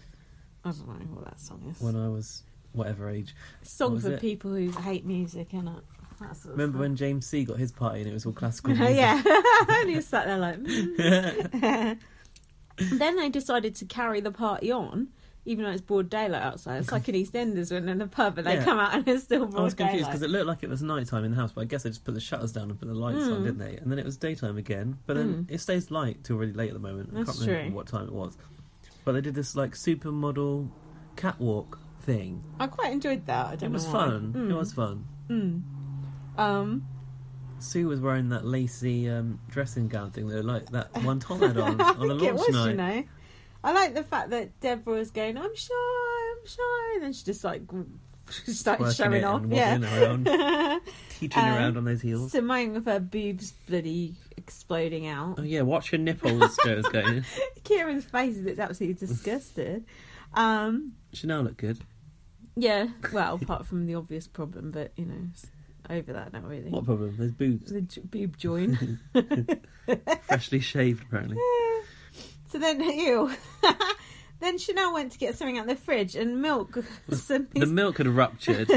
[SPEAKER 1] I don't know what that song is.
[SPEAKER 5] When I was whatever age, what
[SPEAKER 1] song
[SPEAKER 5] was
[SPEAKER 1] for
[SPEAKER 5] it?
[SPEAKER 1] people who hate music, innit? That's what
[SPEAKER 5] remember when James C got his party and it was all classical music?
[SPEAKER 1] [LAUGHS] yeah, and he sat there like.
[SPEAKER 5] [LAUGHS]
[SPEAKER 1] "Mm." then they decided to carry the party on, even though it's broad daylight outside. It's like an EastEnders when they're in the pub and they
[SPEAKER 5] Yeah.
[SPEAKER 1] come out and it's still
[SPEAKER 5] I
[SPEAKER 1] broad
[SPEAKER 5] was confused
[SPEAKER 1] daylight.
[SPEAKER 5] because it looked like it was night time in the house, but I guess they just put the shutters down and put the lights on,
[SPEAKER 1] Mm.
[SPEAKER 5] didn't they? And then it was daytime again, but then it stays light till really late at the moment. I
[SPEAKER 1] Hmm. That's
[SPEAKER 5] can't remember
[SPEAKER 1] true.
[SPEAKER 5] what time it was. But they did this like supermodel catwalk thing.
[SPEAKER 1] I quite enjoyed that. I don't
[SPEAKER 5] It was
[SPEAKER 1] know why. Hmm.
[SPEAKER 5] fun. It was fun.
[SPEAKER 1] Mm. Um,
[SPEAKER 5] Sue was wearing
[SPEAKER 1] [LAUGHS]
[SPEAKER 5] that lacy um, dressing gown thing that like that one Tom had on on a
[SPEAKER 1] I think it
[SPEAKER 5] launch
[SPEAKER 1] was,
[SPEAKER 5] night.
[SPEAKER 1] you know. I like the fact that Deborah was going, I'm shy, I'm shy. And then she just like [LAUGHS] she started
[SPEAKER 2] Working
[SPEAKER 1] showing
[SPEAKER 2] it
[SPEAKER 1] off.
[SPEAKER 2] and
[SPEAKER 1] Yeah.
[SPEAKER 2] wobbling around.
[SPEAKER 1] [LAUGHS]
[SPEAKER 2] Teaching
[SPEAKER 1] Um,
[SPEAKER 2] around on those heels.
[SPEAKER 1] Simone with her boobs bloody exploding out.
[SPEAKER 2] Oh yeah, watch your nipples. Joe's going.
[SPEAKER 1] Kieran's face is absolutely disgusted. Um,
[SPEAKER 2] [LAUGHS] She now look good.
[SPEAKER 1] yeah, well, apart from the obvious problem, but you know, it's over that now, really.
[SPEAKER 2] What problem? There's boobs.
[SPEAKER 1] The j- boob
[SPEAKER 2] [LAUGHS]
[SPEAKER 1] join.
[SPEAKER 2] Freshly shaved, apparently.
[SPEAKER 1] [LAUGHS] So then, [LAUGHS] ew. then Chanel went to get something out of the fridge and milk. [LAUGHS] some
[SPEAKER 2] The
[SPEAKER 1] piece-
[SPEAKER 2] milk had ruptured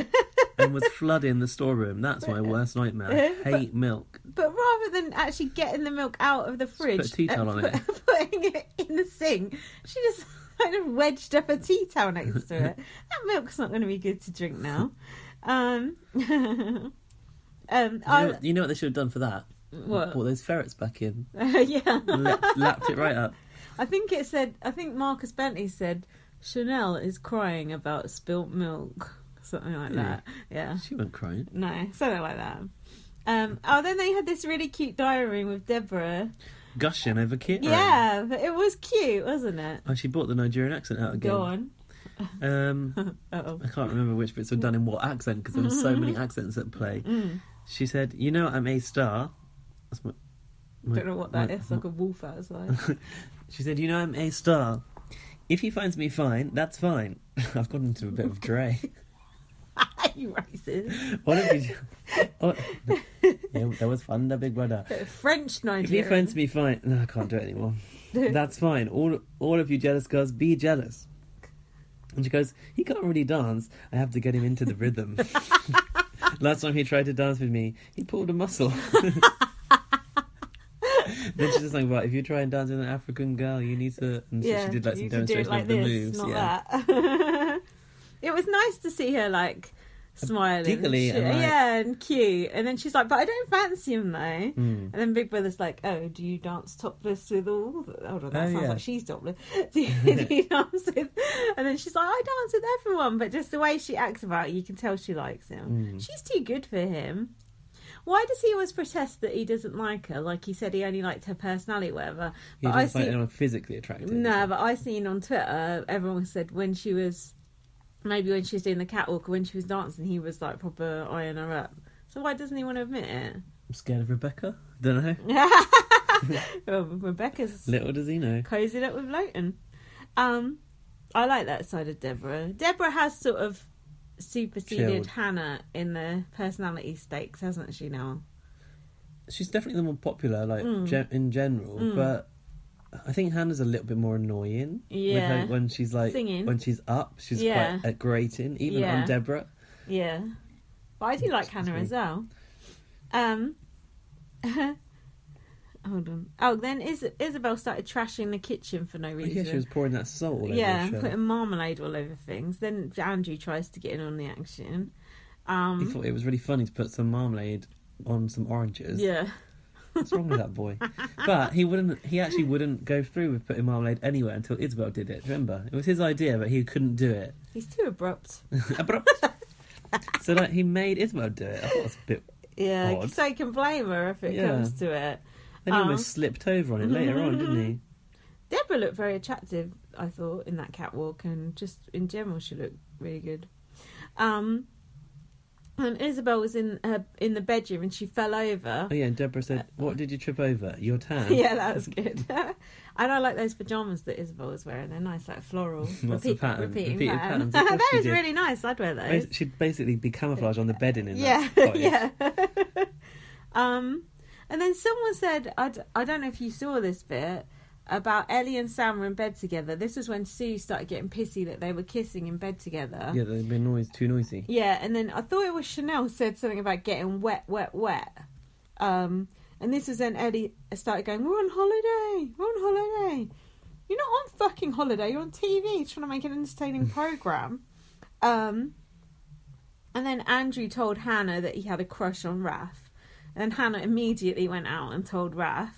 [SPEAKER 2] and was flooding the storeroom. That's my worst nightmare. I hate milk.
[SPEAKER 1] but rather than actually getting the milk out of the fridge,
[SPEAKER 2] put a tea
[SPEAKER 1] and
[SPEAKER 2] towel on
[SPEAKER 1] put- [LAUGHS] putting it in the sink, she just [LAUGHS] kind of wedged up a tea towel next to
[SPEAKER 2] [LAUGHS]
[SPEAKER 1] it. that milk's not going to be good to drink now. Um, [LAUGHS] um,
[SPEAKER 2] You know,
[SPEAKER 1] I,
[SPEAKER 2] what- you know what they should have done for that?
[SPEAKER 1] What?
[SPEAKER 2] Brought those ferrets back in.
[SPEAKER 1] [LAUGHS] yeah,
[SPEAKER 2] Lapped, [LAUGHS] lapped it right up.
[SPEAKER 1] [LAUGHS] I think it said. I think Marcus Bentley said Chanel is crying about spilt milk, [LAUGHS] something like
[SPEAKER 2] Really?
[SPEAKER 1] that. Yeah.
[SPEAKER 2] She went crying.
[SPEAKER 1] No, something like that. Um, oh, then they had this really cute diary with Deborah.
[SPEAKER 2] Gushing over Kieran.
[SPEAKER 1] Yeah, but it was cute, wasn't it?
[SPEAKER 2] Oh, she brought the Nigerian accent out again.
[SPEAKER 1] Go on. [LAUGHS]
[SPEAKER 2] Um,
[SPEAKER 1] Oh,
[SPEAKER 2] I can't remember which bits were done in what accent because there were so many accents at play.
[SPEAKER 1] Mm.
[SPEAKER 2] She said, "You know, I'm a star." That's my, my-
[SPEAKER 1] don't know what that
[SPEAKER 2] my-
[SPEAKER 1] is. Like a wolf
[SPEAKER 2] [LAUGHS]
[SPEAKER 1] outside. [LAUGHS]
[SPEAKER 2] She said, "You know, I'm a star. If he finds me fine, that's fine." [LAUGHS] I've gotten into a bit
[SPEAKER 1] [LAUGHS]
[SPEAKER 2] of Dre.
[SPEAKER 1] you
[SPEAKER 2] [LAUGHS]
[SPEAKER 1] racist.
[SPEAKER 2] what if you? Oh, yeah, that was fun, the Big Brother.
[SPEAKER 1] Bit of French
[SPEAKER 2] If he
[SPEAKER 1] Nigerian.
[SPEAKER 2] finds me fine, no, I can't do it anymore.
[SPEAKER 1] [LAUGHS]
[SPEAKER 2] That's fine. All all of you jealous girls, be jealous. And she goes, he can't really dance. I have to get him into the
[SPEAKER 1] [LAUGHS]
[SPEAKER 2] rhythm. Last time he tried to dance with me, he pulled
[SPEAKER 1] [LAUGHS]
[SPEAKER 2] a muscle. then she says something about if you try and dance with an African girl, you need to. And so
[SPEAKER 1] yeah,
[SPEAKER 2] she did like some
[SPEAKER 1] you can do it
[SPEAKER 2] demonstration
[SPEAKER 1] like
[SPEAKER 2] of the
[SPEAKER 1] this,
[SPEAKER 2] moves.
[SPEAKER 1] not
[SPEAKER 2] yeah.
[SPEAKER 1] that. [LAUGHS] it was nice to see her like smiling,
[SPEAKER 2] Giggly and,
[SPEAKER 1] shit.
[SPEAKER 2] like-
[SPEAKER 1] yeah, and cute. And then she's like, "But I don't fancy him though."
[SPEAKER 2] Mm.
[SPEAKER 1] And then Big Brother's like, "Oh, do you dance topless with all?" The... Hold on, that
[SPEAKER 2] Oh,
[SPEAKER 1] sounds
[SPEAKER 2] yeah.
[SPEAKER 1] like she's topless. [LAUGHS] do, you, do you dance with? And then she's like, "I dance with everyone," but just the way she acts about it, you can tell she likes
[SPEAKER 2] Hmm.
[SPEAKER 1] him. She's too good for him. Why does he always protest that he doesn't like her? Like he said, he only liked her personality, whatever.
[SPEAKER 2] He
[SPEAKER 1] But I
[SPEAKER 2] didn't find
[SPEAKER 1] see,
[SPEAKER 2] anyone physically attractive.
[SPEAKER 1] no, but I seen on Twitter everyone said when she was maybe when she was doing the catwalk or when she was dancing, he was like proper eyeing her up. So why doesn't he want to admit it?
[SPEAKER 2] I'm scared of Rebecca. Don't
[SPEAKER 1] [LAUGHS]
[SPEAKER 2] know.
[SPEAKER 1] Oh, Rebecca's
[SPEAKER 2] Little does he know.
[SPEAKER 1] cozied up with Leighton. Um, I like that side of Deborah. Deborah has sort of superseded
[SPEAKER 2] Chilled.
[SPEAKER 1] Hannah in the personality stakes, hasn't she now?
[SPEAKER 2] she's definitely the more popular, like
[SPEAKER 1] Hmm.
[SPEAKER 2] gen- in general. But I think Hannah's a little bit more annoying. with her-
[SPEAKER 1] Yeah.
[SPEAKER 2] when she's like
[SPEAKER 1] Singing.
[SPEAKER 2] when she's up, she's
[SPEAKER 1] Yeah.
[SPEAKER 2] quite uh, grating, even
[SPEAKER 1] Yeah.
[SPEAKER 2] on Deborah.
[SPEAKER 1] Yeah. But I do like Hannah
[SPEAKER 2] me.
[SPEAKER 1] as well. Um [LAUGHS] Hold on. Oh, then Is- Isabel started trashing the kitchen for no reason.
[SPEAKER 2] Oh, Yeah, she was pouring that salt. All
[SPEAKER 1] Yeah,
[SPEAKER 2] over the show.
[SPEAKER 1] putting marmalade all over things. Then Andrew tries to get in on the action.
[SPEAKER 2] He
[SPEAKER 1] Um,
[SPEAKER 2] thought it was really funny to put some marmalade on some oranges.
[SPEAKER 1] yeah.
[SPEAKER 2] What's wrong with that boy?
[SPEAKER 1] [LAUGHS]
[SPEAKER 2] But he wouldn't. He actually wouldn't go through with putting marmalade anywhere until Isabel did it. Remember, it was his idea, but he couldn't do it. [LAUGHS]
[SPEAKER 1] He's too abrupt. [LAUGHS]
[SPEAKER 2] Abrupt. so like he made Isabel do it. I thought it was a bit.
[SPEAKER 1] Yeah,
[SPEAKER 2] Odd.
[SPEAKER 1] so I can blame her if it
[SPEAKER 2] Yeah.
[SPEAKER 1] comes to it.
[SPEAKER 2] Then he
[SPEAKER 1] Oh.
[SPEAKER 2] almost slipped over on it later on, didn't he?
[SPEAKER 1] Deborah looked very attractive, I thought, in that catwalk, and just in general, she looked really good. Um, and Isabel was in her in the bedroom, and she fell over.
[SPEAKER 2] Oh yeah, and Deborah said, "What did you trip over? Your
[SPEAKER 1] [LAUGHS]
[SPEAKER 2] tan."
[SPEAKER 1] Yeah, that was good. and I like those pajamas that Isabel was wearing. They're nice, like
[SPEAKER 2] [LAUGHS]
[SPEAKER 1] floral.
[SPEAKER 2] What's the pattern?
[SPEAKER 1] Repeating,
[SPEAKER 2] Repeated
[SPEAKER 1] pattern.
[SPEAKER 2] patterns, of course
[SPEAKER 1] [LAUGHS] that
[SPEAKER 2] she
[SPEAKER 1] was
[SPEAKER 2] did.
[SPEAKER 1] really nice. I'd wear those.
[SPEAKER 2] Bas- She'd basically be camouflage on the bed in. in
[SPEAKER 1] yeah, [LAUGHS]
[SPEAKER 2] that cottage.
[SPEAKER 1] yeah. [LAUGHS] um, and then someone said, I, d- I don't know if you saw this bit about Ellie and Sam were in bed together. This was when Sue started getting pissy that they were kissing in bed together.
[SPEAKER 2] Yeah, they'd been noise too noisy.
[SPEAKER 1] Yeah, and then I thought it was Chanel said something about getting wet, wet, wet. Um, and this was when Ellie started going, "We're on holiday. We're on holiday. You're not on fucking holiday. You're on TV trying to make an entertaining
[SPEAKER 2] [LAUGHS]
[SPEAKER 1] program." Um, and then Andrew told Hannah that he had a crush on Raph, and then Hannah immediately went out and told Raph.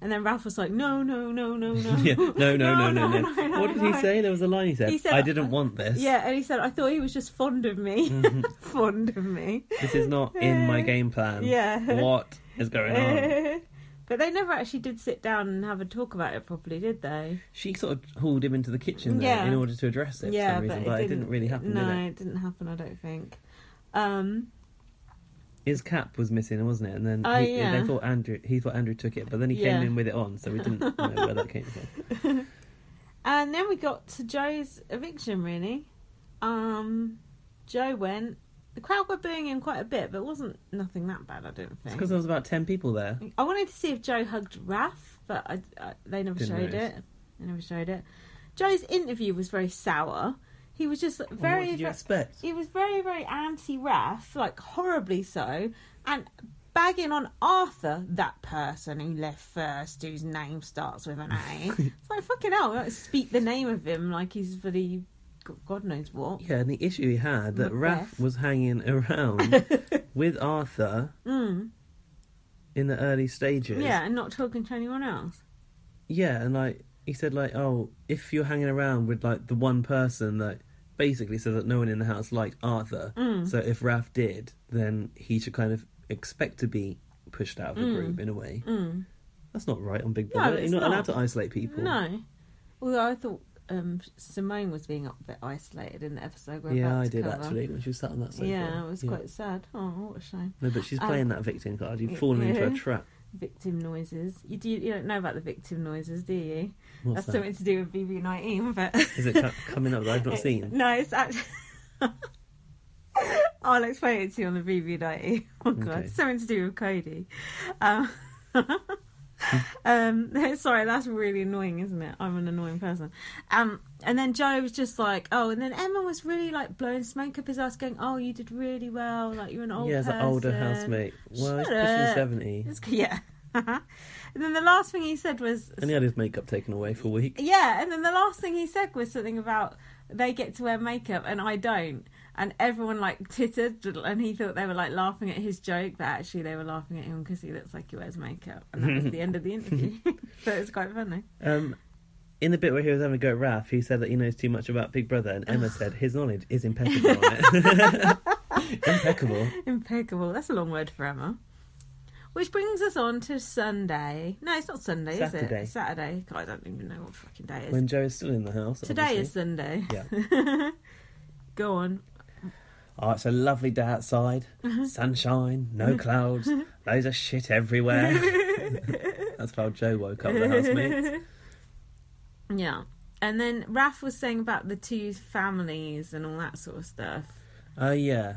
[SPEAKER 1] And then Raph was like, "No, no, no,
[SPEAKER 2] [LAUGHS]
[SPEAKER 1] no, [LAUGHS] no,
[SPEAKER 2] Yeah, no, no, no, no, no. what did he
[SPEAKER 1] no."
[SPEAKER 2] say? There was a line he said.
[SPEAKER 1] He said,
[SPEAKER 2] I didn't want this.
[SPEAKER 1] Yeah, and he said, I thought he was just fond of me.
[SPEAKER 2] Mm-hmm.
[SPEAKER 1] [LAUGHS] fond of me.
[SPEAKER 2] This is not in my game
[SPEAKER 1] [LAUGHS]
[SPEAKER 2] plan.
[SPEAKER 1] Yeah. [LAUGHS]
[SPEAKER 2] What is going um, on?
[SPEAKER 1] But they never actually did sit down and have a talk about it properly, did they?
[SPEAKER 2] She sort of hauled him into the kitchen there
[SPEAKER 1] Yeah.
[SPEAKER 2] in order to address it for some reason, but, it, didn't, really happen,
[SPEAKER 1] No,
[SPEAKER 2] did it?
[SPEAKER 1] it didn't happen. I don't think. Um, [LAUGHS]
[SPEAKER 2] His cap was missing, wasn't it? And then
[SPEAKER 1] Oh,
[SPEAKER 2] he,
[SPEAKER 1] yeah.
[SPEAKER 2] they thought Andrew, he thought Andrew took it, but then he
[SPEAKER 1] Yeah.
[SPEAKER 2] came in with it on, so we didn't know where that
[SPEAKER 1] [LAUGHS]
[SPEAKER 2] came from.
[SPEAKER 1] and then we got to Joe's eviction. Really, um, Joe went. The crowd were booing him quite a bit, but it wasn't nothing that bad. I don't
[SPEAKER 2] It's
[SPEAKER 1] think.
[SPEAKER 2] because there was about ten people there.
[SPEAKER 1] I wanted to see if Joe hugged Raph, but I, I, they never
[SPEAKER 2] Didn't
[SPEAKER 1] showed
[SPEAKER 2] notice.
[SPEAKER 1] it. They never showed it. Joe's interview was very sour. He was just
[SPEAKER 2] what
[SPEAKER 1] very,
[SPEAKER 2] did you
[SPEAKER 1] very
[SPEAKER 2] expect?
[SPEAKER 1] he was very, very anti-Raph, like horribly so, and bagging on Arthur, that person who left first, whose name starts with an
[SPEAKER 2] [LAUGHS]
[SPEAKER 1] A. it's like fucking hell. Like, speak the name of him like he's bloody g- God knows
[SPEAKER 2] [LAUGHS]
[SPEAKER 1] what.
[SPEAKER 2] Yeah, and the issue he had that
[SPEAKER 1] Macbeth.
[SPEAKER 2] Raph was
[SPEAKER 1] [LAUGHS]
[SPEAKER 2] hanging around with Arthur
[SPEAKER 1] Mm.
[SPEAKER 2] in the early stages.
[SPEAKER 1] Yeah, and not talking to anyone else.
[SPEAKER 2] Yeah, and like he said, like, oh, if you're hanging around with like the one person that basically said that no one in the house liked Arthur,
[SPEAKER 1] Mm.
[SPEAKER 2] so if Raph did, then he should kind of expect to be pushed out of the group in a way.
[SPEAKER 1] Mm.
[SPEAKER 2] That's not right on Big
[SPEAKER 1] No,
[SPEAKER 2] Brother.
[SPEAKER 1] it's
[SPEAKER 2] you're not,
[SPEAKER 1] not.
[SPEAKER 2] allowed to isolate people.
[SPEAKER 1] No. Although I thought um, Simone was being a bit isolated in the episode. We're
[SPEAKER 2] Yeah,
[SPEAKER 1] about
[SPEAKER 2] I
[SPEAKER 1] to
[SPEAKER 2] did
[SPEAKER 1] cover.
[SPEAKER 2] actually when she was sat on that sofa.
[SPEAKER 1] Yeah, it was
[SPEAKER 2] Yeah.
[SPEAKER 1] quite sad. Oh, what a shame.
[SPEAKER 2] No, but she's
[SPEAKER 1] Um,
[SPEAKER 2] playing that victim
[SPEAKER 1] [LAUGHS]
[SPEAKER 2] card. You've fallen into a
[SPEAKER 1] yeah.
[SPEAKER 2] trap.
[SPEAKER 1] Victim noises. You do. You don't know about the victim noises, do you?
[SPEAKER 2] What's
[SPEAKER 1] That's
[SPEAKER 2] that?
[SPEAKER 1] something to do with BB nineteen, but
[SPEAKER 2] [LAUGHS] Is it co- coming up that I've
[SPEAKER 1] [LAUGHS]
[SPEAKER 2] not seen?
[SPEAKER 1] no, it's actually. I'll explain it to you on the BB nineteen. [LAUGHS] Oh god,
[SPEAKER 2] Okay.
[SPEAKER 1] it's something to do with Cody. Um, [LAUGHS] um, [LAUGHS] sorry, that's really annoying, isn't it? I'm an annoying person. Um, and then Joe was just like, oh, and then Emma was really like blowing smoke up his ass, going, oh, you did really well, like you're an old
[SPEAKER 2] yeah, as
[SPEAKER 1] person.
[SPEAKER 2] an older housemate. Well, he's
[SPEAKER 1] Shut
[SPEAKER 2] pushing
[SPEAKER 1] up.
[SPEAKER 2] seventy,
[SPEAKER 1] It's- yeah. [LAUGHS] and then the last thing he said was,
[SPEAKER 2] and he had his makeup taken away for a week.
[SPEAKER 1] yeah, and then the last thing he said was something about they get to wear makeup and I don't. And everyone like tittered, and he thought they were like laughing at his joke, but actually they were laughing at him because he looks like he wears makeup. And that was the end of the interview.
[SPEAKER 2] [LAUGHS]
[SPEAKER 1] [LAUGHS] so it was quite funny.
[SPEAKER 2] Um, in the bit where he was having a go at Raph, he said that he knows too much about Big Brother, and Emma said his knowledge is impeccable. on
[SPEAKER 1] [LAUGHS]
[SPEAKER 2] it. impeccable.
[SPEAKER 1] Impeccable. That's a long word for Emma. Which brings us on to Sunday. No, it's not Sunday,
[SPEAKER 2] Saturday.
[SPEAKER 1] is it? Saturday. God, I don't even know what fucking day it is.
[SPEAKER 2] When Joe is still in the house.
[SPEAKER 1] Today
[SPEAKER 2] obviously.
[SPEAKER 1] is Sunday. [LAUGHS] Go on.
[SPEAKER 2] Oh, it's a lovely day outside.
[SPEAKER 1] Uh-huh.
[SPEAKER 2] Sunshine,
[SPEAKER 1] [LAUGHS]
[SPEAKER 2] no clouds, loads of shit everywhere. That's how Joe woke up the housemates.
[SPEAKER 1] Yeah. And then Raph was saying about the two families and all that sort of stuff.
[SPEAKER 2] Oh yeah.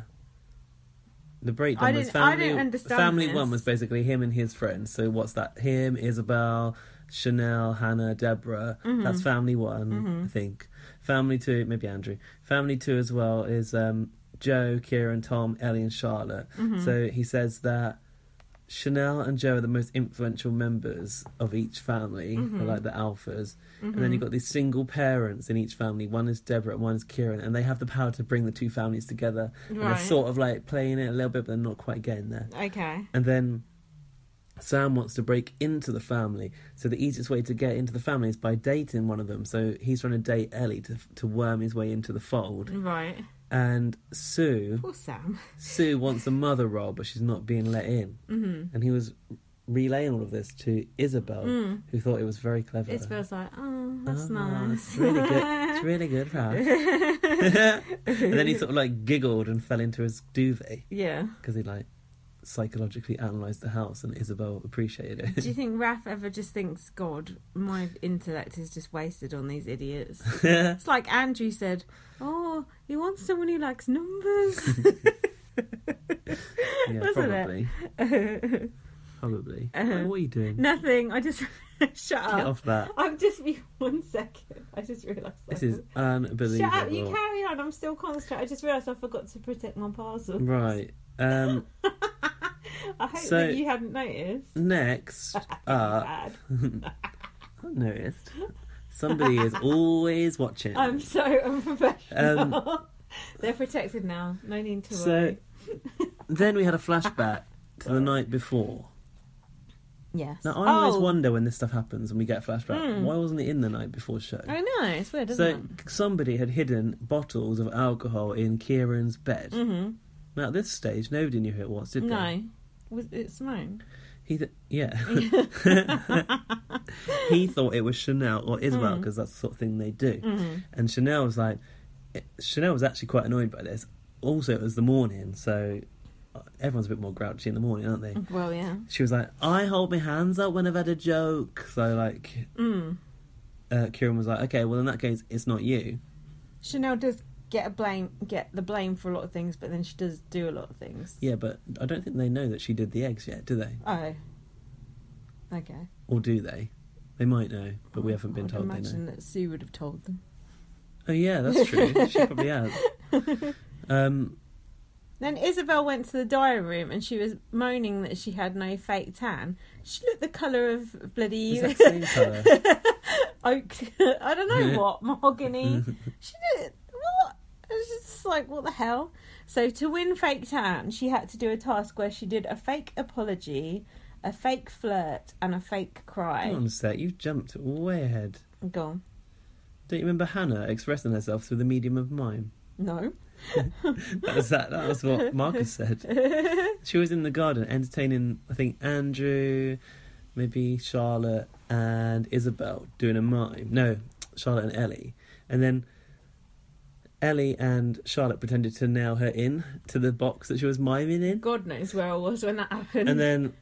[SPEAKER 2] The breakdown
[SPEAKER 1] I
[SPEAKER 2] was
[SPEAKER 1] didn't- I
[SPEAKER 2] family.
[SPEAKER 1] didn't understand
[SPEAKER 2] family
[SPEAKER 1] this.
[SPEAKER 2] one was basically him and his friends. So what's that? Him, Isabel, Chanel, Hannah, Deborah.
[SPEAKER 1] Mm-hmm.
[SPEAKER 2] That's family one, I think. Family two, maybe Andrew. Family two as well is um, Joe, Kieran, Tom, Ellie, and Charlotte.
[SPEAKER 1] Mm-hmm.
[SPEAKER 2] So he says that Chanel and Joe are the most influential members of each family, they're like the alphas. And then you've got these single parents in each family. One is Deborah, and one is Kieran, and they have the power to bring the two families together. And they're
[SPEAKER 1] Right.
[SPEAKER 2] sort of like playing it a little bit, but they're not quite getting there.
[SPEAKER 1] Okay.
[SPEAKER 2] And then Sam wants to break into the family. So the easiest way to get into the family is by dating one of them. So he's trying to date Ellie to, to worm his way into the fold.
[SPEAKER 1] Right.
[SPEAKER 2] And Sue.
[SPEAKER 1] Poor Sam.
[SPEAKER 2] Sue wants a mother role, but she's not being let in. Mm-hmm. And he was relaying all of this to Isabel, who thought it was very clever.
[SPEAKER 1] It feels like, oh,
[SPEAKER 2] Ah,
[SPEAKER 1] Mm. that's nice.
[SPEAKER 2] It's really
[SPEAKER 1] [LAUGHS]
[SPEAKER 2] good. It's really good, Ralph. and then he sort of like giggled and fell into his duvet
[SPEAKER 1] yeah.
[SPEAKER 2] because he like psychologically analysed the house, and Isabel appreciated
[SPEAKER 1] Do
[SPEAKER 2] [LAUGHS] it.
[SPEAKER 1] you think Raph ever just thinks, God, my intellect is just wasted on these idiots? it's like Andrew said, oh, he wants someone who likes numbers. [LAUGHS]
[SPEAKER 2] yeah,
[SPEAKER 1] [LAUGHS] Wasn't Uh-huh.
[SPEAKER 2] probably. Probably. Oh, what are you doing?
[SPEAKER 1] Nothing. I just. [LAUGHS] Shut
[SPEAKER 2] Get
[SPEAKER 1] up.
[SPEAKER 2] off that.
[SPEAKER 1] I'm just. [LAUGHS] One second. I just realised
[SPEAKER 2] This
[SPEAKER 1] that.
[SPEAKER 2] is unbelievable.
[SPEAKER 1] Shut up, you carry on. I'm still concentrating. I just realised I forgot to protect my parcel.
[SPEAKER 2] Right. Um,
[SPEAKER 1] [LAUGHS] I hope
[SPEAKER 2] So- uh,
[SPEAKER 1] that you hadn't noticed. [LAUGHS]
[SPEAKER 2] next up. [LAUGHS]
[SPEAKER 1] Bad.
[SPEAKER 2] I've noticed.
[SPEAKER 1] [LAUGHS]
[SPEAKER 2] Somebody is always watching.
[SPEAKER 1] I'm so [LAUGHS] unprofessional. [LAUGHS] They're protected now. No need to
[SPEAKER 2] Um, so
[SPEAKER 1] worry.
[SPEAKER 2] [LAUGHS] then we had a flashback to the night before.
[SPEAKER 1] Yes.
[SPEAKER 2] Now I always
[SPEAKER 1] Oh.
[SPEAKER 2] wonder when this stuff happens and we get a flashback. Why wasn't it in the night before show?
[SPEAKER 1] I know. Oh, It's weird,
[SPEAKER 2] So
[SPEAKER 1] isn't
[SPEAKER 2] somebody had hidden bottles of alcohol in Kieran's bed.
[SPEAKER 1] it? Mm-hmm.
[SPEAKER 2] Now at this stage, nobody knew who it was, did they?
[SPEAKER 1] [LAUGHS] No. Was it Simone?
[SPEAKER 2] He th- yeah. [LAUGHS] he thought it was Chanel or Isabel because that's the sort of thing they do.
[SPEAKER 1] Mm-hmm.
[SPEAKER 2] [LAUGHS] And Chanel was like, it- Chanel was actually quite annoyed by this. Also, it was the morning, so uh, everyone's a bit more grouchy in the morning, aren't they?
[SPEAKER 1] Well, yeah.
[SPEAKER 2] She was like, I hold my hands up when I've had a joke. So, like,
[SPEAKER 1] Mm.
[SPEAKER 2] uh, Kieran was like, okay, well, in that case, it's not you.
[SPEAKER 1] Chanel does get a blame, get the blame for a lot of things, but then she does do a lot of things.
[SPEAKER 2] Yeah, but I don't think they know that she did the eggs yet, do they?
[SPEAKER 1] Oh. Okay.
[SPEAKER 2] Or do they? They might know, but we haven't been
[SPEAKER 1] I'd
[SPEAKER 2] told they know.
[SPEAKER 1] Imagine that Sue would have told them.
[SPEAKER 2] Oh yeah, that's true.
[SPEAKER 1] [LAUGHS]
[SPEAKER 2] she probably has. Um,
[SPEAKER 1] Then Isabel went to the diary room and she was moaning that she had no fake tan. She looked the colour of bloody [LAUGHS]
[SPEAKER 2] is that same colour?
[SPEAKER 1] oak. [LAUGHS] I don't know what
[SPEAKER 2] [LAUGHS]
[SPEAKER 1] mahogany. she did what? I was just like, what the hell? So to win fake tan, she had to do a task where she did a fake apology, a fake flirt, and a fake
[SPEAKER 2] Hang
[SPEAKER 1] cry.
[SPEAKER 2] on a sec, you've jumped way ahead.
[SPEAKER 1] Go on.
[SPEAKER 2] Don't you remember Hannah expressing herself through the medium of mime?
[SPEAKER 1] No.
[SPEAKER 2] [LAUGHS] That was that. That was what Marcus said. She was in the garden entertaining, I think Andrew, maybe Charlotte and Isabel doing a mime. No, Charlotte and Ellie, and then Ellie and Charlotte pretended to nail her in to the box that she was miming in.
[SPEAKER 1] God knows where I was when that happened.
[SPEAKER 2] and then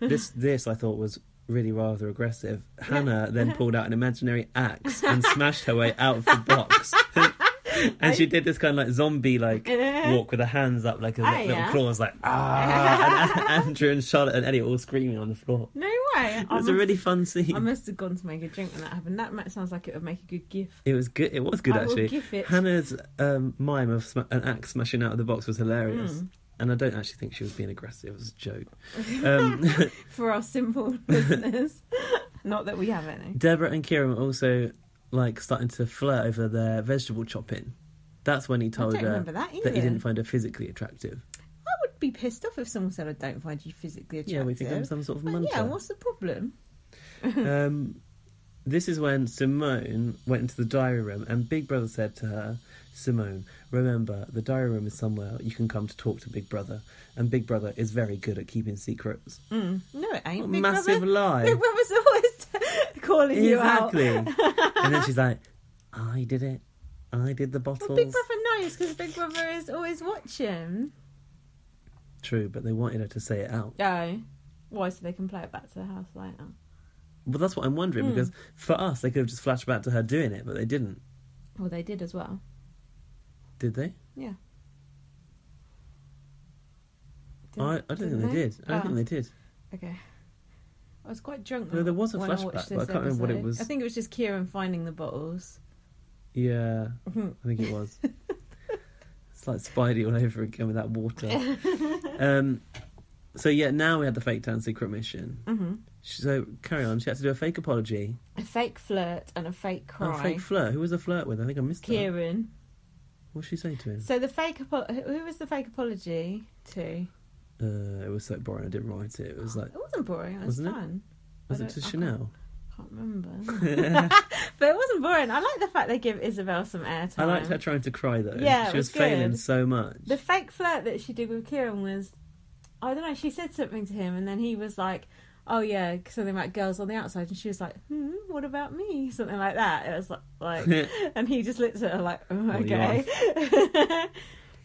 [SPEAKER 2] this this I thought was really rather aggressive. Hannah then pulled out an imaginary axe and smashed her way out of the box. [LAUGHS] and she did this kind of like zombie like walk with her hands up like a
[SPEAKER 1] Oh,
[SPEAKER 2] little
[SPEAKER 1] Uh-huh. yeah.
[SPEAKER 2] claws like ah
[SPEAKER 1] [LAUGHS]
[SPEAKER 2] and A- Andrew and Charlotte and Elliot all screaming on the floor.
[SPEAKER 1] no way.
[SPEAKER 2] It was a really fun scene.
[SPEAKER 1] I must have gone to make a drink when that happened. That might- sounds like it would make a good gif.
[SPEAKER 2] it was good. It was good
[SPEAKER 1] I will
[SPEAKER 2] actually.
[SPEAKER 1] give it-
[SPEAKER 2] Hannah's um, mime of sm- an axe smashing out of the box was hilarious,
[SPEAKER 1] Mm.
[SPEAKER 2] and I don't actually think she was being aggressive. It was a joke. Um, [LAUGHS]
[SPEAKER 1] For our simple listeners. Not that we have any.
[SPEAKER 2] Deborah and Kieran were also like starting to flirt over their vegetable chopping. That's when he told
[SPEAKER 1] I don't
[SPEAKER 2] her
[SPEAKER 1] remember that either.
[SPEAKER 2] that he didn't find her physically attractive.
[SPEAKER 1] I would be pissed off if someone said I don't find you physically attractive.
[SPEAKER 2] Yeah, we think I'm some sort of
[SPEAKER 1] Well,
[SPEAKER 2] munter.
[SPEAKER 1] yeah, what's the problem?
[SPEAKER 2] um, this is when Simone went into the diary room, and Big Brother said to her, "Simone, remember the diary room is somewhere you can come to talk to Big Brother, and Big Brother is very good at keeping secrets."
[SPEAKER 1] Mm. No, it ain't.
[SPEAKER 2] What a
[SPEAKER 1] Big
[SPEAKER 2] massive
[SPEAKER 1] brother,
[SPEAKER 2] lie!
[SPEAKER 1] Big Brother's [LAUGHS] always calling you out.
[SPEAKER 2] exactly.
[SPEAKER 1] [LAUGHS]
[SPEAKER 2] and then she's like, "I did it. I did the bottles."
[SPEAKER 1] Well, Big Brother knows because Big Brother is always watching.
[SPEAKER 2] True, but they wanted her to say it out.
[SPEAKER 1] Oh. Why? So they can play it back to the house later.
[SPEAKER 2] Well, that's what I'm wondering
[SPEAKER 1] Hmm.
[SPEAKER 2] because for us, they could have just flashed back to her doing it, but they didn't,
[SPEAKER 1] Well, they did as well.
[SPEAKER 2] did they?
[SPEAKER 1] Yeah.
[SPEAKER 2] I, I don't think they did. I don't
[SPEAKER 1] Oh.
[SPEAKER 2] think they did.
[SPEAKER 1] Okay. I was quite drunk.
[SPEAKER 2] No, there was a
[SPEAKER 1] when
[SPEAKER 2] flashback,
[SPEAKER 1] I, watched
[SPEAKER 2] but
[SPEAKER 1] this
[SPEAKER 2] I can't remember what it
[SPEAKER 1] episode.
[SPEAKER 2] was.
[SPEAKER 1] I think it was just Kieran finding the bottles.
[SPEAKER 2] Yeah, I think it
[SPEAKER 1] [LAUGHS]
[SPEAKER 2] was. it's like Spidey all over again with that
[SPEAKER 1] [LAUGHS]
[SPEAKER 2] water. um, so yeah, now we had the fake tan secret mission.
[SPEAKER 1] hmm
[SPEAKER 2] So carry on. She had to do a fake apology,
[SPEAKER 1] A fake flirt and a fake
[SPEAKER 2] and
[SPEAKER 1] cry.
[SPEAKER 2] a fake flirt. Who was the flirt with? I think I missed that.
[SPEAKER 1] Kieran.
[SPEAKER 2] What did she say to him?
[SPEAKER 1] So the fake apo- who was the fake apology to?
[SPEAKER 2] Uh, it was so boring. I didn't write it. It was like,
[SPEAKER 1] It wasn't boring. It was
[SPEAKER 2] Wasn't it?
[SPEAKER 1] fun.
[SPEAKER 2] was
[SPEAKER 1] I
[SPEAKER 2] it
[SPEAKER 1] don't- I
[SPEAKER 2] to
[SPEAKER 1] can't-
[SPEAKER 2] Chanel?
[SPEAKER 1] Can't
[SPEAKER 2] [LAUGHS]
[SPEAKER 1] remember. [LAUGHS] but it wasn't boring. I like the fact they give Isabel some airtime.
[SPEAKER 2] I liked her trying to cry though.
[SPEAKER 1] Yeah, it
[SPEAKER 2] she
[SPEAKER 1] was
[SPEAKER 2] was, failing
[SPEAKER 1] good.
[SPEAKER 2] so much.
[SPEAKER 1] The fake flirt that she did with Kieran was, I don't know. She said something to him, and then he was like, "Oh yeah, something about girls on the outside," and she was like, "Hmm, what about me?" [LAUGHS] Something like that. It was like,
[SPEAKER 2] [LAUGHS]
[SPEAKER 1] like and he just looked at her like, oh,
[SPEAKER 2] What do you
[SPEAKER 1] "Okay." [LAUGHS] and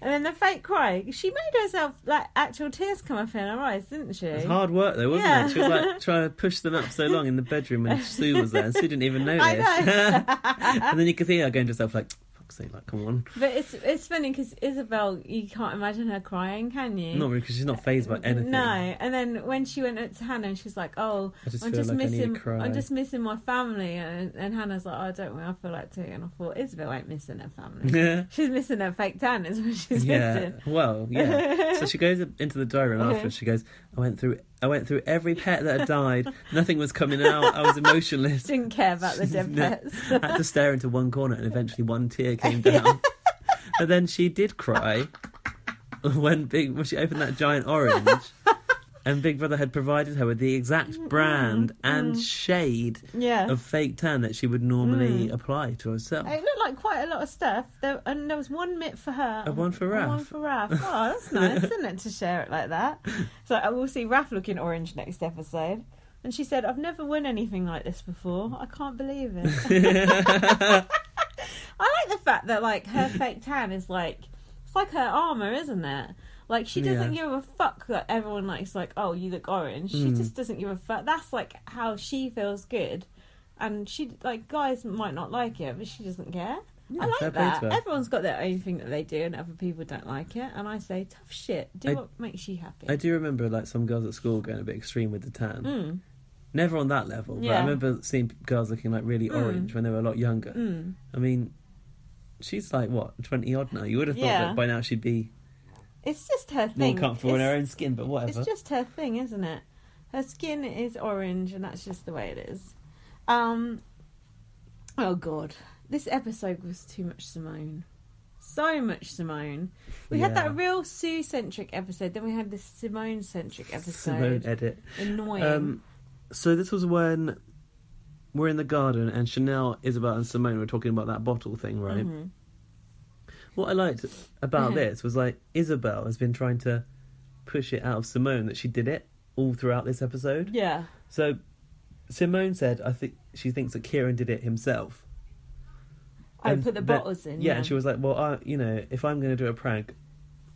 [SPEAKER 1] then the fake cry. She made herself like actual tears come up in her eyes, didn't she?
[SPEAKER 2] It's hard [LAUGHS] work though, wasn't
[SPEAKER 1] Yeah.
[SPEAKER 2] it? She was like trying to push them up so long in the
[SPEAKER 1] [LAUGHS]
[SPEAKER 2] bedroom when Sue was there, and Sue didn't even notice. [LAUGHS]
[SPEAKER 1] I know.
[SPEAKER 2] and then you could see her going to herself like, "Fuck's sake, like, come on."
[SPEAKER 1] [LAUGHS] But it's it's funny because Isabel, you can't imagine her crying, can you?
[SPEAKER 2] Not really, because she's not phased by anything.
[SPEAKER 1] No, and then when she went up to Hannah and she's like, "Oh,
[SPEAKER 2] I just
[SPEAKER 1] I'm
[SPEAKER 2] feel
[SPEAKER 1] just
[SPEAKER 2] like I need to
[SPEAKER 1] missing,
[SPEAKER 2] cry.
[SPEAKER 1] I'm
[SPEAKER 2] [LAUGHS]
[SPEAKER 1] just missing my family," and, and Hannah's like, "Oh, "I don't know, I feel like too." And I thought Isabel ain't missing her
[SPEAKER 2] [LAUGHS]
[SPEAKER 1] family;
[SPEAKER 2] yeah.
[SPEAKER 1] she's missing her fake tan is what she's
[SPEAKER 2] Yeah.
[SPEAKER 1] missing.
[SPEAKER 2] Well,
[SPEAKER 1] [LAUGHS]
[SPEAKER 2] yeah. So she goes into the diary room
[SPEAKER 1] Uh-huh.
[SPEAKER 2] after. She goes, "I went through. I went through every pet that had died. Nothing was coming out. I was emotionless.
[SPEAKER 1] Didn't care about the dead
[SPEAKER 2] [LAUGHS] No.
[SPEAKER 1] pets. [LAUGHS]
[SPEAKER 2] I had to stare into one corner and eventually one tear came down. But then she did cry when big when she opened that giant orange and Big Brother had provided her with the exact brand and shade
[SPEAKER 1] Yeah.
[SPEAKER 2] of fake tan that she would normally
[SPEAKER 1] Mm.
[SPEAKER 2] apply to herself.
[SPEAKER 1] [LAUGHS] It looked like quite a lot of stuff. There, and there was one mitt for her.
[SPEAKER 2] A one for
[SPEAKER 1] and One
[SPEAKER 2] Raph.
[SPEAKER 1] for Raph. Oh,
[SPEAKER 2] [LAUGHS]
[SPEAKER 1] that's nice, isn't it, to share it like that? So I will see Raph looking orange next episode. And she said, I've never won anything like this before. I can't believe
[SPEAKER 2] [LAUGHS]
[SPEAKER 1] it. I like the fact that, like,
[SPEAKER 2] [LAUGHS]
[SPEAKER 1] her fake tan is like, it's like her armour, isn't it? Like, she doesn't
[SPEAKER 2] Yeah. Mm.
[SPEAKER 1] give a fuck that everyone likes, like, oh, you look orange. She just doesn't give a fuck. That's, like, how she feels good and she like guys might not like it, but she doesn't care. I
[SPEAKER 2] fair
[SPEAKER 1] like
[SPEAKER 2] play
[SPEAKER 1] that.
[SPEAKER 2] to her.
[SPEAKER 1] Everyone's got their own thing that they do, and other people don't like it. And I say, tough shit. Do
[SPEAKER 2] I-
[SPEAKER 1] what makes you happy.
[SPEAKER 2] [LAUGHS] I do remember like some girls at school going a bit extreme with the tan.
[SPEAKER 1] Mm.
[SPEAKER 2] Never on that level, but
[SPEAKER 1] Yeah.
[SPEAKER 2] I remember seeing girls looking like really
[SPEAKER 1] Mm.
[SPEAKER 2] orange when they were a lot younger.
[SPEAKER 1] Mm.
[SPEAKER 2] I mean, she's like what twenty odd now. You would have thought
[SPEAKER 1] Yeah.
[SPEAKER 2] that by now she'd be
[SPEAKER 1] It's just her
[SPEAKER 2] more
[SPEAKER 1] thing.
[SPEAKER 2] comfortable in
[SPEAKER 1] It's-
[SPEAKER 2] her own skin, but whatever.
[SPEAKER 1] It's just her thing, isn't it? Her skin is orange, and that's just the way it is. Um, oh god, this episode was too much Simone. So much Simone. We had
[SPEAKER 2] Yeah.
[SPEAKER 1] that real Sue centric episode, then we had this Simone centric
[SPEAKER 2] Simone
[SPEAKER 1] episode.
[SPEAKER 2] edit.
[SPEAKER 1] Annoying.
[SPEAKER 2] Um, so this was when we're in the garden and Chanel, Isabel, and Simone were talking about that bottle thing, right?
[SPEAKER 1] Mhm.
[SPEAKER 2] What I liked about
[SPEAKER 1] Yeah.
[SPEAKER 2] this was like Isabel has been trying to push it out of Simone that she did it all throughout this episode.
[SPEAKER 1] Yeah.
[SPEAKER 2] So Simone said, I think she thinks that Kieran did it himself.
[SPEAKER 1] I
[SPEAKER 2] And
[SPEAKER 1] put the
[SPEAKER 2] that-
[SPEAKER 1] bottles in.
[SPEAKER 2] Yeah, and she was like, well, I, you know, if I'm going to do a prank,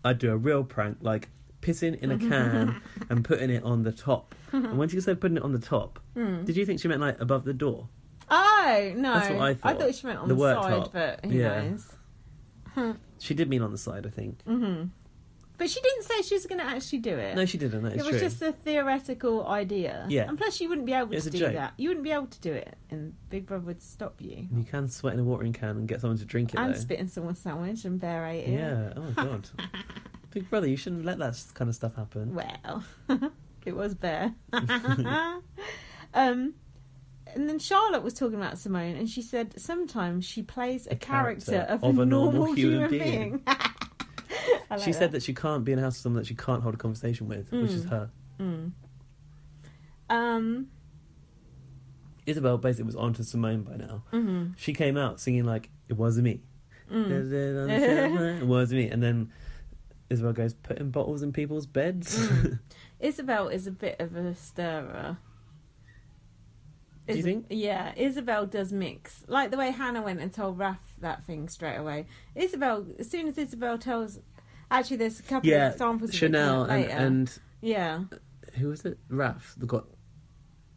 [SPEAKER 2] I'd do a real prank, like pissing
[SPEAKER 1] [LAUGHS]
[SPEAKER 2] in a can and putting it on the top. and when she said putting it on the top,
[SPEAKER 1] Hmm.
[SPEAKER 2] did you think she meant like above the door?
[SPEAKER 1] Oh no!
[SPEAKER 2] That's what I thought.
[SPEAKER 1] thought she meant on the,
[SPEAKER 2] The
[SPEAKER 1] side,
[SPEAKER 2] worktop.
[SPEAKER 1] but who
[SPEAKER 2] Yeah.
[SPEAKER 1] knows? Mm-hmm.
[SPEAKER 2] She did mean on the side, I think.
[SPEAKER 1] But she didn't say she was going to actually do it.
[SPEAKER 2] No, she didn't. That
[SPEAKER 1] it
[SPEAKER 2] is
[SPEAKER 1] was
[SPEAKER 2] true.
[SPEAKER 1] just a theoretical idea.
[SPEAKER 2] Yeah.
[SPEAKER 1] And plus, you wouldn't be able
[SPEAKER 2] It's
[SPEAKER 1] to
[SPEAKER 2] a
[SPEAKER 1] do
[SPEAKER 2] joke.
[SPEAKER 1] that. You wouldn't be able to do it, and Big Brother would stop you.
[SPEAKER 2] You can sweat in a watering can and get someone to drink it.
[SPEAKER 1] And
[SPEAKER 2] though.
[SPEAKER 1] spit in someone's sandwich and bare ate it.
[SPEAKER 2] Yeah. Oh my
[SPEAKER 1] [LAUGHS]
[SPEAKER 2] god. Big Brother, you shouldn't let that kind of stuff happen.
[SPEAKER 1] Well, [LAUGHS] it was
[SPEAKER 2] [LAUGHS]
[SPEAKER 1] bare. [LAUGHS] um, and then Charlotte was talking about Simone, and she said sometimes she plays a, character, of, a normal, human, being. [LAUGHS] I like Hmm.
[SPEAKER 2] she said that she can't be in a house with someone that she can't hold a conversation with, which is her.
[SPEAKER 1] Mm. Um,
[SPEAKER 2] Isabel basically was onto Simone by now.
[SPEAKER 1] mm-hmm,
[SPEAKER 2] She came out singing like it was me,
[SPEAKER 1] Mm. [LAUGHS]
[SPEAKER 2] it was me, and then Isabel goes putting bottles in people's beds.
[SPEAKER 1] Mm. Isabel is a bit of a stirrer.
[SPEAKER 2] Do you
[SPEAKER 1] Is-
[SPEAKER 2] think?
[SPEAKER 1] Yeah, Isabel does mix. Like the way Hannah went and told Raph that thing straight away. Isabel, as soon as Isabel tells, actually, there's a couple of
[SPEAKER 2] yeah, [LAUGHS]
[SPEAKER 1] examples.
[SPEAKER 2] Chanel
[SPEAKER 1] of it coming
[SPEAKER 2] and,
[SPEAKER 1] up later.
[SPEAKER 2] and
[SPEAKER 1] yeah,
[SPEAKER 2] who was it? Raph that got.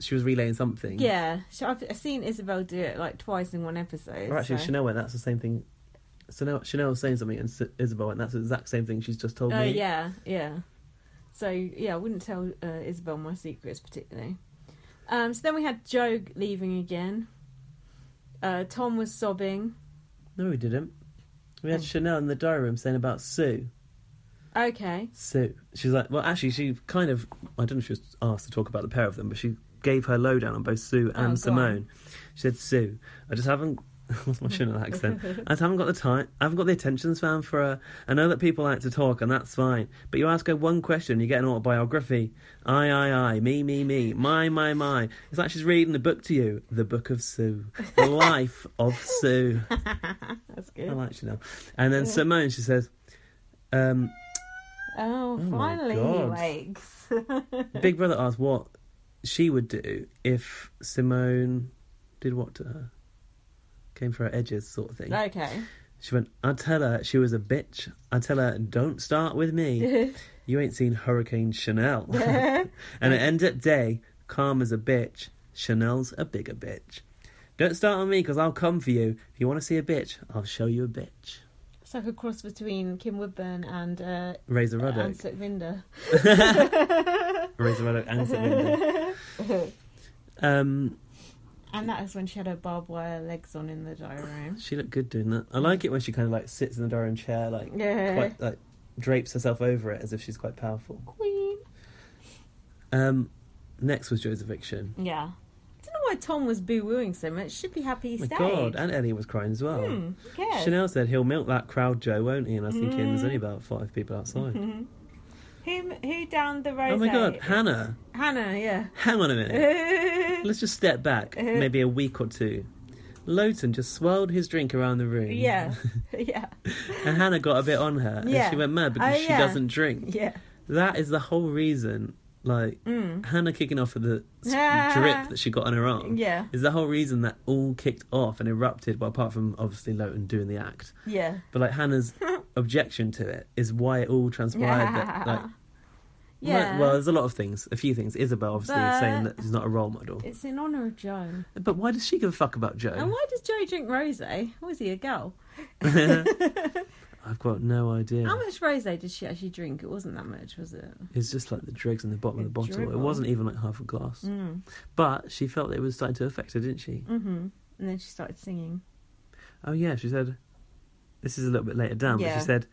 [SPEAKER 2] She was relaying something.
[SPEAKER 1] yeah. So I've I've seen Isabel do it like twice in one episode.
[SPEAKER 2] Or actually,
[SPEAKER 1] so-
[SPEAKER 2] Chanel went, that's the same thing. So now Chanel was saying something, and S- Isabel went, that's the exact same thing she's just told
[SPEAKER 1] Oh
[SPEAKER 2] me.
[SPEAKER 1] yeah, yeah. So yeah, I wouldn't tell uh, Isabel my secrets particularly. Um, so then we had Joe leaving again. Uh, Tom was sobbing.
[SPEAKER 2] No, we didn't. We
[SPEAKER 1] Oh.
[SPEAKER 2] had Chanel in the diary room saying about Sue.
[SPEAKER 1] Okay.
[SPEAKER 2] Sue. She's like, well, actually, she kind of, I don't know if she was asked to talk about the pair of them, but she gave her lowdown on both Sue
[SPEAKER 1] Oh, go
[SPEAKER 2] and
[SPEAKER 1] on.
[SPEAKER 2] Simone. She said, Sue, I just haven't. [LAUGHS] What's my Chanel accent? I just haven't got the time. I haven't got the attention span for her. I know that people like to talk, and that's fine. But you ask her one question, you get an autobiography. I, I, I, me, me, me, my, my, my. It's like she's reading a book to you, the book of Sue, the life
[SPEAKER 1] [LAUGHS]
[SPEAKER 2] of Sue.
[SPEAKER 1] [LAUGHS] That's
[SPEAKER 2] I
[SPEAKER 1] good.
[SPEAKER 2] like Chanel. And then Simone, she says, um,
[SPEAKER 1] Oh,
[SPEAKER 2] my
[SPEAKER 1] finally he
[SPEAKER 2] God.
[SPEAKER 1] wakes. [LAUGHS]
[SPEAKER 2] [LAUGHS] Big Brother asked what she would do if Simone did what to her? Came for her edges, sort of thing. [LAUGHS]
[SPEAKER 1] okay.
[SPEAKER 2] She went, I'd tell her she was a bitch. I'd tell her, don't start with me. you ain't seen Hurricane Chanel. [LAUGHS] and it ended up day, calm as a bitch. Chanel's a bigger bitch. Don't start on me because I'll come for you. If you want to see a bitch, I'll show you a bitch.
[SPEAKER 1] It's like a cross between Kim Woodburn and uh,
[SPEAKER 2] Razor
[SPEAKER 1] Anne
[SPEAKER 2] Ruddock. [LAUGHS]
[SPEAKER 1] Sutvinda.
[SPEAKER 2] Razor Ruddock and Sitwinda. Um,
[SPEAKER 1] And that is when she had her barbed wire legs on in the diary room.
[SPEAKER 2] She looked good doing that. I like it when she kind of like sits in the dining chair, like
[SPEAKER 1] Yeah.
[SPEAKER 2] quite like drapes herself over it as if she's quite powerful.
[SPEAKER 1] Queen.
[SPEAKER 2] Um, next was Joe's eviction.
[SPEAKER 1] Yeah. I don't know why Tom was boo wooing so much. Should be happy he
[SPEAKER 2] Oh My
[SPEAKER 1] stayed.
[SPEAKER 2] God, and Ellie was crying as well.
[SPEAKER 1] Hmm, who cares? Hmm. [LAUGHS]
[SPEAKER 2] Chanel said he'll milk that crowd, Joe, won't he? And I was thinking there's only about five people outside.
[SPEAKER 1] [LAUGHS] Who who downed the rose?
[SPEAKER 2] Oh my god, Hannah!
[SPEAKER 1] Hannah. Yeah.
[SPEAKER 2] Hang on a minute.
[SPEAKER 1] [LAUGHS]
[SPEAKER 2] Let's just step back,
[SPEAKER 1] Uh-huh.
[SPEAKER 2] maybe a week or two. Lowton just swirled his drink around the room.
[SPEAKER 1] yeah. Yeah.
[SPEAKER 2] [LAUGHS] And Hannah got a bit on her
[SPEAKER 1] Yeah.
[SPEAKER 2] and she went mad because
[SPEAKER 1] Oh,
[SPEAKER 2] she
[SPEAKER 1] yeah.
[SPEAKER 2] doesn't drink.
[SPEAKER 1] Yeah.
[SPEAKER 2] That is the whole reason, like,
[SPEAKER 1] Mm.
[SPEAKER 2] Hannah kicking off with the s-
[SPEAKER 1] [LAUGHS] Ah.
[SPEAKER 2] drip that she got on her arm.
[SPEAKER 1] Yeah.
[SPEAKER 2] Is the whole reason that all kicked off and erupted, well, apart from obviously Lowton doing the act. [LAUGHS]
[SPEAKER 1] Yeah.
[SPEAKER 2] But,
[SPEAKER 1] [LAUGHS]
[SPEAKER 2] like, Hannah's objection to it is why it all transpired.
[SPEAKER 1] [LAUGHS]
[SPEAKER 2] That, like,
[SPEAKER 1] yeah.
[SPEAKER 2] well, there's a lot of things, a few things. Isabel, obviously,
[SPEAKER 1] But-
[SPEAKER 2] saying that she's not a role model.
[SPEAKER 1] it's in honor of Joe.
[SPEAKER 2] But why does she give a fuck about Joe?
[SPEAKER 1] And why does Joe drink rose? Was he a
[SPEAKER 2] [LAUGHS]
[SPEAKER 1] girl? [LAUGHS]
[SPEAKER 2] I've got no idea.
[SPEAKER 1] How much rose did she actually drink? It wasn't that much, was it?
[SPEAKER 2] It's just like the dregs in the bottom of the
[SPEAKER 1] It
[SPEAKER 2] bottle. It
[SPEAKER 1] dribbled.
[SPEAKER 2] wasn't even like half a glass.
[SPEAKER 1] Mm.
[SPEAKER 2] But she felt that it was starting to affect her, didn't she?
[SPEAKER 1] Mm-hmm. And then she started singing.
[SPEAKER 2] Oh yeah, she said. This is a little bit later down, but
[SPEAKER 1] Yeah.
[SPEAKER 2] she said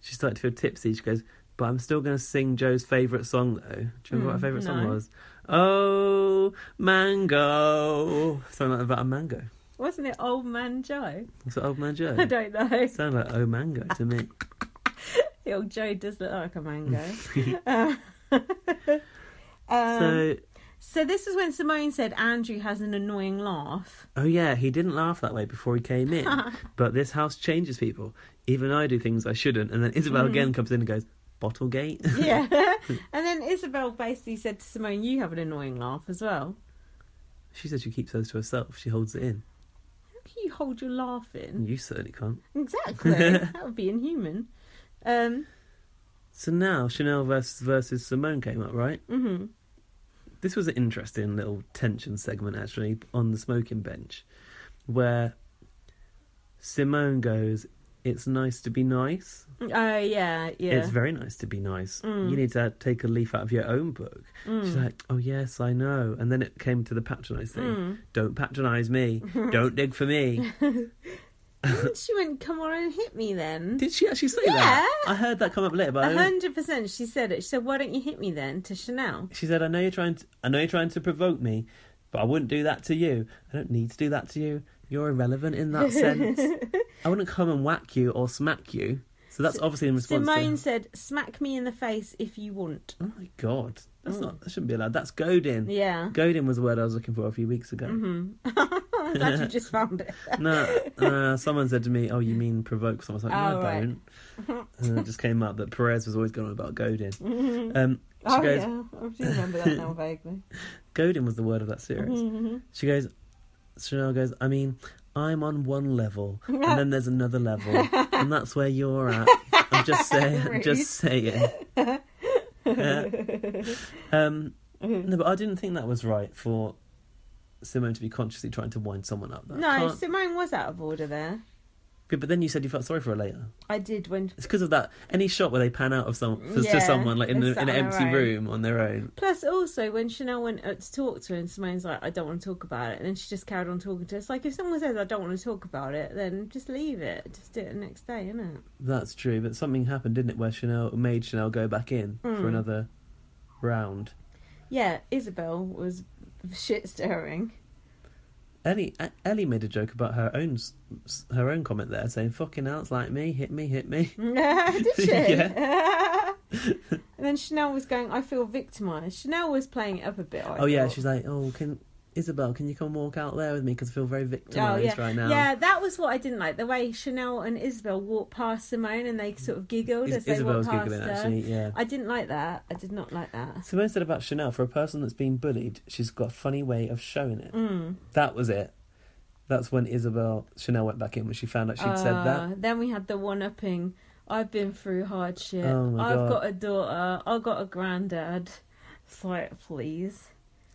[SPEAKER 2] she started to feel tipsy. She goes, "But I'm still going to sing Joe's favourite song, though." Do you remember what her
[SPEAKER 1] Mm,
[SPEAKER 2] favourite song
[SPEAKER 1] no.
[SPEAKER 2] was? Oh, mango. Something like about a mango.
[SPEAKER 1] Wasn't it Old Man Joe?
[SPEAKER 2] What's it, old man Joe?
[SPEAKER 1] [LAUGHS] I don't know.
[SPEAKER 2] Sound like oh mango
[SPEAKER 1] [LAUGHS]
[SPEAKER 2] to me.
[SPEAKER 1] The old Joe does look like a
[SPEAKER 2] [LAUGHS]
[SPEAKER 1] mango. um, [LAUGHS] so, Um.
[SPEAKER 2] so
[SPEAKER 1] this is when Simone said Andrew has an annoying laugh.
[SPEAKER 2] Oh yeah, he didn't laugh that way before he came in.
[SPEAKER 1] [LAUGHS]
[SPEAKER 2] but this house changes people. Even I do things I shouldn't. And then Isabel again comes in and goes, Bottlegate?
[SPEAKER 1] Hmm. Yeah. and then Isabel basically said to Simone, "You have an annoying laugh as well.
[SPEAKER 2] [LAUGHS] she said she keeps those to herself. She holds it in.
[SPEAKER 1] How can you hold your laugh in?"
[SPEAKER 2] You certainly can't. [LAUGHS]
[SPEAKER 1] Exactly. that would be inhuman. Um,
[SPEAKER 2] So now Chanel versus, versus Simone came up, right?
[SPEAKER 1] mhm.
[SPEAKER 2] This was an interesting little tension segment actually on the smoking bench where Simone goes, It's nice to be nice.
[SPEAKER 1] Oh yeah, yeah.
[SPEAKER 2] It's very nice to be nice.
[SPEAKER 1] Mm.
[SPEAKER 2] You need to take a leaf out of your own book. She's like, oh, yes, I know. And then it came to the patronise thing. [LAUGHS]
[SPEAKER 1] Mm.
[SPEAKER 2] Don't
[SPEAKER 1] [LAUGHS]
[SPEAKER 2] patronise me. Don't dig for me.
[SPEAKER 1] And she went, "Come on and hit me then."
[SPEAKER 2] Did she actually say
[SPEAKER 1] Yeah.
[SPEAKER 2] that? I heard that come up later, but
[SPEAKER 1] A
[SPEAKER 2] I don't-
[SPEAKER 1] hundred percent. She said it. She said, "Why don't you hit me then?" To Chanel.
[SPEAKER 2] she said, I know you're trying to, I know you're trying to provoke me, but I wouldn't do that to you. I don't need to do that to you. You're irrelevant in that
[SPEAKER 1] [LAUGHS]
[SPEAKER 2] sense. I wouldn't come and whack you or smack you. So that's obviously in response
[SPEAKER 1] Simone
[SPEAKER 2] to.
[SPEAKER 1] said, "Smack me in the face if you want."
[SPEAKER 2] Oh my god, that's
[SPEAKER 1] Mm.
[SPEAKER 2] not. That shouldn't be allowed. That's goading.
[SPEAKER 1] Yeah.
[SPEAKER 2] Goading was the word I was looking for a few weeks ago.
[SPEAKER 1] hmm [LAUGHS] I'm glad you just found
[SPEAKER 2] [LAUGHS]
[SPEAKER 1] it.
[SPEAKER 2] no, uh, someone said to me, "Oh, you mean provoke?" Someone was like, "No,
[SPEAKER 1] Oh,
[SPEAKER 2] I
[SPEAKER 1] right.
[SPEAKER 2] don't."
[SPEAKER 1] [LAUGHS]
[SPEAKER 2] And then it just came up that Perez was always going on about goading. Um, she
[SPEAKER 1] oh
[SPEAKER 2] goes,
[SPEAKER 1] yeah, I do remember that now
[SPEAKER 2] [LAUGHS]
[SPEAKER 1] vaguely.
[SPEAKER 2] "Goading was the word of that series."
[SPEAKER 1] Mhm.
[SPEAKER 2] She goes, Chanel goes, "I mean, I'm on one level, and then there's
[SPEAKER 1] [LAUGHS]
[SPEAKER 2] another level, and that's where you're at." I'm just saying, I'm just saying.
[SPEAKER 1] [LAUGHS]
[SPEAKER 2] Yeah. um, no, but I didn't think that was right for Simone to be consciously trying to wind someone up. That
[SPEAKER 1] no,
[SPEAKER 2] can't-
[SPEAKER 1] Simone was out of order there.
[SPEAKER 2] Yeah, but then you said you felt sorry for her later.
[SPEAKER 1] I did when
[SPEAKER 2] It's because of that. Any shot where they pan out of some for,
[SPEAKER 1] Yeah,
[SPEAKER 2] to someone like in,
[SPEAKER 1] they're
[SPEAKER 2] a, in an
[SPEAKER 1] sat on
[SPEAKER 2] empty
[SPEAKER 1] their own.
[SPEAKER 2] room on their own.
[SPEAKER 1] Plus, also, when Chanel went up to talk to her, and Simone's like, I don't want to talk about it. And then she just carried on talking to us. Like, if someone says, I don't want to talk about it, then just leave it. Just do it the next day, innit?
[SPEAKER 2] That's true, but something happened, didn't it? Where Chanel made Chanel go back in for
[SPEAKER 1] Mm.
[SPEAKER 2] another round.
[SPEAKER 1] Yeah, Isabel was shit stirring.
[SPEAKER 2] Ellie E- Ellie made a joke about her own s- s- her own comment there, saying "fucking hell, it's like me, hit me, hit me."
[SPEAKER 1] [LAUGHS] Did she? [LAUGHS] and then Chanel was going, I feel victimised. Chanel was playing it up a bit. I
[SPEAKER 2] oh yeah,
[SPEAKER 1] thought.
[SPEAKER 2] she's like, "Oh, can Isabel, can you come walk out there with me? Because I feel very victimized
[SPEAKER 1] Oh, yeah.
[SPEAKER 2] right now."
[SPEAKER 1] Yeah, that was what I didn't like. The way Chanel and Isabel walked past Simone and they sort of giggled
[SPEAKER 2] Is-
[SPEAKER 1] as they
[SPEAKER 2] Isabel's
[SPEAKER 1] walked past
[SPEAKER 2] giggling
[SPEAKER 1] her.
[SPEAKER 2] actually. Yeah.
[SPEAKER 1] I didn't like that. I did not like that.
[SPEAKER 2] So instead about Chanel, for a person that's been bullied, she's got a funny way of showing it.
[SPEAKER 1] Mm.
[SPEAKER 2] That was it. That's when Isabel Chanel went back in when she found out she'd said that.
[SPEAKER 1] Uh, Then we had the one upping. I've been through hardship.
[SPEAKER 2] Oh my
[SPEAKER 1] I've
[SPEAKER 2] God.
[SPEAKER 1] got a daughter. I've got a granddad. It's like, please.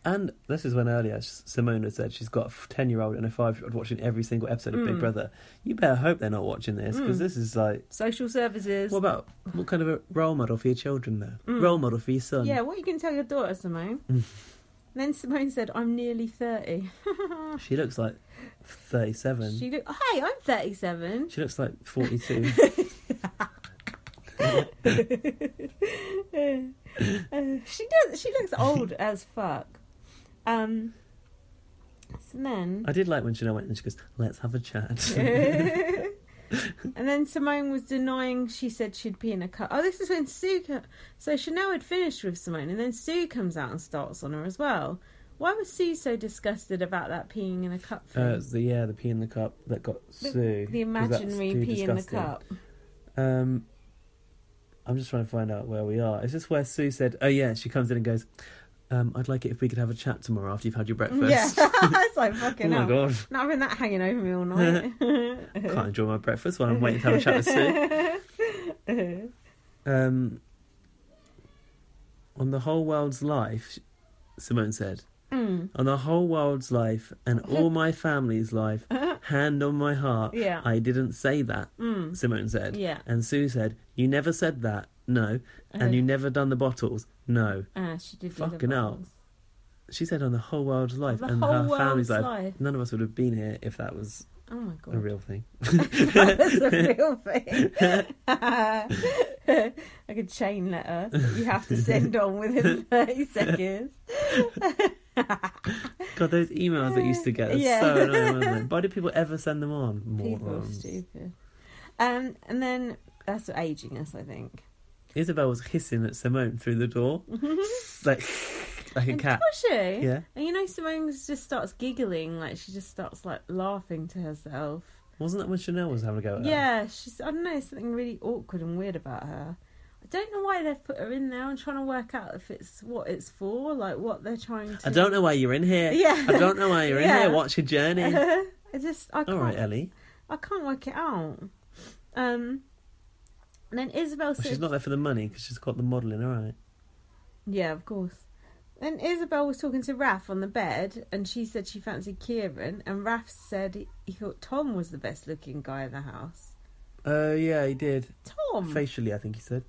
[SPEAKER 2] And this is when earlier S- Simone had said she's got a 10 year old and a 5 year old watching every single episode of Big
[SPEAKER 1] Mm.
[SPEAKER 2] Brother. You better hope they're not watching this because
[SPEAKER 1] Mm.
[SPEAKER 2] this is like.
[SPEAKER 1] Social services.
[SPEAKER 2] What about. What kind of a role model for your children, though?
[SPEAKER 1] Mm.
[SPEAKER 2] Role model for your son?
[SPEAKER 1] yeah, what you can tell your daughter,
[SPEAKER 2] [LAUGHS]
[SPEAKER 1] Simone? then Simone said, I'm nearly [LAUGHS] 30.
[SPEAKER 2] She looks like 37.
[SPEAKER 1] she
[SPEAKER 2] She,
[SPEAKER 1] looked, hey, I'm 37.
[SPEAKER 2] looks like 42.
[SPEAKER 1] [LAUGHS] she does, she looks old as fuck. Um, so then. [LAUGHS]
[SPEAKER 2] I did like when Chanel went and she goes, let's have a chat.
[SPEAKER 1] and And then Simone was denying she said she'd pee in a cup. Oh, this is when Sue. Co- so Chanel had finished with Simone, and then Sue comes out and starts on her as well. Why was Sue so disgusted about that peeing in a cup thing?
[SPEAKER 2] Uh, it's the yeah, the pee in the cup that got Sue. 'cause
[SPEAKER 1] the
[SPEAKER 2] that's
[SPEAKER 1] imaginary
[SPEAKER 2] too
[SPEAKER 1] pee in the
[SPEAKER 2] disgusting.
[SPEAKER 1] cup.
[SPEAKER 2] Um, I'm just trying to find out where we are. Is this where Sue said, "Oh yeah"? She comes in and goes, um, "I'd like it if we could have a chat tomorrow after you've had your breakfast."
[SPEAKER 1] [LAUGHS] Yeah, it's like
[SPEAKER 2] oh
[SPEAKER 1] fucking
[SPEAKER 2] my
[SPEAKER 1] hell.
[SPEAKER 2] god,
[SPEAKER 1] Not having that hanging over me all
[SPEAKER 2] [LAUGHS]
[SPEAKER 1] night. [LAUGHS]
[SPEAKER 2] can't enjoy my breakfast while I'm waiting to have a chat with Sue. Um, on the whole world's life, Simone said,
[SPEAKER 1] Mm.
[SPEAKER 2] on the whole world's life
[SPEAKER 1] [LAUGHS]
[SPEAKER 2] and all my family's life, hand on my heart,
[SPEAKER 1] Yeah.
[SPEAKER 2] I didn't say that,
[SPEAKER 1] Mm.
[SPEAKER 2] Simone said.
[SPEAKER 1] Yeah.
[SPEAKER 2] And Sue said, You never said that, no.
[SPEAKER 1] Uh-huh.
[SPEAKER 2] And you never done the bottles, no.
[SPEAKER 1] Ah, she did. do the
[SPEAKER 2] Fucking hell.
[SPEAKER 1] vocals.
[SPEAKER 2] She said, On the whole world's life
[SPEAKER 1] The
[SPEAKER 2] and
[SPEAKER 1] whole
[SPEAKER 2] her
[SPEAKER 1] world's
[SPEAKER 2] family's life.
[SPEAKER 1] life.
[SPEAKER 2] None of us would have been here if that was
[SPEAKER 1] Oh my god.
[SPEAKER 2] a real thing.
[SPEAKER 1] [LAUGHS] That's a real thing. [LAUGHS] like a chain letter that you have to send on
[SPEAKER 2] [LAUGHS]
[SPEAKER 1] within 30 seconds.
[SPEAKER 2] God, those emails that used to get are
[SPEAKER 1] [LAUGHS] Yeah.
[SPEAKER 2] so annoying, weren't they? Why did people ever send them on?
[SPEAKER 1] People are
[SPEAKER 2] Morons.
[SPEAKER 1] stupid. Um, and then that's aging us, I think.
[SPEAKER 2] Isabel was hissing at Simone through
[SPEAKER 1] [LAUGHS]
[SPEAKER 2] the door, like like a
[SPEAKER 1] And
[SPEAKER 2] cat.
[SPEAKER 1] Was she?
[SPEAKER 2] Yeah,
[SPEAKER 1] And you know, Simone just starts giggling, like she just starts like laughing to herself.
[SPEAKER 2] wasn't that when Chanel was having a go at her?
[SPEAKER 1] Yeah, she's. I don't know. there's Something really awkward and weird about her. I don't know why they've put her in there. I'm trying to work out if it's what it's for, like what they're trying to.
[SPEAKER 2] I don't know why you're in here.
[SPEAKER 1] Yeah.
[SPEAKER 2] I don't know why you're
[SPEAKER 1] Yeah. Uh-huh.
[SPEAKER 2] in here. What's your journey?
[SPEAKER 1] [LAUGHS] I just. I
[SPEAKER 2] All
[SPEAKER 1] can't.
[SPEAKER 2] right, Ellie.
[SPEAKER 1] I can't work it out. Um, and then Isabel
[SPEAKER 2] Well,
[SPEAKER 1] said,
[SPEAKER 2] she's not there for the money because she's got the modelling. All right.
[SPEAKER 1] "Yeah, of course." Then Isabel was talking to Raf on the bed, and she said she fancied Kieran, and Raf said he, he thought Tom was the best-looking guy in the house.
[SPEAKER 2] Oh yeah, he did.
[SPEAKER 1] Tom
[SPEAKER 2] Facially, I think he said.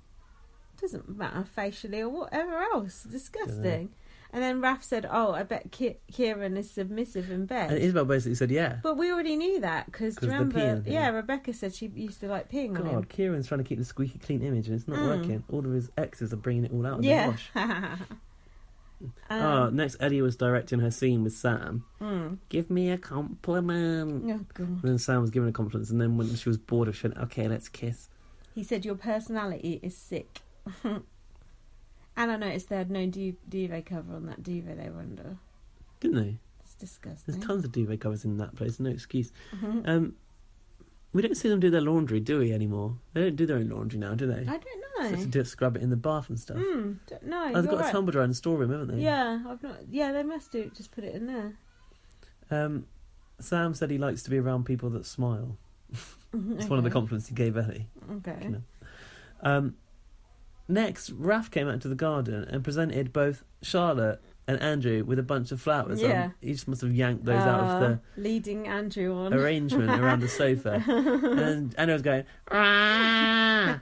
[SPEAKER 1] doesn't matter facially or whatever else. Disgusting.
[SPEAKER 2] Dunno.
[SPEAKER 1] And then Raf said, "Oh, I bet Ki- Kieran is submissive in bed."
[SPEAKER 2] And Isabel basically said, "Yeah."
[SPEAKER 1] but we already knew that because
[SPEAKER 2] 'Cause the
[SPEAKER 1] remember,
[SPEAKER 2] peeing thing.
[SPEAKER 1] yeah, Rebecca said she used to like peeing on him.
[SPEAKER 2] God, Kieran's trying to keep the squeaky clean image, and it's not
[SPEAKER 1] Mm.
[SPEAKER 2] working. All of his exes are bringing it all out. in the
[SPEAKER 1] Yeah. [LAUGHS]
[SPEAKER 2] wash. oh,
[SPEAKER 1] um,
[SPEAKER 2] next, Ellie was directing her scene with Sam.
[SPEAKER 1] mm.
[SPEAKER 2] Give me a compliment.
[SPEAKER 1] Oh god.
[SPEAKER 2] And then Sam was given a compliment, and then when she was bored of, she went, "Okay, let's kiss."
[SPEAKER 1] He said, Your personality is sick. [LAUGHS] and I noticed they had no du- duvet cover on that duvet they were under.
[SPEAKER 2] Didn't they?
[SPEAKER 1] It's
[SPEAKER 2] There's
[SPEAKER 1] disgusting. [LAUGHS]
[SPEAKER 2] tons of duvet covers in that place. No excuse.
[SPEAKER 1] Mhm.
[SPEAKER 2] Um, we don't see them do their laundry, do we anymore? They don't do their own laundry now, do they?
[SPEAKER 1] I
[SPEAKER 2] So
[SPEAKER 1] don't
[SPEAKER 2] they
[SPEAKER 1] know.
[SPEAKER 2] just scrub it in the bath and stuff.
[SPEAKER 1] Mm, don't know.
[SPEAKER 2] Oh, they've
[SPEAKER 1] you're
[SPEAKER 2] got a
[SPEAKER 1] right.
[SPEAKER 2] tumble dryer in the storeroom, haven't they?
[SPEAKER 1] Yeah, I've not. Yeah, they must do. it, Just put it in there.
[SPEAKER 2] Um, Sam said he likes to be around people that smile.
[SPEAKER 1] [LAUGHS]
[SPEAKER 2] It's one of the compliments he gave Ellie.
[SPEAKER 1] Okay.
[SPEAKER 2] you know. Um, next, Raf came out to the garden and presented both Charlotte and Andrew with a bunch of flowers. Um,
[SPEAKER 1] Yeah.
[SPEAKER 2] he just must have yanked those out of
[SPEAKER 1] Uh,
[SPEAKER 2] the
[SPEAKER 1] leading Andrew on.
[SPEAKER 2] arrangement around the sofa.
[SPEAKER 1] [LAUGHS]
[SPEAKER 2] And Anna was going, rah,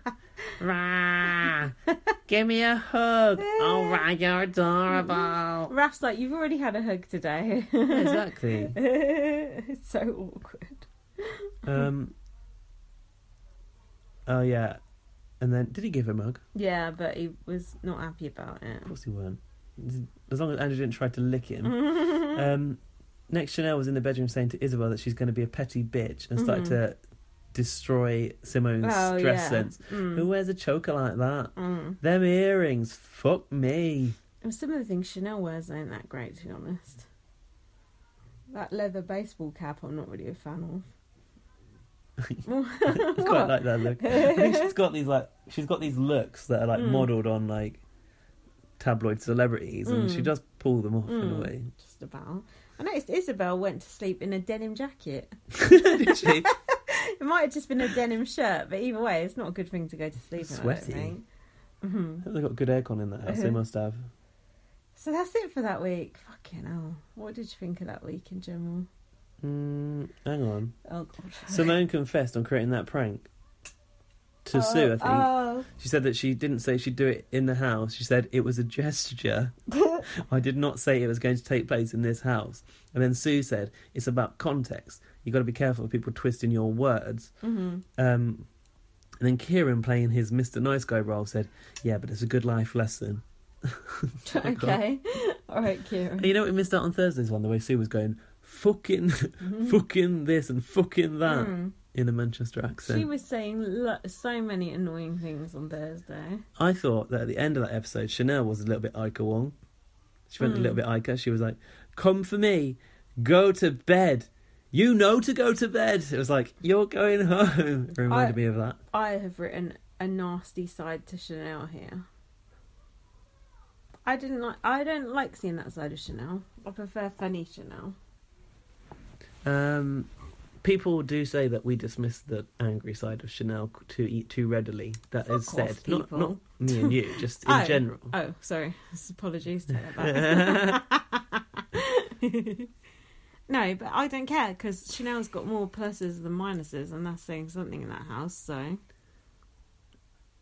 [SPEAKER 2] rah, give me a hug.
[SPEAKER 1] [LAUGHS]
[SPEAKER 2] All right, you're adorable.
[SPEAKER 1] Raf's like, You've already had a hug today. [LAUGHS]
[SPEAKER 2] exactly.
[SPEAKER 1] it's so awkward.
[SPEAKER 2] Um, oh, yeah. And then, did he give him a hug?
[SPEAKER 1] Yeah, but he was not happy about it.
[SPEAKER 2] Of course he weren't. As long as Andrew didn't try to
[SPEAKER 1] [LAUGHS]
[SPEAKER 2] lick him. um, next, Chanel was in the bedroom saying to Isabel that she's going to be a petty bitch and started
[SPEAKER 1] Mhm.
[SPEAKER 2] to destroy Simone's
[SPEAKER 1] Oh,
[SPEAKER 2] dress
[SPEAKER 1] yeah.
[SPEAKER 2] sense.
[SPEAKER 1] Mm.
[SPEAKER 2] Who wears a choker like that?
[SPEAKER 1] Mm.
[SPEAKER 2] Them earrings, fuck me.
[SPEAKER 1] And some of the things Chanel wears ain't that great, to be honest. That leather baseball cap, I'm not really a
[SPEAKER 2] [LAUGHS]
[SPEAKER 1] fan of.
[SPEAKER 2] I
[SPEAKER 1] [LAUGHS]
[SPEAKER 2] quite
[SPEAKER 1] What?
[SPEAKER 2] like that look. I think she's got these like she's got these looks that are like
[SPEAKER 1] Mm.
[SPEAKER 2] modelled on like tabloid celebrities, and
[SPEAKER 1] Mm.
[SPEAKER 2] she does pull them off in a
[SPEAKER 1] Mm. [LAUGHS]
[SPEAKER 2] way.
[SPEAKER 1] Just about. I noticed Isabel went to sleep in a denim jacket.
[SPEAKER 2] Did she?
[SPEAKER 1] It might have just been a denim shirt, but either way, it's not a good thing to go to sleep in.
[SPEAKER 2] Sweaty.
[SPEAKER 1] I don't think. hmm
[SPEAKER 2] They've got good aircon in that house. They
[SPEAKER 1] Uh-huh.
[SPEAKER 2] must have.
[SPEAKER 1] So that's it for that week. Fucking hell. What did you think of that week in general?
[SPEAKER 2] Mm, hang on.
[SPEAKER 1] Oh, God.
[SPEAKER 2] Simone confessed on creating that prank to
[SPEAKER 1] oh,
[SPEAKER 2] Sue, I think.
[SPEAKER 1] Oh.
[SPEAKER 2] She said that she didn't say she'd do it in the house. She said it was
[SPEAKER 1] [LAUGHS]
[SPEAKER 2] a gesture. I did not say it was going to take place in this house. And then Sue said it's about context. You've got to be careful of people twisting your words. [LAUGHS]
[SPEAKER 1] hmm
[SPEAKER 2] Um, and then Kieran, playing his Mr. Nice Guy role, said, Yeah, but it's a good life lesson.
[SPEAKER 1] Okay. [LAUGHS] All right, Kieran.
[SPEAKER 2] And you know what we [LAUGHS] missed out on Thursday's one? The way Sue was going, fucking, fucking this and fucking that.
[SPEAKER 1] Mm-hmm. Mm.
[SPEAKER 2] in a Manchester accent.
[SPEAKER 1] She was saying lo- so many annoying things on Thursday.
[SPEAKER 2] I thought that at the end of that episode, Chanel was a little bit Ica Wong. She
[SPEAKER 1] Hmm.
[SPEAKER 2] went a little bit Ica. She was like, "Come for me, go to bed. You know to go to bed." It was like, "You're going home." [LAUGHS] It reminded
[SPEAKER 1] I-
[SPEAKER 2] me of that.
[SPEAKER 1] I have written a nasty side to Chanel here. I didn't like. I don't like seeing that side of Chanel. I prefer funny Chanel.
[SPEAKER 2] Um, people do say that we dismiss the angry side of Chanel too e- too readily. That is
[SPEAKER 1] Fuck
[SPEAKER 2] said,
[SPEAKER 1] off,
[SPEAKER 2] not
[SPEAKER 1] people.
[SPEAKER 2] not me
[SPEAKER 1] [LAUGHS]
[SPEAKER 2] and you, just in
[SPEAKER 1] Oh.
[SPEAKER 2] general.
[SPEAKER 1] Oh, sorry. [LAUGHS] Apologies. Take that back. [LAUGHS] no, but I don't care because Chanel's got more pluses than minuses, and that's saying something in that house. So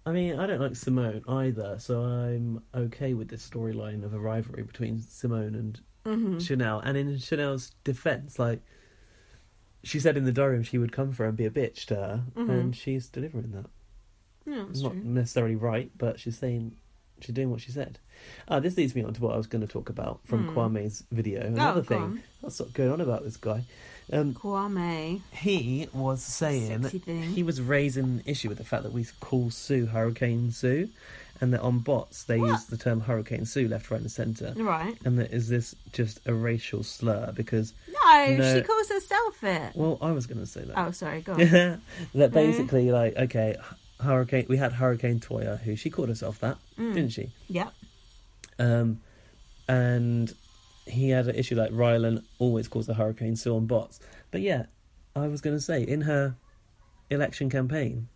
[SPEAKER 2] I mean, I don't like Simone either, so I'm okay with this storyline of a rivalry between Simone and
[SPEAKER 1] Mhm.
[SPEAKER 2] Chanel. And in Chanel's defense, like she said in the diary room, she would come for her and be a bitch to her,
[SPEAKER 1] Mhm.
[SPEAKER 2] and she's delivering that.
[SPEAKER 1] yeah, that's
[SPEAKER 2] It's not
[SPEAKER 1] true.
[SPEAKER 2] necessarily right, but she's saying she's doing what she said. Uh, this leads me on to what I was going to talk about from
[SPEAKER 1] Hmm.
[SPEAKER 2] Kwame's video.
[SPEAKER 1] Oh,
[SPEAKER 2] Another
[SPEAKER 1] go
[SPEAKER 2] thing
[SPEAKER 1] on.
[SPEAKER 2] that's not going on about this guy. Um,
[SPEAKER 1] Kwame.
[SPEAKER 2] he was saying
[SPEAKER 1] Sexy thing.
[SPEAKER 2] he was raising an issue with the fact that we call Sue Hurricane Sue, and that on bots they
[SPEAKER 1] What?
[SPEAKER 2] use the term Hurricane Sue left, right, and centre.
[SPEAKER 1] Right.
[SPEAKER 2] And that is this just a racial slur? Because
[SPEAKER 1] No,
[SPEAKER 2] No.
[SPEAKER 1] she calls herself it.
[SPEAKER 2] well, I was going to say that.
[SPEAKER 1] Oh, sorry. [LAUGHS] Go on.
[SPEAKER 2] [LAUGHS] that basically, like, okay, Hurricane. We had Hurricane Toya, who she called herself that,
[SPEAKER 1] Mm.
[SPEAKER 2] didn't she?
[SPEAKER 1] yep.
[SPEAKER 2] Um, and he had an issue like Rylan always calls the hurricane Sue on bots. But yeah, I was going to say in her election campaign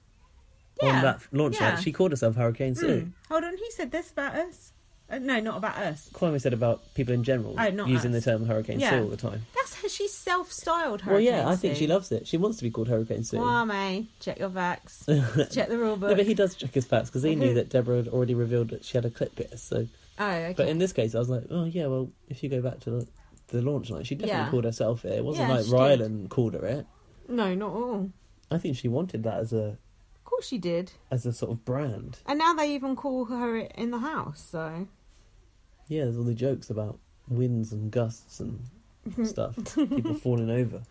[SPEAKER 1] Yeah,
[SPEAKER 2] on that launch
[SPEAKER 1] yeah.
[SPEAKER 2] night, she called herself Hurricane Sue.
[SPEAKER 1] Mm. Hold on. Who said this about us? Uh, no, not about us.
[SPEAKER 2] Kwame said about people in general
[SPEAKER 1] Oh, not
[SPEAKER 2] using
[SPEAKER 1] us.
[SPEAKER 2] the term Hurricane
[SPEAKER 1] Yeah.
[SPEAKER 2] Sue all the time.
[SPEAKER 1] That's how she self-styled her.
[SPEAKER 2] well, yeah, I think she loves it. She wants to be called Hurricane Sue.
[SPEAKER 1] Kwame, check your
[SPEAKER 2] [LAUGHS]
[SPEAKER 1] facts. check the rule book.
[SPEAKER 2] No, but he does check his facts because he
[SPEAKER 1] Who-
[SPEAKER 2] knew that Deborah had already revealed that she had a clip bit. So,
[SPEAKER 1] oh, okay.
[SPEAKER 2] but in this case, I was like, oh yeah, well, if you go back to the, the launch night, she definitely
[SPEAKER 1] Yeah.
[SPEAKER 2] called herself it. It wasn't
[SPEAKER 1] Yeah,
[SPEAKER 2] like
[SPEAKER 1] she did.
[SPEAKER 2] Rylan called her it.
[SPEAKER 1] no, not at all.
[SPEAKER 2] I think she wanted that as a
[SPEAKER 1] Of course she did.
[SPEAKER 2] as a sort of brand.
[SPEAKER 1] And now they even call her it in the house. So [LAUGHS]
[SPEAKER 2] Yeah, there's all the jokes about winds and gusts and
[SPEAKER 1] Mm.
[SPEAKER 2] stuff, people falling over.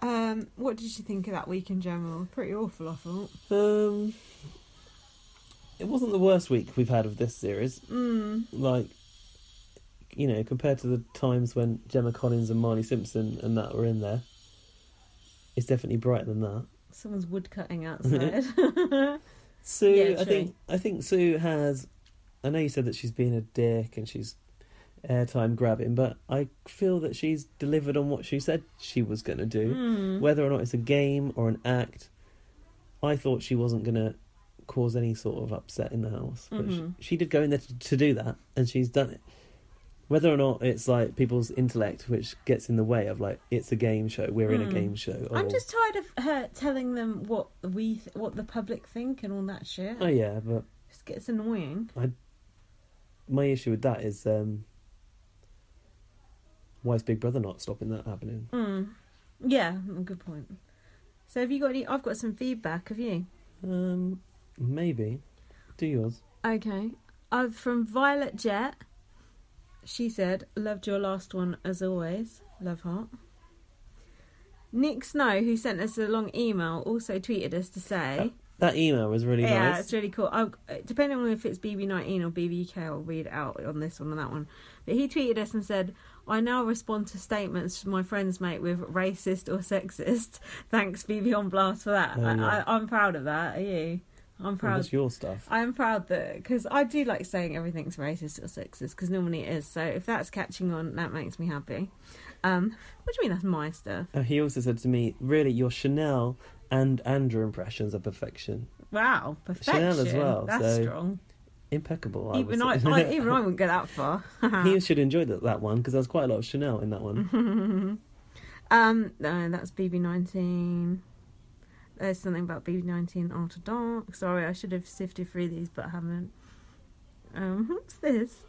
[SPEAKER 1] Um, what did you think of that week in general? Pretty awful, I thought.
[SPEAKER 2] Um, it wasn't the worst week we've had of this series.
[SPEAKER 1] Mm.
[SPEAKER 2] Like, you know, compared to the times when Gemma Collins and Marnie Simpson and that were in there, it's definitely brighter than that.
[SPEAKER 1] Someone's
[SPEAKER 2] [LAUGHS]
[SPEAKER 1] woodcutting outside. [LAUGHS]
[SPEAKER 2] Sue,
[SPEAKER 1] Yeah,
[SPEAKER 2] I
[SPEAKER 1] true.
[SPEAKER 2] think I think Sue has. I know you said that she's being a dick and she's airtime grabbing, but I feel that she's delivered on what she said she was going to do,
[SPEAKER 1] Mm.
[SPEAKER 2] whether or not it's a game or an act. I thought she wasn't going to cause any sort of upset in the house, but she,
[SPEAKER 1] Mhm.
[SPEAKER 2] she did go in there to, to do that, and she's done it. Whether or not it's like people's intellect which gets in the way of like it's a game show, we're in
[SPEAKER 1] Mm.
[SPEAKER 2] a game show. Or,
[SPEAKER 1] I'm just tired of her telling them what we, th- what the public think, and all that shit.
[SPEAKER 2] oh yeah, but
[SPEAKER 1] Just gets annoying.
[SPEAKER 2] my issue with that is um, why is Big Brother not stopping that happening?
[SPEAKER 1] Mm. Yeah, mm, good point. So have you got any? I've got some feedback. Have you?
[SPEAKER 2] Um, maybe. Do yours.
[SPEAKER 1] Okay. I've from Violet Jet. She said, "Loved your last one as always. Love heart." Nick Snow, who sent us a long email, also tweeted us to say,
[SPEAKER 2] That email was really
[SPEAKER 1] "Yeah,
[SPEAKER 2] nice.
[SPEAKER 1] it's really cool. I'll, uh, depending on if it's BB19 or BBK, I'll read it out on this one and that one." But he tweeted us and said, "I now respond to statements my friends make with racist or sexist. [LAUGHS] Thanks, BB on blast for that.
[SPEAKER 2] Oh, yeah.
[SPEAKER 1] I, I, I'm proud of that. Are you? I'm
[SPEAKER 2] Well,
[SPEAKER 1] proud.
[SPEAKER 2] What's your stuff?
[SPEAKER 1] I'm proud that because I do like saying everything's racist or sexist because normally it is. So if that's catching on, that makes me happy. Um, what do you mean that's my stuff?
[SPEAKER 2] Uh, he also said to me, really, your Chanel and Andrew impressions are perfection.
[SPEAKER 1] Wow, perfection.
[SPEAKER 2] Chanel as well,
[SPEAKER 1] That's
[SPEAKER 2] so
[SPEAKER 1] strong.
[SPEAKER 2] Impeccable. I
[SPEAKER 1] Even I,
[SPEAKER 2] would say.
[SPEAKER 1] I, even I wouldn't go that far. [LAUGHS]
[SPEAKER 2] [LAUGHS] he should enjoy that, that one because there's quite a lot of Chanel in
[SPEAKER 1] [LAUGHS]
[SPEAKER 2] that one.
[SPEAKER 1] um, no, that's BB19. There's something about BB19 After Dark. Sorry, I should have sifted through these, but I haven't. Um, what's this?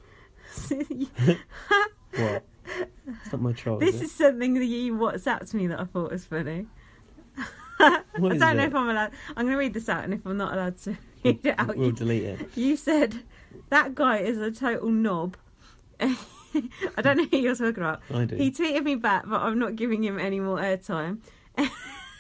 [SPEAKER 1] [LAUGHS]
[SPEAKER 2] what? It's not my troll.
[SPEAKER 1] This
[SPEAKER 2] is it?
[SPEAKER 1] is [LAUGHS] something that you WhatsApped me that I thought was funny. [LAUGHS]
[SPEAKER 2] What
[SPEAKER 1] I
[SPEAKER 2] is
[SPEAKER 1] don't know
[SPEAKER 2] it?
[SPEAKER 1] if I'm allowed. I'm going to read this out, and if I'm not allowed to [LAUGHS] read it out,
[SPEAKER 2] We'll
[SPEAKER 1] you,
[SPEAKER 2] delete it.
[SPEAKER 1] you said that guy is a total knob. [LAUGHS] I don't know who you're talking about.
[SPEAKER 2] I do.
[SPEAKER 1] He tweeted me back, but I'm not giving him any more airtime. [LAUGHS]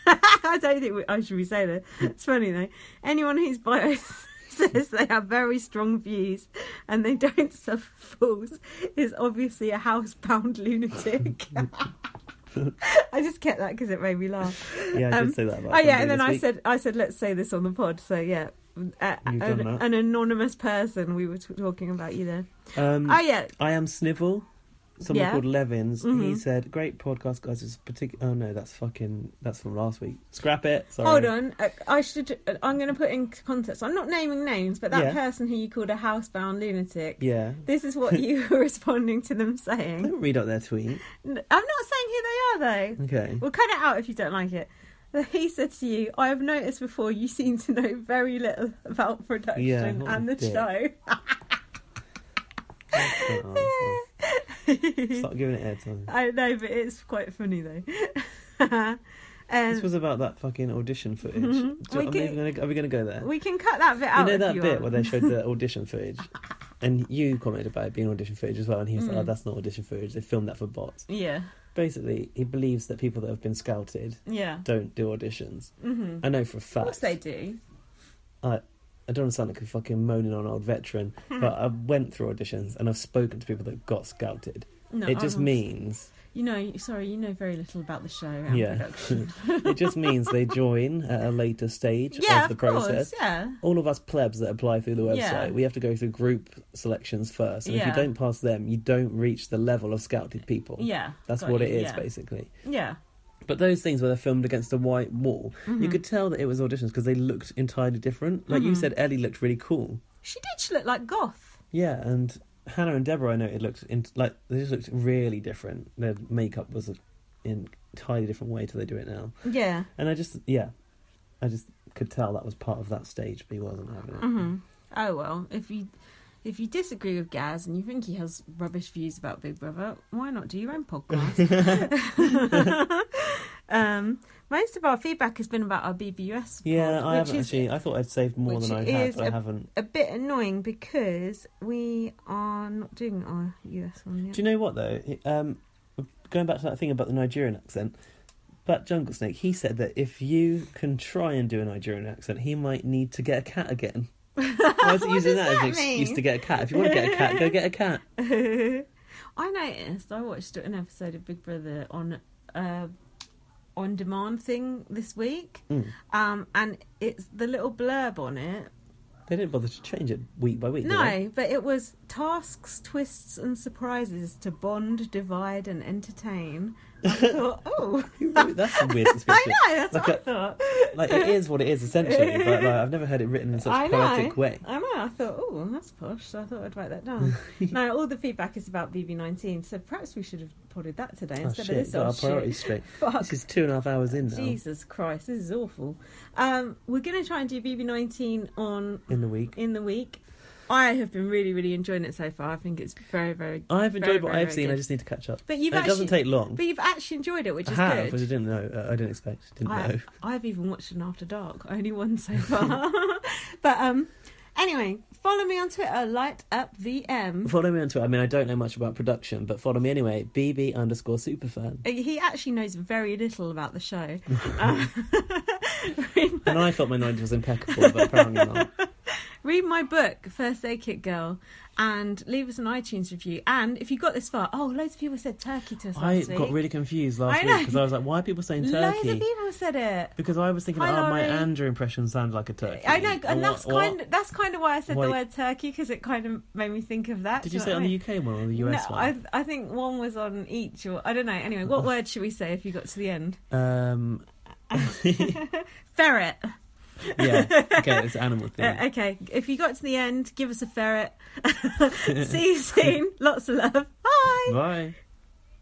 [SPEAKER 1] I don't think we, I should be saying that. It's funny though. Anyone whose bio [LAUGHS] says they have very strong views and they don't suffer fools is obviously a housebound lunatic. [LAUGHS] I just kept that because it made me laugh.
[SPEAKER 2] Yeah, I
[SPEAKER 1] Um,
[SPEAKER 2] did say that. About
[SPEAKER 1] Oh yeah,
[SPEAKER 2] somebody
[SPEAKER 1] and then
[SPEAKER 2] this
[SPEAKER 1] I
[SPEAKER 2] week.
[SPEAKER 1] said, I said, let's say this on the pod. So yeah, uh,
[SPEAKER 2] You've
[SPEAKER 1] an,
[SPEAKER 2] done that.
[SPEAKER 1] an anonymous person. We were t- talking about you there.
[SPEAKER 2] Um,
[SPEAKER 1] Oh yeah,
[SPEAKER 2] I am Snivel. Someone
[SPEAKER 1] Yeah.
[SPEAKER 2] called Levins. He
[SPEAKER 1] Mhm.
[SPEAKER 2] said, "Great podcast, guys." Is particular. Oh no, that's fucking. That's from last week. Scrap it. Sorry.
[SPEAKER 1] Hold on, I- I should. uh, I'm going to put in context. I'm not naming names, but that
[SPEAKER 2] Yeah.
[SPEAKER 1] person who you called a housebound lunatic.
[SPEAKER 2] Yeah.
[SPEAKER 1] This is what you [LAUGHS] were responding to them saying.
[SPEAKER 2] Don't read out their tweet.
[SPEAKER 1] N- I'm not saying who they are though. [LAUGHS]
[SPEAKER 2] Okay.
[SPEAKER 1] We'll cut it out if you don't like it. [LAUGHS] He said to you, "I have noticed before you seem to know very little about production
[SPEAKER 2] Yeah, what
[SPEAKER 1] and
[SPEAKER 2] a
[SPEAKER 1] the
[SPEAKER 2] dick.
[SPEAKER 1] show."
[SPEAKER 2] Oh, well. Stop giving it airtime.
[SPEAKER 1] [LAUGHS] I know, but it's quite funny though. [LAUGHS] um,
[SPEAKER 2] This was about that fucking audition footage.
[SPEAKER 1] Mhm.
[SPEAKER 2] Do you-
[SPEAKER 1] We
[SPEAKER 2] I'm
[SPEAKER 1] can-
[SPEAKER 2] even gonna, are we going to go there?
[SPEAKER 1] we can cut that bit
[SPEAKER 2] you
[SPEAKER 1] out.
[SPEAKER 2] know
[SPEAKER 1] if
[SPEAKER 2] that
[SPEAKER 1] you
[SPEAKER 2] bit
[SPEAKER 1] want.
[SPEAKER 2] where they
[SPEAKER 1] [LAUGHS]
[SPEAKER 2] showed the audition footage, and you commented about it being audition footage as well, and he was like,
[SPEAKER 1] Mm.
[SPEAKER 2] "Oh, that's not audition footage. They filmed that for bots."
[SPEAKER 1] Yeah,
[SPEAKER 2] Basically, he believes that people that have been scouted
[SPEAKER 1] yeah.
[SPEAKER 2] don't do auditions.
[SPEAKER 1] hmm
[SPEAKER 2] I know for a
[SPEAKER 1] Of
[SPEAKER 2] fact.
[SPEAKER 1] course they do.
[SPEAKER 2] I don't want to sound like a fucking moaning on
[SPEAKER 1] [LAUGHS]
[SPEAKER 2] old veteran, but I went through auditions and I've spoken to people that got scouted.
[SPEAKER 1] No,
[SPEAKER 2] it just
[SPEAKER 1] I'm-
[SPEAKER 2] means
[SPEAKER 1] You know, sorry, you know very little about the show and [LAUGHS]
[SPEAKER 2] Yeah.
[SPEAKER 1] production.
[SPEAKER 2] [LAUGHS] it just means they join at a later stage
[SPEAKER 1] yeah,
[SPEAKER 2] of
[SPEAKER 1] of,
[SPEAKER 2] the
[SPEAKER 1] course.
[SPEAKER 2] process.
[SPEAKER 1] Yeah,
[SPEAKER 2] All of us plebs that apply through the website,
[SPEAKER 1] Yeah.
[SPEAKER 2] we have to go through group selections first, and if you
[SPEAKER 1] Yeah.
[SPEAKER 2] don't pass them, you don't reach the level of scouted people.
[SPEAKER 1] yeah.
[SPEAKER 2] That's
[SPEAKER 1] got
[SPEAKER 2] what
[SPEAKER 1] you,
[SPEAKER 2] it is
[SPEAKER 1] Yeah,
[SPEAKER 2] basically.
[SPEAKER 1] yeah.
[SPEAKER 2] But those things where they're filmed against a white wall, you
[SPEAKER 1] Mhm.
[SPEAKER 2] could tell that it was auditions because they looked entirely different. Like you
[SPEAKER 1] Mhm.
[SPEAKER 2] said, Ellie looked really cool.
[SPEAKER 1] She did. She looked like goth.
[SPEAKER 2] Yeah, and Hannah and Deborah, I know it looked in, like they just looked really different. Their makeup was an entirely different way to they do it now,
[SPEAKER 1] Yeah.
[SPEAKER 2] and I just yeah, I just could tell that was part of that stage, but he wasn't having it.
[SPEAKER 1] hmm Oh well, if you if you disagree with Gaz and you think he has rubbish views about Big Brother, why not do your own
[SPEAKER 2] [LAUGHS]
[SPEAKER 1] podcast? [LAUGHS] um, most of our feedback has been about our BBUS.
[SPEAKER 2] Yeah,
[SPEAKER 1] pod,
[SPEAKER 2] I
[SPEAKER 1] which
[SPEAKER 2] haven't
[SPEAKER 1] is
[SPEAKER 2] actually. I thought I'd saved more
[SPEAKER 1] which
[SPEAKER 2] than I had,
[SPEAKER 1] is
[SPEAKER 2] but I I
[SPEAKER 1] a-
[SPEAKER 2] haven't.
[SPEAKER 1] a bit annoying because we are not doing our US one yet.
[SPEAKER 2] Do you know what though? Um, going back to that thing about the Nigerian accent, but Jungle Snake, he said that if you can try and do a Nigerian accent, he might need to get a
[SPEAKER 1] [LAUGHS]
[SPEAKER 2] cat again. Why is it
[SPEAKER 1] What
[SPEAKER 2] using
[SPEAKER 1] does
[SPEAKER 2] that,
[SPEAKER 1] that
[SPEAKER 2] as an excuse
[SPEAKER 1] mean?
[SPEAKER 2] to get a cat? If you want to get a cat, go get a cat.
[SPEAKER 1] [LAUGHS] I noticed I watched an episode of Big Brother on uh, on demand thing this week,
[SPEAKER 2] Mm.
[SPEAKER 1] um, and it's the little blurb on it
[SPEAKER 2] They didn't bother to change it week by week. did they?
[SPEAKER 1] No, but it was tasks, twists, and surprises to bond, divide, and entertain. I
[SPEAKER 2] [LAUGHS]
[SPEAKER 1] thought, oh, [LAUGHS]
[SPEAKER 2] Who wrote- that's a weird
[SPEAKER 1] I
[SPEAKER 2] suspicion.
[SPEAKER 1] know, that's what
[SPEAKER 2] Like
[SPEAKER 1] I thought.
[SPEAKER 2] Like it is what it is essentially, but like, I've never heard it written in such
[SPEAKER 1] I
[SPEAKER 2] a
[SPEAKER 1] know.
[SPEAKER 2] poetic way.
[SPEAKER 1] I know, I thought, oh, that's posh, so I thought I'd write that
[SPEAKER 2] [LAUGHS]
[SPEAKER 1] down. no, all the feedback is about BB19, so perhaps we should have potted that today
[SPEAKER 2] Oh
[SPEAKER 1] instead
[SPEAKER 2] shit,
[SPEAKER 1] of this
[SPEAKER 2] got our
[SPEAKER 1] old [LAUGHS]
[SPEAKER 2] priorities
[SPEAKER 1] shit.
[SPEAKER 2] straight.
[SPEAKER 1] Fuck.
[SPEAKER 2] This is two and a half hours in now
[SPEAKER 1] Jesus Christ, this is awful. Um, we're going to try and do BB19 on
[SPEAKER 2] in the week.
[SPEAKER 1] in the week. I have been really, really enjoying it so far. I think it's very, very.
[SPEAKER 2] I've enjoyed
[SPEAKER 1] Very,
[SPEAKER 2] what
[SPEAKER 1] very,
[SPEAKER 2] I've
[SPEAKER 1] very
[SPEAKER 2] seen. I
[SPEAKER 1] good.
[SPEAKER 2] just need to catch up.
[SPEAKER 1] But you've
[SPEAKER 2] And it
[SPEAKER 1] actually
[SPEAKER 2] doesn't take long.
[SPEAKER 1] But you've actually enjoyed it, which
[SPEAKER 2] I
[SPEAKER 1] is
[SPEAKER 2] have, which I
[SPEAKER 1] good.
[SPEAKER 2] didn't know. Uh, I didn't expect. Didn't know.
[SPEAKER 1] I, I've even watched an After Dark, only one so far. [LAUGHS] but um, anyway, follow me on Twitter, light up VM.
[SPEAKER 2] [LAUGHS] Follow me on Twitter. I mean, I don't know much about production, but follow me anyway. BB underscore superfan.
[SPEAKER 1] He actually knows very little about the
[SPEAKER 2] [LAUGHS]
[SPEAKER 1] show. [LAUGHS] Um, read,
[SPEAKER 2] And I thought my knowledge was impeccable, but
[SPEAKER 1] [LAUGHS]
[SPEAKER 2] apparently not.
[SPEAKER 1] read my book, First Aid Kit Girl, and leave us an iTunes review. And if you got this far, oh, loads of people said turkey to us
[SPEAKER 2] I
[SPEAKER 1] last week.
[SPEAKER 2] got really confused last
[SPEAKER 1] I
[SPEAKER 2] week
[SPEAKER 1] know.
[SPEAKER 2] because I was like, why are people saying
[SPEAKER 1] Loads of
[SPEAKER 2] turkey?
[SPEAKER 1] people said it.
[SPEAKER 2] Because I was thinking,
[SPEAKER 1] Hi,
[SPEAKER 2] oh, my
[SPEAKER 1] Laurie.
[SPEAKER 2] Andrew impression sounds like a turkey.
[SPEAKER 1] I know, and
[SPEAKER 2] Or-
[SPEAKER 1] that's
[SPEAKER 2] or-
[SPEAKER 1] kind of, that's kind of why I said
[SPEAKER 2] Why-
[SPEAKER 1] the word turkey because it kind of made me think of that.
[SPEAKER 2] Did
[SPEAKER 1] do
[SPEAKER 2] you
[SPEAKER 1] know
[SPEAKER 2] say it
[SPEAKER 1] what
[SPEAKER 2] on
[SPEAKER 1] I mean?
[SPEAKER 2] the UK one or the US
[SPEAKER 1] no,
[SPEAKER 2] one?
[SPEAKER 1] I, I think one was on each, or I don't know. Anyway,
[SPEAKER 2] [LAUGHS]
[SPEAKER 1] what word should we say if you got to the end? [LAUGHS]
[SPEAKER 2] Um, [LAUGHS]
[SPEAKER 1] Ferret.
[SPEAKER 2] yeah. Okay, it's an animal thing.
[SPEAKER 1] Uh, okay, if you got to [LAUGHS]
[SPEAKER 2] [LAUGHS]
[SPEAKER 1] the end, give us a ferret. See you soon. Lots of love. Bye.
[SPEAKER 2] Bye.